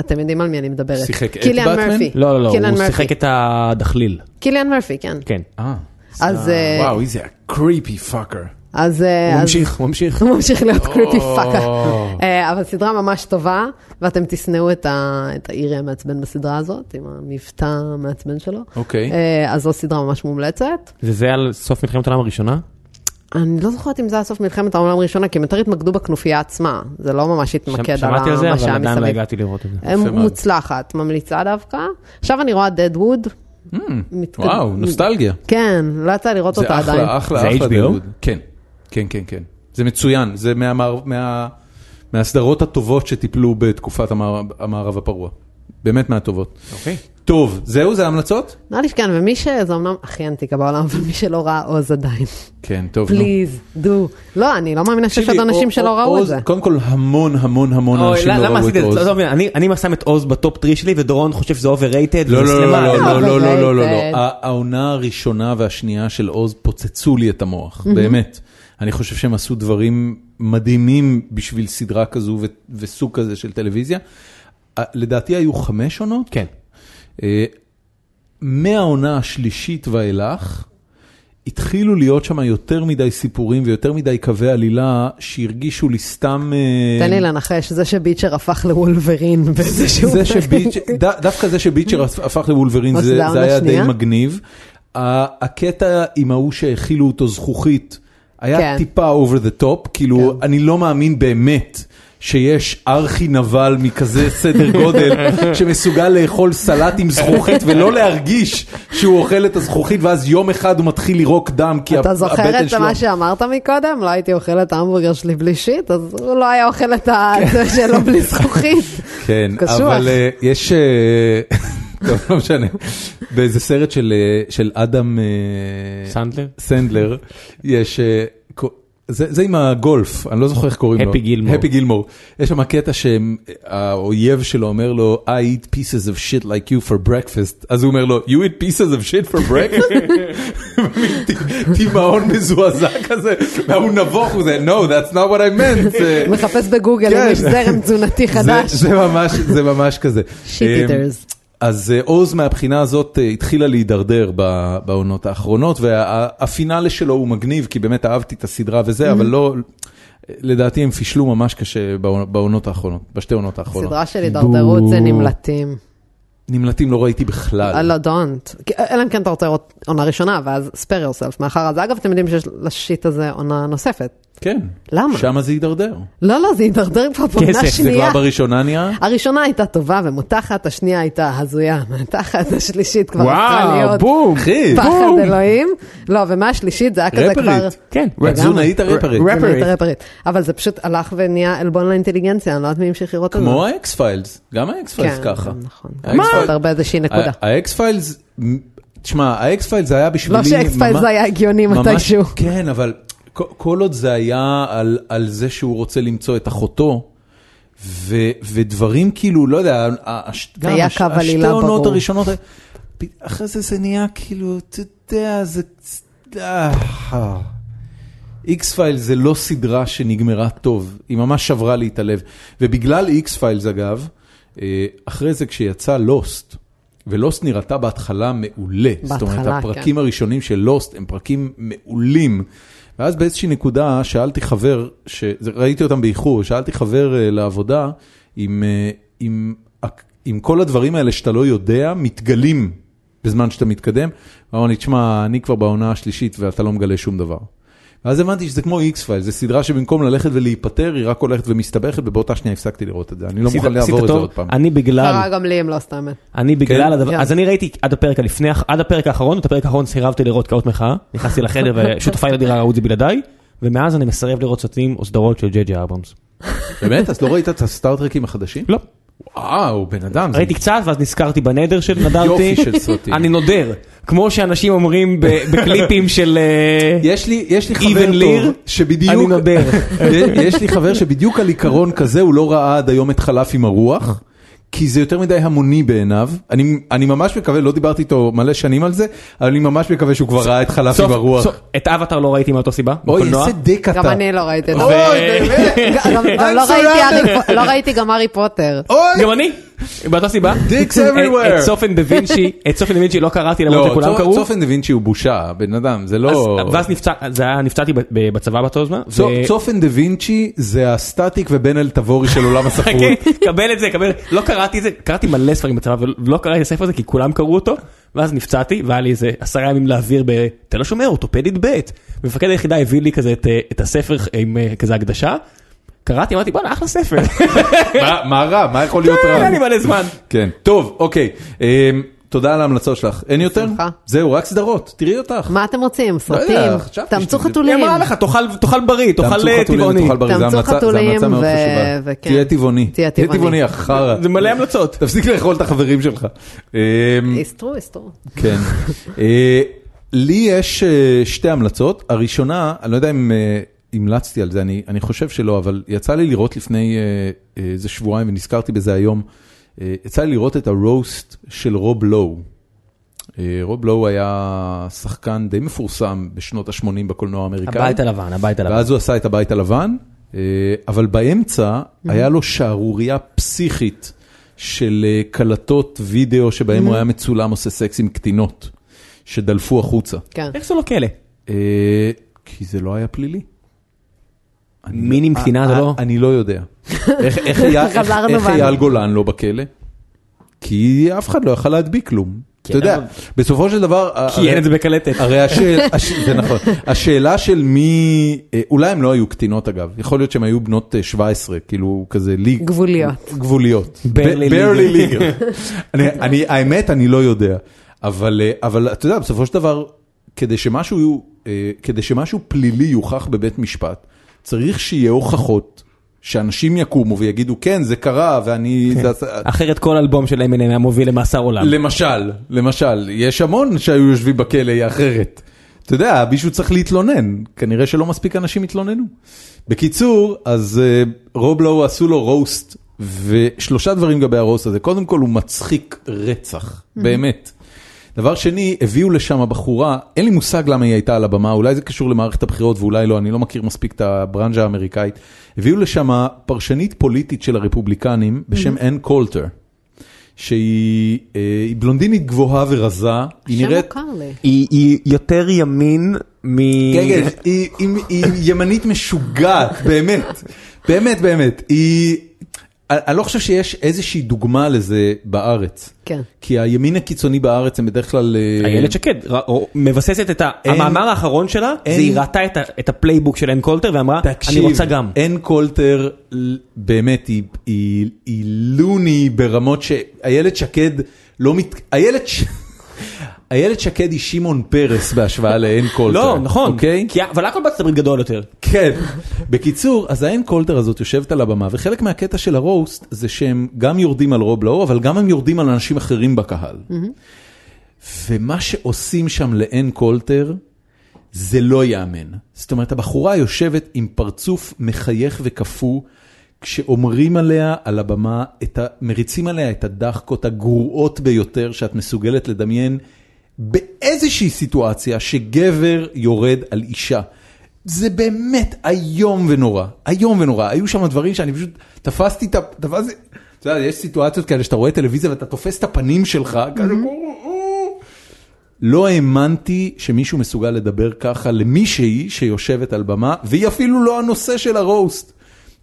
Speaker 3: אתם יודעים על מי אני מדברת.
Speaker 1: שיחק את
Speaker 3: קיליאן
Speaker 1: באטמן?
Speaker 3: מרפי.
Speaker 4: לא, לא, לא,
Speaker 3: קיליאן
Speaker 4: הוא
Speaker 3: מרפי.
Speaker 4: שיחק את הדחליל,
Speaker 3: קיליאן מרפי, כן.
Speaker 4: כן.
Speaker 1: אה.
Speaker 3: אז... אה,
Speaker 1: וואו, איזה קריפי פאקר.
Speaker 3: אז... אה,
Speaker 4: הוא
Speaker 3: אז-
Speaker 4: ממשיך, הוא ממשיך.
Speaker 3: הוא ממשיך להיות קריטי פאקה.
Speaker 1: או.
Speaker 3: אבל סדרה ממש טובה, ואתם תשנאו את ה- את האירי המעצבן בסדרה הזאת, עם המבטא המעצבן שלו.
Speaker 1: אוקיי.
Speaker 3: אה, אז זו סדרה ממש מומלצת.
Speaker 4: זה זה על סוף מלחמת העולם הראשונה?
Speaker 3: אני לא זוכרת אם זה היה סוף מלחמת העולם הראשונה, כי הם יותר התמקדו בכנופיה עצמה, זה לא ממש
Speaker 4: שמ-
Speaker 3: התמקד על
Speaker 4: שמעתי על זה,
Speaker 3: מה
Speaker 4: אבל
Speaker 3: שהיה
Speaker 4: עדיין לא
Speaker 3: מסביב.
Speaker 4: הגעתי לראות את זה.
Speaker 3: אה,
Speaker 1: יפה מאוד.
Speaker 3: מוצלחת, ממליצה דווקא. עכשיו אני רואה דדווד.
Speaker 1: Hmm, וואו, נוסטלגיה.
Speaker 3: כן, לא יצא לי לראות
Speaker 1: זה
Speaker 3: אותה עדיין.
Speaker 1: אחלה, אחלה,
Speaker 4: זה
Speaker 1: אחלה.
Speaker 4: HBO?
Speaker 1: דיוד. כן, כן, כן, כן. זה מצוין, זה מהמער- מה- מהסדרות הטובות שטיפלו בתקופת המערב- המערב הפרוע. באמת מהטובות.
Speaker 4: אוקיי.
Speaker 1: טוב, זהו, זה ההמלצות?
Speaker 3: נראה לי שכן, ומי ש... זה אמנם הכי אנטיקה בעולם, *laughs* ומי שלא ראה עוז עדיין.
Speaker 1: כן, טוב. נו.
Speaker 3: פליז, דו. לא, אני לא מאמינה שיש עוד
Speaker 1: תקשיבי,
Speaker 3: אנשים
Speaker 1: או-
Speaker 3: שלא
Speaker 1: או-
Speaker 3: ראו את
Speaker 1: עוז-
Speaker 3: זה.
Speaker 1: קודם כל, המון המון המון
Speaker 4: אוי,
Speaker 1: אנשים לא
Speaker 4: למה
Speaker 1: ראו את
Speaker 4: עשיתי את זה?
Speaker 1: עוז.
Speaker 4: לא, לא מבין, אני- אני שם את עוז בטופ 3 שלי ודורון חושב שזה overrated.
Speaker 1: לא, לא, לא,
Speaker 4: וסלימה.
Speaker 1: לא, לא,
Speaker 3: אבל
Speaker 1: לא, לא,
Speaker 3: זה-
Speaker 1: לא, לא,
Speaker 3: זה-
Speaker 1: לא. ה- העונה הראשונה והשנייה של עוז פוצצו לי את המוח, באמת. אני חושב שהם עשו דברים מדהימים בשביל סדרה כזו ו- וסוג כזה של טלוויזיה. אה, לדעתי היו חמש עונות.
Speaker 4: כן.
Speaker 1: אה, מהעונה השלישית ואילך, התחילו להיות שם יותר מדי סיפורים ויותר מדי קווי עלילה שהרגישו לי סתם... אה,
Speaker 3: תן לי לנחש, זה שביצ'ר הפך לוולברין באיזשהו...
Speaker 1: זה שביצ'ר,
Speaker 3: *laughs*
Speaker 1: ד- דווקא זה שביצ'ר הפך לוולברין
Speaker 3: או
Speaker 1: זה
Speaker 3: שזה
Speaker 1: זה
Speaker 3: העונה
Speaker 1: היה די
Speaker 3: השנייה?
Speaker 1: מגניב. ה- הקטע עם ההוא שהאכילו אותו זכוכית, היה
Speaker 3: כן.
Speaker 1: טיפה over the top, כאילו אני לא מאמין באמת. שיש ארכי נבל מכזה סדר גודל שמסוגל לאכול סלט עם זכוכית ולא להרגיש שהוא אוכל את הזכוכית ואז יום אחד הוא מתחיל לירוק דם כי
Speaker 3: אתה
Speaker 1: ה-
Speaker 3: זוכר
Speaker 1: הבטן
Speaker 3: את
Speaker 1: שלו...
Speaker 3: מה שאמרת מקודם? לא הייתי אוכל את ההמבורגר שלי בלי שיט, אז הוא לא היה אוכל את ה- זה שלו בלי
Speaker 1: *laughs*
Speaker 3: זכוכית.
Speaker 1: כן,
Speaker 3: קשוח.
Speaker 1: אבל אה, יש, אה, *laughs* טוב, לא משנה, באיזה סרט של, אה, של אדם אה,
Speaker 4: סנדלר?
Speaker 1: סנדלר, יש, אה, קו- זה, זה עם הגולף, אני לא זוכר איך קוראים לו.
Speaker 4: הפי גילמור.
Speaker 1: הפי גילמור. יש שם קטע שהאויב שלו אומר לו, I eat pieces of shit like you for breakfast, אז הוא אומר לו, you eat pieces of shit for breakfast? *laughs* מין ט- טבעון מזועזע כזה, והוא נבוך, הוא זה, no, that's not what I meant. זה-
Speaker 3: מחפש בגוגל אם
Speaker 1: כן.
Speaker 3: יש זרם תזונתי חדש.
Speaker 1: זה, זה ממש, זה ממש כזה.
Speaker 3: Shit eaters.
Speaker 1: אז אה, עוז מהבחינה הזאת אה, התחילה להידרדר ב- בעונות האחרונות, והפינאלה שלו הוא מגניב, כי באמת אהבתי את הסדרה וזה,
Speaker 3: Mm-hmm.
Speaker 1: אבל לא, לדעתי הם פישלו ממש קשה בעונ- בעונות האחרונות, בשתי עונות האחרונות.
Speaker 3: סדרה של הידרדרות זה נמלטים.
Speaker 1: נמלטים לא ראיתי בכלל.
Speaker 3: לא, don't. כי- אלא אם כן אתה רוצה לראות עונה ראשונה, ואז spare yourself מאחר. אז אגב, אתם יודעים שיש לשיט הזה עונה נוספת.
Speaker 1: כן.
Speaker 3: למה?
Speaker 1: שמה זה הידרדר.
Speaker 3: לא, לא, זה הידרדר כבר בעונה
Speaker 2: כסף, זה
Speaker 1: זה
Speaker 3: שנייה.
Speaker 1: כבר בראשונה נהיה?
Speaker 3: הראשונה הייתה טובה ומותחת, השנייה הייתה הזויה ומותחת, השלישית כבר הפכה
Speaker 2: וואו,
Speaker 3: להיות
Speaker 2: בום.
Speaker 1: אחי,
Speaker 3: פחד אלוהים. לא, ומה השלישית זה היה כזה כבר...
Speaker 1: רפרית.
Speaker 2: כן.
Speaker 1: התזונאית הרפרית.
Speaker 2: רפרית.
Speaker 3: זה כן, נהיית רפרית. אבל זה פשוט הלך ונהיה עלבון לאינטליגנציה, אני לא יודעת מי המשיך לראות את זה.
Speaker 1: כמו האקס פיילס, גם האקס פיילס ככה. אה,
Speaker 3: נכון.
Speaker 1: האקס
Speaker 3: מה?
Speaker 1: פיילס-
Speaker 3: הרבה איזושהי נקודה.
Speaker 1: האקס פיילס, תשמע, האקס פיילס היה בשבילי...
Speaker 3: לא שאקס פיילס
Speaker 1: ממש-
Speaker 3: זה היה הגיוני
Speaker 1: ממש-
Speaker 3: מתישהו.
Speaker 1: כן, אבל כ- כל עוד זה היה על, על זה שהוא רוצה למצוא את אחותו, ו, ודברים כאילו, לא יודע, ה- הש- גם
Speaker 3: היה
Speaker 1: הש-
Speaker 3: קו
Speaker 1: השתי
Speaker 3: עלילה
Speaker 1: העונות
Speaker 3: ברור.
Speaker 1: הראשונות, פ- אחרי זה זה נהיה כאילו, אתה יודע, זה... איקס פייל זה לא סדרה שנגמרה טוב, היא ממש שברה לי את הלב. ובגלל איקס פיילס אגב, אה, אחרי זה כשיצא לוסט, ולוסט נראתה בהתחלה מעולה. זאת אומרת,
Speaker 3: בהתחלה,
Speaker 1: הפרקים
Speaker 3: כן.
Speaker 1: הפרקים הראשונים של לוסט הם פרקים מעולים. ואז באיזושהי נקודה שאלתי חבר, ש... זה- ראיתי אותם באיחור, שאלתי חבר אה, לעבודה אם, אה, אם, הק- אם כל הדברים האלה שאתה לא יודע מתגלים בזמן שאתה מתקדם. הוא אמר לי, תשמע, אני כבר בעונה השלישית ואתה לא מגלה שום דבר. ואז הבנתי שזה כמו איקס פייל, זו סדרה שבמקום ללכת ולהיפטר, היא רק הולכת ומסתבכת, ובאותה שנייה הפסקתי לראות את זה. אני לא
Speaker 4: עשית-
Speaker 1: מוכן
Speaker 4: עשית
Speaker 1: לעבור את זה
Speaker 4: טוב.
Speaker 1: עוד פעם.
Speaker 2: אני בגלל,
Speaker 3: קרה גם לי אם לא סתם.
Speaker 2: אני
Speaker 1: כן?
Speaker 2: בגלל הדבר,
Speaker 3: כן.
Speaker 2: אז אני ראיתי עד הפרק הלפני, עד הפרק האחרון, את הפרק האחרון סירבתי לראות
Speaker 1: *laughs*
Speaker 2: כאות מחאה, נכנסתי לחדר ושותפיי לדירה ראו את זה בלעדיי, ומאז אני מסרב לראות סרטים או סדרות של ג'י ג'י אברמס.
Speaker 1: באמת? אז לא ראית את הסטארטרקים החדשים?
Speaker 2: לא.
Speaker 1: וואו, בן אדם. זה
Speaker 2: ראיתי קצת ואז נזכרתי בנדר של נדרתי.
Speaker 1: יופי של סרטים.
Speaker 2: אני נודר, כמו שאנשים אומרים
Speaker 1: *laughs*
Speaker 2: ב- בקליפים של... אה,
Speaker 1: יש לי, יש לי
Speaker 2: Even
Speaker 1: חבר
Speaker 2: ליר,
Speaker 1: טוב, שבדיוק,
Speaker 2: אני
Speaker 1: *laughs*
Speaker 2: נודר.
Speaker 1: יש לי חבר שבדיוק על עיקרון כזה, הוא לא ראה עד היום את חלף עם הרוח. כי זה יותר מדי המוני בעיניו, אני, אני ממש מקווה, לא דיברתי איתו מלא שנים על זה, אבל אני ממש מקווה שהוא כבר ראה את חלף עם
Speaker 2: סוף-
Speaker 1: הרוח.
Speaker 2: סוף- את אבטאר לא ראיתי מאותה סיבה,
Speaker 1: אוי,
Speaker 2: בקולנוע.
Speaker 1: איזה דיק אתה.
Speaker 3: גם אני לא
Speaker 1: *laughs*
Speaker 3: ראיתי את זה.
Speaker 1: אוי, באמת.
Speaker 3: גם-
Speaker 1: *laughs*
Speaker 3: גם- גם לא
Speaker 1: I'm
Speaker 3: ראיתי
Speaker 1: surrounded.
Speaker 3: הארי פו- לא ראיתי גם הארי פוטר.
Speaker 1: *laughs* אוי,
Speaker 2: גם אני, באותה סיבה.
Speaker 1: Dicks
Speaker 2: *laughs* את-
Speaker 1: everywhere.
Speaker 2: את סופן דה
Speaker 1: *laughs*
Speaker 2: וינצ'י, את סופן דה וינצ'י לא קראתי למרות
Speaker 1: לא,
Speaker 2: שכולם
Speaker 1: צופ-
Speaker 2: קראו.
Speaker 1: צופן דה וינצ'י הוא בושה, בן אדם, זה לא...
Speaker 2: אז- ואז אה- נפצע, זה היה, נפצעתי ב- ב- בצבא באותו זמן.
Speaker 1: צופ-
Speaker 2: ו-
Speaker 1: צופן דה וינצ'י זה הסטטיק ובן אל תבורי של
Speaker 2: *laughs*
Speaker 1: עולם הספרות.
Speaker 2: חכה, אוקיי? קבל את זה, קבל, לא קראתי את זה, קראתי מלא ספרים בצבא ולא קראתי את הספר הזה כי כולם קראו אותו, ואז נפצעתי והיה לי איזה עשרה ימים להעביר ב... אתה לא שומע, אורתופדית ב', ומפקד היחידה הביא לי כזה את, אה, את הספר עם אה, כזה הקדשה, קראתי, אמרתי בואנה אחלה *laughs* ספר, לא,
Speaker 1: מה- מה רע? מה יכול להיות רע?
Speaker 2: היה כן. לי מלא זמן.
Speaker 1: כן. טוב, אוקיי. אמ, תודה על ההמלצות שלך. אין יותר?
Speaker 3: בשמחה.
Speaker 1: זהו, רק סדרות. תראי אותך.
Speaker 3: מה אתם רוצים? סרטים?
Speaker 1: לא יודע, חשבתי
Speaker 3: תאמצו
Speaker 1: שזה-
Speaker 2: היא
Speaker 3: חתולים.
Speaker 2: אמרה לך, "תאכל- תאכל בריא, תאכל
Speaker 1: תאמצו
Speaker 2: אה,
Speaker 1: חתולים
Speaker 2: טבעוני.
Speaker 1: ותאכל בריא. זה
Speaker 3: תאמצו
Speaker 1: המלצה- זה
Speaker 3: חתולים
Speaker 1: המלצה מאוד
Speaker 3: ו-
Speaker 1: חשובה.
Speaker 3: וכן.
Speaker 1: תהיה טבעוני.
Speaker 3: תהיה
Speaker 1: תהיה
Speaker 3: טבעוני.
Speaker 1: טבעוני, החרא.
Speaker 2: זה מלא המלצות.
Speaker 1: תפסיק לאכול את החברים שלך. אמ,
Speaker 3: הסתרו, הסתרו.
Speaker 1: כן. אה, לי יש אה, שתי המלצות. הראשונה, אני לא יודע אם אה, המלצתי על זה, אני, אני חושב שלא, אבל יצא לי לראות לפני אה, אה, איזה שבועיים, ונזכרתי בזה היום, אה, יצא לי לראות את הרוסט של רוב לואו. אה, רוב לואו היה שחקן די מפורסם בשנות ה-80 בקולנוע האמריקאי.
Speaker 2: הבית הלבן, הבית הלבן.
Speaker 1: ואז הוא עשה את הבית הלבן, אה, אבל באמצע היה לו שערורייה פסיכית של אה, קלטות וידאו שבהם הוא היה מצולם עושה סקס עם קטינות, שדלפו החוצה.
Speaker 3: כן.
Speaker 2: איך זה לא כלא?
Speaker 1: אה, כי זה לא היה פלילי. אני-
Speaker 2: מין עם קטינה זה
Speaker 1: אה,
Speaker 2: לא-
Speaker 1: אני לא יודע. איך- איך היה- איך-
Speaker 3: חזרנו
Speaker 1: איך
Speaker 3: בנו.
Speaker 1: אייל גולן לא בכלא? כי אף אחד לא יכל להדביק כלום. אתה יודע,
Speaker 2: כן, אבל-
Speaker 1: בסופו של דבר...
Speaker 2: כי אין את זה בקלטת.
Speaker 1: הרי השאלה, הש... זה נכון, השאלה של מי, אה, אולי הן לא היו קטינות אגב, יכול להיות שהן היו בנות אה, 17, כאילו כזה ליג.
Speaker 3: גבוליות.
Speaker 1: גבוליות.
Speaker 2: Barely
Speaker 1: ב- barely legal. אני, אני, האמת, אני לא יודע, אבל, אה, אבל אתה יודע, בסופו של דבר, כדי שמשהו, יהיו- אה, כדי שמשהו פלילי יוכח בבית משפט, צריך שיהיה הוכחות. שאנשים יקומו ויגידו כן זה קרה ואני זה עשה-"
Speaker 2: אחרת כל אלבום של M&M היה מוביל למאסר עולם.
Speaker 1: למשל, למשל, יש המון שהיו יושבים בכלא היא אחרת. אתה יודע, מישהו צריך להתלונן, כנראה שלא מספיק אנשים התלוננו. בקיצור, אז uh, רובלו עשו לו רוסט, ושלושה דברים לגבי הרוסט הזה. קודם כל, הוא מצחיק רצח, באמת. דבר שני, הביאו לשם בחורה, אין לי מושג למה היא הייתה על הבמה, אולי זה קשור למערכת הבחירות ואולי לא, אני לא מכיר מספיק את הברנז'ה האמריקאית. הביאו לשם פרשנית פוליטית של הרפובליקנים בשם אן קולטר. שהיא אה, היא בלונדינית גבוהה ורזה, היא
Speaker 3: שם
Speaker 1: נראית...
Speaker 3: מוכר לי.
Speaker 2: היא היא יותר ימין מ...
Speaker 1: כן, כן, היא- היא- היא ימנית משוגעת, באמת, באמת, באמת. היא... אני אני לא חושב שיש איזושהי דוגמה לזה בארץ.
Speaker 3: כן.
Speaker 1: כי הימין הקיצוני בארץ הם בדרך כלל... אה,
Speaker 4: איילת שקד ר- או- מבססת את ה- המאמר האחרון שלה, זה
Speaker 1: אין-
Speaker 4: היא ראתה את ה- את הפלייבוק של אין קולטר ואמרה, אני רוצה גם.
Speaker 1: אין קולטר, ל- באמת, היא, היא, היא לוני ברמות שאיילת שקד לא מת... איילת... ש- איילת שקד היא שמעון פרס בהשוואה לאין קולטר.
Speaker 4: לא, נכון,
Speaker 1: אוקיי?
Speaker 4: כי ה- אבל הכל בארצות הברית גדול יותר.
Speaker 1: כן. בקיצור, אז האין קולטר הזאת יושבת על הבמה, וחלק מהקטע של הרוסט זה שהם גם יורדים על רוב לאור, אבל גם הם יורדים על אנשים אחרים בקהל. ומה שעושים שם לאן קולטר, זה לא ייאמן. זאת אומרת, הבחורה יושבת עם פרצוף מחייך וקפוא, כשאומרים עליה על הבמה, את ה... מריצים עליה את הדחקות הגרועות ביותר שאת מסוגלת לדמיין באיזושהי סיטואציה שגבר יורד על אישה. זה באמת איום ונורא, איום ונורא. היו שם דברים שאני פשוט תפסתי את ה... תפסתי... אתה יודע, יש סיטואציות כאלה שאתה רואה טלוויזיה ואתה תופס את הפנים שלך, כאילו... לא האמנתי שמישהו מסוגל לדבר ככה למישהי שיושבת על במה, והיא אפילו לא הנושא של הרוסט.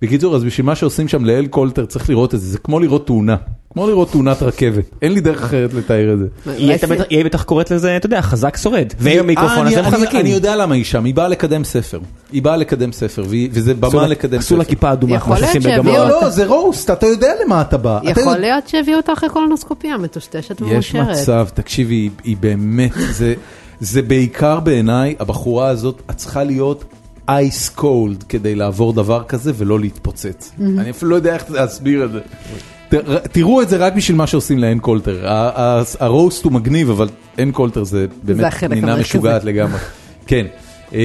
Speaker 1: בקיצור, אז בשביל מה שעושים שם לאל קולטר צריך לראות את זה, זה כמו לראות תאונה. כמו לראות תאונת רכבת, אין לי דרך אחרת לתאר את זה.
Speaker 4: היא הייתה בטח- היא בטח קוראת לזה, אתה יודע, חזק שורד. והיום מיקרופון,
Speaker 1: אה,
Speaker 4: אז
Speaker 1: אני-
Speaker 4: הם
Speaker 1: אני-
Speaker 4: חזקים.
Speaker 1: אני יודע למה היא שם, היא באה לקדם ספר. היא באה לקדם ספר, והיא- וזה
Speaker 4: אסור
Speaker 1: במה
Speaker 4: לה-
Speaker 1: לקדם
Speaker 4: אסור
Speaker 1: ספר.
Speaker 4: לה כיפה אדומה,
Speaker 3: יכול
Speaker 4: כמו
Speaker 3: להיות
Speaker 4: שעושים
Speaker 3: שהביאו
Speaker 4: בגמר.
Speaker 3: אותה.
Speaker 1: לא, לא, זה רוסט, אתה יודע למה אתה בא. אתה
Speaker 3: יכול
Speaker 1: יודע-
Speaker 3: להיות שהביאו אותה אחרי קולונוסקופיה
Speaker 1: יש
Speaker 3: מטושטשת ומאושרת.
Speaker 1: מצב, תקשיבי, היא, היא באמת, זה, זה בעיקר בעיניי, הבחורה הזאת, את צריכה להיות אייס קולד כדי לעבור דבר כזה ולא להתפוצץ. אני אפילו לא יודע איך להסביר את זה. ת- ר- תראו את זה רק בשביל מה שעושים לאן קולטר. ה- ה- הרוסט הוא מגניב, אבל אין קולטר זה באמת
Speaker 3: החלק
Speaker 1: נינה
Speaker 3: המרכזי.
Speaker 1: משוגעת לגמרי. כן. אמ,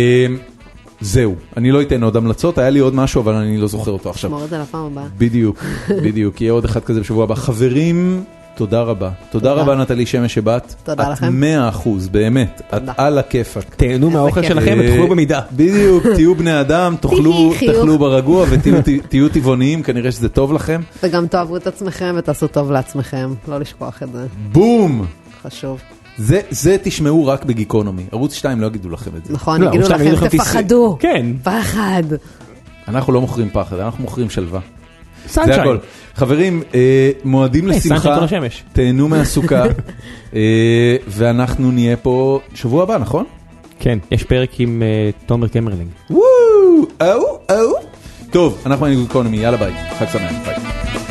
Speaker 1: זהו, אני לא אתן עוד המלצות, היה לי עוד משהו, אבל אני לא זוכר אותו עכשיו.
Speaker 3: נשמור את זה לפעם הבאה.
Speaker 1: בדיוק, בדיוק, יהיה עוד אחד כזה בשבוע הבא. חברים, תודה רבה. תודה רבה נטלי שמש שבאת.
Speaker 3: תודה
Speaker 1: את
Speaker 3: לכם.
Speaker 1: 100 אחוז, באמת. את
Speaker 3: תודה.
Speaker 1: על הכיפאק.
Speaker 4: תהנו מהאוכל
Speaker 3: כיף.
Speaker 4: שלכם
Speaker 1: אה,
Speaker 4: ותאכלו במידה.
Speaker 1: בדיוק, תהיו בני אדם, תאכלו
Speaker 3: חיוך.
Speaker 1: תאכלו ברגוע ותהיו תהיו טבעוניים, כנראה שזה טוב לכם.
Speaker 3: וגם תאהבו את עצמכם ותעשו טוב לעצמכם, לא לשכוח את זה,
Speaker 1: בום!
Speaker 3: חשוב.
Speaker 1: זה- זה תשמעו רק בגיקונומי. ערוץ 2 לא יגידו לכם את זה.
Speaker 3: נכון,
Speaker 4: לא,
Speaker 3: יגידו
Speaker 4: עכשיו יגידו
Speaker 3: לכם,
Speaker 4: לכם, "תס-
Speaker 3: תפחדו.
Speaker 4: כן.
Speaker 3: פחד.
Speaker 1: אנחנו לא מוכרים פחד, אנחנו מוכרים שלווה. זה
Speaker 4: סנשיין.
Speaker 1: הכל. חברים, אה, מועדים
Speaker 4: היי, סנשיין כל
Speaker 1: לשמחה,
Speaker 4: השמש.
Speaker 1: תהנו מהסוכה, אה, ואנחנו נהיה פה שבוע הבא, נכון?
Speaker 2: כן, יש פרק עם אה, תומר קמרלינג.
Speaker 1: Oh, וואו, אהו, אהו. טוב, אנחנו היינו גיקונומי, יאללה ביי, חג שמח, ביי.